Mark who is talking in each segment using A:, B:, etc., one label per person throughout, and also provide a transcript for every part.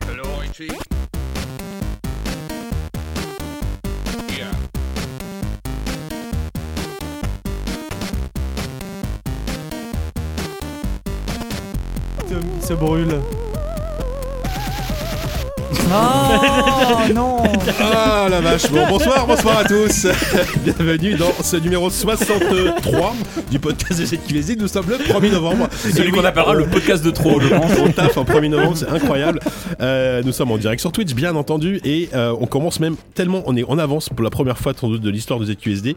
A: Flashy. Yeah.
B: Ça brûle.
C: Oh non
A: Ah la vache Bon, bonsoir, bonsoir à tous Bienvenue dans ce numéro 63 du podcast de cette cuisine. Nous sommes le 1er novembre.
D: Celui
A: Et
D: qu'on
A: oui,
D: appellera le podcast de trop, je pense.
A: on taffe en 1er novembre, c'est incroyable. Euh, nous sommes en direct sur Twitch, bien entendu, et euh, on commence même tellement, on est en avance pour la première fois sans doute de l'histoire de ZQSD.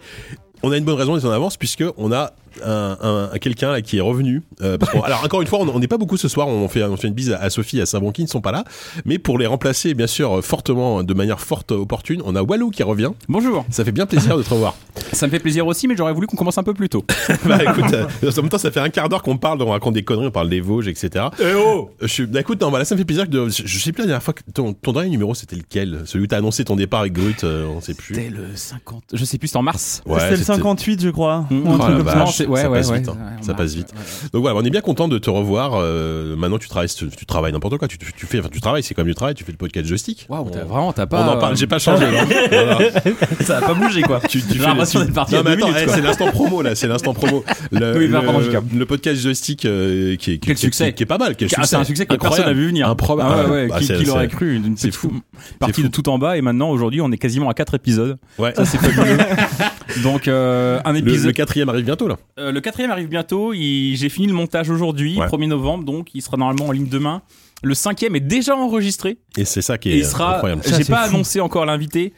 A: On a une bonne raison d'être en avance puisque on a un, un- un quelqu'un là qui est revenu. euh, parce qu'on- alors encore une fois, on on n'est pas beaucoup ce soir. On fait, on fait une bise à, à Sophie, et à Sabon qui ne sont pas là, mais pour les remplacer bien sûr euh, fortement, de manière forte, opportune, on a Walou qui revient.
D: Bonjour.
A: Ça fait bien plaisir de te revoir.
D: Ça me fait plaisir aussi, mais j'aurais voulu qu'on commence un peu plus tôt.
A: bah écoute, euh, en même temps, ça fait un quart d'heure qu'on parle, on raconte des conneries, on parle des Vosges, etc.
D: Eh oh
A: Je suis, bah, écoute, non, bah, là, ça me fait plaisir que de- je, je sais plus la dernière fois que ton, ton dernier numéro c'était lequel, celui où t'as annoncé ton départ avec Grut, euh, on sait plus.
D: C'était le 50. Je sais plus, c'était en mars.
A: Ouais,
B: C'était le 58, je crois.
D: Mmh.
B: Ou un truc
A: Oh la
B: comme ça.
A: vache.
D: c'est-
A: ça passe vite, hein.
D: en
A: Ça
D: mars,
A: passe vite.
D: ouais, ouais.
A: Donc voilà, on est bien content de te revoir. euh, maintenant, tu travailles, tu, tu travailles n'importe quoi. Tu, tu, tu fais, enfin, tu travailles, c'est comme du travail. Tu fais le podcast joystick.
D: Waouh, t'as-
A: On-
D: vraiment, t'as
A: on
D: pas. euh,
A: en parle. J'ai pas changé. non. Voilà.
D: Ça a pas bougé, quoi.
A: Tu, tu
D: J'ai
A: fais
D: l'impression
A: le-
D: d'être parti
A: Non,
D: à
A: mais
D: deux
A: attends,
D: minutes,
A: eh,
D: quoi.
A: c'est l'instant promo là, c'est l'instant promo. Le,
D: Oui,
A: le,
D: pardon, Jika.
A: le podcast joystick euh, qui, est- qui,
D: Quel
A: qui-
D: succès.
A: qui- qui est pas mal, quel
D: Ah, C'est un succès que personne n'a vu venir.
A: Improbable.
D: Ah ouais, ouais,
A: Bah,
D: qui
A: c'est-
D: qui l'aurait
A: c'est-
D: cru une- une
A: c'est
D: petite
A: fou.
D: Partie
A: fou.
D: de tout en bas, et maintenant, aujourd'hui, on est quasiment à 4 épisodes.
A: Ouais.
D: Ça, c'est fabuleux. Donc, euh, un
A: Le,
D: épisode.
A: le quatrième arrive bientôt là.
D: Euh, le quatrième arrive bientôt. il- J'ai fini le montage aujourd'hui,
A: Ouais.
D: 1er novembre, donc il sera normalement en ligne demain. Le cinquième est déjà enregistré.
A: Et c'est ça qui
D: Et
A: est
D: il sera.
A: incroyable.
D: J'ai
C: c'est
D: pas
C: fou.
D: annoncé encore l'invité.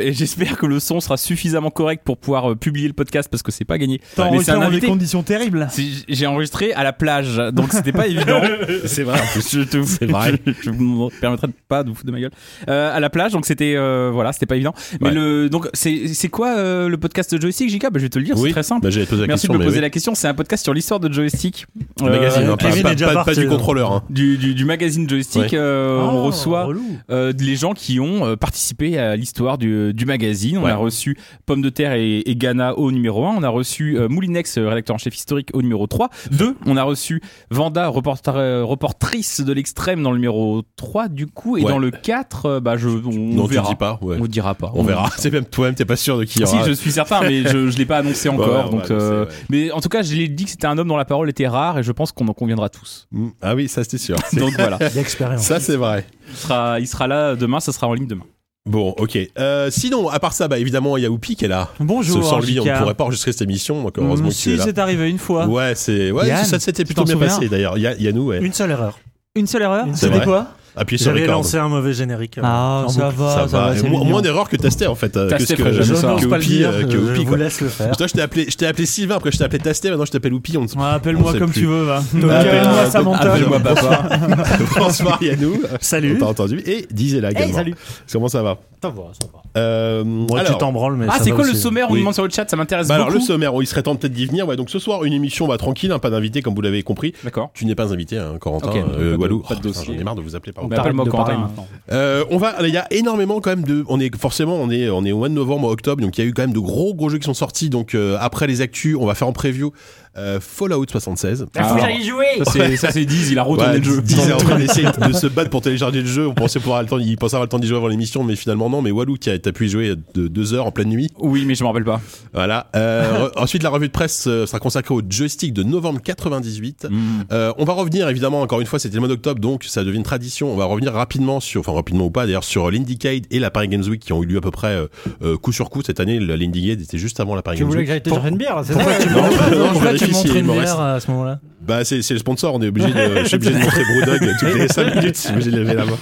D: Et J'espère que le son sera suffisamment correct pour pouvoir euh, publier le podcast parce que c'est pas gagné.
B: T'as
D: Mais c'est
B: enregistré
D: un
B: dans des
D: invité.
B: conditions terribles.
D: C'est- J'ai enregistré à la plage, donc c'était pas évident.
A: C'est vrai.
D: Je te
A: C'est vrai.
D: je, je vous permettrai de pas de vous foutre de ma gueule. Euh, à la plage, donc c'était euh, voilà, c'était pas évident. Mais
A: Ouais.
D: le donc c'est c'est quoi euh, le podcast de Joystick, JK bah, Je vais te le dire,
A: Oui.
D: c'est très simple.
A: Bah, j'allais te poser la
D: Merci
A: question.
D: de me
A: mais
D: poser
A: oui.
D: la question. C'est un podcast sur l'histoire de joystick.
A: Du magazine,
D: Euh,
A: hein, pas,
B: Kevin
A: pas-
B: est déjà
A: pas- pas
B: parti,
A: du
B: hein.
A: contrôleur. hein.
D: du, du, du magazine joystick. euh, on
C: Ah.
B: Oh,
D: reçoit
B: relou.
D: euh, les gens qui ont euh, participé à l'histoire du, du magazine. On
A: Ouais.
D: a reçu Pomme de Terre et, et Ghana au numéro 1. On a reçu euh, Moulinex, euh, rédacteur en chef historique, au numéro 3. 2. On a reçu Vanda, reporter- euh, reportrice de l'extrême, dans le numéro 3, du coup. Et
A: Ouais.
D: dans le 4, euh, bah, je, on,
A: Non, tu
D: verra.
A: dis pas. ouais.
D: On dira pas.
A: On verra. C'est même toi-même, t'es pas sûr de qui il y
D: Si,
A: aura.
D: je suis certain, mais je ne l'ai pas annoncé
A: Ouais,
D: encore.
A: Bah ouais,
D: donc,
A: ouais, je
D: euh,
A: sais, ouais.
D: Mais en tout cas, je l'ai dit que c'était un homme dont la parole était rare et je pense qu'on en conviendra tous.
A: Mm. Ah oui, ça c'était sûr.
D: Donc voilà,
B: L'expérience.
A: Ça c'est vrai.
D: il sera, il sera là demain, ça sera en ligne demain.
A: Bon, ok. Euh, sinon, à part ça, bah évidemment, il y a Whoopi qui est là.
B: Bonjour.
A: Sans lui, on ne
B: Jika.
A: pourrait pas enregistrer cette émission. Donc heureusement
B: Mm,
A: qu'il
B: Si,
A: est là.
B: c'est arrivé une fois.
A: Ouais, c'est ouais,
B: Yann,
A: ça c'était
B: tu
A: plutôt
B: t'en
A: bien
B: souviens
A: passé d'ailleurs. Ya- Yannou, ouais.
E: Une seule erreur.
C: Une seule erreur
E: Une
A: C'est
E: seule
A: vrai.
E: erreur.
C: quoi
A: appuyez sur
E: Ah, J'avais
A: record.
E: lancé un mauvais générique. euh,
C: Ah,
E: en
C: ça
E: boucle.
C: va, ça, va, c'est
A: Mo-
C: mignon.
A: moins d'erreurs que Tasté en fait. euh, que
D: Tasté
A: ce que
D: ferait
A: j'avais
D: jamais
E: Je
D: ça.
E: n'ose
A: que
E: pas le
A: Whoopi,
E: dire.
A: euh, que
E: je
A: Whoopi,
E: vous
A: quoi.
E: laisse le faire.
A: Toi, je t'ai appelé, je t'ai appelé Sylvain, après je t'ai appelé Tasté, maintenant je t'appelle Whoopi. On... se-
B: Ouais,
A: On
B: Appelle-moi
A: sait
B: comme
A: plus. Ah,
B: tu veux, va.
E: Donc,
B: Appelle-moi
E: euh,
B: Samantha.
A: appelle-moi Ah,
D: papa.
A: Bonsoir Yannou. On
E: Salut.
A: t'a entendu. Et Dizela également.
E: salut.
A: Comment ça va
E: Ça va, ça va.
A: Euh,
E: Bon,
A: alors,
E: tu t'en branles, mais
D: Ah,
E: ça
D: c'est
E: va
D: quoi le
E: aussi.
D: sommaire On
A: Oui.
D: demande sur le chat, ça m'intéresse
A: bah alors le
D: beaucoup.
A: sommaire, oh, il serait temps peut-être d'y venir. Ouais, donc ce soir, une émission bah, tranquille, hein, pas d'invité comme vous l'avez compris.
D: D'accord.
A: Tu n'es pas invité, hein, Corentin,
D: Ok,
A: euh,
D: pas de-
A: Walou.
D: pas de
A: Oh, putain,
D: dossier.
A: J'en ai marre de vous appeler par
E: On
D: Bah, appelle-moi
E: t'arrête
D: Quentin,
E: de parler
D: hein.
E: maintenant.
A: Euh, on va, il y a énormément quand même de, on est forcément, on est, on est au mois de novembre, octobre, donc il y a eu quand même de gros gros jeux qui sont sortis. Donc euh, après les actus, on va faire en preview euh, Fallout 76.
D: Ah, faut que j'aille
C: jouer
D: Ça, c'est- Ça c'est 10, il a retourné
A: Ouais,
D: le jeu.
A: 10 heures, on essaie de se battre pour télécharger le jeu. On pensait pouvoir avoir le temps, il pensait avoir le temps d'y jouer avant l'émission, mais finalement non. Mais Walou, qui a, t'as pu y jouer de deux heures en pleine nuit.
D: Oui, mais je me rappelle pas.
A: Voilà. Euh, re- ensuite, la revue de presse euh, sera consacrée au joystick de novembre 98.
D: Mm.
A: Euh, on va revenir évidemment encore une fois c'était le mois d'octobre donc ça devient une tradition on va revenir rapidement sur enfin rapidement ou pas d'ailleurs sur l'Indiecade et la Paris Games Week qui ont eu lieu à peu près euh, euh, coup sur coup cette année l'Indiecade était juste avant la Paris
E: Tu
A: Games
E: voulais
A: Week
E: que j'aille te dire une bière c'est ça
A: me montres- non, je
E: Pourquoi
A: vérifie
E: tu montres
A: s'il
E: une
A: m'en reste.
E: bière à ce moment-là
A: bah c'est, c'est le sponsor on est obligé de je suis obligé de montrer Brewdog toutes les 5 minutes je suis obligé de lever la main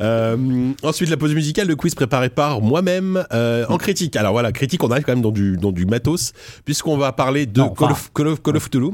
A: euh, ensuite la pause musicale le quiz préparé par moi-même euh, en critique alors voilà critique on arrive quand même dans du, dans du matos puisqu'on va parler de
D: Non,
A: Call,
D: enfin.
A: of, Call, of, Call of Cthulhu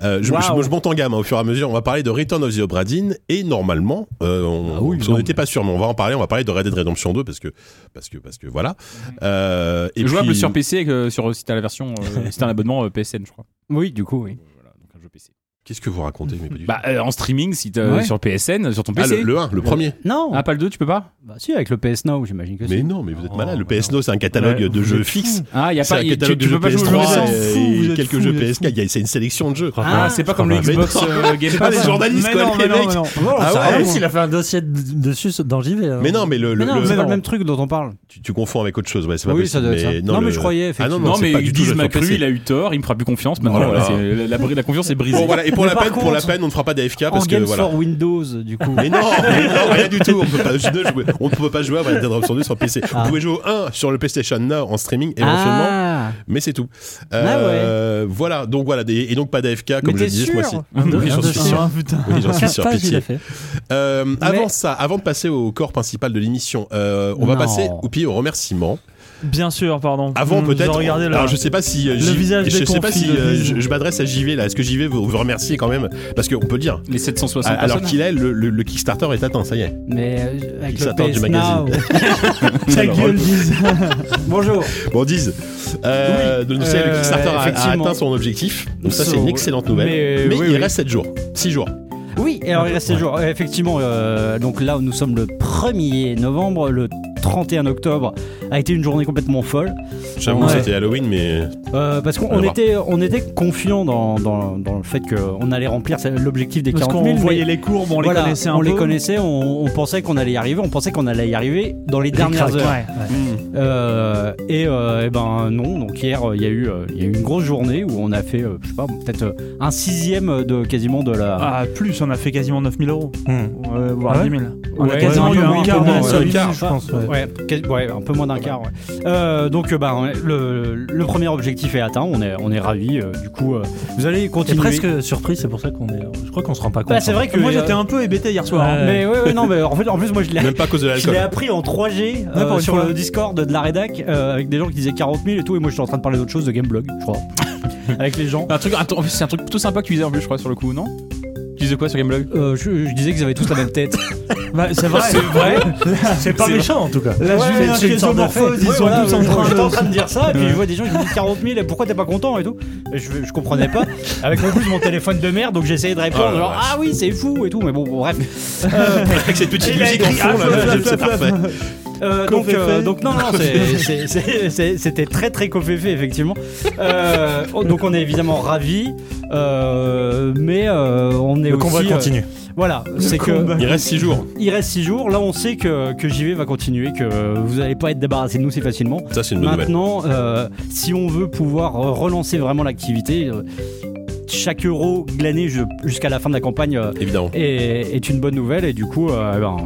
A: euh, je,
D: Waouh.
A: je- je monte en gamme hein, au fur et à mesure. On va parler de Return of the Obra Dinn et normalement, euh, on
E: Ah oui,
A: parce
E: non,
A: qu'on n'était pas sûr, mais on va en parler. On va parler de Red Dead Redemption 2 parce que parce que parce que voilà. Euh, et
D: Jouable
A: puis-
D: sur PC, que sur, si t'as la version, euh, si t'as un abonnement euh, PSN, je crois.
E: Oui, du coup, oui.
D: Donc un jeu PC.
A: Qu'est-ce que vous racontez mais pas du tout.
D: Bah, euh, en streaming, si t'as-
F: Ouais.
D: sur PSN, sur ton
A: Ah,
D: PC.
A: le, le 1, le premier.
F: Non
D: Ah, pas le 2, tu peux pas
F: Bah si, avec le PS Now, j'imagine que
A: Mais
F: si.
A: non, mais vous êtes
E: Oh,
A: malade. Le
E: bah non.
A: PS Now, c'est un catalogue
B: Ouais,
A: de
B: vous
A: jeux
B: êtes
A: fixes.
D: Ah, y a
A: C'est
D: pas, y-
A: un
D: tu,
A: catalogue
D: tu
A: de jeux
D: peux pas jouer au
B: PS3,
D: jeux.
A: PS3
B: jeux. Vous êtes
A: et
B: fous,
A: quelques
B: vous
A: jeux
B: êtes
A: PS4.
B: fous.
A: Il y a- C'est une sélection de jeux.
D: Ah, c'est pas comme le
A: Mais
D: Xbox
A: non.
D: euh, Game
A: Ah,
D: Pass.
A: les journalistes,
B: Mais
A: quoi,
B: non,
A: les
B: mais non,
A: mecs.
B: mais non.
A: Ah
E: ça
A: ouais,
E: arrive
A: moi.
E: s'il a fait un dossier de- dessus sur- dans JV. hein.
A: Mais non, mais le, le-
F: Mais non,
A: le-
F: c'est pas le même truc dont on parle.
A: tu, tu confonds avec autre chose, ouais, c'est pas
F: Oui, ça
A: possible.
F: doit être ça. Non, mais je croyais,
A: Ah non,
F: effectivement.
A: non,
D: Non,
A: c'est pas
D: mais
A: du tout
D: Guise
A: jeu
D: m'a
A: sur
D: cru,
A: PC.
D: il a eu tort, il me fera plus confiance maintenant.
A: Oh là
D: voilà,
A: là.
D: c'est- la, la- la confiance est brisée.
A: Bon, voilà, et pour
F: Mais
A: la
F: par
A: peine, pour la
F: contre,
A: peine, on ne fera pas d'AFK
F: En
A: parce que
F: game
A: voilà.
F: for Windows, du coup.
A: Mais non, mais non, rien du tout. On peut pas, je ne jouer- on ne peut pas jouer à Red Dead Redemption 2 sur PC.
F: Ah.
A: Vous pouvez jouer au 1 sur le PlayStation Now en streaming éventuellement,
F: Ah,
A: mais c'est tout. Euh, Voilà, donc voilà, des- et donc pas d'AFK comme
F: Mais
A: je le
F: t'es
A: disais ce
F: sûr
A: mois-ci.
F: Un
A: Oui, j'en suis
E: dossier.
A: sûr.
B: Ah, putain.
A: Oui, j'en suis
F: Quatre
A: sûr,
F: pages, il
A: pitié.
F: a fait.
A: Euh, Avant
F: Mais-
A: ça, avant de passer au corps principal de l'émission, euh, on va
F: Non.
A: passer au pire au remerciement.
B: Bien sûr, pardon.
A: Avant
B: Vous
F: Hmm,
A: peut-être.
B: regardez là.
A: Alors Mm, je sais pas si euh,
B: le
A: J-
B: visage
A: je sais pas
B: déconfit
A: si
B: de
A: euh,
B: Lise.
A: je, je m'adresse à JV là. Est-ce que JV veut vous remercier quand même parce qu'on peut le dire.
D: Les
F: Ah,
D: 760
A: Alors
D: personnes.
A: qu'il est, le, le- le Kickstarter est atteint, ça y est.
F: Mais euh, avec le
A: Kickstarter du
F: PS
A: magazine.
F: Now.
B: Ta gueule, Lise.
F: Bonjour.
A: Bon, disent. Euh, donc, c'est le
F: Euh,
A: Kickstarter a- a
F: effectivement.
A: atteint son objectif. Donc, ça,
F: So-
A: c'est une excellente nouvelle. Mais,
F: Mais, euh, oui,
A: il
F: oui.
A: reste 7 jours. 6 jours.
F: Oui, alors il reste 7 jours. Euh, Effectivement, euh, donc là où nous sommes le 1er novembre, le 31 octobre a été une journée complètement folle.
A: J'avoue que
F: Ouais.
A: c'était Halloween, mais.
F: Euh, parce qu'on
A: On va
F: on
A: voir.
F: était, on était confiant dans, dans, dans le fait qu'on allait remplir ce- l'objectif des
B: Parce
F: 40 000.
B: qu'on
F: mais
B: voyait les courbes, on les
F: voilà,
B: connaissait un
F: on
B: peu.
F: les connaissait, on, on pensait qu'on allait y arriver, on pensait qu'on allait y arriver dans les dernières heures.
B: Ouais.
F: Euh, et, euh, eh ben non, donc hier euh, il y a eu, euh, il y a eu une grosse journée où on a fait, euh, je sais pas, peut-être euh, un sixième de quasiment de la.
B: Ah, plus, on a fait quasiment 9000 euros.
E: Hmm.
B: Euh, voire
E: Ah ouais
B: 10 000. On a
F: Ouais,
B: quasiment
F: ouais,
B: eu
F: un euh,
B: un
F: peu
B: quart
F: moins,
B: de
F: ouais.
B: solide.
E: quart, je pense. ouais.
F: Ouais, quas- ouais, un peu moins d'un quart. ouais. Euh, donc, euh, bah, ouais, le, le premier objectif est atteint. On est, on est ravis. euh, du coup, euh, vous allez
E: T'es
F: continuer.
E: presque surpris, c'est pour ça qu'on est. euh, Je crois qu'on se rend pas compte.
F: Bah, c'est vrai que
B: Moi,
F: euh,
B: j'étais un peu hébété hier soir. hein.
F: Mais ouais, ouais, non, mais en fait, en plus, moi, je l'ai.
A: Même pas à cause de
F: Je l'ai
A: l'alcool.
F: appris en 3G euh,
B: Ouais, pour une
F: sur
B: fois.
F: le Discord de la rédac euh, avec des gens qui disaient 40 000 et tout et moi j'étais en train de parler d'autre chose de Gameblog je crois avec les gens
D: Un truc, un truc- c'est un truc plutôt sympa que tu disais en plus, je crois, sur le coup, non Tu disais quoi sur Gameblog
F: Euh, je, je disais qu'ils avaient tous la même tête
B: Bah, c'est vrai.
D: C'est vrai.
E: hein. C'est pas méchant en tout cas.
B: La
F: Ouais,
B: juvénile
E: c'est une sorte de
B: isomorphose,
E: fête.
B: ils
F: Ouais,
B: sont
F: voilà,
B: tous en
F: je-
B: train
F: j'étais en
B: de.
F: train de dire ça, et puis je vois des gens qui me disent 40 000, et pourquoi t'es pas content et tout Et je, je comprenais pas. Avec en plus mon téléphone de merde, donc j'essayais de répondre,
A: Oh la
F: genre
A: vache.
F: ah oui, c'est fou et tout, mais bon, bon, bref.
A: Avec cette petite
F: Il a
A: musique en
F: écrit,
A: fond,
F: ah,
A: là,
F: flop,
A: c'est parfait.
F: Euh, donc, euh,
B: Coféfé.
F: donc non, non, c'est- c'est- c'est- c'est- c'était très très coféfé, effectivement. Euh, oh, donc on est évidemment ravis, euh, mais euh, on est
E: Le
F: aussi.
E: convoi
F: euh,
E: continue.
F: voilà, c'est que
B: combat.
A: Il reste 6 jours.
F: il reste 6 jours, là on sait que, que JV va continuer, que vous allez pas être débarrassé de nous si facilement.
A: Ça, c'est une bonne nouvelle.
F: Maintenant, euh, si on veut pouvoir euh, relancer vraiment l'activité, euh, chaque euro glané ju- jusqu'à la fin de la campagne euh,
A: Évidemment.
F: est, est une bonne nouvelle. Et du coup, euh, eh ben,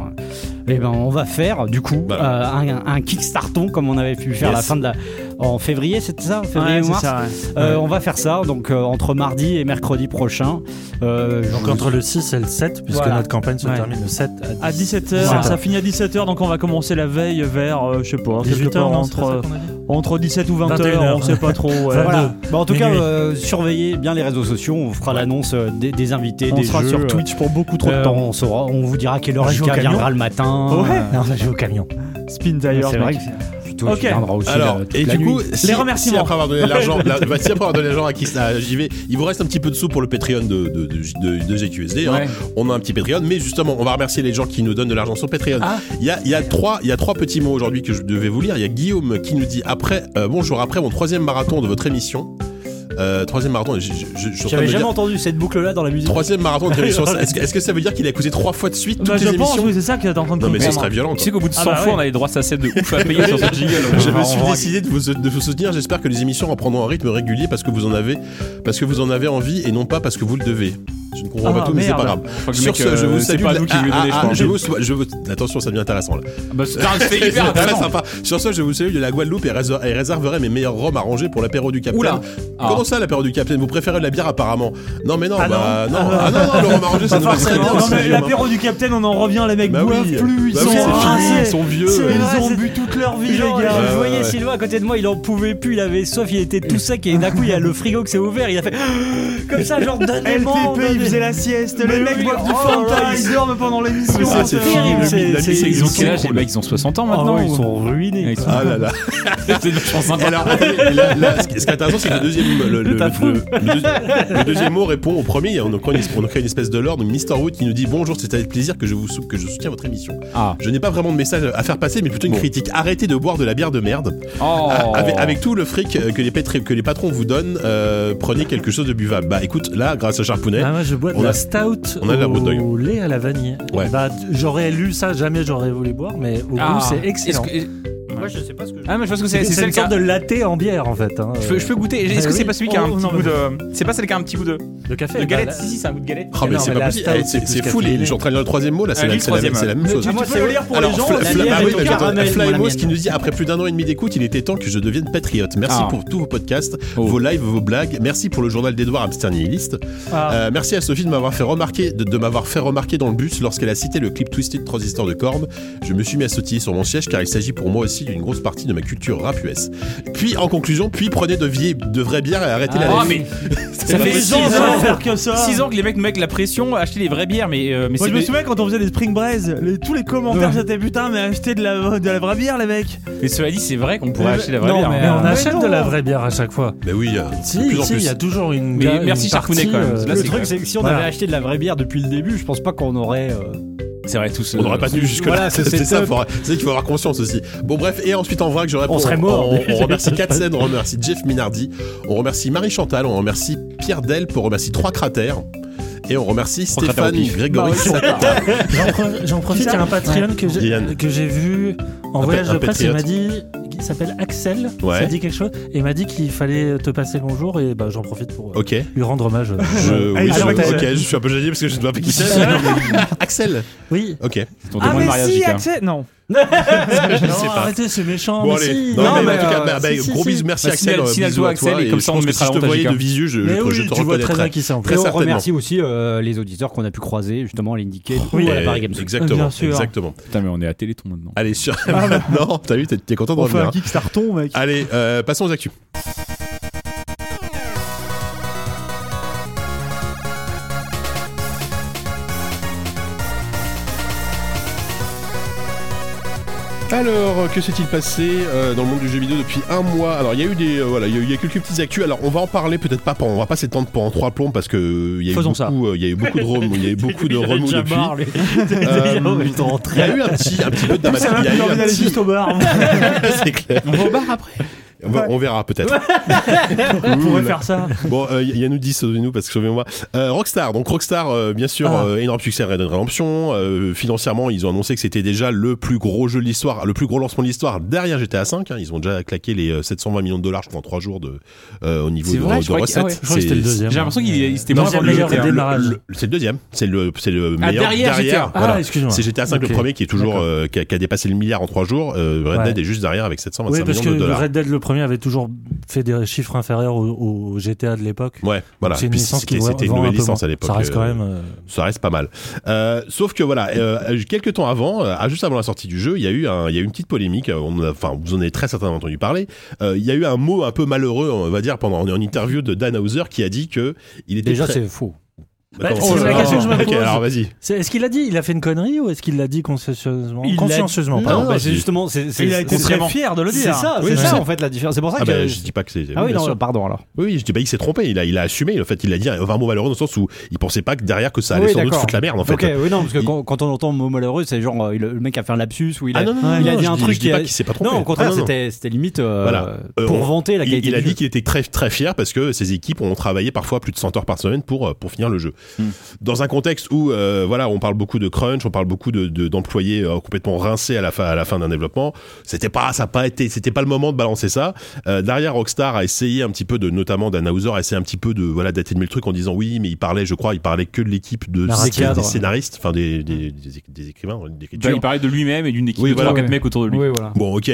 F: eh ben, on va faire du coup
A: Bah.
F: euh, un, un kickstarton comme on avait pu
A: Yes.
F: faire à la fin de la en février, c'était ça, février
B: Ouais,
F: ou
B: c'est
F: mars.
B: ça, ouais.
F: Euh, on va faire ça donc euh, entre mardi et mercredi prochain. Euh, je
E: Donc
F: vous-
E: entre le 6 et le 7, puisque
F: Voilà.
E: notre campagne se
B: Ouais.
E: termine le euh, 7 à
B: À
E: 10.
B: 17h,
E: Voilà.
B: ça finit à 17h, donc on va commencer la veille vers, euh, je sais pas, quelque
E: 18
B: part
E: heures, non, c'est
B: entre,
E: pas ça
B: euh,
E: qu'on a dit
B: entre 17 ou 20h,
E: 21h,
B: on sait pas trop. ouais.
F: Voilà. Bah, en tout cas,
E: Minuit.
F: euh, surveillez bien les réseaux sociaux. On vous fera l'annonce euh, des, des invités,
B: On
F: des
B: sera
F: jeux,
B: sur
F: euh,
B: Twitch pour beaucoup trop de
F: Euh,
B: temps.
F: On saura, on vous dira à quelle heure
E: On joue au
F: Jika
E: camion.
F: viendra le matin.
B: Ouais.
F: Euh,
E: Non, ça joue au camion.
B: Spin d'ailleurs.
F: c'est vrai.
B: mec.
F: que- Plutôt,
B: Ok.
F: tu viendras aussi
A: Alors,
F: la- euh, toute
A: et
F: la
A: du
F: nuit.
A: coup, si,
B: Les remerciements.
A: si après avoir donné l'argent, la- bah, si après avoir donné l'argent à qui à JV, il vous reste un petit peu de sous pour le Patreon de, de, de, de- de GQSD. hein.
D: Ouais.
A: On a un petit Patreon, mais justement, on va remercier les gens qui nous donnent de l'argent sur Patreon.
F: Ah.
A: Il y a, il y a trois, il y a trois petits mots aujourd'hui que je devais vous lire. Il y a Guillaume qui nous dit après, euh, bonjour, après mon troisième marathon de votre émission. Euh, troisième marathon, je, je, je, je suis en train de
F: J'avais
A: me
F: jamais
A: dire-
F: entendu cette boucle-là dans la musique.
A: Troisième marathon de votre émission. Est-ce que, est-ce que ça veut dire qu'il a écouté trois fois de suite toutes
B: Bah, je
A: les
B: pense,
A: émissions
B: oui, c'est ça que t'es en train de
A: Non, mais ce
B: comprendre.
A: serait violent.
D: Tu sais qu'au bout de 100
B: Ah bah
D: fois,
B: ouais.
D: on a les droits SACEM de ouf à payer sur cette jingle. euh,
A: Je me
D: On
A: suis
D: va-
A: décidé de vous, de vous soutenir. J'espère que les émissions en prendront un rythme régulier parce que vous en avez, parce que vous en avez envie et non pas parce que vous le devez. Je ne comprends
B: Ah,
A: pas tout, mais c'est pas
B: merde.
A: grave.
D: Je crois que le
A: Sur
D: mec,
A: ce, je
D: euh,
A: vous
D: C'est
A: salue.
D: pas
A: la-
D: nous qui lui
A: Ah,
D: donnait,
A: ah,
D: je crois.
A: je vous, sou- je vous- attention, ça devient intéressant là.
D: Bah, c'est- c'est
A: C'est
D: hyper
A: très
D: intéressant.
A: sympa. Sur ce, je vous salue de la Guadeloupe et, réser- et réserverai mes meilleurs rhums arrangés pour l'apéro du Capitaine.
D: Oula. Ah.
A: Comment ça, l'apéro du Capitaine Vous préférez de la bière apparemment Non, mais non,
E: Ah
A: bah non. Ah non, non, le rhum arrangé, ça nous va très bien.
B: Non,
A: aussi,
B: mais
A: Guillaume, hein.
B: l'apéro du capitaine, on en revient, les mecs
A: Bah
B: boivent
A: oui.
B: plus, ils
A: Bah
B: sont
A: oui, c'est fini,
B: rincés.
A: ils sont vieux.
B: Ils
F: vrai,
B: ont
F: c'est-
B: bu toute leur vie, les
F: Genre,
B: gars.
A: Ouais,
F: je voyais
A: Euh, ouais.
F: Sylvain à côté de moi, il en pouvait plus, il avait soif, il était tout sec et d'un coup il y a le frigo qui s'est ouvert, il a fait comme ça genre donnez-moi.
B: LTP, ils faisaient la sieste,
F: Mais
B: les mecs
F: oui,
B: boivent du
F: oh là
B: Fanta,
F: là,
B: ils dorment pendant l'émission.
A: Ah, c'est
F: terrible,
A: fini,
F: c'est-
A: la vie,
F: c'est-
A: c'est-
D: Ils ont
A: c'est
D: quel âge
A: cool.
D: les mecs Ils ont 60 ans
F: Ah
D: maintenant
F: ouais, ils
D: ou-
F: sont
D: Ouais,
F: ruinés.
D: ils sont-
A: Ah là là.
D: C'est vachement
A: Et
D: sympa.
A: alors, attendez, là, là, ce qui ce qui est intéressant, c'est que le deuxième, le, le- le- le deuxi- le deuxième mot répond au premier. et On crée une, es- on crée une espèce de l'ordre. Donc, Mr. Wood qui nous dit Bonjour, c'est avec plaisir que je, vous, sou- que je soutiens votre émission.
D: Ah.
A: Je n'ai pas vraiment de message à faire passer, mais plutôt une
D: Bon.
A: critique. Arrêtez de boire de la bière de merde.
D: Oh.
A: Ah, Avec, avec tout le fric euh, que les, pétri- que les patrons vous donnent, euh, prenez quelque chose de buvable. Bah écoute, là, grâce à Charpounet,
E: Ah, moi, je bois de
A: Eh, On
E: la
A: a-
E: stout
A: on a de la Bretagne.
E: au lait à la vanille.
A: Ouais.
E: Bah, j'aurais lu ça, jamais j'aurais voulu boire, mais au
D: Ah.
E: goût, c'est
D: Est-ce
E: excellent.
D: que-
F: Moi, je sais pas ce que je.
D: Ah, mais je pense que c'est c'est
E: C'est
D: celle
E: une
D: qui a-
E: sorte de latte en bière, en fait. hein.
D: Je peux, je peux goûter. Est-ce
E: Eh
D: que c'est
E: oui.
D: pas celui qui a un
E: Oh,
D: petit
E: non,
D: goût de. C'est pas celle qui a un petit goût de.
E: Le café.
D: De
E: bah,
D: galette
E: la-
D: Si, si, c'est un goût de galette.
A: Oh, mais
E: non,
A: c'est
E: mais
A: pas
E: la
A: possible.
E: stout,
A: Eh, c'est-
E: c'est
A: C'est
E: plus
A: fou, les-
E: caféiné.
A: je suis en train de lire le troisième mot, là, c'est
D: Ah,
A: la,
D: oui,
A: c'est la même-
D: troisième.
A: c'est la même
D: Mais
A: chose.
D: tu-
F: moi,
D: tu
F: c'est
D: peux
F: au-
D: lire pour
A: Alors,
D: les gens.
A: Fla-
F: la
A: Fla-
F: mienne
A: ah
F: est
A: oui,
F: au
A: attends,
F: caramel, moi, la
A: Flymoz
F: mienne.
A: qui nous dit après plus d'un an et demi d'écoute, il était temps que je devienne patriote. Merci
D: Ah.
A: pour tous vos podcasts,
D: Oh.
A: vos lives, vos blagues. Merci pour le journal d'Edouard Absterniliste.
E: Ah.
A: Euh, merci à Sophie de m'avoir fait remarquer, de, de m'avoir fait remarquer dans le bus lorsqu'elle a cité le clip Twisted Transistor de Korn. Je me suis mis à sautiller sur mon siège car il s'agit pour moi aussi d'une grosse partie de ma culture rap US. Puis en conclusion, puis prenez de, vieilles- de vraies bières et arrêtez la
D: Ah,
A: lèche.
D: mais
A: C'est
D: ça
A: pas
D: fait
A: possible.
D: 6
E: Ils vont
D: ans,
E: faire que ça.
D: six ans que les mecs nous mettent la pression, acheter les vraies bières, mais, euh, mais
B: Moi
D: c'est.
B: je me souviens quand on faisait les Spring Breeze, les- tous les commentaires c'était putain mais achetez de la, de la vraie bière les mecs
D: mais cela dit, c'est vrai qu'on pourrait acheter la vraie
F: non,
D: bière.
F: mais,
E: Mais on
D: euh,
E: achète
B: non.
E: de la vraie bière à chaque fois.
A: Mais oui, euh, de plus
E: Si,
A: en
E: si,
A: plus.
E: il y a toujours une.
D: Mais
E: ga-
D: merci
E: une
D: Charcounet,
E: partie,
D: quand même.
E: euh,
D: Là,
F: le
D: c'est
F: truc,
D: grave.
F: c'est que si on
E: Voilà.
F: avait acheté de la vraie bière depuis le début, je pense pas qu'on aurait. euh,
D: C'est vrai, tous. euh,
A: On n'aurait pas
D: dû.
A: tenu jusque-là.
F: Voilà, c'est-
A: c'est
F: c'est
A: ça,
F: top.
A: faut avoir- c'est ça qu'il faut avoir conscience aussi. Bon, bref, et ensuite en vrac, je réponds.
E: On serait mort.
A: On, on remercie Katzen, on remercie Jeff Minardi, on remercie Marie Chantal, on remercie Pierre Del, on remercie Trois Cratères, et on remercie
D: Trois Cratères au
A: Stéphane
D: pif.
A: Grégory.
E: J'en pro- J'en profite, il y a un Patreon que
A: Yann.
E: j'ai- que j'ai vu en
A: Un
E: voyage
A: pa- un
E: de presse. Il
A: patriote.
E: m'a dit, il s'appelle Axel.
A: Ouais.
E: Ça dit quelque chose. Et il m'a dit qu'il fallait te passer le bonjour. Et bah, j'en profite pour euh,
A: ok.
E: lui rendre hommage.
A: Je, oui,
B: Allez,
A: je-
B: alors,
A: ok,
B: Axel.
A: je suis un peu gêné parce que je ne vois pas qui c'est. Axel.
E: Oui.
A: Ok.
D: Ton
B: Ah
D: témoin de
B: mais
D: mariage,
B: si
D: Jika.
B: accès Non
E: Je
A: sais pas.
E: Oh, Arrêtez, c'est méchant.
A: Bon,
E: mais
A: allez.
E: si.
A: Non,
D: Non,
A: mais,
D: mais,
A: en tout cas,
D: euh,
A: bah, bah,
E: si, si,
A: gros
E: si.
A: bisous, merci
D: Bah,
A: Axel.
D: signale-
A: euh,
D: signale-toi,
A: bisous à
D: Axel,
A: toi,
D: et comme
A: je
D: ça, on
A: pense que
D: mettra
A: si je te
D: l'avantage,
A: voyais
D: Jika.
A: de visu, je,
E: Mais
A: je, te-
E: oui,
A: je te
E: tu vois très bien
A: reconnaîtrais.
E: qui c'est en
A: Très
E: fait.
F: Et on
A: certainement.
F: remercie aussi euh, les auditeurs qu'on a pu croiser, justement, à l'Indiqué, du coup,
E: Oui.
F: à la Paris bah, Games Week.
A: Eh, Exactement.
B: Bien sûr.
A: Exactement.
D: Putain, mais on est à Téléthon maintenant.
A: Allez, sur. Maintenant, t'as vu, t'es- t'es content de
B: On fait
A: revenir.
B: un
A: hein.
B: Kickstarton mec
A: Allez, euh, passons aux actus. Alors, que s'est-il passé euh, dans le monde du jeu vidéo depuis un mois Alors, il y a eu des, euh, voilà, il y a eu il y a quelques petites actus. Alors, on va en parler peut-être pas pendant, on va pas s'étendre pendant trois plombs parce que euh, il y a eu
B: Faisons ça.
A: beaucoup, euh, il y a eu beaucoup de remous, il y a eu beaucoup de remous depuis.
E: Déjà,
A: Euh,
E: ils t'ont rentré.
A: Il y a eu un petit, un petit peu de
B: Ça
A: dramatisme.
B: m'a
A: Il y a
B: plus
A: eu
B: envie
A: un
B: d'aller
A: petit,
B: juste au bar
A: c'est clair.
D: On va au bar après.
A: On, va- on verra peut-être.
E: On pourrait faire ça.
A: Bon, euh, Yannoudi, sauvez-nous parce que sauvez-moi. Euh, Rockstar, donc Rockstar, euh, bien sûr,
E: Ah.
A: euh, énorme succès Red Dead Redemption. Euh, financièrement, ils ont annoncé que c'était déjà le plus gros jeu de l'histoire, le plus gros lancement de l'histoire derrière GTA V. hein. Ils ont déjà claqué les euh, 720 millions de dollars, je crois, en trois jours de, euh, au niveau
D: C'est
A: de,
D: vrai,
A: de
D: je crois que-
A: recettes.
D: ah ouais,
E: Je crois que c'était le deuxième. hein.
D: J'ai l'impression qu'il il s'était
E: Dans
D: moins
E: un
D: vendu
E: meilleur
D: que GTA.
E: dé-
A: le-
E: démarrage.
A: le- C'est le deuxième, c'est le, c'est le meilleur
D: derrière GTA.
E: Ah,
A: voilà.
E: excuse-moi.
A: C'est GTA V le
E: Ok.
A: premier qui est toujours
E: D'accord.
A: euh, qui, a, qui a dépassé le milliard en trois jours. Euh, Red
E: Ouais.
A: Dead est juste derrière avec 725
E: Oui, parce
A: millions
E: que
A: de dollars.
E: Red Dead le premier avait toujours fait des chiffres inférieurs au, au GTA de l'époque.
A: Ouais, voilà.
E: C'est une
A: Puis
E: licence qui
A: C'était c'était une
E: vend un
A: nouvelle
E: peu
A: licence
E: moins.
A: à l'époque.
E: Ça reste quand
A: euh,
E: même. euh,
A: ça reste pas mal. Euh, sauf que voilà, euh, quelques temps avant, euh, juste avant la sortie du jeu, il y a eu un, il y a eu une petite polémique. euh, On a- enfin, vous en avez très certainement entendu parler. Euh, Il y a eu un mot un peu malheureux, on va dire, pendant en interview de Dan Hauser qui a dit que il était
F: Déjà,
A: très-
F: c'est faux.
A: Bah,
E: Bah,
A: comment-
E: c'est
A: Oh là
E: la
A: là.
E: question que je me
A: Ok,
E: pose.
A: alors vas-y.
C: Ah,
E: c'est- Est-ce qu'il a dit Il a fait une connerie ou est-ce qu'il l'a dit consciencieusement
F: Il l'a-
E: Consciencieusement,
A: Non,
E: pardon.
F: bah,
A: vas-y.
F: c'est justement. c'est- c'est-
B: Il a été très
F: contrairement-
B: fier de le
F: C'est
B: dire
F: ça,
E: Oui,
F: c'est
E: je
F: ça
E: sais.
F: en fait la différence. C'est pour ça
A: Ah
F: que.
A: bah, je dis pas que c'est.
F: Ah oui,
A: bien
F: non,
A: sûr.
F: pardon alors.
A: Oui, oui, je dis pas qu'il s'est trompé. Il a, il a assumé. En fait, il a dit un mot malheureux dans le sens où il pensait pas que derrière que ça allait
F: Oui,
A: sans doute
F: d'accord.
A: foutre la merde. En fait.
F: ok, oui, non, parce que
A: il-
F: quand, quand on entend mot malheureux, c'est genre euh, il- le mec a fait un lapsus ou il a.
A: Ah non, non, non,
E: Ouais,
F: il a
A: non,
F: dit
A: je
F: un
A: dis-
F: truc
A: je dis
F: qui
A: pas
F: a-
A: qu'il s'est pas trompé.
F: non, au contraire,
A: Ah, non, non.
F: c'était c'était limite euh,
A: Voilà. Euh,
F: pour
A: on-
F: vanter la
A: Il,
F: qualité
A: il a
F: du
A: dit
F: jeu.
A: qu'il était très, très fier parce que ses équipes ont travaillé parfois plus de 100 heures par semaine pour, euh, pour finir le jeu.
D: Hmm.
A: Dans un contexte où euh, voilà, on parle beaucoup de crunch, on parle beaucoup de- de- d'employés euh, complètement rincés à la, fin à la fin d'un développement, c'était pas, ça a pas été, c'était pas le moment de balancer ça. Euh, derrière, Rockstar a essayé un petit peu de, notamment Dan Hauser a essayé un petit peu de voilà d'atténuer le truc en disant oui, mais il parlait, je crois, il parlait que de l'équipe de
F: Des
A: scé-
F: cadres.
A: des scénaristes, enfin des, des, des- des écrivains, d'écriture.
D: Bah, il parlait de lui-même et d'une équipe
A: Oui,
D: de
A: voilà.
D: 3-4 mecs autour de lui.
F: Oui, voilà.
A: Bon, ok,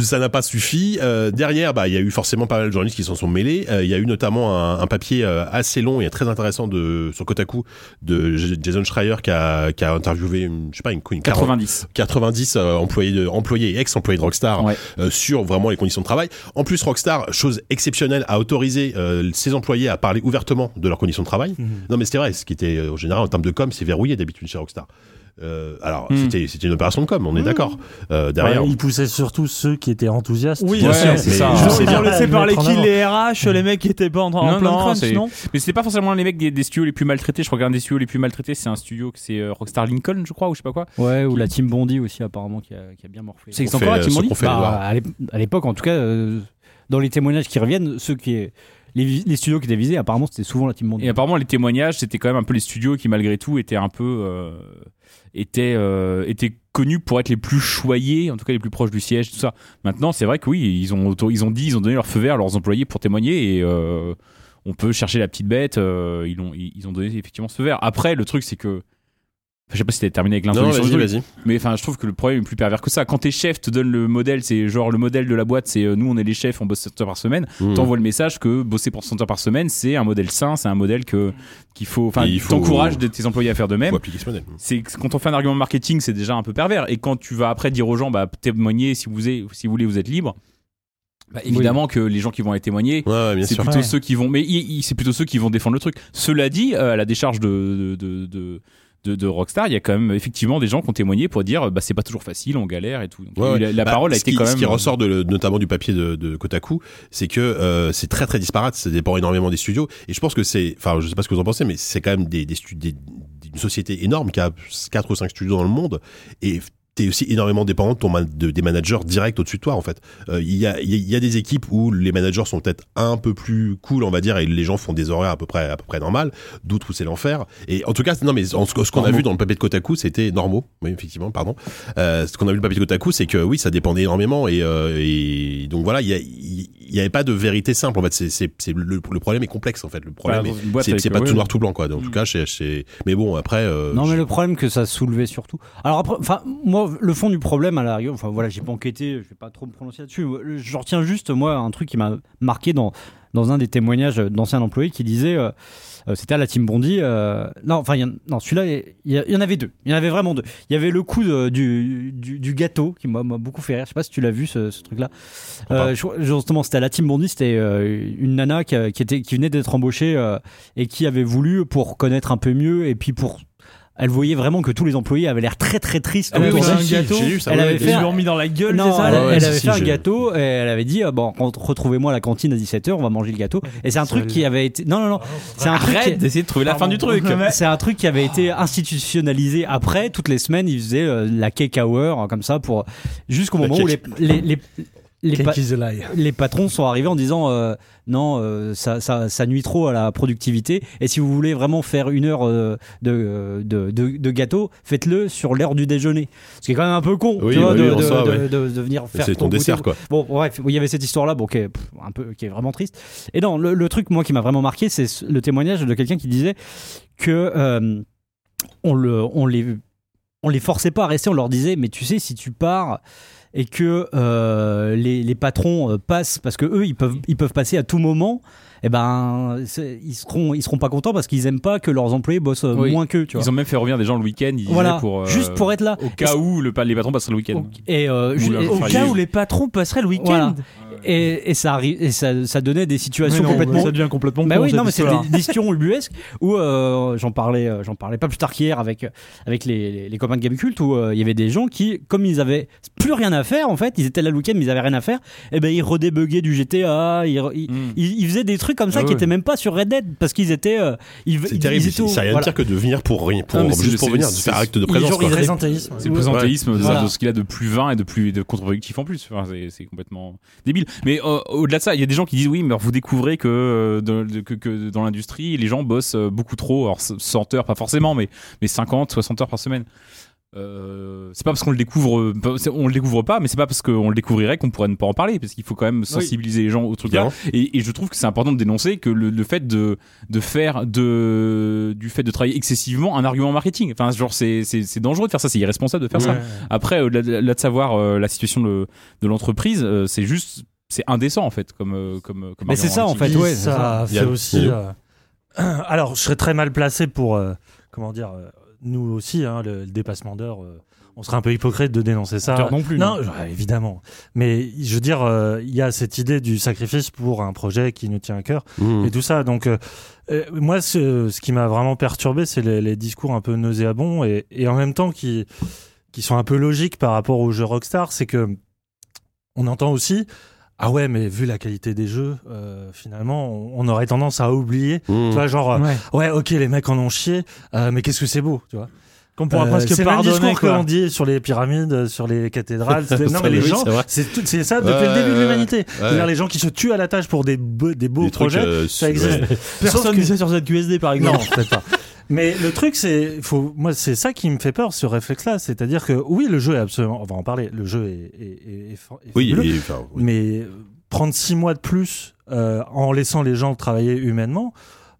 A: ça n'a pas suffi. Euh, derrière, bah, il y a eu forcément pas mal de journalistes qui s'en sont mêlés. Euh, Il y a eu notamment un, un papier euh, assez long et très intéressant de sur Kotaku de J- Jason Schreier qui a, qui a interviewé, une- je sais pas, une, une 40
D: 90.
A: 90 euh, employés, de, employés et ex-employés de Rockstar
D: Ouais.
A: euh, sur vraiment les conditions de travail. En plus, Rockstar, chose exceptionnelle, a autorisé euh, ses employés à parler ouvertement de leurs conditions de travail.
E: Mhm.
A: Non, mais c'était vrai, ce qui était euh, en général en termes de com, c'est verrouillé d'habitude chez Rockstar. euh, alors
D: Hmm.
A: c'était c'était une opération de com, on est d'accord. Euh, derrière,
E: Mhm. Ouais, il poussait surtout ceux qui étaient enthousiastes.
B: Oui,
A: bien
D: ouais,
A: sûr,
D: euh, c'est
A: mais
D: ça.
A: je
B: Ils ont-
A: sais
B: Ils
A: bien.
B: ont laissé parler
E: Mettre en
B: qui
E: avant.
B: les RH, les mecs qui étaient pas en, en
D: Non,
B: plein
D: non,
B: de crunch,
D: c'est-
B: non
D: Mais c'était pas forcément les mecs des, des studios les plus maltraités. Je crois qu'un des studios les plus maltraités, c'est un studio que c'est euh, Rockstar Lincoln, je crois, ou je sais pas quoi.
F: Ouais, ou la team Bondi aussi, apparemment, qui a, qui a bien morflé.
D: C'est-
A: qu'on
D: encore
A: fait- euh,
D: la Team
A: ce
D: Bondi
A: qu'on fait,
F: Bah,
A: Edouard.
F: à l'ép- à l'époque, en tout cas, euh, dans les témoignages qui reviennent, ceux qui les, vis- les studios qui étaient visés, apparemment, c'était souvent la team Bondi.
D: Et apparemment, les témoignages, c'était quand même un peu les studios qui, malgré tout, étaient un peu. euh, étaient, euh, étaient connus pour être les plus choyés, en tout cas les plus proches du siège, tout ça. Maintenant, c'est vrai que oui, ils ont, auto- ils ont dit, ils ont donné leur feu vert à leurs employés pour témoigner et. euh, on peut chercher la petite bête, euh, ils, ont, ils ils ont donné effectivement ce feu vert. Après, le truc, c'est que. Enfin, je sais pas si t'as terminé avec
A: Non,
D: l'introduction. du
A: vas-y,
D: truc.
A: vas-y.
D: Mais enfin, je trouve que le problème est plus pervers que ça. Quand tes chefs te donnent le modèle, c'est genre le modèle de la boîte, c'est euh, nous on est les chefs, on bosse 7 heures par semaine.
A: Hmm.
D: T'envoies le message que bosser pour 100 heures par semaine, c'est un modèle sain, c'est un modèle que qu'il faut. Enfin,
A: Et il faut-
D: t'encourages de- tes employés à faire de même.
A: Faut appliquer ce modèle.
D: C'est que quand on fait un argument marketing, c'est déjà un peu pervers. Et quand tu vas après dire aux gens, bah témoignez si vous êtes- si vous voulez, vous êtes libre. Bah, évidemment que les gens qui vont aller témoigner,
A: Ouais, ouais, bien
D: c'est
A: sûr.
D: plutôt
B: Ouais.
D: ceux qui vont mais il- il- c'est plutôt ceux qui vont défendre le truc cela dit euh, à la décharge de de, de, de- de- de Rockstar, il y a quand même effectivement des gens qui ont témoigné pour dire euh, bah c'est pas toujours facile, on galère et tout. Donc,
A: Ouais, ouais.
D: La, la
A: Bah,
D: parole a
A: ce
D: été
A: qui,
D: quand même. euh,
A: Ce qui ressort de le- notamment du papier de, de Kotaku, c'est que euh, c'est très très disparate. Ça dépend énormément des studios. Et je pense que c'est, enfin, je sais pas ce que vous en pensez, mais c'est quand même des, des, stu- des- une société énorme qui a quatre ou cinq studios dans le monde et t'es aussi énormément dépendant de ton man- de- des managers directs au-dessus de toi en fait. Euh, Il y, a, il y a- il y a des équipes où les managers sont peut-être un peu plus cool on va dire et les gens font des horaires à peu près à peu près normales. D'autres où c'est l'enfer. Et en tout cas, non mais en- ce, qu'on a vu dans le papier de Kotaku, c'était normaux. Oui effectivement, pardon. Euh, ce qu'on a vu le papier de Kotaku, c'est que oui, ça dépendait énormément et, euh, et donc voilà, il y a- il il y avait pas de vérité simple en fait. C'est, c'est, c'est le, le problème est complexe en fait. Le
D: Voilà,
A: problème,
D: dans une
A: est-
D: boîte
A: c'est,
D: avec,
A: c'est pas
D: euh,
A: tout
D: ouais.
A: noir tout blanc quoi. Donc, En tout cas, c'est, c'est- mais bon après. euh,
F: Non mais le problème que ça soulevait surtout. Alors après, enfin moi le fond du problème à la rigueur, enfin voilà j'ai pas enquêté, je vais pas trop me prononcer là-dessus. Je retiens juste moi un truc qui m'a marqué dans dans un des témoignages d'anciens employés qui disait euh, euh, c'était à la team Bondi. euh, non enfin il y en- non celui-là il y, a- il y en avait deux, il y en avait vraiment deux. Il y avait le coup de- du, du du gâteau qui m'a m'a beaucoup fait rire. Je sais pas si tu l'as vu ce, ce truc-là. Euh, je- justement c'était à la team Bondi, c'était euh, une nana qui, a- qui était qui venait d'être embauchée euh, et qui avait voulu pour connaître un peu mieux et puis pour elle voyait vraiment que tous les employés avaient l'air très très tristes
B: Ah oui,
F: autour
B: oui,
F: d'elle.
B: un gâteau.
A: j'ai lu ça.
F: Elle
A: ouais,
F: avait
A: j'ai
B: Ils
F: fait
A: lu.
B: lui ont mis dans la gueule,
F: Non,
B: c'est ça
C: Ah
F: elle,
A: ouais,
F: elle
A: si,
F: avait
A: si,
F: fait un
A: j'ai-
F: gâteau et elle avait dit ah, bon rentre- retrouvez-moi à la cantine à 17h on va manger le gâteau et c'est un truc qui avait été non non non c'est un truc qui-
D: Arrête d'essayer de trouver la fin du truc.
B: Ouais.
F: c'est un truc qui avait été institutionnalisé après toutes les semaines ils faisaient euh, la cake hour comme ça pour jusqu'au
A: La
F: moment où les
A: cake.
F: les, les, les pa-
E: Cake is a lie.
F: les patrons sont arrivés en disant euh, non, euh, ça, ça, ça nuit trop à la productivité. Et si vous voulez vraiment faire une heure euh, de, de, de, de gâteau, faites-le sur l'heure du déjeuner. Ce qui est quand même un peu con,
A: Oui,
F: tu vois,
A: oui,
F: de,
A: en
F: de-
A: soi,
F: de-
A: ouais.
F: de- de venir faire
A: C'est ton
F: goûter.
A: dessert quoi.
F: Bon, bref, il y avait cette histoire-là, bon, qui est pff, un peu, qui est vraiment triste. Et non, le, le truc moi qui m'a vraiment marqué, c'est ce- le témoignage de quelqu'un qui disait que euh, on le, on les, on les forçait pas à rester, on leur disait, mais tu sais, si tu pars et que euh, les, les patrons euh, passent, parce que eux, ils peuvent, ils peuvent passer à tout moment. Eh ben, c'est- ils seront, ils seront pas contents parce qu'ils aiment pas que leurs employés bossent euh,
D: Oui.
F: moins qu'eux, tu vois.
D: Ils ont même fait revenir des gens le week-end. ils
F: voilà,
D: disaient pour, euh,
F: juste pour être là.
D: Au cas où le, pa- les patrons passeraient le week-end.
F: Et, euh, ju-
D: Ou la
F: et-
B: Au
D: Enfin,
B: cas
D: il-
B: où les patrons passeraient le week-end.
F: Voilà. et, et ça, arri- et ça, ça donnait des situations complètement
B: Ça devient complètement
F: Bah
B: con,
F: oui,
B: cette
F: non, mais c'est
B: histoire.
F: des discussions ubuesques où euh, j'en parlais, euh, j'en parlais pas plus tard qu'hier avec euh, avec les, les, les copains de Gamecult où euh, il y avait des gens qui, comme ils avaient plus rien à faire en fait, ils étaient là le week-end, mais ils avaient rien à faire, et ben ils redébuguaient du GTA, ils, re- ils,
D: Mm.
F: ils- ils faisaient des trucs comme ça
D: Ah
F: qui
D: ouais.
F: étaient même pas sur Red Dead parce qu'ils étaient, euh, ils,
A: C'est
F: ils-
A: terrible,
F: ils étaient
A: c'est
F: au-
A: c'est rien de
F: voilà.
A: pire que de venir pour rien, pour,
D: Non, mais c'est-
A: juste pour
D: c'est-
A: venir, de
D: c'est-
A: faire acte de
E: Il
A: présence.
E: genre,
A: quoi.
E: il présentéisme.
D: C'est le présentéisme de-
F: Voilà.
D: de ce qu'il a de plus vain et de plus de contre-productif en plus. Enfin, c'est- c'est complètement débile. Mais euh, au-delà de ça, il y a des gens qui disent oui, mais vous découvrez que, euh, dans- de- que, que dans l'industrie, les gens bossent euh, beaucoup trop. Alors 100 heures, pas forcément, mais, mais 50, 60 heures par semaine. Euh, c'est pas parce qu'on le découvre, euh, pas- c'est- on le découvre pas, mais c'est pas parce qu'on le découvrirait qu'on pourrait ne pas en parler, parce qu'il faut quand même sensibiliser les gens au truc là.
A: Évidemment.
D: Et, et je trouve que c'est important de dénoncer que le, le fait de, de faire de, du fait de travailler excessivement un argument marketing. Enfin, genre, c'est, c'est, c'est dangereux de faire ça, c'est irresponsable de faire ça. Après, au-delà de, là de savoir euh, la situation de, de l'entreprise, euh, c'est juste, c'est indécent en fait, comme, euh, comme, comme
F: Mais c'est ça,
D: argument
F: en fait.
E: Puis
F: ouais, c'est
E: ça
A: Il y
E: fait
A: a-
E: aussi.
A: il y
E: euh, Alors, je serais très mal placé pour euh, comment dire euh, nous aussi, hein, le, le dépassement d'heures, euh, on serait un peu hypocrite de dénoncer ça.
F: Heures non plus, hein.
E: Non, ouais, évidemment. Mais je veux dire, euh, il y a cette idée du sacrifice pour un projet qui nous tient à cœur
A: Mmh.
E: et tout ça. Donc, euh, euh, moi, ce, ce qui m'a vraiment perturbé, c'est les, les discours un peu nauséabonds et, et en même temps qui, qui sont un peu logiques par rapport aux jeux Rockstar. C'est que on entend aussi. Ah ouais, mais vu la qualité des jeux, euh, finalement, on, on aurait tendance à oublier.
A: Mmh.
E: Tu vois, genre, euh,
B: Ouais.
E: ouais, ok, les mecs en ont chié, euh, mais qu'est-ce que c'est beau, tu vois.
B: Qu'on pourra
E: Euh,
B: presque
E: c'est le même
B: pardonner.
E: discours que l'on
B: Quoi.
E: dit sur les pyramides, euh, sur les cathédrales. c'est- non,
A: Ça,
E: mais les
A: oui,
E: gens,
A: c'est vrai.
E: c'est tout- c'est ça depuis
A: Ouais,
E: le début de
A: ouais,
E: l'humanité. C'est-à-dire
A: Ouais.
E: les gens qui se tuent à la tâche pour des, be- des beaux
A: Des trucs,
E: projets,
A: euh,
E: ça
A: ouais.
E: existe. Sauf
B: Personne
E: que-
B: disait sur ZQSD par
E: Non,
B: exemple.
E: peut-être pas. hein. Mais le truc, c'est, faut, moi, c'est ça qui me fait peur, ce réflexe-là. C'est-à-dire que, oui, le jeu est absolument, on va en parler, le jeu est, est- est- est fa- est
A: Oui,
E: fabuleux.
A: et, enfin, oui.
E: Mais euh, prendre six mois de plus euh, en laissant les gens travailler humainement,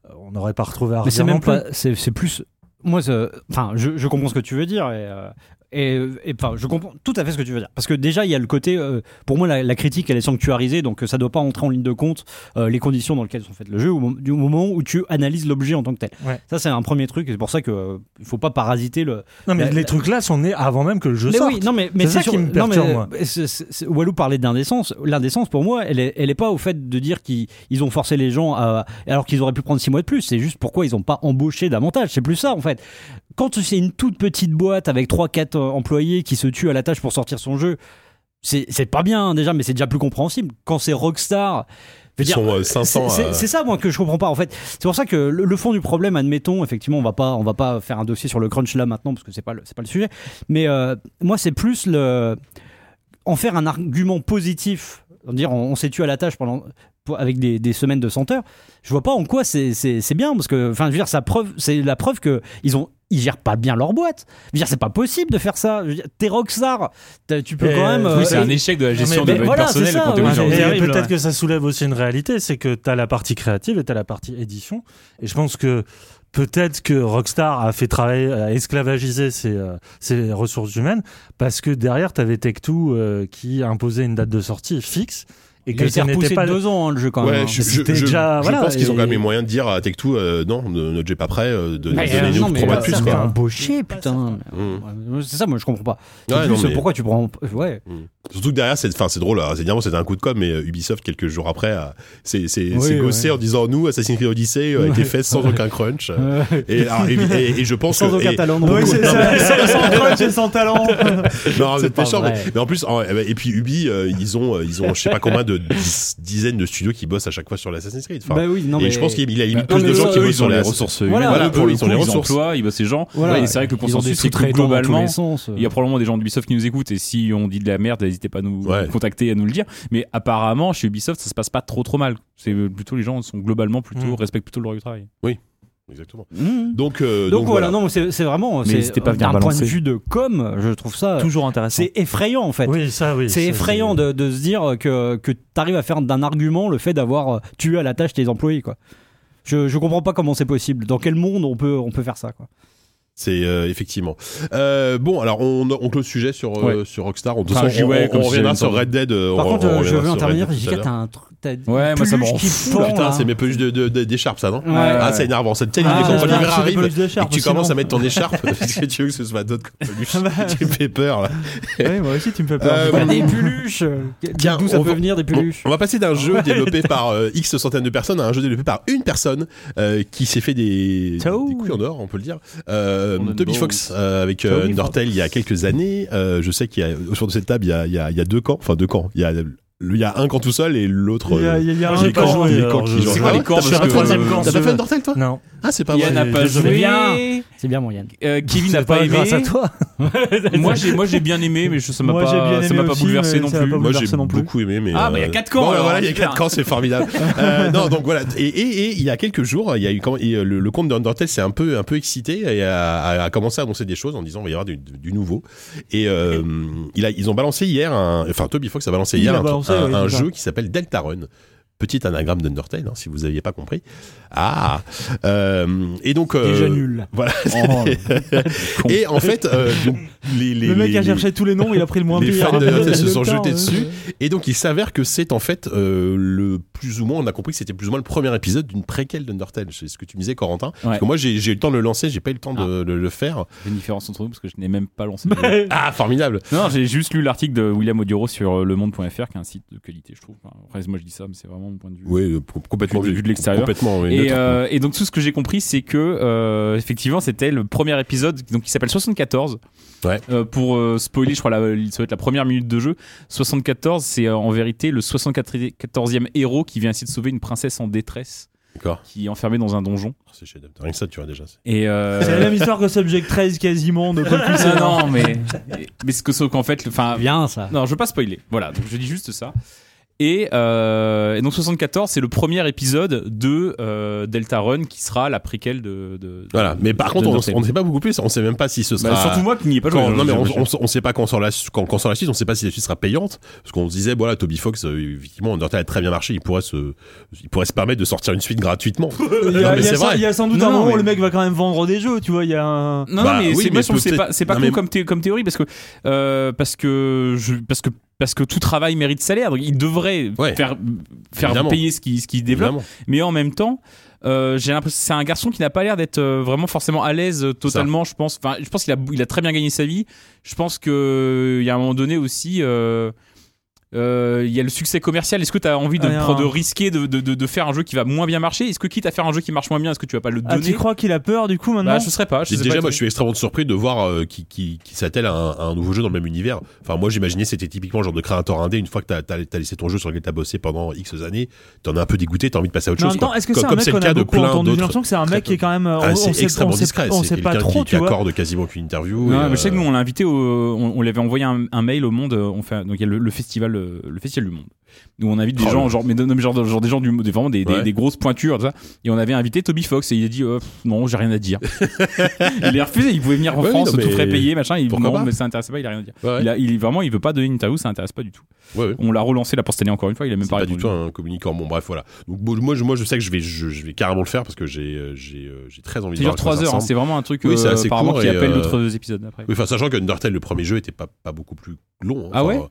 E: euh, on n'aurait pas retrouvé à
F: Mais c'est même pas. C'est c'est plus. Moi, ça- enfin, je, je comprends ce que tu veux dire et. euh, Et, et, enfin, je comprends tout à fait ce que tu veux dire. Parce que déjà, il y a le côté, euh, pour moi, la, la critique, elle est sanctuarisée, donc euh, ça ne doit pas entrer en ligne de compte euh, les conditions dans lesquelles sont faites le jeu, au, mom- du moment où tu analyses l'objet en tant que tel.
E: Ouais.
F: Ça, c'est un premier truc, et c'est pour ça qu'il ne faut pas parasiter le,
E: Non, mais
F: La-
E: les trucs-là sont nés avant même que le jeu
F: mais
E: sorte.
F: oui, non mais, mais
E: C'est ça
F: sûr-
E: qui me
F: non, mais, euh,
E: perturbe, moi.
F: c'est- c'est- c'est- Walou parlait d'indécence. L'indécence pour moi, elle est, elle est pas au fait de dire qu'ils ils ont forcé les gens à, alors qu'ils auraient pu prendre six mois de plus. C'est juste pourquoi ils n'ont pas embauché davantage. C'est plus ça en fait. Quand c'est une toute petite boîte avec trois quatre euh, employés qui se tuent à la tâche pour sortir son jeu, c'est c'est pas bien hein, déjà, mais c'est déjà plus compréhensible. Quand c'est Rockstar, je
A: Ils
F: veux dire,
A: sont euh,
F: c'est-
A: 500
F: c'est-
A: à-
F: C'est ça, moi, que je comprends pas. En fait, c'est pour ça que le, le fond du problème, admettons, effectivement, on va pas, on va pas faire un dossier sur le crunch là maintenant parce que c'est pas, le- c'est pas le sujet. Mais euh, moi, c'est plus le en faire un argument positif, dire on, on s'est tué à la tâche pendant pour- avec des, des semaines de 100 heures. Je vois pas en quoi c'est, c'est, c'est bien parce que, enfin, je veux dire, ça preuve, c'est la preuve que ils ont. Ils gèrent pas bien leur boîte. Je veux dire, c'est pas possible de faire ça. Je veux dire, T'es rockstar. T'as- Tu peux
E: Et,
F: quand même.
E: euh,
D: Oui,
F: euh,
D: c'est un échec de la gestion
E: mais-
D: de
E: mais
D: votre
F: voilà, c'est
D: personnel
F: ça,
D: quand t'es
F: ouais,
E: Et
F: c'est-
D: aujourd'hui.
B: horrible,
E: peut-être
B: ouais.
E: que ça soulève aussi une réalité, c'est que tu as la partie créative et tu as la partie édition. Et je pense que peut-être que Rockstar a fait travailler, a esclavagisé ses, euh, ses ressources humaines, parce que derrière, tu avais Tech2 euh, qui imposait une date de sortie fixe. Et
F: il
E: que
F: a
E: ça
F: été
E: n'était
F: repoussé
E: pas
F: de deux ans hein, le jeu quand même. hein.
A: Ouais, je, je-
E: c'était
A: je-
E: déjà-
A: je
E: voilà,
A: pense qu'ils ont
E: et-
A: quand même les moyens de dire à Tech2, euh, non, ne- notre jeu est pas prêt, euh, de
F: Mais,
A: de
F: euh,
A: donner
F: non,
A: nous
F: mais
A: trois mois
F: pas
A: de plus.
F: certains.
A: quoi.
F: embauché, putain.
A: Mmh.
F: Ouais, C'est ça, moi je comprends pas. En
A: Ouais,
F: plus, euh,
A: non, mais-
F: Pourquoi tu prends. Ouais.
A: Surtout que derrière, c'est, enfin, c'est drôle, hein, c'est évidemment, c'était un coup de com', mais euh, Ubisoft, quelques jours après, a- s'est c'est,
F: Oui, ouais.
A: gossé en disant, nous, Assassin's Creed Odyssey, euh, a été fait sans aucun crunch. euh, Et, alors, et, et- et je pense
F: Sans
A: que,
F: aucun
A: et-
F: talent.
A: non,
B: Oui,
A: mais-
B: c'est ça. Sans- Sans crunch et sans talent.
A: non, c'est pas
F: pas
A: chiant, mais,
F: vrai.
A: mais en plus, en- eh ben, et puis Ubi, euh, ils ont, euh, ils ont, je sais pas combien de dix- dizaines de studios qui bossent à chaque fois sur l'Assassin's Creed. Enfin,
F: Bah oui, non,
A: et
F: mais-
A: je pense qu'il y a limite
D: Bah,
A: plus
F: non,
A: de
F: mais
A: gens
F: eux,
A: qui
D: eux,
A: bossent
D: ils
A: sur
D: ont
A: les
D: les
A: ressources.
D: ressources.
F: Voilà,
D: humaines.
A: voilà, pour
D: eux,
A: le coup, ils ont les
D: ils
A: ressources.
D: emploient, ils bossent ces gens.
F: Voilà.
D: Et c'est vrai que le
F: Ils ont des
D: consensus, c'est que
F: sous-traitants dans tous
D: globalement,
F: les sens.
D: il y a probablement des gens d'Ubisoft qui nous écoutent et si on dit de la merde, n'hésitez pas à nous
A: Ouais.
D: contacter et à nous le dire. Mais apparemment, chez Ubisoft, ça se passe pas trop trop mal. C'est euh, plutôt les gens sont globalement plutôt
E: Mm.
D: respectent plutôt le droit du travail.
A: Exactement.
F: Mmh.
A: Donc, euh,
F: Donc, voilà, non, c'est c'est vraiment.
D: Mais
F: c'est-
D: n'hésitez pas à venir
F: D'un point de
D: balancer.
F: vue de com, je trouve ça.
B: Toujours intéressant.
F: C'est effrayant en fait.
E: Oui, ça, oui.
F: C'est
E: ça,
F: effrayant de, de se dire que, que tu arrives à faire d'un argument le fait d'avoir euh, tué à la tâche tes employés. Quoi. Je, je comprends pas comment c'est possible. Dans quel monde on peut, on peut faire ça quoi.
A: C'est euh, effectivement. Euh, bon, alors on, on clôt le sujet sur, euh, sur Rockstar. On, de toute
D: Enfin,
A: façon,
D: j'y
A: on,
D: vais,
A: on-
D: comme
A: on
D: si
A: reviendra
D: j'avais
A: sur
D: entendu.
A: Red Dead. euh,
F: Par
A: on-
F: contre,
A: on
F: euh, je
A: reviendra
F: veux
A: sur Red Dead
F: intervenir.
A: tout à
F: Jessica,
A: l'heure.
F: t'as un truc. t'as une
D: Ouais, moi, ça me
F: peluche
D: rend
F: qui
D: fou,
F: fend,
D: là.
A: Putain,
F: là.
A: c'est mes peluches de- de- de- d'écharpe, ça, non
F: Ouais.
A: Ah, c'est énervant. Cette telle
B: Ah,
A: idée quand
B: c'est
A: ton livreur
B: la
A: arrive
B: peluche
A: et que
B: d'écharpe,
A: tu commences à
B: sinon.
A: mettre ton écharpe parce que tu veux que ce soit d'autres peluches. tu me fais peur là.
B: Ouais, moi aussi, tu me fais
A: Euh,
B: peur.
A: bon.
B: Putain,
F: Des peluches. euh,
A: Tiens,
F: D'où ça
A: on
F: peut
A: va-
F: venir des
A: On,
F: peluches
A: on va passer d'un jeu développé par euh, X centaines de personnes à un jeu développé par une personne euh, qui s'est fait des,
B: Ciao.
A: des couilles en or, on peut le dire. Euh,
D: On a
A: Toby
D: une
A: Fox
D: bonne.
A: euh, avec euh,
D: Toby
A: Undertale il y a quelques années. Euh, je sais qu'il y a autour de cette table il y a, il y a- il y a deux camps, enfin deux camps. Il y a le- il y a un camp tout seul et l'autre.
B: Il y a- il y a- il y a
A: j'ai
B: un
E: pas
B: camp.
E: joué.
A: les
E: alors,
A: camps
E: je-
A: qui jouent.
E: C'est
C: Ah
D: quoi les camps,
A: T'as
D: parce
A: fait un
D: que-
A: troisième camp.
D: T'as
A: euh, T'as
E: pas
A: pas
E: fait
A: fait Undertale toi
E: Non.
A: Ah c'est pas
D: Yann
A: vrai.
D: n'a pas
E: je- je-
D: joué.
F: bien. C'est bien, moyen.
D: Euh, Kevin n'a
E: C'est
D: pas,
E: pas
D: aimé.
E: grâce à toi.
D: moi j'ai moi j'ai bien aimé, mais je, ça m'a
B: Moi, j'ai bien
D: pas ça
B: aimé
D: m'a pas
B: aussi,
D: bouleversé
B: mais
D: non
B: ça m'a
D: plus.
B: pas
A: Moi
B: bouleversé
A: j'ai
B: non plus.
A: beaucoup aimé mais
D: Ah,
A: euh,
D: bah, il y a quatre camps,
A: bon,
D: alors,
A: voilà il y a
D: super.
A: quatre camps c'est formidable Euh, non donc voilà et, et- et il y a quelques jours il y a eu quand- et, euh, le, le compte d'Undertale s'est un peu un peu excité et a, a- a commencé à annoncer des choses en disant il va y avoir du, du nouveau et euh, il a, ils ont balancé hier un, enfin Toby Fox a balancé
B: Il
A: hier
B: a
A: un,
B: balancé,
A: un-
B: ouais,
A: un
B: c'est ça.
A: jeu qui s'appelle Deltarune Petit anagramme d'Undertale, hein, si vous n'aviez pas compris. Ah Euh, Et donc. euh,
F: Déjà nul.
A: Voilà.
D: Oh,
A: et en fait, euh, les, les-
B: le mec
A: les-
B: a cherché tous les noms, il a pris le moins
A: les
B: pire.
A: fans de Undertale se
B: Le
A: sont
B: temps,
A: jetés
B: euh,
A: dessus. Et donc, il s'avère que c'est en fait euh, le plus ou moins, on a compris que c'était plus ou moins le premier épisode d'une préquelle d'Undertale. C'est ce que tu me disais, Corentin. Parce que moi, j'ai j'ai eu le temps de le lancer, j'ai pas eu le temps
D: Ah.
A: de le, le faire.
D: Il y a une différence entre nous parce que je n'ai même pas lancé. le jeu.
B: Ouais.
A: Ah, formidable.
D: non, j'ai juste lu l'article de William Oduro sur euh, lemonde.fr, qui est un site de qualité, je trouve. Enfin, Après, moi je dis ça, mais c'est vraiment mon point de vue.
A: Oui, euh, p- complètement
D: Vu- vu de l'extérieur.
A: Complètement. oui,
D: Et,
A: neutre.
D: euh, et donc tout ce que j'ai compris, c'est que euh, effectivement c'était le premier épisode, donc qui s'appelle 74.
A: Ouais.
D: Euh, pour euh, spoiler, je crois la, ça doit être la première minute de jeu. 74, c'est euh, en vérité le 74e héros qui vient ainsi de sauver une princesse en détresse,
A: D'accord.
D: qui est enfermée dans un donjon.
A: Oh, C'est chef-d'œuvre. Rien que ça, tu vois déjà. c'est-
D: Et euh,
B: C'est la même histoire que Subject 13 quasiment de Paul Poussin.
D: non, non, mais mais ce que sauf qu'en fait, le-
A: Ah.
D: enfin,
F: Bien ça.
D: non, je veux pas spoiler. Voilà, donc je dis juste ça. Et, euh, et donc 74, c'est le premier épisode de euh, Delta Run qui sera la préquelle de. de- de-
A: Voilà. Mais par
D: de
A: contre, on-
D: Undertale.
A: on ne sait pas beaucoup plus. On sait même pas si ce sera.
D: Bah, surtout moi qui n'y ai pas
A: Quand-
D: joué.
A: non mais on,
D: J'imagine.
A: on, on sait pas quand sort la quand, quand sort la suite, on sait pas si la suite sera payante parce qu'on se disait voilà Toby Fox euh, effectivement Undertale a très bien marché, il pourrait se il pourrait se permettre de sortir une suite gratuitement.
B: Il y
A: Non,
B: a-
A: mais
B: il y
A: c'est
B: a sans-
A: vrai.
B: il y a sans doute
D: Non,
B: un moment
D: mais-
B: où le mec va quand même vendre des jeux, tu vois. Il y a un.
D: Non,
A: Bah
D: non, mais
A: oui,
D: c'est
A: mais
D: moi je trouve que c'est
A: peut-être-
D: pas c'est pas
A: non,
D: con
A: mais-
D: comme, thé- comme théorie parce que euh, parce que je, parce que parce que tout travail mérite salaire donc il devrait
A: Ouais.
D: faire faire
A: Évidemment.
D: payer ce qui ce qui développe
A: Évidemment.
D: mais en même temps euh, j'ai l'impression c'est un garçon qui n'a pas l'air d'être euh, vraiment forcément à l'aise euh, totalement je pense enfin je pense qu'il a il a très bien gagné sa vie je pense que il y a un moment donné aussi euh, euh, il y a le succès commercial. Est-ce que tu as envie de,
B: Ah, non.
D: prendre- de risquer de, de, de- de faire un jeu qui va moins bien marcher Est-ce que quitte à faire un jeu qui marche moins bien, est-ce que tu vas pas le
B: Ah, tu
D: donner
B: crois qu'il a peur du coup maintenant
D: Bah, Je serais pas. Je
A: Et
D: sais
A: déjà
D: pas
A: moi je suis extrêmement surpris de voir euh, qui qui, qui s'attelle à, un- à un nouveau jeu dans le même univers. Enfin moi j'imaginais c'était typiquement le genre de créateur indé une fois que t'as as, laissé ton jeu sur lequel t'as bossé pendant X années, t'en as un peu dégoûté, t'as envie de passer à autre
B: Mais en
A: chose.
B: même temps,
A: quoi.
B: est-ce que
A: Comme-
B: c'est un
A: comme
B: mec
A: c'est le
B: qu'on a
A: cas de
B: beaucoup
A: plein
B: entendu J'ai
A: d'autres.
B: l'impression que c'est un
A: très
B: mec qui est quand même. euh,
A: Ah,
B: on- on
A: c'est
B: sait-
A: extrêmement
B: on sait-
A: discret,
B: On
A: c'est
B: sait pas
A: quelqu'un
B: trop,
A: qui, qui
B: tu vois.
A: accorde quasiment aucune interview.
D: Non,
A: et,
D: mais je sais que
A: euh,
D: nous on l'a invité, au- on, on lui avait envoyé un, un mail au monde. euh, On fait donc il y a le, le festival, euh, le festival du monde, où on invite des
A: Oh
D: gens,
A: là.
D: genre mais, de- non, mais genre, genre des gens du monde, des- vraiment des, des-
A: Ouais.
D: des grosses pointures, tout ça. Et on avait invité Toby Fox et il a dit euh, pff, non, j'ai rien à dire. il a refusé. Il pouvait venir en
A: Ouais,
D: France,
A: non, mais-
D: tout frais payé, machin. Il
A: Pourquoi
D: non,
A: pas
D: mais ça intéresse pas, il a rien à dire.
A: ouais, ouais.
D: Il, a, il vraiment, il veut pas donner une interview, ça intéresse pas du tout.
A: Ouais, ouais.
D: On l'a relancé là pour cette année encore une fois. Il a même
A: C'est pas du
D: répondu.
A: tout un communicant. Bon, bref, voilà. Donc, bon, moi, je, moi, je sais que je vais, je, je vais carrément le faire parce que j'ai, euh, j'ai, euh, j'ai très envie
D: C'est
A: de voir
D: genre
A: à
D: 3
A: quoi ça
D: heures. hein,
A: ressemble.
D: c'est vraiment un truc
A: Oui, c'est
D: euh,
A: assez
D: apparemment
A: court
D: qui
A: et,
D: appelle
A: euh,
D: d'autres épisodes après.
A: Oui, enfin, sachant que Undertale, le premier jeu, était pas, pas beaucoup plus long. hein.
D: Ah ouais
A: Enfin,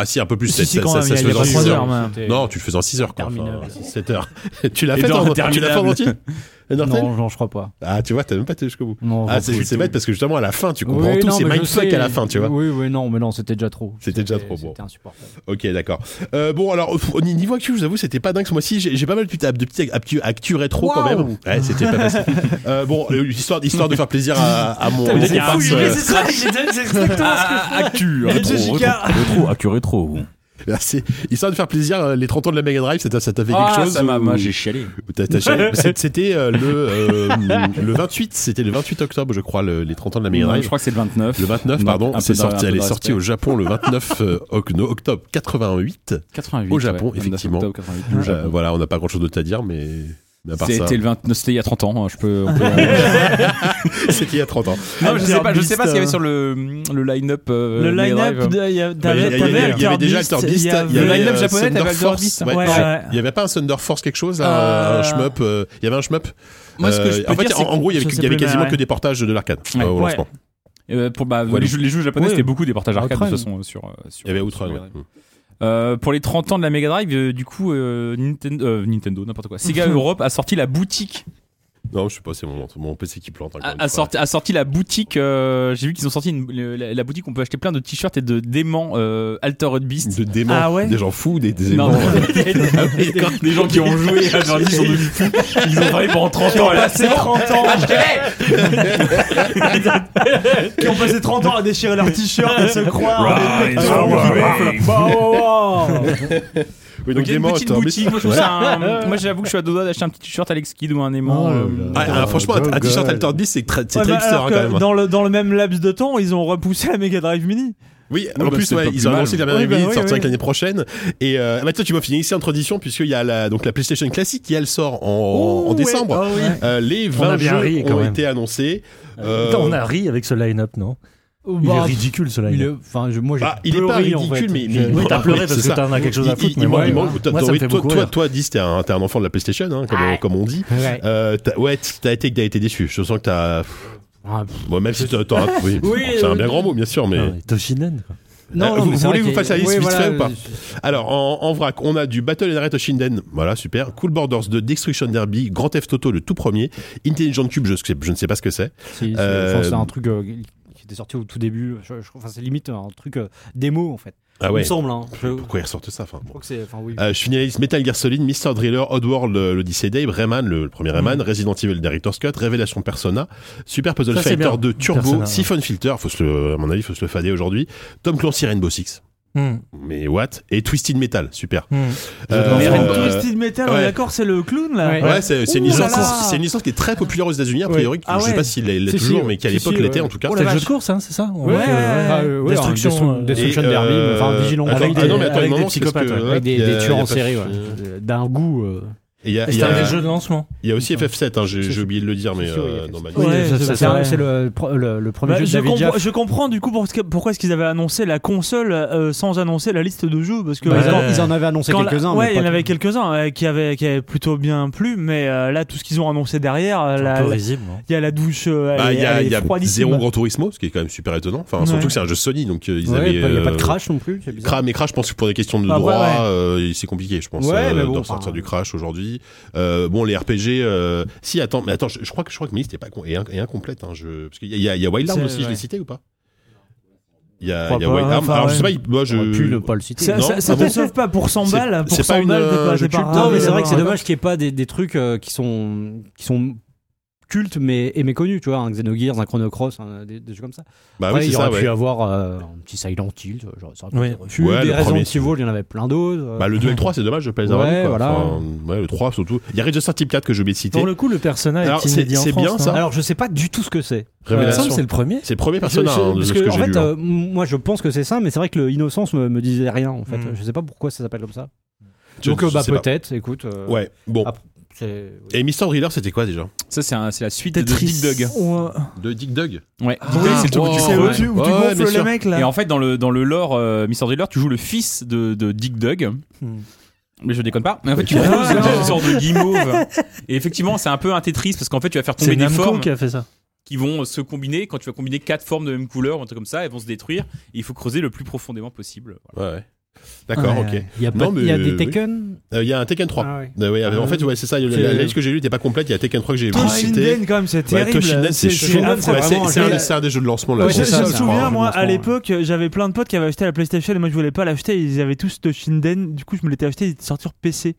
A: Ouais, si, un peu plus.
B: Si, si, quand
A: ça,
B: même,
A: ça
B: il y
A: se
B: a- il y a
A: faisait en
B: trois
A: 6
B: heures,
A: heures.
B: mais-
A: Non, tu le faisais en 6 heures, quoi. Enfin,
F: Interminable.
A: 7 heures. tu l'as fait,
D: dans
A: en- tu l'as fait en
D: Interminable.
A: entier Undertale
F: Non, j'en je crois pas.
A: Ah, tu vois, t'as même pas été jusqu'au bout.
F: Non,
A: Ah,
F: j'en fous
A: c'est
F: du
A: c'est
F: tout.
A: bête parce que justement, à la fin, tu comprends
F: Oui,
A: tout.
F: non,
A: C'est
F: mais je
A: mindfuck
F: sais.
A: à la fin, tu vois.
F: Oui, oui, non, mais non, c'était déjà trop.
A: C'était déjà trop, bon.
F: C'était insupportable.
A: Ok, d'accord. Euh, bon, alors, pff, au niveau actu, je vous avoue, c'était pas dingue ce mois-ci. J'ai j'ai pas mal de petites de petites actu, actu rétro quand même. Ouais, c'était pas facile. Euh, bon, euh, histoire, histoire de faire plaisir à, à mon. Ah,
D: mais
A: mon
D: c'est un
A: comparse,
D: fouillé,
A: euh,
D: c'est
B: ça, c'est exactement
D: Actu,
B: rétro, Jessica.
D: rétro, actu rétro.
A: Merci. Histoire de faire plaisir, euh, les 30 ans de la Mega Drive, ça t'a ça t'a fait quelque chose
D: Ah, ça m'a,
A: ou-
D: moi, j'ai chialé.
A: ou t'as- t'as chialé C'est- C'était euh, le, euh, le 28, c'était le 28 octobre, je crois, le- les 30 ans de la Mega
D: Non, je
A: Drive.
D: crois que c'est le 29.
A: Le 29, pardon,
D: Un peu
A: c'est
D: de- un
A: sorti,
D: peu
A: elle est
D: de
A: sortie au
D: respect.
A: Japon le 29 euh, oc- no, octobre 88.
D: 88.
A: au Japon,
D: ouais, 29
A: effectivement.
D: octobre 88.
A: Euh, voilà, on n'a pas grand chose d'autre à dire, mais, mais à part ça,
D: C'était le 29, c'était il y a 30 ans. hein, Je peux. on peut-
A: c'était il y a 30 ans.
D: non, je sais pas, je sais pas ce qu'il y avait
B: Beast,
D: sur le euh, le line-up. euh,
B: Le
D: Mega Drive.
B: line-up, de- il y a-
A: Il y
B: t'avais
A: avait- il y avait-
B: t'avais
A: il y avait déjà
B: Alterbeast,
A: Alter Beast,
B: il y
A: il y
B: avait-
D: Le line-up
A: euh,
D: japonais,
A: Thunder
D: t'avais Alter
A: Force,
D: Beast.
A: ouais,
B: Ouais,
A: je sais.
B: ouais.
A: Il y avait pas un Thunder Force quelque chose, là,
B: Euh,
A: un shmup, euh, il y avait un shmup.
D: Moi, ce que je
A: Euh,
D: peux
A: en fait,
D: dire,
A: en,
D: c'est
A: en gros, il y
B: je
A: avait,
B: sais
A: il y avait
B: plus, mais
A: quasiment
B: ouais.
A: que des portages de l'arcade
D: Ouais.
A: euh, au
B: Ouais.
A: lancement.
D: que, euh, pour bah,
A: Ouais.
D: les jeux les jeux japonais,
F: Ouais.
D: c'était beaucoup des portages arcade de
F: Outrun.
D: toute façon euh, sur. euh, sur-
A: Il y avait
D: sur
A: Outrun.
D: Mega
A: ouais.
D: Drive. Euh, pour les 30 ans de la Mega Drive, euh, du coup, euh, Ninten- euh, Nintendo, n'importe quoi. Sega Europe a sorti la boutique
A: Non, je sais pas, c'est mon, mon PC qui plante. encore
D: a,
A: une
D: a
A: fois.
D: sorti, a sorti la boutique. euh, J'ai vu qu'ils ont sorti une- le- la, la boutique. On peut acheter plein de t-shirts et de démons euh, Altered Beast.
A: De démons,
B: Ah ouais
A: des gens fous, des, des
D: Non,
A: aimants.
D: des, des gens qui ont joué à Jordi sont devenus fous. Ils ont travaillé pendant 30 ans.
B: Qui ont passé 30 ans Qui ont passé 30 ans à déchirer leur t-shirt et se croire des mecs qui sont- Bah, wow, wow.
A: Oui,
D: Donc, il y a une
A: démons,
D: petite
A: Alter
D: boutique.
A: Beast.
D: Moi, je trouve ça un- moi, j'avoue que je suis à deux doigts d'acheter un petit t-shirt Alex Kidd ou un aimant.
E: Oh là
D: euh,
E: là.
A: Ouais, alors, franchement, un- un t-shirt Alter Beast, c'est très, c'est
B: Ouais,
A: très
B: bah,
A: hipster,
B: alors
A: hein,
B: que
A: quand même.
B: Dans le, dans le même laps de temps, ils ont repoussé la Mega Drive Mini.
A: Oui,
D: Oui,
A: en
D: bah,
A: plus,
D: c'est
A: ouais,
D: pas plus
A: ils ont
D: mal.
A: annoncé la
B: Oui,
A: même
B: bah,
A: année,
B: oui,
A: sortie
B: oui.
A: avec l'année prochaine. Et euh, bah, toi, tu m'as fini ici en tradition, puisqu'il y a la, donc, la PlayStation classique qui, elle, sort en, en
B: Oh, ouais.
A: décembre.
B: Ah oui.
A: Euh, les
E: On
A: 20
E: a bien
A: jeux
E: ri, quand
A: ont
E: même.
A: été annoncés. Euh,
E: Putain, on a ri avec ce line-up, non Il est ridicule, cela.
F: Il est- enfin, je- moi, j'ai
A: Bah, il est pas
F: pleuré, en
A: ridicule, mais,
F: fait.
A: mais
E: Oui,
A: il-
E: t'as pleuré parce
A: c'est
E: que
A: ça.
E: t'en as quelque chose à
A: Il- il-
E: foutre.
A: il-
E: mais
A: il-
E: moi,
A: il manque- t'as-
E: moi, ça
A: t'aurais-
E: me fait
A: toi,
E: beaucoup
A: toi,
E: rire.
A: toi, 10, t'es un, t'es un enfant de la PlayStation, hein, comme, comme on dit.
F: Ouais.
A: Euh, t'as- ouais, t- t'as été que t'as été déçu. Je sens que t'as.
F: Ah, pff.
A: Bon, même si t'as. t'as- oui,
F: Oui,
A: c'est un
F: euh,
A: bien grand mot, bien sûr, mais.
E: Ah ouais, Toshinen, quoi.
A: Euh,
F: Non, non,
A: vous-
F: mais
A: vous
F: c'est
A: voulez
F: vrai
A: vous
F: qu'il-
A: fasse la liste
F: oui,
A: vite
F: voilà,
A: fait ou pas
F: je-
A: Alors, en, en vrac, on a du Battle and Arrête Shinden, voilà, super. Cool Borders 2, Destruction Derby, Grand Theft Auto, le tout premier, Intelligent Cube, je, sais- je ne sais pas ce que c'est.
F: C'est c'est-
A: Euh,
F: enfin, c'est un truc euh, qui était sorti au tout début. Je, je- enfin, c'est limite un truc euh, démo en fait.
A: Ah
F: Il
A: ouais,
F: me semble. hein. Je, je
A: pourquoi ils ressortent ça enfin, bon.
F: crois que c'est. Enfin, oui.
A: Euh, je finalise Metal Gear Solid, Mr. Driller, Oddworld, le- l'Odyssey Dave, Rayman, le, le premier Rayman, Resident Evil Director's Cut, Révélation Persona, Super Puzzle
E: Ça, c'est
A: Fighter
E: bien.
A: 2, Turbo,
E: Persona, ouais.
A: Siphon Filter, faut se le, à mon avis, faut se le fader aujourd'hui, Tom Clancy Rainbow Six.
E: Hum,
A: Mais what Et Twisted Metal, super.
E: hum.
A: Euh,
C: Mais
A: euh,
C: Twisted Metal,
A: ouais.
C: d'accord, c'est le clown là.
F: Ouais.
A: Ouais, c'est c'est une,
C: Ouh là
A: licence-
C: là.
A: c'est une licence qui est très populaire aux États-Unis, a priori.
C: Ah
A: je sais
C: ouais.
A: pas s'il est, l'est
F: Si, si,
A: toujours,
F: ouais.
A: mais qu'à
F: Si,
A: l'époque
F: si,
A: l'était
F: ouais.
A: en tout cas.
C: Oh la
E: C'est le jeu
C: vache.
E: de course, hein, c'est ça
F: Ouais, ouais, ouais, ouais, ouais,
E: Destruction,
F: alors, Destru-
E: euh,
F: Destruction
A: Et,
F: Derby,
A: euh,
F: enfin Vigilant,
A: attends,
F: avec
A: ah
F: des,
A: non, mais attends,
E: avec
A: une
E: des
A: moment, c'est parce
E: psychopathes,
A: que,
E: ouais.
A: ouais,
F: avec des,
A: il y a-
F: des tueurs
A: il y a
F: en
A: pas-
F: série, ouais.
A: euh,
F: d'un goût. euh,
A: Il y a, il
E: C'est
A: y a-
E: un des jeux de lancement.
A: il y a aussi FF7, hein, j'ai
F: Si,
A: j'ai
F: si.
A: oublié de le dire, mais
F: Si, si, ouais,
A: euh,
F: il y a
A: dans ma
C: Ouais,
E: ça,
F: c'est
E: ça,
F: un-
E: ouais.
F: c'est le, pro- le, le premier
C: Bah,
F: jeu de
C: je,
F: David
C: compre-
F: Jaffe.
C: je comprends du coup pour ce que- pourquoi est-ce qu'ils avaient annoncé la console euh, sans annoncer la liste de jeux parce que
E: Bah,
F: Ils en-
E: ouais.
F: Ils en avaient annoncé
C: quand la-
F: quelques-uns. mais
C: ouais, il y en
F: pas
C: avait
F: tout.
C: quelques-uns euh, qui, avaient, qui avaient plutôt bien plu, mais euh, là tout ce qu'ils ont annoncé derrière, euh,
E: C'est
C: la-
E: un peu
C: la-
E: risible. hein.
C: il y a la douche, euh,
A: Bah,
C: elle,
A: il y a,
C: elle est
A: il y a
C: froidissime.
A: zéro Grand Turismo, ce qui est quand même super étonnant. Enfin,
C: Ouais.
A: surtout que c'est un jeu Sony, donc euh, ils
F: Ouais,
A: avaient.
F: pas- Il n'y a pas de
A: euh,
F: crash non plus. c'est bizarre. Bah,
A: Cra- mais Crash, je pense que pour des questions de
C: Ah,
A: droit,
C: ouais, ouais.
A: euh, c'est compliqué, je pense,
F: Ouais,
A: euh,
F: mais bon,
A: de ressortir
F: enfin.
A: du Crash aujourd'hui. Euh, bon, les RPG, euh, si, attends, mais attends, je, je crois que je crois que ma liste est pas con- est, inc- est incomplète. Hein, je, parce qu'il y, a- il y a- il y a Wild Arms
C: C'est-
A: aussi, je l'ai
C: ouais.
A: cité ou pas Il y
C: Je
A: a,
C: crois
A: il y a
C: pas,
A: Wild Arms.
C: enfin,
A: Alors, je
C: ouais.
A: sais pas, il- moi, je.
F: J'aurais pu ne pas le citer.
C: Ça,
A: Non,
C: ça- ça
A: ah
C: te
A: bon
C: sauve pas pour 100
A: C'est-
C: balles. Pour
A: c'est pas
C: 100
A: une,
C: balles, t'es
A: euh,
C: pas,
A: je
C: t'es pas
A: tue le
C: ravi
F: Non, mais c'est vrai
C: d'avoir
F: que c'est
C: un-
F: dommage qu'il n'y ait pas des, des trucs euh, qui sont qui sont cultes mais et méconnus, tu vois, un Xenogears, un Chrono Cross, un- des, des jeux comme ça.
A: Bah
F: Après,
A: oui,
F: il
A: c'est
F: aurait
A: ça,
F: pu
A: ouais.
F: avoir euh, un petit Silent Hill, ça, genre, ça aurait
E: Oui.
F: été reçu.
A: Ouais,
F: des
A: le
F: Resident
A: premier,
F: Evil, il y en avait plein d'autres. euh.
A: Bah, le 2 et le 3, c'est dommage, je plaise
F: Ouais,
A: quoi.
F: voilà.
A: Enfin, ouais, le 3 surtout. Il y a Red Dead Type 4 que j'ai oublié de citer.
E: Pour le coup, le personnage
A: Alors,
E: est
A: c'est-
E: inédit en
A: c'est
E: France,
A: bien,
E: hein.
A: ça
F: Alors, je sais pas du tout ce que c'est.
E: Il me
A: Révélation.
E: semble que c'est le premier.
A: C'est le premier personnage
F: Je- je-
A: hein, de
F: parce
A: ce
F: que,
A: que
F: en
A: j'ai
F: fait,
A: lu. hein.
F: euh, m- moi je pense que c'est ça, mais c'est vrai que le Innocence me, me disait rien en fait.
E: Mm.
F: Je sais pas pourquoi ça s'appelle comme ça.
A: Hmm. Je-
F: Donc euh,
A: je
F: bah
A: sais pas.
F: peut-être, écoute. euh,
A: Ouais, bon.
F: Ah, c'est- oui.
A: Et Mister Driller, c'était quoi déjà
D: Ça, c'est un- c'est la suite
C: Tetris.
D: de Dig Dug.
C: Ouais.
A: De Dick Dug
D: Ouais,
A: Ah,
D: Dig Dug, c'est le truc où tu
A: wow.
C: C'est
D: cours,
A: Ouais.
C: où tu, où tu
A: Ouais,
C: gonfles
A: bien
C: les
A: sûr.
C: mecs
D: Et
C: là.
D: en fait, dans le, dans le lore euh, Mr. Driller, tu joues le fils de, de Dick Dug.
E: Hmm.
D: Mais je déconne pas. Mais en fait, tu
E: Ah,
D: poses
E: non.
D: une sorte de guimauve. Et effectivement, c'est un peu un Tetris parce qu'en fait, tu vas faire
E: C'est
D: tomber des
E: Namco
D: formes
E: qui a fait ça.
D: qui vont se combiner. Quand tu vas combiner quatre formes de même couleur, ou un truc comme ça, elles vont se détruire. Et il faut creuser le plus profondément possible. Voilà.
A: Ouais, ouais. D'accord,
F: Ouais,
A: ok. Euh,
F: Il y a, pas-
A: Non, mais,
F: il y a des
A: euh,
F: Tekken.
A: Il y a un Tekken 3.
F: Ah ouais.
A: Euh, ouais, en
F: Ah,
A: fait, ouais, c'est ça. La,
F: c'est-
A: la liste que j'ai lue n'était pas complète. Il y a Tekken 3 que j'ai oublié de citer.
C: Toshinden quand même c'est terrible.
A: Toshinden, c'est chaud.
C: affreux,
A: Ouais, c'est-
C: vraiment,
A: c'est un,
C: j'ai-
A: des- c'est un des jeux de lancement. Là,
F: Ouais,
A: je
C: je,
A: pense.
F: ça,
C: je me
F: c'est un
C: souviens,
F: jeu
C: moi,
F: lancement,
C: à
F: ouais.
C: l'époque, j'avais plein de potes qui avaient acheté la PlayStation et moi je voulais pas l'acheter. Ils avaient tous de Shinden, du coup je me l'étais acheté, il était sorti sur PC.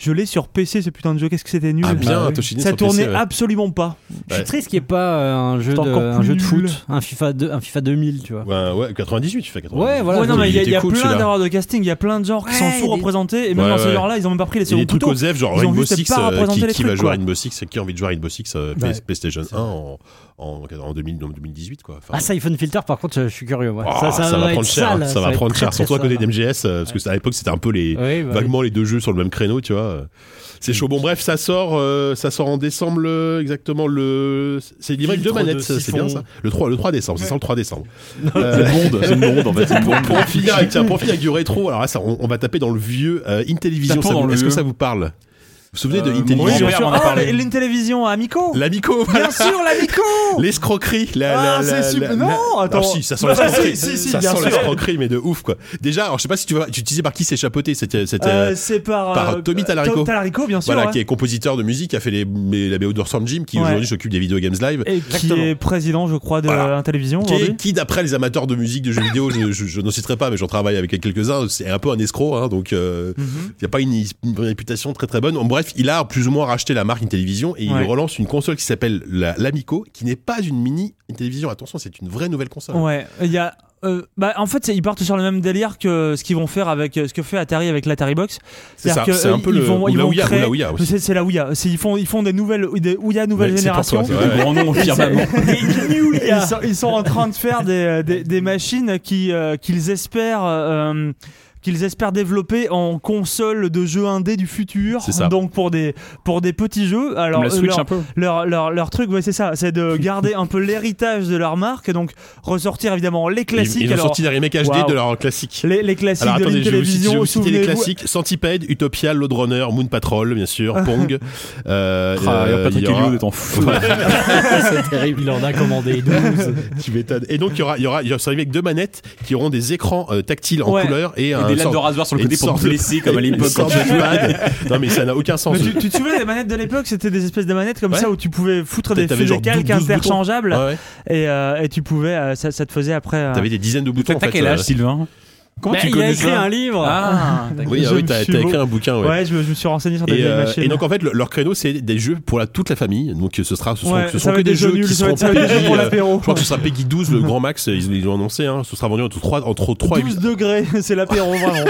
C: Je l'ai sur PC, ce putain de jeu, qu'est-ce que c'était nul.
A: Ah bien,
F: Bah oui.
A: Toshinden
C: ça
A: sur PC,
C: tournait
A: ouais.
C: absolument pas.
F: Je suis
A: Ouais.
F: triste qu'il n'y ait pas euh, un jeu
C: C'est
F: de,
C: encore
F: un jeu de
C: plus nul.
F: foot, un FIFA, deux- un FIFA 2000, tu vois.
A: Ouais, ouais, 98, tu fais 98.
F: Ouais, voilà.
C: ouais, non, mais il y a,
A: était
C: il y a
A: cool,
C: plein
A: celui-là.
C: d'erreurs de casting, il y a plein de genres qui sont
F: Ouais,
C: sous-représentés et même
A: Ouais,
C: dans ce
A: ouais.
C: genre-là, ils ont même pas pris les
A: Et
C: seconds
A: des trucs
C: couteaux.
A: aux F, genre
C: Ils ont
A: Rainbow
C: juste
A: Six,
C: pas
A: euh,
C: représenté
A: qui,
C: les
A: qui va
C: trucs,
A: jouer à
C: quoi.
A: Rainbow Six, qui a envie de jouer à Rainbow Six euh, PS-
F: Ouais.
A: PlayStation 1 en, en, en 2000, en 2018, quoi. Enfin,
F: Ah, Siphon Filter, par contre, je suis curieux. ouais.
A: oh,
F: ça, ça va,
A: va
F: être
A: prendre cher,
F: sale,
A: ça, va
F: être
A: prendre
F: très,
A: cher,
F: très
A: surtout à côté
F: sale.
A: d'MGS, euh, parce que ça, à l'époque c'était un peu les,
F: Oui, bah oui.
A: vaguement les deux jeux sur le même créneau, tu vois. euh.
C: Hmm.
A: C'est chaud. Bon, bref, ça sort, euh, ça sort en décembre le- exactement le. C'est l'Y2
E: Filtre
A: manette,
E: de
A: ça, c'est
E: siphon.
A: bien ça. Le 3, le 3 décembre, ça sort le 3 décembre.
D: C'est une onde, c'est une onde en fait. C'est une
A: Pour,
D: onde.
A: pour en finir avec, tiens, pour en finir avec du rétro, alors là, ça, on, on va taper dans le vieux euh, Intellivision.
D: Tapons
A: ça vous-
D: dans le
A: Est-ce que
D: vieux.
A: ça vous parle Vous vous souvenez de
D: Euh,
A: Intellivision
D: oui, Robert
C: bien sûr.
D: en a
C: Ah,
D: parlé.
C: une télévision à Amico
A: L'amico,
C: Bien
A: voilà.
C: sûr, l'Amico
A: l'escroquerie, la,
C: Ah,
A: la- la-
C: c'est
A: la-
C: super.
A: la-
C: Non, attends.
A: Ah, si, ça sent
C: Bah,
A: l'escroquerie.
C: si, si, si,
A: ça
C: bien
A: sent
C: sûr.
A: l'escroquerie, mais de ouf, quoi. Déjà, alors je sais pas si tu vois, tu disais par qui s'est chapeauté cette, cette,
C: Euh,
A: euh,
C: C'est par,
A: par Tommy Talarico.
C: Talarico, bien sûr.
A: voilà,
C: ouais.
A: qui est compositeur de musique, qui a fait les, les- la BO d'Orson Jim, qui
C: Ouais.
A: aujourd'hui s'occupe des Video Games Live.
C: Et qui est président, je crois, de
A: Voilà.
C: la télévision.
A: Qui,
C: aujourd'hui.
A: est- qui, d'après les amateurs de musique de jeux vidéo, je, je, je n'en citerai pas, mais j'en travaille avec quelques-uns, c'est un peu un escroc, hein, donc euh,
C: Mhm.
A: il n'y a pas une, une réputation très très bonne. En bref, il a plus ou moins racheté la marque Intellivision et
C: Ouais.
A: il relance une console qui s'appelle la- l'Amico, qui n'est pas une mini Intellivision. Attention, c'est une vraie nouvelle console.
C: Ouais, il y a. euh, bah, en fait, c'est- ils partent sur le même délire que ce qu'ils vont faire avec euh, ce que fait Atari avec l'Atari Box.
A: C'est ça,
C: C'est-à-dire que,
A: c'est un
C: euh,
A: peu
C: ils
A: le
C: vont-
A: ou
C: ils
A: la
C: vont
A: Ouya, ou
C: créer-
A: la Ouya aussi.
C: C'est c'est la Ouya. C'est- Ils font, ils font des nouvelles des Ouya nouvelle
A: Ouais, c'est pour
C: génération.
A: toi,
D: Le grand nom firmament.
C: ils, sont, ils sont en train de faire des, euh, des, des machines qui euh, qu'ils espèrent. euh, euh, qui- qu'ils espèrent développer en console de jeux indé du futur.
A: C'est ça.
C: Donc pour des pour des petits jeux. Alors euh,
D: Comme la Switch
C: leur,
D: un peu.
A: hein.
C: leur, leur- leur truc, ouais, c'est ça, c'est de garder un peu l'héritage de leur marque et donc ressortir évidemment les
A: Ils-
C: classiques.
A: Ils, ont
C: alors,
A: sorti des remakes HD
C: Waouh.
A: de leur classique.
C: les, les classiques
A: Alors
C: de
A: attendez, je vais vous citer, je vais
C: télévision,
A: vous citer les
C: souvenez-vous. Ah.
A: classiques Centipede, Utopia, Loadrunner, Moon Patrol, bien sûr, Pong. Euh,
D: Ah,
A: euh,
D: Patrick
A: il y aura-
D: Helio est en fou.
F: c'est terrible, il en a commandé 12.
A: Tu m'étonnes. Et donc il y aura, il y aura, il y aura ça arrive avec deux manettes qui auront des écrans euh, tactiles en
C: Ouais.
A: couleur et, un
D: Des lames
A: sort-
D: de rasoir sur le
A: et une
D: côté pour
A: sorte
D: te
A: de-
D: blesser comme à
A: une
D: l'époque.
A: sorte de pad. Non mais ça n'a aucun sens.
C: Mais tu, tu te souviens des manettes de l'époque C'était des espèces de manettes comme
A: Ouais.
C: ça où tu pouvais foutre des,
A: T'avais
C: des
A: genre
C: calques
A: 12 boutons.
C: interchangeables
A: Ouais, ouais.
C: et, euh, et tu pouvais, euh, ça, ça te faisait après. euh,
A: T'avais des dizaines de boutons.
D: T'as
A: en
D: t'as
A: fait,
D: quel
A: euh,
D: âge, Sylvain Comment
C: Ben,
D: tu
F: Mais il a
D: connais
F: écrit
D: ça
F: un livre.
D: Ah, d'accord.
A: Oui, ah
C: Je
A: oui,
C: me
A: t'as
C: suis
A: t'as
C: beau-
A: écrit un bouquin.
C: Ouais,
A: Ouais.
C: je, me, je me suis renseigné sur des
A: Et,
C: vieilles
A: euh,
C: machines.
A: et donc en fait le- leur credo c'est des jeux pour la, toute la famille donc ce sera ce sont,
C: Ouais,
A: ce
C: ça
A: sont
C: va
A: que
C: être
A: des jeux
C: nuls,
A: qui
C: ça va
A: seront
C: être- ça va être des jeux
A: publiés,
C: pour
A: euh,
C: l'apéro.
A: je crois que ce sera Peggy 12 le grand max ils ils l'ont annoncé hein, ce sera vendu entre 3 entre 3 et
C: 12
A: 8
C: degrés, c'est l'apéro vraiment.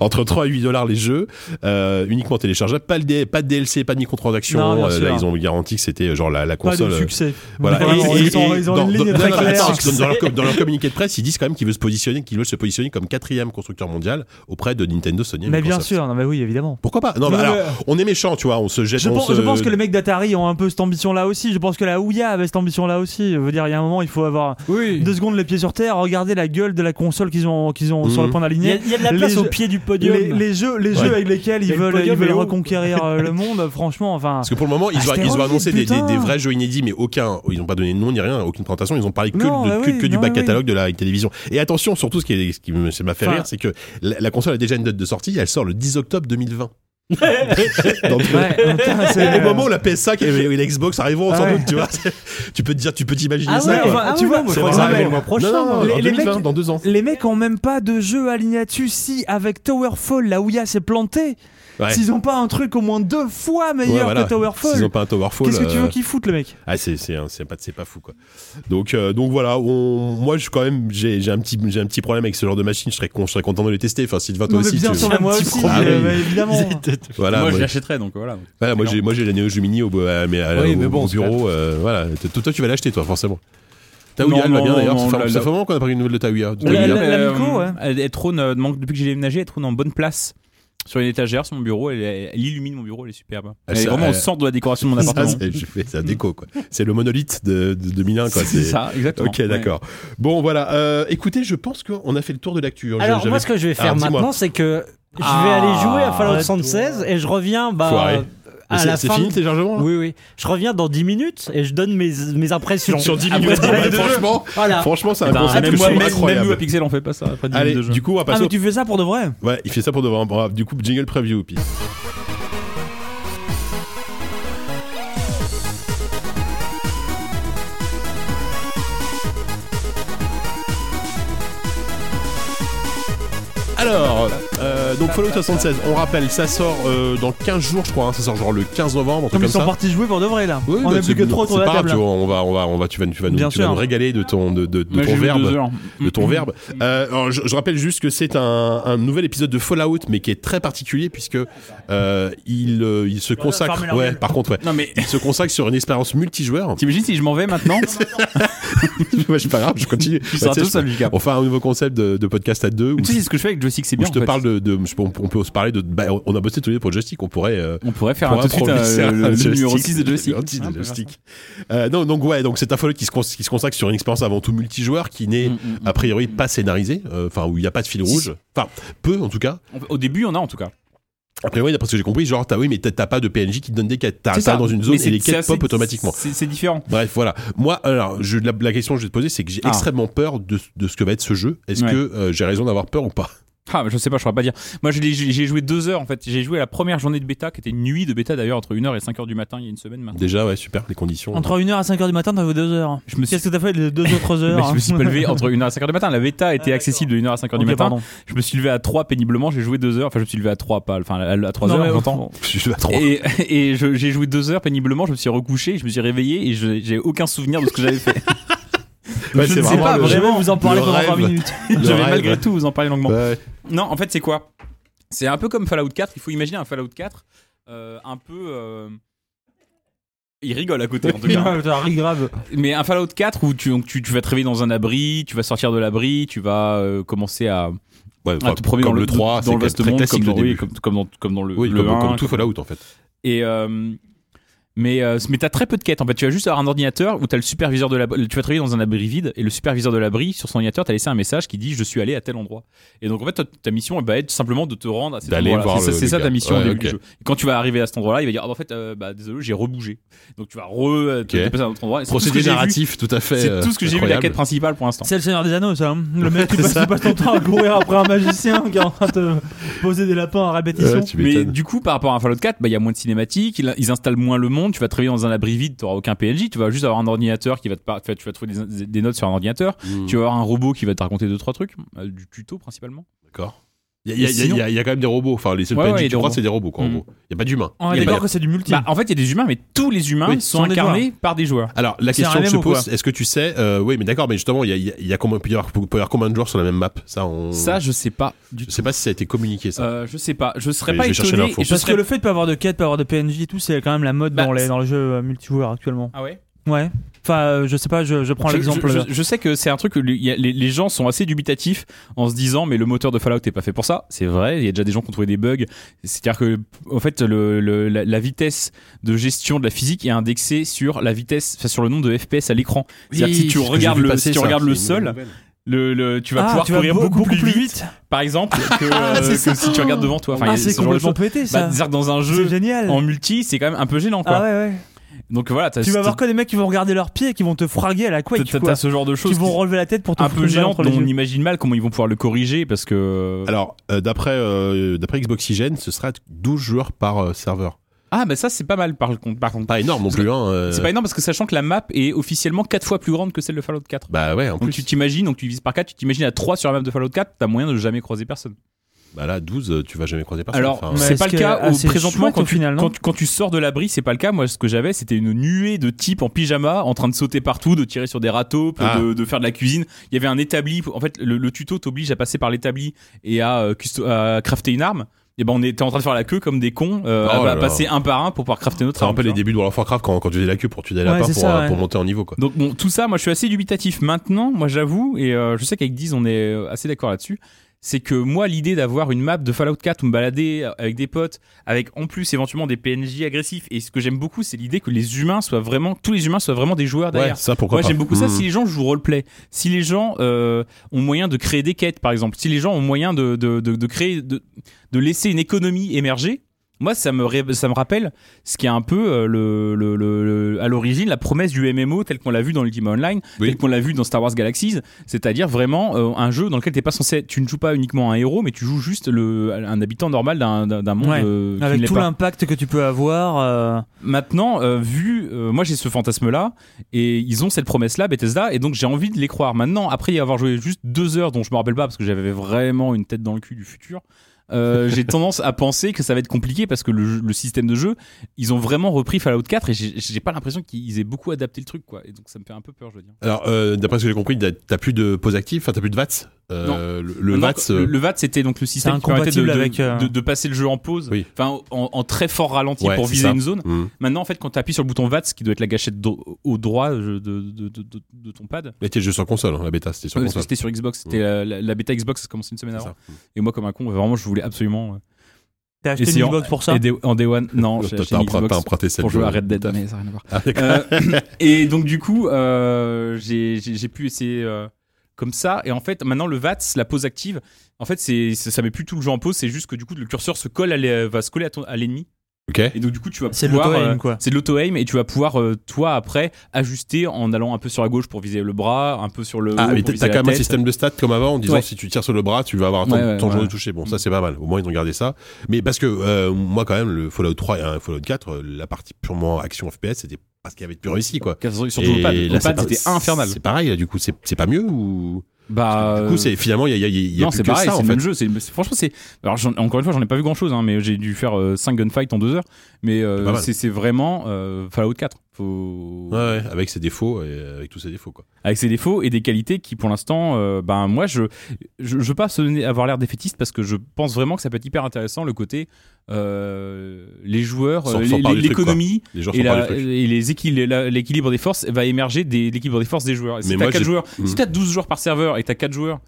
A: entre 3 et 8 dollars les jeux, euh, uniquement téléchargeables, pas, le D- pas de DLC, pas de microtransactions.
C: Non, bien
A: euh,
C: sûr.
A: là, ils ont garanti que c'était euh, genre la, la
C: Pas
A: console.
C: de
A: euh,
C: succès.
A: voilà.
C: Vraiment,
A: Et- et-
C: ils ont,
A: et
C: ils ont
A: dans-
C: une
A: dans-
C: ligne
A: dans
C: très
A: leur-
C: claire.
A: attends, dans leur com- dans leur communiqué de presse, ils disent quand même qu'ils veulent se positionner, qu'ils veulent se positionner comme quatrième constructeur mondial auprès de Nintendo, Sony. et
C: Mais bien
A: Microsoft.
C: sûr, non mais oui, évidemment.
A: Pourquoi pas Non,
C: Non,
A: mais alors,
C: mais-
A: on est méchant, tu vois, on se jette.
C: Je
A: on
C: pense,
A: se-
C: je pense que les mecs d'Atari ont un peu cette ambition-là aussi. Je pense que la Ouya avait cette ambition-là aussi. Je veux dire, il y a un moment, il faut avoir
F: Oui.
C: deux secondes les pieds sur terre, regarder la gueule de la console qu'ils ont, qu'ils ont sur
A: Mhm.
C: le point
F: Il y, a,
C: d'aligner.
F: il y a de la
C: Les
F: place au
C: jeux-
F: pied du podium.
C: Les, les jeux, les jeux avec lesquels
F: Et
C: ils
F: le
C: veulent, ils
F: podium est
C: veulent
F: haut.
C: reconquérir euh, le monde, franchement, enfin.
A: Parce que pour le moment, ils, ont, ils ont
C: Astéroïdes,
A: annoncé des, des-
C: putain.
A: des vrais jeux inédits, mais aucun. Ils n'ont pas donné de nom ni rien, aucune présentation. Ils ont parlé que,
C: Non,
A: de-
C: bah
A: que-
C: oui,
A: que du
C: non,
A: bac
C: oui.
A: catalogue de la télévision. Et attention, surtout, ce qui, est- ce qui me- ça m'a fait
C: Enfin-
A: rire, c'est que la, la console a déjà une date de sortie. Elle sort le 10 octobre 2020. Donc, euh,
C: Ouais, putain, c'est-
A: Au moment où la PS5 et la Xbox arriveront sans
C: Ouais.
A: doute, tu vois, tu peux te dire, tu peux t'imaginer
F: Ah
A: ça. quoi.
F: ouais,
C: enfin,
F: tu
C: tu
F: vois,
C: vois,
F: moi je
A: Ça va
F: crois que ça
A: arriver
F: arrive
A: le
F: le mois
A: non,
F: prochain.
A: non, non,
C: hein. les-
A: en
C: les
A: 2020,
C: mecs-
A: dans deux ans.
C: Les mecs ont même pas de jeu aligné là-dessus. Si, avec Towerfall, la Ouya s'est plantée.
A: Ouais.
C: S'ils ont pas un truc au moins deux fois meilleur
A: Ouais, voilà.
C: que Towerfall,
A: S'ils ont pas un Towerfall,
C: qu'est-ce que tu
A: euh,
C: veux qu'ils foutent, le mec
A: ah, c'est c'est un- c'est pas c'est pas fou quoi. Donc euh, donc voilà, on, moi je quand même j'ai j'ai un petit j'ai un petit problème avec ce genre de machine. Je serais con- je serais content de les tester. Enfin Sylvain toi
C: Non, mais
A: aussi.
C: bien
A: tu-
C: sûr, mais moi aussi,
A: problème.
C: euh,
A: Ah oui.
C: mais évidemment.
A: Voilà,
D: Moi, je
A: Ah moi,
D: l'achèterais, donc voilà.
A: voilà, moi, j'ai moi j'ai la Neo Gemini au, à- mais à-
F: Oui,
A: au-
F: mais bon,
A: au
F: c'est
A: bureau. euh, voilà, toi, toi, tu vas l'acheter toi forcément. Taouya
D: Non,
A: elle va
D: non,
A: bien
D: non,
A: d'ailleurs.
D: non,
A: Ça fait-
D: là,
A: ça
D: là.
A: fait vraiment qu'on n'a pas eu de nouvelles de Taouya.
C: Oui,
A: Taouya.
C: la- la- la Mico, ouais.
D: euh, elle, elle trône, euh, manque- depuis que j'ai déménagé, elle trône en bonne place sur une étagère sur mon bureau. Elle, elle illumine mon bureau, elle est superbe.
A: Elle
D: Elle, est
A: sert-
D: vraiment au
A: elle-
D: centre de la décoration de mon
A: Ça,
D: appartement.
A: Ah, c'est- je fais- c'est la déco quoi. C'est le monolithe de, de 2001 quoi.
D: C'est ça, exactement.
A: Ok, d'accord. Bon, voilà. Euh, écoutez, je pense qu'on a fait le tour de l'actu. hein,
F: Alors moi ce que je vais faire
A: Alors, Ah, dis-moi.
F: maintenant, c'est que je vais
D: Ah,
F: aller jouer à Fallout
C: arrête-toi.
F: 76 et je reviens
A: Foiré.
F: bah, à la
A: c'est hein
F: fin.
A: fini le téléchargement là
F: Oui, oui. Je reviens dans 10 minutes et je donne mes, mes impressions.
A: Sur 10
F: Après
A: minutes.
F: dix
A: ouais,
F: minutes de jeu.
A: franchement,
F: Voilà.
A: franchement, c'est un
D: Eh ben,
A: concept
D: même,
A: que je
D: moi,
A: trouve
D: même, même nous à
A: incroyable.
D: Pixel, on fait pas ça après 10
A: Allez,
D: minutes de jeu.
A: du coup, on va
C: Ah,
A: passer.
C: mais
A: au-
C: tu fais ça pour de vrai
A: Ouais, il fait ça pour devant. Bravo. Du coup, jingle preview. Puis. Alors, euh, donc Fallout 76, on rappelle, ça sort euh, dans 15 jours, je crois. hein. ça sort genre le 15 novembre, un
C: Non,
A: truc
C: mais
A: comme
C: ils sont
A: ça.
C: partis jouer pour de vrai là.
A: Oui,
C: On
A: bah,
C: est plus que
A: c'est-
C: trois autour de
A: c'est
C: la
A: pas grave,
C: table.
A: tu vois, on va, on va, on va, tu vas, nous- tu vas, nous,
C: Bien
A: tu vas
C: sûr.
A: nous régaler de ton, de, de- de
D: Moi, j'ai
A: ton
D: vu deux
A: verbe
D: heures.
A: de ton
D: Mhm.
A: verbe. Euh, alors, je, je rappelle juste que c'est un, un nouvel épisode de Fallout, mais qui est très particulier puisque euh, il, euh, il se consacre.
C: Formule
A: Ouais,
C: One.
A: par contre, ouais.
D: Non, mais
A: Il se consacre sur une expérience multijoueur.
D: t'imagines si je m'en vais maintenant
A: Ouais, c'est pas grave, je continue.
D: Tu seras
A: Ouais, tu sais,
D: tout seul,
A: je-
D: Lucas.
A: On fait un nouveau concept de, de podcast à deux où,
D: Bah, Tu sais, c'est ce que je fais avec Joystick, c'est
A: où
D: bien.
A: je
D: en
A: te
D: fait.
A: parle de. de- je- on, on peut se parler de. bah, on a bossé tous les deux pour Joystick, on pourrait. euh,
D: On pourrait faire
A: pour
D: un tout de suite
A: improviser
D: euh,
A: un
D: le
A: joystick.
D: numéro 6 de Joystick.
A: Le joystick de
D: Ah, on peut faire ça.
A: joystick. Euh, non, donc ouais, donc c'est un Fallout qui se, cons- qui se consacre sur une expérience avant tout multijoueur qui n'est
D: Mm, mm, mm.
A: a priori pas scénarisée, euh, enfin où il n'y a pas de fil
D: Si,
A: rouge, enfin peu en tout cas.
D: On peut- Au début, on a en tout cas.
A: A priori, d'après ce que j'ai compris, genre, t'as, oui, mais t'as- t'as pas de PNJ qui te donne des quêtes. T'as,
D: C'est
A: t'as dans une zone
D: Mais
A: et
D: c'est-
A: les
D: c'est
A: quêtes
D: assez-
A: pop automatiquement.
D: C'est c'est différent.
A: Bref, voilà. Moi, alors, je, la, la question que je vais te poser, c'est que j'ai
D: Ah.
A: extrêmement peur de, de ce que va être ce jeu. Est-ce
D: Ouais.
A: que euh, j'ai raison d'avoir peur ou pas
D: Ah, mais je sais pas, je pourrais pas dire. Moi, je l'ai- j'ai j'ai joué deux heures en fait. J'ai joué à la première journée de bêta, qui était une nuit de bêta d'ailleurs, entre 1h et 5h du matin, il y a une semaine maintenant.
A: Déjà, ouais, super, les conditions.
C: Entre 1h et 5h du matin, t'as fait 2 heures.
D: Je me suis,
C: Qu'est-ce que t'as fait les 2 autres heures
D: mais je me suis pas levé entre 1h et 5h du matin. La bêta était
C: Ah,
D: accessible de 1h à 5h du
C: Ok,
D: matin.
C: pardon.
D: Je me suis levé à 3 péniblement, j'ai joué deux heures. Enfin, je me suis levé à 3, pas, enfin, à, 3
C: Non,
D: heures,
C: mais-
D: j'entends.
A: Je suis à trois.
D: Et, et je- j'ai joué deux heures péniblement, je me suis recouché, je me suis réveillé et je- j'ai aucun souvenir de ce que j'avais fait.
A: Ouais,
D: je ne
A: c'est
D: sais
A: vraiment
D: pas
A: le-
C: Je
D: vraiment.
C: vais vous en parler
A: le
C: pendant 20
A: rêve.
C: minutes.
A: Le
D: Je vais
A: rêve.
D: malgré tout vous en parler longuement.
A: Ouais.
D: Non, en fait, c'est quoi C'est un peu comme Fallout 4. Il faut imaginer un Fallout 4 euh, un peu. euh, il rigole à côté en tout cas.
C: grave.
D: Mais un Fallout 4 où tu, donc tu, tu vas te réveiller dans un abri, tu vas sortir de l'abri, tu vas euh, commencer à,
A: Ouais,
D: à
A: enfin,
D: te promener
A: comme
D: dans le,
A: trois,
D: dans le
A: c'est
D: vaste
A: très
D: monde,
A: classique
D: comme dans,
A: le
D: oui,
A: début.
D: comme, comme dans, comme dans le,
A: Oui,
D: le
A: comme,
D: 1,
A: comme tout Fallout en fait.
D: Et euh, mais euh, mais t'as très peu de quêtes en fait. Tu vas juste avoir un ordinateur où t'as le superviseur de la tu vas travailler dans un abri vide et le superviseur de l'abri sur son ordinateur t'as laissé un message qui dit je suis allé à tel endroit. Et donc en fait toi, ta mission elle va être simplement de te rendre à cet
A: D'aller
D: endroit.
A: voir
D: C'est
A: le-
D: ça- c'est
A: le
D: ça
A: gars.
D: ta mission au
A: Ouais,
D: début
A: ok.
D: du jeu. Et quand tu vas arriver à cet endroit là il va dire ah bah, en fait euh, bah désolé j'ai rebougé. Donc tu vas re te
A: Ok.
D: déplacer à un autre endroit. Et c'est tout ce que
A: Procédé
D: j'ai vu.
A: narratif, tout à fait. euh,
D: C'est tout ce que j'ai vu de la quête principale
A: principale.
D: pour l'instant.
C: C'est le Seigneur des Anneaux, ça. hein. Le mec, tu passes, tu passes ton temps à courir après un magicien qui est en train de poser des lapins à répétition.
A: Ouais, tu
D: Mais
A: m'étonnes.
D: du coup, par rapport à Fallout 4, bah, il y a moins de cinématiques, ils, ils installent moins le monde, tu vas travailler dans un abri vide, tu n'auras aucun PNJ, tu vas juste avoir un ordinateur qui va te par- tu vas- tu vas trouver des, des notes sur un ordinateur,
A: Mm.
D: tu vas avoir un robot qui va te raconter deux trois trucs, euh, du tuto principalement.
A: D'accord. Il y, a-
D: Et
A: il y a- il y a-
D: sinon-
A: il y a quand même des robots. Enfin, les seuls
D: Ouais,
A: PNJ
D: ouais,
A: que
D: il y a
A: tu
D: des
A: crois,
D: robots.
A: c'est des robots, quoi, en
D: Mm.
A: gros. Il n'y a pas d'humains.
C: On
A: Il
C: est
A: y a pas-
C: d'accord que c'est du multi.
D: Bah, en fait, il y a des humains, mais tous les humains
A: Oui,
D: sont
C: sont des
D: incarnés par des joueurs.
A: Alors, la
C: C'est un
A: question que je
C: MMO,
A: pose,
C: quoi.
A: est-ce que tu sais, euh, oui, mais d'accord, mais justement, il y a, il y a- il y a combien, il peut y avoir, peut y avoir combien de joueurs sur la même map Ça, on...
D: Ça, je sais pas du
A: Oh. je
D: tout.
A: sais pas si ça a été communiqué, ça.
D: Euh, je sais pas, je serais
A: Mais
D: pas
A: je vais chercher
D: étonné.
A: l'info.
D: et je
C: Parce
D: serais-
C: que le fait de pas avoir de quête, pas avoir de PNJ et tout, c'est quand même la mode
D: Bah,
C: dans, les,
D: c'est-
C: dans le jeu euh, multijoueur actuellement.
D: Ah ouais.
C: Ouais. Enfin, euh, je sais pas, je, je prends
D: Je-
C: l'exemple. euh.
D: Je, je- je sais que c'est un truc que lui- il y a- les, les gens sont assez dubitatifs en se disant mais le moteur de Fallout n'est pas fait pour ça. C'est vrai, il y a déjà des gens qui ont trouvé des bugs. C'est-à-dire que en fait le- le- la, la vitesse de gestion de la physique est indexée sur la vitesse, enfin, sur le nombre de FPS à l'écran. C'est-à-dire que si tu
A: c'est ce que
D: regardes
A: j'ai vu
D: le,
A: passer,
D: si tu
A: ça.
D: regardes
A: C'est
D: le
A: une
D: sol,
A: nouvelle.
D: le, le- tu vas
C: Ah,
D: pouvoir
C: tu vas
D: courir
C: beau-
D: beaucoup, plus, vite, par exemple, que,
C: Ah,
D: euh,
C: c'est
D: que
C: ça.
D: si tu regardes devant toi. Enfin, il y
C: ah,
D: a
C: c'est
D: ce genre de
C: complètement
D: choses.
C: pété
D: Bah,
C: ça.
D: dire dans un
C: c'est
D: jeu
C: génial.
D: en multi, c'est quand même un peu gênant. Quoi.
C: Ah ouais, ouais.
D: Donc voilà, t'as
C: Tu vas voir
D: t'as-
C: que des mecs qui vont regarder leurs pieds et qui vont te fraguer à la couette.
D: t'as-
C: quoi.
D: t'as ce genre de choses.
C: Qui vont
D: qui-
C: relever la tête pour te
D: un
C: foutre
D: peu
C: une balle
D: gênante
C: entre les
D: dont on
C: yeux.
D: imagine mal comment ils vont pouvoir le corriger parce que
A: Alors, euh, d'après euh, d'après Xboxygène, ce sera 12 joueurs par euh, serveur.
D: ah bah ça c'est pas mal par contre par contre
A: Pas énorme non
D: C'est-
A: plus, hein. euh,
D: c'est pas énorme parce que sachant que la map est officiellement 4 fois plus grande que celle de Fallout 4
A: Bah ouais, en
D: donc
A: plus.
D: tu t'imagines donc tu divises par 4 tu t'imagines à 3 sur la map de Fallout 4 t'as moyen de jamais croiser personne
A: Bah là, 12, euh, tu vas jamais croiser personne.
D: Mm. alors
A: enfin,
C: mais-
D: c'est pas
C: est-ce
D: le
C: que-
D: cas
C: ah,
D: où
C: c'est
D: présentement
C: chouette,
D: quand
C: au
D: tu,
C: final, non
D: quand, tu- quand tu sors de l'abri c'est pas le cas moi ce que j'avais c'était une nuée de types en pyjama en train de sauter partout de tirer sur des râteaux
A: Ah.
D: de, de faire de la cuisine il y avait un établi en fait le, le tuto t'oblige à passer par l'établi et à, euh, custo- à crafter une arme et ben on était en train de faire la queue comme des cons euh,
A: Oh
D: à
A: là
D: passer un par un pour pouvoir crafter notre
A: ça
D: arme
A: rappelle les
D: tu vois.
A: débuts de World of Warcraft quand, quand tu faisais la queue pour tuer des
C: Ouais,
A: lapins
C: c'est
A: pour,
C: ça,
A: euh,
C: ouais.
A: pour monter en niveau, quoi.
D: donc bon, tout ça, moi je suis assez dubitatif maintenant, moi j'avoue, et euh, je sais qu'avec Diz on est euh, assez d'accord là-dessus, c'est que moi l'idée d'avoir une map de Fallout 4 où me balader euh, avec des potes, avec en plus éventuellement des PNJ agressifs, et ce que j'aime beaucoup c'est l'idée que les humains soient vraiment, tous les humains soient vraiment des joueurs
A: Ouais,
D: derrière.
A: ça pourquoi
D: Moi
A: pas.
D: j'aime beaucoup ça
C: Hmm.
A: Mm.
D: si les gens jouent au roleplay, si les gens euh, ont moyen de créer des quêtes par exemple, si les gens ont moyen de, de, de, de créer, de, de laisser une économie émerger, moi ça me, ré- ça me rappelle ce qui est un peu euh, le, le- le- le- à l'origine la promesse du MMO tel qu'on l'a vu dans Ultima Online,
A: Oui.
D: tel qu'on l'a vu dans Star Wars Galaxies, c'est-à-dire vraiment euh, un jeu dans lequel t'es pas censé, tu ne joues pas uniquement un héros mais tu joues juste le, un habitant normal d'un- d'un d'un monde
C: Ouais.
D: euh, qui ne
C: Avec
D: l'est
C: tout
D: pas.
C: l'impact que tu peux avoir. euh,
D: Maintenant, euh, vu, euh, moi j'ai ce fantasme-là, et ils ont cette promesse-là, Bethesda, et donc j'ai envie de les croire. Maintenant, après y avoir joué juste deux heures, dont je me rappelle pas parce que j'avais vraiment une tête dans le cul du futur, euh, j'ai tendance à penser que ça va être compliqué parce que le, jeu- le système de jeu, ils ont vraiment repris Fallout 4 et j'ai- j'ai pas l'impression qu'ils aient beaucoup adapté le truc, quoi. Et donc ça me fait un peu peur, je veux dire.
A: Alors, euh, d'après ce que j'ai compris, t'as- t'as plus de pause active, enfin, t'as plus de VATS. Euh, le, le
D: Non,
A: VATS.
D: le,
A: euh,
D: le VAT, c'était donc le système qui permettait de,
C: incompatible
D: de-
C: avec, euh,
D: de- de passer le jeu en pause,
A: Oui.
D: enfin en, en très fort ralenti
A: Ouais,
D: pour
A: c'est
D: viser
A: ça.
D: une zone.
A: Mm.
D: Maintenant, en fait, quand tu appuies sur le bouton VATS, qui doit être la gâchette do- au droit euh, de, de, de- de- de ton pad,
A: Mais t'es jeu sur console, hein, la bêta, c'était sur
D: euh, parce que
A: console.
D: c'était sur Xbox, c'était la, la, la bêta Xbox, ça commençait une semaine
A: C'est
D: avant.
A: ça.
D: Et moi, comme un con, vraiment, je voulais absolument. euh,
C: T'as acheté
D: essayer
C: une
D: en-
C: Xbox pour ça
D: et des- en Day One, non, j'ai
A: T'as-
D: acheté
A: T'as
D: une
A: emprunt- t'as
D: Xbox
A: emprunté cette.
D: pour jouer à
A: euh,
D: Red Dead,
A: bêta.
D: mais ça n'a rien à voir.
A: Ah, d'accord.
D: Euh, et donc, du coup, euh, j'ai j'ai- j'ai pu essayer. euh, comme ça, et en fait, maintenant le VATS, la pause active, en fait, c'est ça, ça met plus tout le jeu en pause, c'est juste que du coup, le curseur se colle à l'e- va se coller à ton- à l'ennemi,
A: Ok.
D: et donc du coup, tu vas
C: C'est de
D: pouvoir,
C: l'auto-aim,
D: euh,
C: quoi.
D: C'est de l'auto-aim et tu vas pouvoir, euh, toi, après, ajuster en allant un peu sur la gauche pour viser le bras, un peu sur le.
A: Ah,
D: haut
A: mais
D: pour
A: t'as
D: viser
A: t'as
D: Euh, la
A: quand même un
D: tête.
A: système de stats comme avant en disant
D: Ouais.
A: si tu tires sur le bras, tu vas avoir ton,
D: Ouais, ouais,
A: ton
D: ouais.
A: jour de toucher. Bon, ça c'est pas mal. Au moins ils ont gardé ça. Mais parce que euh, moi quand même, le Fallout 3 et un Fallout 4, euh, la partie purement action FPS, c'était parce qu'il y avait de plus réussi quoi.
D: Surtout
A: Et
D: le pad. Le
A: là, c'est
D: pad,
A: pas-
D: c'était infernal.
A: C'est pareil là, du coup, c'est c'est pas mieux ou
D: Bah.
A: du coup
D: euh,
A: c'est finalement il y a, il y a- il y a
D: non,
A: plus
D: c'est
A: que
D: pareil,
A: ça
D: c'est
A: en
D: le
A: fait.
D: même jeu. c'est le- c'est- Franchement, c'est. Alors, j'en- encore une fois, j'en ai pas vu grand chose, hein, mais j'ai dû faire 5 gunfights en 2 heures. Mais euh,
A: C'est pas mal.
D: c'est c'est vraiment euh, Fallout 4. Faut- faut
A: Ouais, ouais, avec ses défauts et euh, avec tous ses défauts quoi.
D: avec ses défauts et des qualités qui pour l'instant euh, ben moi je je, je veux pas se donner- avoir l'air défaitiste parce que je pense vraiment que ça peut être hyper intéressant le côté euh, les joueurs
A: Sans-
D: euh,
A: sans
D: les-
A: parler du truc,
D: l'économie
A: Les gens
D: et,
A: sont
D: la-
A: pas les trucs.
D: et les équil- la- l'équilibre des forces va émerger des l'équilibre des forces des joueurs Et si
A: Mais
D: t'as
A: moi,
D: quatre
A: j'ai-
D: joueurs
A: Mhm.
D: si t'as 12 joueurs par serveur et t'as 4 joueurs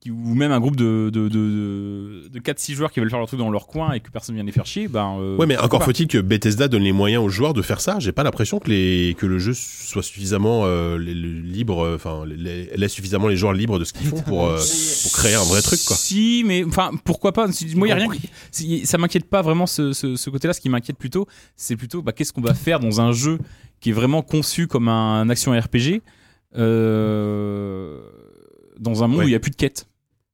D: qui, ou même un groupe de de, de, de, 4 6 joueurs qui veulent faire leur truc dans leur coin et que personne vient les faire chier ben euh,
A: Ouais, mais encore
D: pas.
A: faut-il que Bethesda donne les moyens aux joueurs de faire ça. J'ai pas l'impression que les que le jeu soit suffisamment euh, les- le- libre, euh, enfin les- les- laisse suffisamment les joueurs libres de ce qu'ils font pour euh, pour créer un vrai truc quoi.
D: Si, mais enfin, pourquoi pas Si- Moi, y a rien. qui- si- Ça m'inquiète pas vraiment ce, ce- ce côté-là. Ce qui m'inquiète plutôt, c'est plutôt bah, qu'est-ce qu'on va faire dans un jeu qui est vraiment conçu comme un action RPG euh, dans un monde
A: Ouais.
D: où il y a plus de quêtes.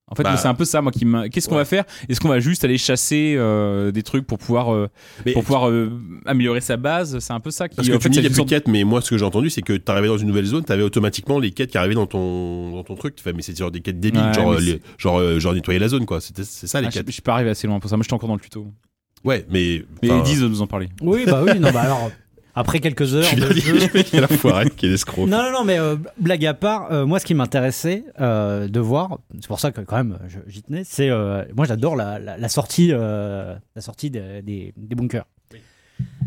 D: En fait,
A: Bah,
D: moi, c'est un peu ça, moi, qui m'a- Qu'est-ce qu'on
A: ouais.
D: va faire Est-ce qu'on va juste aller chasser euh, des trucs pour pouvoir, euh,
A: Mais-
D: pour pouvoir euh, améliorer sa base C'est un peu ça qui.
A: Parce que
D: en
A: tu
D: fait,
A: me dis
D: ça
A: il y a
D: fait
A: plus
D: sorte-
A: de quêtes, mais moi ce que j'ai entendu c'est que t'arrivais dans une nouvelle zone, t'avais automatiquement les quêtes qui arrivaient dans ton dans ton truc. Tu fais, mais c'est genre des quêtes débiles,
D: Ouais,
A: genre
D: mais
A: euh, les- genre euh, genre nettoyer la zone quoi. C'était c'est ça les
D: Ah, je
A: quêtes.
D: je suis pas arrivé assez loin pour ça. Moi, j'étais encore dans le tuto.
A: Ouais, mais
D: Mais
A: enfin,
D: ils disent de nous en parler.
F: Oui, bah oui, non, bah alors, après quelques
A: Je
F: heures
A: suis
F: de
A: là,
F: jeu.
A: le mec, il a la foirée, qui est l'escroc.
F: Non, non, non, mais euh, blague à part, euh, moi, ce qui m'intéressait euh, de voir, c'est pour ça que quand même, je- j'y tenais, c'est, euh, moi, j'adore la, la- la sortie, euh, la sortie des, des- des bunkers.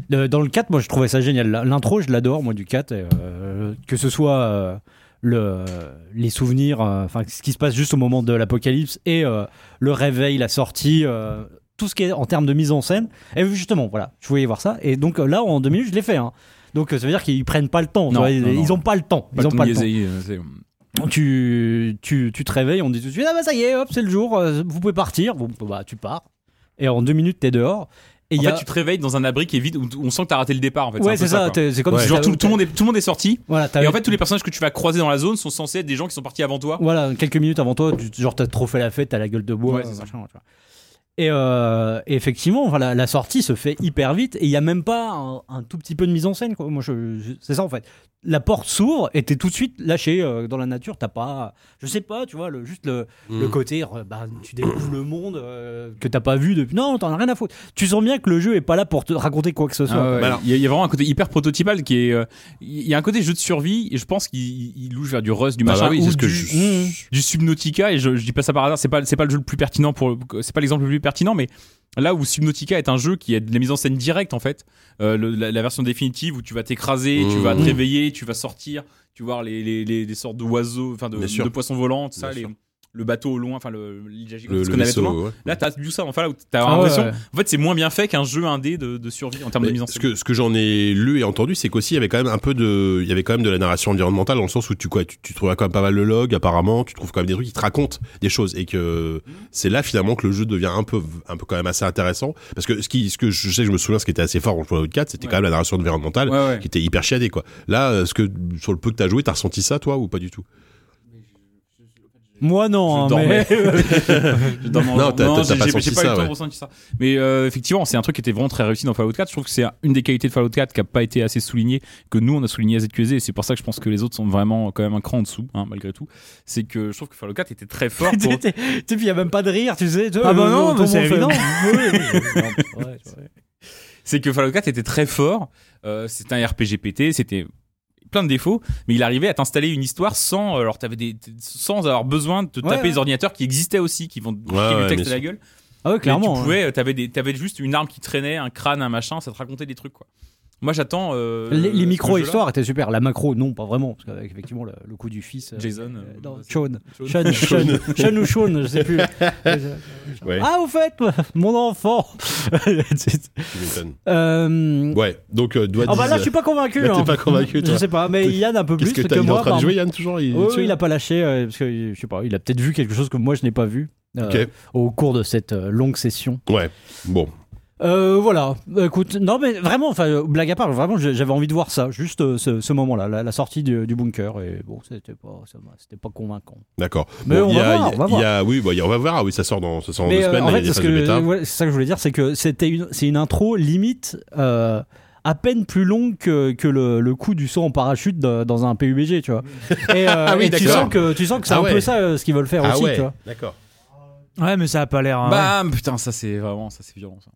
F: Le- dans le 4, moi, je trouvais ça génial. La- L'intro, je l'adore, moi, du 4, euh, que ce soit euh, le, les souvenirs, euh, enfin, ce qui se passe juste au moment de l'apocalypse et euh, le réveil, la sortie. euh, tout ce qui est en termes de mise en scène. Et justement, voilà, je voulais voir ça. Et donc euh, là, en deux minutes, je l'ai fait. hein. Donc euh, ça veut dire qu'ils prennent pas le temps. tu
D: Non,
F: vois,
D: non,
F: ils
D: non.
F: n'ont pas le temps. Ils
D: Pas
F: ont
D: tout
F: pas le temps.
D: niaiser, euh, c'est-
F: Tu, tu, tu te réveilles, on te dit tout de suite, ah bah ça y est, hop, c'est le jour, euh, vous pouvez partir. Bon, bah tu pars. Et en deux minutes, t'es dehors. Et il
D: en
F: y a...
D: fait, tu te réveilles dans un abri qui est vide où où on sent que t'as raté le départ. En fait.
F: ouais,
D: un peu
F: c'est ça.
D: quoi.
F: t'es- C'est comme si
D: Genre
F: t'avais-
D: tout, tout le monde est, tout le monde est sorti.
F: Voilà, t'avais-
D: Et en fait, tous les personnages que tu vas croiser dans la zone sont censés être des gens qui sont partis avant toi.
F: Voilà, quelques minutes avant toi, tu, genre t'as trop fait la fête, t'as la gueule de bois.
D: Ouais, c'est ça.
F: machin, tu vois. Et euh, et effectivement, enfin, la, la sortie se fait hyper vite et il n'y a même pas un, un tout petit peu de mise en scène. Quoi. Moi, je- je- c'est ça en fait. La porte s'ouvre et t'es tout de suite lâché euh, dans la nature. T'as pas, je sais pas, tu vois, le, juste le,
A: Mm.
D: Mm.
F: le côté, euh, bah, tu découvres le monde euh, que t'as pas vu depuis. Non, t'en as rien à foutre. Tu sens bien que le jeu est pas là pour te raconter quoi que ce soit.
D: Ah ouais,
A: Bah alors-
D: il y, a- il y a vraiment un côté hyper prototypal qui est. euh, Il y a un côté jeu de survie et je pense qu'il il- il louche vers du Rust, du
A: Bah,
D: machin,
A: bah oui,
D: ou
A: c'est ce que
D: du,
A: je-
F: Mmh.
D: du Subnautica. Et je, je dis pas ça par hasard, c'est pas, c'est pas le jeu le plus pertinent pour. C'est pas l'exemple le plus pertinent, mais là où Subnautica est un jeu qui a de la mise en scène directe en fait, euh, le- la, la version définitive où tu vas t'écraser, tu vas te
A: Mmh.
D: réveiller, tu vas sortir, tu vas voir les, les, les, les sortes d'oiseaux, enfin de,
A: Bien sûr.
D: de poissons volants, tout ça,
A: Bien
D: les-
A: sûr.
D: le bateau au loin, enfin le, l'île Jagico,
A: Le,
D: ce
A: le
D: qu'on avait au loin.
A: vaisseau, ouais.
D: Là, t'as tout ça dans Fallout. T'as
F: Ah
D: l'impression.
F: ouais, ouais.
D: En fait, c'est moins bien fait qu'un jeu indé de, de survie en termes de
A: Mais
D: mise en
A: ce
D: scène.
A: que ce que j'en ai lu et entendu, c'est qu'aussi il y avait quand même un peu de, il y avait quand même de la narration environnementale dans le sens où tu quoi, tu, tu trouves quand même pas mal le log apparemment, tu trouves quand même des trucs qui te racontent des choses et que c'est là finalement que le jeu devient un peu un peu quand même assez intéressant parce que ce qui ce que je sais que je me souviens ce qui était assez fort en Fallout 4, c'était
D: Ouais.
A: quand même la narration environnementale
D: Ouais, ouais.
A: qui était hyper chiadée quoi. Là, euh, ce que sur le peu que t'as joué, t'as ressenti ça toi ou pas du tout
F: Moi, non. hein,
D: Je dormais.
F: mais-
D: Je dormais en-
A: Oh, Non, t'as- t'as-
D: j'ai-
A: t'as pas
D: j'ai-
A: senti
D: j'ai pas eu
A: ça,
D: le temps de
A: ouais.
D: ressentir ça. Mais euh, effectivement, c'est un truc qui était vraiment très réussi dans Fallout 4. Je trouve que c'est une des qualités de Fallout 4 qui a pas été assez soulignée, que nous on a souligné à ZQSD. Et c'est pour ça que je pense que les autres sont vraiment quand même un cran en dessous, hein, malgré tout. C'est que je trouve que Fallout 4 était très fort. pour-
F: Tu sais, puis il n'y a même pas de rire, tu euh, sais.
C: Ah bah non, mais c'est évident.
D: c'est que Fallout 4 était très fort. Euh, c'était un RPG pété, c'était plein de défauts, mais il arrivait à t'installer une histoire sans, euh, alors t'avais des, sans avoir besoin de te
F: Ouais,
D: taper
F: ouais.
D: les ordinateurs qui existaient aussi, qui vont te piquer
A: ouais,
D: du texte
A: bien
D: à la gueule.
F: Ah ouais,
D: Mais
F: clairement.
D: tu
F: hein.
D: pouvais, euh, t'avais des, t'avais juste une arme qui traînait, un crâne, un machin, ça te racontait des trucs quoi. Moi j'attends. euh,
F: hein. Les, les
D: ce
F: micro-histoires étaient super. La macro, non, pas vraiment. Parce qu'avec effectivement le, le coup du fils. euh,
D: jeu-là. Jason.
F: euh,
D: euh,
F: non,
D: c'est-
F: Sean.
D: Sean.
F: Sean, Sean, Sean ou Sean, je sais plus.
A: Ouais.
F: Ah, au fait, mon enfant.
A: Tu m'étonnes.
F: Euh,
A: Ouais, donc euh, doit
F: Ah bah là,
A: dire-
F: je suis pas convaincu.
A: Là, t'es
F: hein.
A: pas convaincu, toi.
F: Je sais pas, mais Yann un peu plus
A: Qu'est-ce
F: que,
A: que t'as il est
F: moi.
A: en train
F: par-
A: de jouer Yann toujours il est
F: Oui, oui,
A: dessus
F: il a pas lâché euh, parce que je sais pas, il a peut-être vu quelque chose que moi je n'ai pas vu euh,
A: Ok.
F: au cours de cette euh, longue session.
A: Ouais, bon.
F: Euh, voilà, Bah, écoute, non mais vraiment, enfin, euh, blague à part, vraiment, j'ai- j'avais envie de voir ça, juste euh, ce, ce moment-là, la, la sortie du, du bunker, et bon, c'était pas, ça m'a- c'était pas convaincant.
A: D'accord.
F: Mais on
A: il y
F: va
A: a-
F: voir, on va
A: il y a- Oui, bah, il y a- on va voir. Ah oui, ça sort dans, ça sort en
F: Mais,
A: deux
F: euh,
A: semaines.
F: en
A: là, il y a des
F: fait, c'est ce
A: phases de
F: que-
A: bêta.
F: ouais, c'est ça que je voulais dire, c'est que c'était une, c'est une intro limite euh, à peine plus longue que, que le, le coup du saut en parachute de- dans un PUBG, tu vois. Et, euh,
A: Ah oui,
F: et tu
A: d'accord.
F: sens que tu sens que c'est
A: Ah
F: un peu
A: ouais.
F: ça euh, ce qu'ils veulent faire
A: Ah
F: aussi,
A: ouais,
F: tu vois.
A: d'accord.
D: Bah,
C: Ouais, mais ça a pas l'air. hein, ouais.
D: Bam Putain, ça c'est vraiment, ça c'est violent. Ça.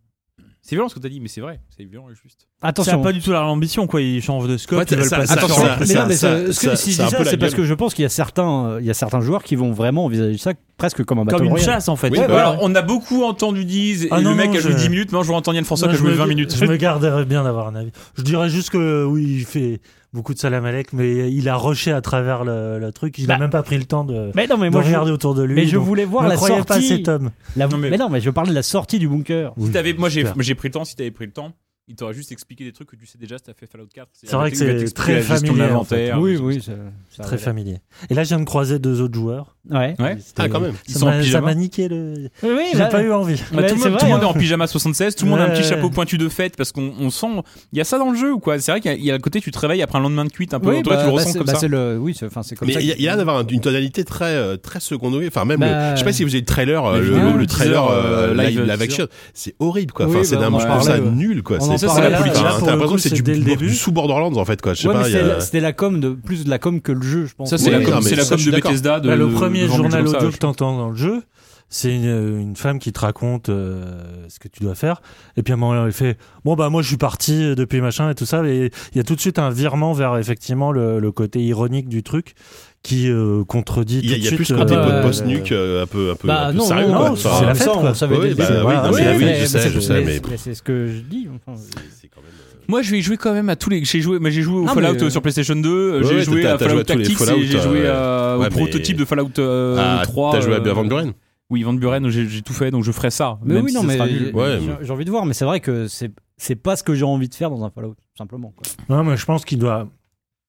D: C'est violent ce que t'as dit, mais c'est vrai. C'est violent et juste.
C: Ça
F: Attention.
C: n'a pas du tout l'ambition, quoi. Ils changent de scope.
A: Ouais,
C: ils veulent
A: ça-
C: passer à-
A: attention,
F: Mais-
A: ça-
F: mais bah,
A: ça-
F: non, mais
A: ça-
F: ce- ce que-
A: ça-
F: si je
A: ça a
F: dis
A: un peu
F: ça,
A: la
F: c'est parce
A: gueule.
F: que je pense qu'il y a certains, euh, il y a certains joueurs qui vont vraiment envisager ça presque comme un
C: Comme
F: battle
C: une
F: royale.
C: chasse, en fait.
A: Oui,
F: Ouais,
A: bah,
F: voilà.
D: Alors, on a beaucoup entendu dire
E: Ah
D: et
E: non,
D: le mec
E: non,
D: a joué
E: je-
D: 10 minutes. Maintenant, je vais entendre Yann François
E: Non,
D: qui a
E: je
D: joué
E: me-
D: 20 minutes.
E: Je me garderais bien d'avoir un avis. Je dirais juste que oui, il fait beaucoup de salam alek, mais il a rushé à travers le, le truc. Il n'a
F: Bah.
E: même pas pris le temps de,
F: Mais non, mais
E: de
F: moi, je,
E: regarder autour de lui.
F: mais je
E: donc
F: voulais voir
E: ne
F: la
E: croyez
F: sortie.
E: pas à cet homme.
F: la-
D: Non, mais-
F: mais... non, mais je parlais de la sortie du bunker.
D: Si t'avais- moi j'ai j'ai pris le temps, si t'avais pris le temps, il t'aurait juste expliqué des trucs que tu sais déjà si t'as fait Fallout 4.
E: C'est vrai
D: il
E: que
D: va
E: c'est
D: t'expliquer
E: très
D: la gestion de
E: familier, en
D: l'inventaire,
F: oui,
D: des trucs
F: oui,
D: comme ça.
F: c'est
E: Très familier. Et là, je viens de croiser deux autres joueurs.
F: Ouais.
D: Ouais.
A: Ah, quand même.
D: Ils
E: Ça
D: sont hein. en
E: m'a- ça
D: pyjama.
E: m'a niqué le.
F: Oui,
E: J'ai pas eu envie.
D: Bah,
F: Eh ben. Ouais,
D: tout le
F: c'est
D: monde, tout le
F: vrai,
D: monde est
F: hein.
D: en pyjama 76, tout le monde a un petit
E: Ouais.
D: chapeau pointu de fête parce qu'on on sent. Il y a ça dans le jeu ou quoi C'est vrai qu'il y a- il y, a le côté tu te réveilles après un lendemain de cuite un peu.
F: Oui,
D: toi
F: bah,
D: tu le
F: bah,
D: ressens
F: c'est-
D: comme
F: bah,
D: ça.
F: c'est le, oui, c'est- enfin, c'est comme
A: Mais
F: ça
A: il y, a-
F: que-
A: il y a l'air d'avoir un- une tonalité très, euh, très secondoée. Enfin, même,
F: Bah,
A: le- je sais pas si vous avez le trailer, euh,
D: la
A: le,
D: vidéo,
A: le- le
D: le
A: trailer
D: teaser,
A: euh,
D: euh,
A: live,
D: live
A: live action.
D: teason.
A: C'est horrible, quoi.
F: Oui,
A: Enfin, c'est
F: bah,
A: d'un,
F: on en
A: je trouve ça
F: parlait, ouais.
A: nul, quoi.
F: On en
A: C'est-
D: Ça, c'est la
E: Là,
D: politique.
E: là,
A: Enfin,
E: pour
A: T'as
E: le
A: l'impression
E: coup,
A: que c'est
E: c'est
A: du,
E: dès le
A: du-
E: début.
A: du sous Borderlands, en fait, quoi. Je sais
F: Ouais,
A: pas.
F: mais
A: il y
F: c'est euh,
A: a-
F: la- c'était la com de plus de la com que le jeu, je pense.
D: Ça, c'est
A: Oui,
D: la
A: oui,
D: com,
A: non, mais
D: c'est la
A: ça,
D: com de
A: je suis d'accord.
D: Bethesda. De,
E: Bah, le
D: de-
E: premier
D: de vendre des
E: journal
D: jeux comme ça,
E: audio
D: je-
E: que t'entends dans le jeu, c'est une, euh, une femme qui te raconte euh, ce que tu dois faire. Et puis à un moment, elle fait Bon, bah, moi, je suis parti depuis machin et tout ça. Et il y a tout de suite un virement vers effectivement le, le côté ironique du truc qui euh, contredit
A: Il y a,
E: tout
A: il
E: de
A: y a
E: suite.
A: plus ce côté
E: euh,
F: bah,
A: post nuque un peu, un peu,
F: Bah,
A: un peu
F: non,
A: sérieux,
F: non,
A: quoi.
E: non,
A: Enfin,
E: c'est la
F: mais
E: fête,
F: ça, on
E: quoi.
F: le savait
A: Oui,
F: dès le
A: bah,
F: début.
A: oui,
F: Voilà.
A: non, mais
F: Ouais,
A: là, oui,
F: mais-
A: je
F: mais
A: sais,
F: c'est-
A: je sais, mais-
F: mais c'est ce que je dis. enfin.
A: c'est quand même, euh,
D: Moi, je vais y jouer quand même à tous les. J'ai joué, mais j'ai joué au
F: Ah,
D: Fallout
F: mais, euh,
D: euh, sur PlayStation 2, euh,
A: Ouais,
D: j'ai
A: ouais,
D: joué
A: t'as-
D: à
A: t'as
D: Fallout
A: joué à tous les
D: Tactics,
A: Fallout,
D: et j'ai joué
A: euh,
D: à- au
A: ouais, mais-
D: prototype de Fallout euh,
A: ah,
D: 3.
A: T'as joué à
D: euh,
A: Van Buren
D: Oui, Van Buren, j'ai j'ai tout fait, donc je ferai ça.
F: Mais
D: même
F: oui,
D: si
F: non,
D: ce
F: mais
D: sera nul.
F: j'ai-
A: Ouais,
F: j'ai- j'ai envie de voir, mais c'est vrai que c'est c'est pas ce que j'ai envie de faire dans un Fallout, simplement. quoi.
E: Non, mais je pense qu'ils doivent.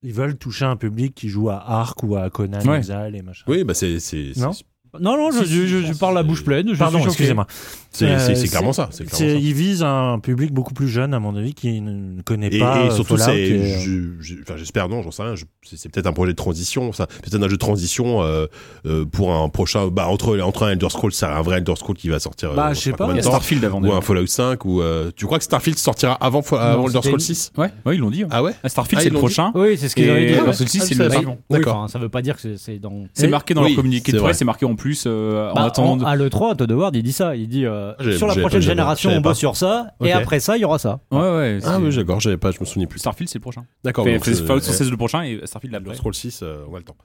E: Ils veulent toucher un public qui joue à Arc ou à Conan,
D: Ouais.
E: Exile et machin.
A: Oui, bah, c'est, c'est,
E: Non.
A: c'est-
F: Non, non,
E: Si,
F: je,
E: si,
F: je-
E: je
F: je
E: pense
F: parle la
A: que-
F: bouche pleine. je suis
E: Pardon,
F: choqué.
E: excusez-moi.
A: c'est,
E: Euh,
A: c'est- c'est
E: c'est-
A: clairement ça. C'est clairement
E: C'est-
A: ça.
E: Ils visent un public beaucoup plus jeune, à mon avis, qui ne ne connaît
A: Et,
E: pas.
A: et
E: euh,
A: surtout,
E: Fallout
A: c'est,
E: et, euh,
A: je- je- enfin, j'espère non, j'en sais rien. je- c'est, c'est peut-être un projet de transition, ça. C'est peut-être un jeu de transition euh, euh, pour un prochain, bah, entre entre un Elder Scrolls, ça, un vrai Elder Scrolls qui va sortir. euh,
E: Bah,
A: dans
E: je sais pas,
A: combien de temps,
D: Starfield avant.
A: Ou
D: d'ailleurs.
A: un Fallout 5 ou euh, tu crois que Starfield sortira avant Fa- avant
F: Non,
A: Elder
F: c'était
A: Scrolls
F: une-
A: 6
D: Ouais, ouais, ils l'ont dit. ouais.
A: Ah ouais.
D: Ah, Starfield,
A: Ah,
D: c'est
A: ils
D: le
A: l'ont dit
D: prochain.
F: Oui, c'est ce qu'ils avaient
D: Et
F: dit.
D: Fallout 6, c'est le
A: Ah,
D: suivant.
A: D'accord.
F: bah, D'accord. ça veut pas dire que c'est- c'est dans.
D: C'est marqué dans
A: Oui,
D: leur communiqué de
A: c'est vrai.
D: presse, c'est marqué en plus euh, en
F: Bah,
D: attendant. de-
F: À l'E3, Todd Howard, il dit ça. Il dit euh,
A: Ah, j'ai-
F: sur la
A: j'ai-
F: prochaine
A: j'ai-
F: génération,
A: j'avais
F: on
A: pas.
F: bosse sur ça,
A: Ok.
F: et après ça, il y aura ça.
D: Ouais, ouais.
A: Ah
D: c'est-
A: oui, d'accord, j'avais pas, je me souvenais plus.
D: Starfield, c'est le prochain.
A: D'accord.
D: Fait-
A: donc,
D: fait-
A: euh,
D: Fallout
A: euh,
D: 16 le prochain et Starfield
A: Elder
D: l'après.
A: Scrolls 6, euh, on a le temps.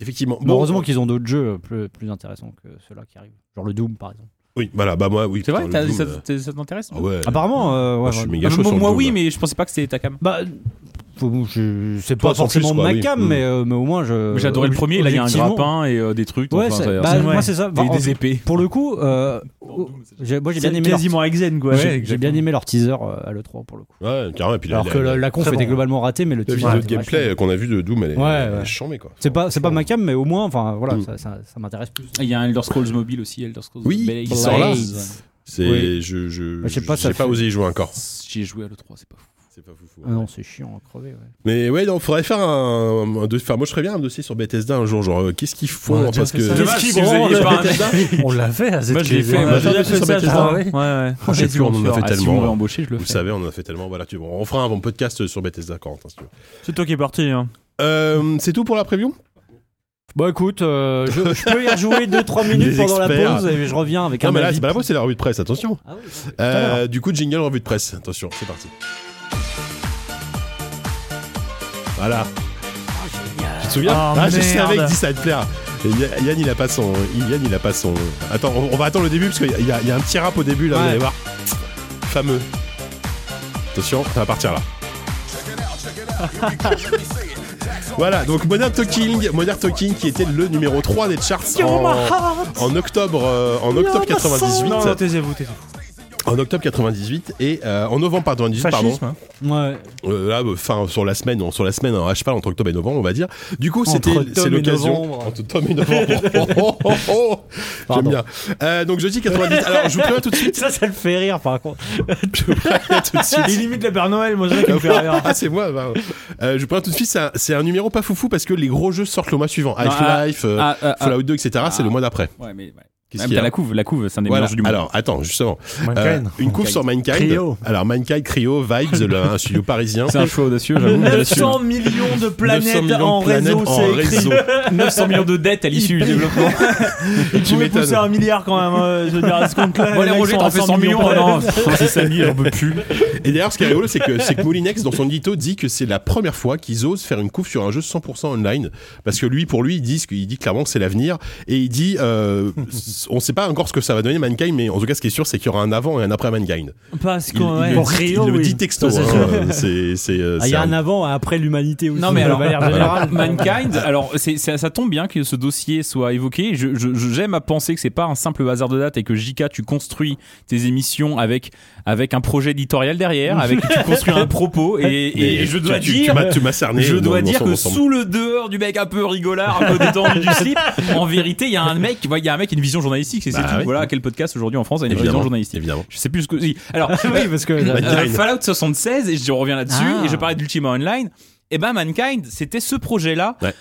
A: Effectivement.
F: Bon,
A: Bon,
F: heureusement qu'ils ont d'autres jeux euh, plus, plus intéressants que ceux-là qui arrivent. Genre le Doom, par exemple.
A: Oui, voilà, bah moi, oui.
D: C'est vrai,
A: putain,
D: t'as-
A: le Doom,
D: ça,
A: euh,
D: t'es- ça t'intéresse
A: ah ouais.
F: Apparemment, euh, ouais,
A: Moi, je suis
F: ouais.
A: méga
D: Ah,
A: chaud
D: Moi,
A: sur le
D: moi,
A: Doom,
D: oui,
A: là.
D: mais je pensais pas que c'était ta cam.
F: Bah, faut- je- c'est
A: Toi,
F: pas
A: sans
F: forcément
A: plus, quoi,
F: ma
A: oui.
F: cam,
A: Mm.
F: mais, euh, mais au moins je.
D: J'ai adoré le premier, là il y a un
F: objectivement-
D: grappin et euh, des trucs.
F: Ouais,
D: enfin,
F: c'est-
D: ça-
F: bah,
D: ça-
F: moi c'est ça.
D: des,
F: Enfin,
D: des épées.
F: Pour le coup, euh, j'ai- moi j'ai bien
C: C'est
F: aimé. leur-
C: quasiment Exen, quoi.
F: j'ai- J'ai bien aimé leur teaser euh, à l'E3 pour le coup.
A: Ouais, carrément. Et puis la-
F: Alors
A: la-
F: que la, la conf
E: très
F: était
E: bon.
F: globalement ratée, mais le
A: la
F: teaser.
A: vidéo de
F: était vachement
A: gameplay euh,
F: bien.
A: qu'on a vu de Doom, elle est,
F: Ouais,
A: elle est
F: ouais.
A: chambée, quoi.
F: C'est pas, c'est pas ma cam, mais au moins, enfin voilà,
A: Mm.
F: ça, ça, ça m'intéresse plus.
D: Il y a un Elder Scrolls mobile aussi, Elder Scrolls
A: Oui,
D: Blades.
A: qui sort là.
D: Blades.
A: C'est,
F: Oui.
A: je, je,
F: Je sais pas,
A: j'ai
F: ça
A: pas
F: fait-
A: osé y jouer encore.
D: J'y ai joué à l'E3, c'est pas fou.
A: C'est pas foufou.
F: Ah non, c'est chiant à crever. Ouais.
A: Mais ouais, non, faudrait faire un, un dossier- enfin, moi, je ferais bien un dossier sur Bethesda un jour, genre, euh, qu'est-ce qu'ils
E: On a
A: font,
E: déjà
A: parce
E: fait
A: que.
E: ça.
D: Dommage, si vous aviez pas un Bethesda.
E: on l'a fait à cette
D: Moi, je l'ai fait,
C: On
A: On a
C: a
A: fait
C: déjà
A: des
C: fait
A: trucs
C: ça,
A: sur
C: je
E: ah
C: crois.
A: Bethesda.
C: Ouais, ouais.
A: Je sais plus, on en a fait
D: Ah, si on
A: tellement. hein.
D: m'avait embauché, je le
A: Vous
D: fais.
A: savez, on en a fait tellement. Voilà, tu, on en fera un bon podcast sur Bethesda, Corentin, si tu veux.
C: C'est toi qui es parti. hein.
A: Euh, c'est tout pour la preview
F: Bon écoute, euh, je, je peux y rejouer 2-3
A: Des
F: minutes pendant
A: experts.
F: la pause et je reviens avec
A: Non,
F: un
A: mais là,
F: avis.
A: c'est pas la pause, c'est la revue de presse, attention.
F: Ah oui,
A: Euh,
F: l'heure.
A: du coup, jingle revue de presse, attention, c'est parti. Voilà.
F: Ah,
A: Tu te souviens
E: Oh,
A: Ah, je
E: merde.
A: savais que ça allait te plaire. Et Ya- Yann, il a pas son. Yann, il a pas son. Attends, on, on va attendre le début parce qu'il y, a- il y a- il y a un petit rap au début là, vous
F: Ouais.
A: allez voir. Fameux. Attention, ça va partir là. Voilà, donc Modern Talking, Modern Talking qui était le numéro 3 des charts en, en octobre, euh, en octobre 98.
C: Non, non, taisez-vous, taisez-vous.
A: En octobre 98 et euh, en novembre pardon, 98, pardon.
E: Fascisme. hein.
F: Ouais.
A: Euh, là, euh, fin sur la semaine, on- sur la semaine hein, à cheval entre octobre et novembre, on va dire. Du coup, c'était
F: Entre
A: c'est
F: tome et
A: l'occasion
F: novembre.
A: entre tome et novembre. Oh, oh, oh, oh. J'aime
F: Pardon.
A: bien. Euh, donc jeudi 98. Alors, je vous préviens tout de suite.
F: Ça, ça le fait rire par contre.
A: Je vous préviens tout de suite.
C: Il limite la Père Noël, moi, c'est ça qui me fait rire.
A: Ah, c'est moi. bah, euh, je vous préviens tout de suite. c'est un- C'est un numéro pas foufou parce que les gros jeux sortent le mois suivant.
D: Non, ah,
A: Half-Life, euh,
D: Ah, ah, ah.
A: Fallout 2, etc. C'est le mois d'après.
D: Ouais, mais ouais.
A: Qu'est-ce
D: Même
A: qu'il y
D: t'as
A: a
D: la couve, la couve, c'est un des
A: Voilà.
D: meilleurs jeux du monde.
A: Alors, attends, justement. Euh,
E: Mankind.
A: une couve sur Mankind.
E: Cryo.
A: Alors, Mankind, Cryo, Vibes, le, un studio parisien.
D: c'est un choix audacieux, j'avoue.
B: 900 millions de planètes
A: 900 millions de
B: en
A: planètes
B: réseau,
A: en
B: c'est écrit.
A: réseau.
D: 900 millions de dettes à l'issue du développement.
B: Ils
A: Tu
B: pouvaient
A: m'étonnes.
B: pousser un milliard quand même,
C: hein,
B: euh, je veux dire, à ce compte-là.
D: Bon, allez,
B: les mecs
D: Roger,
B: sont
D: t'en
B: à
D: fais 100 millions. Oh,
C: euh,
D: non, c'est Samy, j'en peux plus.
A: Et d'ailleurs, ce qui est rigolo, c'est que, c'est que Moulinex, dans son édito, dit que c'est la première fois qu'ils osent faire une couve sur un jeu 100% online. Parce que lui, pour lui, il dit, ce qu'il dit clairement que c'est l'avenir. Et il dit, euh, on sait pas encore ce que ça va donner Mankind, mais en tout cas, ce qui est sûr, c'est qu'il y aura un avant et un après Mankind.
C: Parce
A: Il,
C: que.
A: il
C: ouais.
A: le, dit, il le dit texto.
F: Ça, c'est
A: hein. C'est, c'est, euh,
F: Ah, Il
A: c'est
F: y a
A: un-
F: un avant et après l'humanité aussi.
D: Non mais
F: de
D: alors,
F: manière
D: voilà.
F: générale.
D: Mankind, alors c'est- c'est- ça tombe bien que ce dossier soit évoqué. Je- je- je- J'aime à penser que c'est pas un simple hasard de date et que JK, tu construis tes émissions avec, avec un projet éditorial derrière, avec tu construis un propos et, et- et
A: Mais
D: je
A: tu-
D: dois
A: tu- tu
D: dire...
A: m'as- tu m'as cerné
D: je
A: dans-
D: dois
A: dans
D: dire
A: son
D: que
A: ensemble.
D: sous le dehors du mec un peu rigolard, un peu détendu du slip, en vérité, il y a un mec, il y a un mec qui a une vision journalistique, c'est c'est
A: Bah
D: tout.
A: oui.
D: Voilà, quel podcast aujourd'hui en France a une
A: Évidemment.
D: vision journalistique.
A: Évidemment.
D: Je sais plus ce que. si. Alors,
F: Oui, parce que
D: euh,
A: Mankind.
D: Fallout 76 et je reviens là-dessus
F: Ah.
D: et je parlais d'Ultima Online et ben Mankind c'était ce projet là
A: Ouais.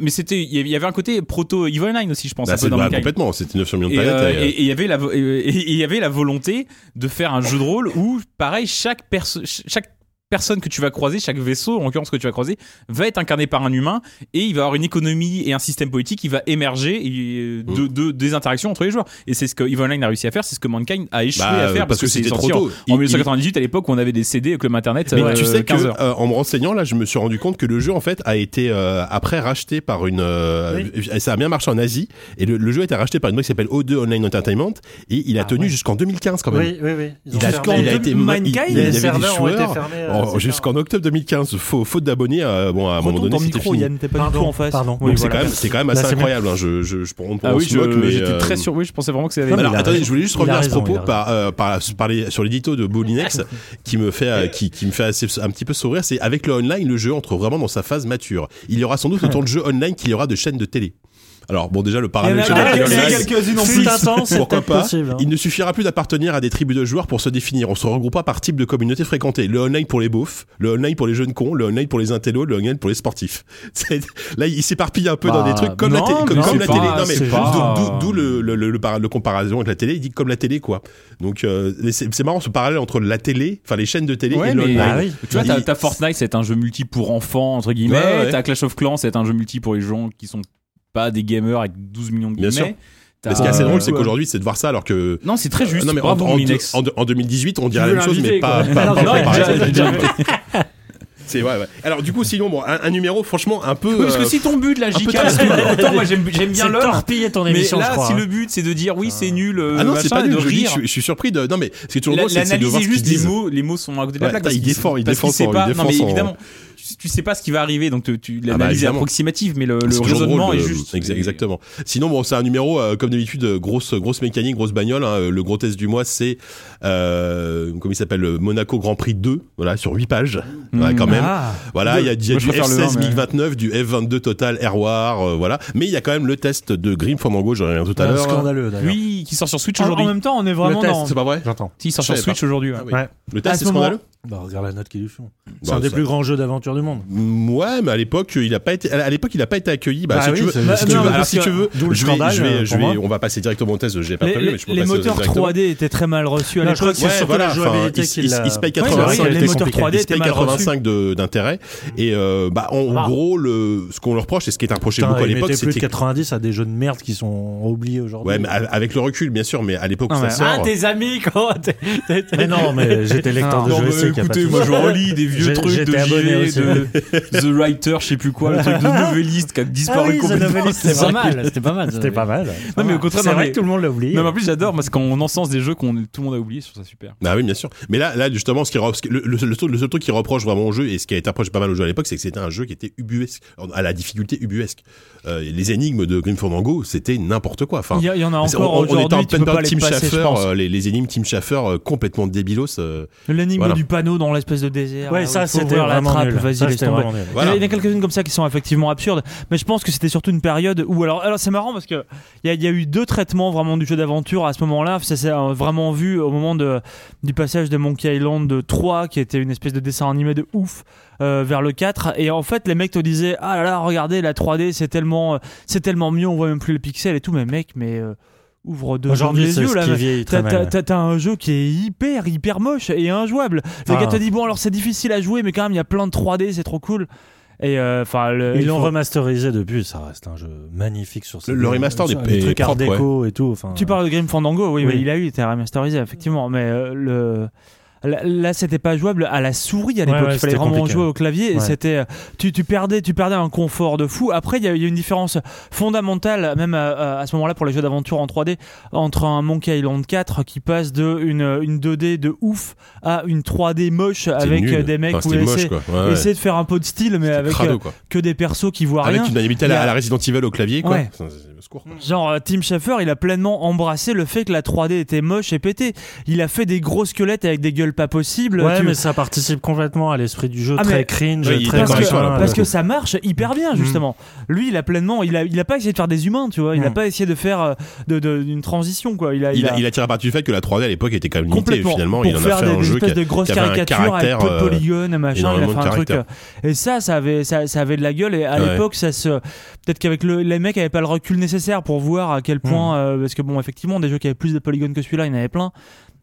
D: mais c'était il y avait- il y avait un côté proto Evil Online aussi je pense
A: Bah,
D: un peu
A: c'est-
D: dans
A: bah,
D: Mankind
A: complètement, c'était 900 millions de
D: et
A: planètes.
D: euh,
A: et, euh,
D: et- et il y avait la vo- et- et- et il y avait la volonté de faire un jeu de rôle où pareil chaque perso- ch- chaque personne que tu vas croiser, chaque vaisseau en l'occurrence que tu vas croiser, va être incarné par un humain et il va avoir une économie et un système politique qui va émerger et, euh, de,
A: Mm.
D: de- des interactions entre les joueurs. Et c'est ce que Eve Online a réussi à faire, c'est ce que Mankind a échoué
A: Bah,
D: à faire parce, que, c'est
A: c'était trop
D: sorti en,
A: tôt.
D: en
A: Il-
D: 1998 à l'époque où on avait des CD avec le internet.
A: Mais
D: euh,
A: tu sais que
D: 15 heures.
A: euh, en me renseignant là, je me suis rendu compte que le jeu en fait a été euh, après racheté par une euh, et ça a bien marché en Asie et le, le jeu a été racheté par une boîte qui s'appelle O2 Online Entertainment et il a
E: Ah
A: tenu
E: ouais.
A: jusqu'en 2015 quand même.
E: Oui, oui, oui. Ils ont
A: Il a,
E: fermé.
A: il a été
C: Mankind,
A: il- il y
E: les
A: avait des
E: serveurs ont été
A: joueurs
E: fermés. euh,
A: en-
E: c'est
A: jusqu'en octobre 2015 faute, faute d'abonnés euh, bon à un moment
C: Retourne
A: donné
C: ton
A: c'était
C: micro,
A: fini.
C: Yann, t'es pas du tout en face.
E: Pardon.
C: Oui,
A: Donc c'est
C: voilà.
A: quand même c'est quand même
E: Là,
A: assez
E: c'est mieux.
A: incroyable hein. je je je on,
D: Ah
A: on
D: oui,
A: se moque,
D: je-
A: mais
D: j'étais
A: euh, Bah,
D: très sûr. Oui, je pensais vraiment que ça avait.
E: Non, mais
A: Alors
E: il a
A: attendez,
E: raison.
A: je voulais juste
E: Il a
A: revenir à
E: raison, Ah,
A: ce propos
E: il a
A: par, euh, par, par les- sur l'édito de Bolinex qui me fait euh, qui, qui me fait assez- un petit peu sourire. C'est avec le online, le jeu entre vraiment dans sa phase mature. Il y aura sans doute autant de jeux online qu'il y aura de chaînes de télé. Alors bon, déjà le
B: Il y en
A: parallèle.
B: a
A: sur le
B: quelques-
A: online,
B: quelques-unes en
E: C'est
B: plus.
E: intense, c'est
A: Pourquoi
E: peut-être
A: pas
E: possible. hein.
A: Il ne suffira plus d'appartenir à des tribus de joueurs pour se définir. On se regroupera par type de communauté fréquentée. Le online pour les beaufs, le online pour les jeunes cons, le online pour les intellos, le online pour les sportifs. C'est- Là, il s'éparpille un peu dans
F: Bah,
A: des trucs comme la
D: non,
A: télé. Comme,
D: mais
A: comme
D: c'est
A: la
D: pas-
A: télé. Non, mais
D: c'est
A: d'où-
D: pas-
A: d'où- d'où le, le, le, le par- le comparaison avec la télé. Il dit comme la télé, quoi. Donc, euh, c'est c'est marrant ce parallèle entre la télé, enfin les chaînes de télé
D: Ouais,
A: et
D: mais-
A: l'online.
E: Ah oui.
D: Tu vois, t'as-
A: Il-
D: t'as Fortnite, c'est un jeu multi pour enfants, entre guillemets.
A: Ouais, ouais.
D: T'as Clash of Clans, c'est un jeu multi pour les gens qui sont pas des gamers avec 12 millions de
A: Bien
D: guillemets.
A: sûr.
D: T'as-
A: Mais ce qui est assez drôle, c'est
D: Ouais.
A: qu'aujourd'hui, c'est de voir ça alors que. Ah
D: Non, c'est très juste.
A: non, mais en,
D: Bravo,
A: en-
D: Minex.
A: en- en 2018, on dirait la
F: Tu veux
A: même chose, mais
F: l'inviter,
A: pas,
F: quoi.
A: pas-
F: Non,
A: pas-
F: non,
A: pas-
F: il-
A: pas-
F: déjà-
A: pas- C'est ouais, ouais. Alors du coup, sinon, bon, un, un numéro, franchement, un peu.
D: Oui, parce que
A: euh,
D: si ton but de la
A: peu
D: JK,
A: trash-talk.
D: autant moi j'aime j'aime bien
E: C'est
D: l'or.
E: torpiller ton
D: Mais
E: émission, je
D: là,
E: crois.
D: si
E: hein.
D: le but c'est de dire oui, c'est nul, euh,
A: Ah non,
D: machin,
A: c'est pas
D: et
A: nul,
D: de
A: je, dis,
D: rire.
A: je, suis- je suis surpris de. Non, mais ce qui est toujours drôle, c'est c'est de
D: L'analyser
A: voir ce
D: juste
A: qu'ils
D: les
A: disent.
D: mots, les mots sont à côté de la
A: Ouais,
D: plaque.
A: t'as-
D: parce
A: il
D: qu'il-
A: défend- il
D: parce qu'il
A: défend
D: sait
A: son-
D: pas,
A: il
D: non, mais
A: défend son-
D: évidemment, tu, tu sais pas ce qui va arriver, donc tu, tu-
A: bah,
D: l'analyse est
A: évidemment.
D: approximative, mais le, le
A: C'est toujours
D: raisonnement
A: drôle,
D: est
A: le-
D: juste.
A: exa- exactement. Sinon, bon, c'est un numéro, euh, comme d'habitude, euh, grosse, grosse mécanique, grosse bagnole. hein. Le gros test du mois, c'est, euh, comment il s'appelle, euh, Monaco Grand Prix 2, voilà, sur 8 pages, Ouais,
D: Mm.
A: quand même.
E: Ah.
A: Voilà, il y a, il y a
D: Moi, je
A: du
D: préfère le
A: F16
D: un, mais-
A: MiG-29, du F22 Total Air War, euh, voilà. Mais il y a quand même le test de Grim Fandango, j'en ai rien tout à
D: Ah,
E: Un
A: l'heure. hein.
E: Scandaleux, d'ailleurs.
D: Oui, qui sort sur Switch
C: En- Ah, En
D: aujourd'hui.
C: même temps, on est vraiment
E: test,
C: dans.
A: C'est pas vrai
E: J'entends.
D: Si, il sort
A: Je
D: sur
A: savais
D: Switch aujourd'hui. ouais.
A: Ah oui.
E: Ouais.
A: Le
C: À
A: test,
C: ce
A: c'est scandaleux
E: Bah, regarde la note qu'ils lui font. C'est
A: Bah,
E: un des
A: ça-
E: plus grands jeux d'aventure du monde.
A: Ouais, mais à l'époque, il a pas été, à l'époque, il a pas été accueilli. Bah,
E: Bah
A: si
E: oui,
A: tu veux,
E: c'est-
A: si
E: c'est-
A: tu veux-
C: non,
A: alors,
C: parce
A: si
C: que-
A: tu veux,
E: d'où le
A: je vais-
E: scandale,
A: je vais-
E: euh,
A: je
E: pour
A: vais-
E: moi.
A: on va passer directement au test. J'ai pas
C: Les,
A: prévu, Ah, mais
C: les-
A: je peux
C: les
A: passer au test
C: moteurs
A: directement.
C: 3D étaient très mal reçus à
E: Non, je
C: l'époque.
E: crois que c'est
A: Ouais,
E: surtout
A: voilà,
E: la
A: enfin,
E: jouabilité
A: il-
E: qui
A: il-
E: l'a-
A: il se paye
E: Ouais,
A: 85,
E: bah oui,
A: il
C: les
A: était
C: moteurs
A: compliqué.
C: 3D
A: Il se paye
C: étaient mal
A: 85 de- d'intérêt. Et euh, bah, en
E: Ah.
A: gros, le, ce qu'on leur reproche et ce qui est reproché
E: Putain,
A: beaucoup à
E: ils
A: l'époque,
E: mettaient plus de
A: c'était.
E: 90 à des jeux de merde qui sont oubliés aujourd'hui.
A: Ouais, mais a- avec le recul, bien sûr, mais à l'époque où
C: Non,
A: ça
C: mais-
A: sort.
F: tes amis, quoi. t'es- t'es- t'es-
E: Mais non, mais j'étais lecteur de
D: Non,
E: jeux
D: mais
E: essais, qu'il y a pas
D: écoutez,
E: de
D: moi
E: souci.
D: je relis des vieux
E: J'ai-
D: trucs de
E: j'étais
D: JV,
E: abonné aussi.
D: de The Writer, je sais plus quoi, le truc de Novelist qui a disparu
E: Ah oui, The
D: complètement.
E: Novelist,
F: C'était pas mal. C'était pas mal.
E: C'était pas mal. Bah,
D: Non, mais au contraire,
E: c'est
D: non,
E: vrai
D: mais-
E: que tout le monde l'a oublié.
D: Non, mais en plus, j'adore parce qu'on encense des jeux qu'on tout le monde a oublié, je trouve ça super.
A: Ah oui, bien sûr. Mais là, là justement, ce qui, re- ce qui- le, le, seul- le seul- le seul truc qui reproche vraiment au jeu et ce qui a été reproché pas mal au jeu à l'époque, c'est que c'était un jeu qui était ubuesque, à la difficulté ubuesque. Euh, et les énigmes de Grim Fandango, c'était n'importe quoi. Enfin,
C: Il y, a- il y en a
A: on,
C: encore
A: on- on était en
C: aujourd'hui, tu
A: pleine
C: peux pas
A: période
C: les
A: Team
C: passer, je
A: Schafer,
C: pense.
A: euh, les, les énigmes Team Schafer euh, complètement débilos. euh,
C: L'énigme
A: voilà.
C: du panneau dans l'espèce de désert.
E: Ouais,
C: là, où
E: ça,
C: il faut
E: c'était
C: ouvrir la
E: vraiment
C: trappe,
E: nul.
C: vas-y,
E: Ça,
C: laisse
E: c'était
C: tomber.
E: vraiment nul.
A: Voilà.
C: Il y en a quelques-unes comme ça qui sont effectivement absurdes, mais je pense que c'était surtout une période où alors alors c'est marrant parce que il y, a- il y a eu deux traitements vraiment du jeu d'aventure à ce moment-là. Ça s'est euh, vraiment vu au moment de du passage de Monkey Island de 3 qui était une espèce de dessin animé de ouf euh, vers le 4 et en fait les mecs te disaient ah là là regardez la 3D c'est tellement euh, c'est tellement mieux on voit même plus les pixels et tout mais mec mais euh, ouvre deux
E: Aujourd'hui,
C: les
E: c'est
C: yeux
E: ce
C: là
E: qui vieillit très
C: T'as- T'as
E: mal.
C: t'as- t'as un jeu qui est hyper, hyper moche et injouable. Le
E: Ah.
C: gars te dit, bon, alors c'est difficile à jouer, mais quand même, il y a plein de 3D, c'est trop cool. Et euh, enfin, le-
E: Ils l'ont
C: faut-
E: remasterisé depuis, ça reste un jeu magnifique sur
A: Le- le remaster
E: des
A: des- est
E: trucs art
A: propre,
E: déco et tout. Enfin,
C: Tu parles de Grim Fandango, oui,
E: Oui.
C: mais il a eu, il était remasterisé, effectivement. Mais euh, le. Là, là, c'était pas jouable à la souris à l'époque.
E: ouais,
C: il fallait
E: c'était
C: vraiment
E: compliqué.
C: jouer au clavier. et
E: Ouais.
C: C'était, euh, tu, tu perdais, tu perdais un confort de fou. Après, il y, a- il y a une différence fondamentale, même euh, à ce moment-là pour les jeux d'aventure en 3D, entre un Monkey Island 4 qui passe de une, une 2D de ouf à une 3D moche
A: C'est
C: avec
A: nul.
C: euh, des mecs
A: Enfin,
C: où
A: c'était moche
C: essaie-
A: quoi. Ouais, ouais.
C: essayer de faire un peu de style, mais
A: C'était
C: avec
A: crado,
C: euh,
A: quoi.
C: que des persos qui voient
A: Avec
C: rien.
A: une animité à
C: Il y
A: la,
C: a-
A: à la Resident Evil au clavier quoi.
C: Ouais.
A: Enfin, c'est- secours, quoi.
C: Genre euh, Tim Schafer, il a pleinement embrassé le fait que la 3D était moche et pétée. Il a fait des gros squelettes avec des gueules pas possibles.
E: Ouais,
C: tu-
E: mais ça participe complètement à l'esprit du jeu,
C: Ah, mais-
E: très cringe,
A: Oui, il
E: très hein.
A: est
C: parce, que,
A: correction, là, pour
E: machin. euh,
A: le
C: parce
A: coup.
C: que ça marche hyper bien justement. Lui, il a pleinement, il a, il a pas essayé de faire des humains, tu vois. Il a
E: Mm.
C: pas essayé de faire euh, de, de- une transition quoi. Il a,
A: Il a, il a tiré parti du fait que la 3D à l'époque était quand même limitée.
C: complètement
A: Finalement,
C: pour
A: il en
C: faire
A: a fait
C: des,
A: un
C: des
A: jeu qui
C: espèces
A: a-
C: de grosses
A: qui avait un
C: caricatures avec peu de
A: caractère, euh,
C: polygones, machin. Il a fait
A: énormément
C: un
A: de
C: truc.
A: caractère.
C: euh, Et ça, ça avait, ça, ça avait de la gueule. Et à
A: Ouais.
C: l'époque, ça se. Peut-être qu'avec le, les mecs avaient pas le recul nécessaire pour voir à quel point. euh, parce que bon, effectivement, des jeux qui avaient plus de polygones que celui-là, il y en avait plein.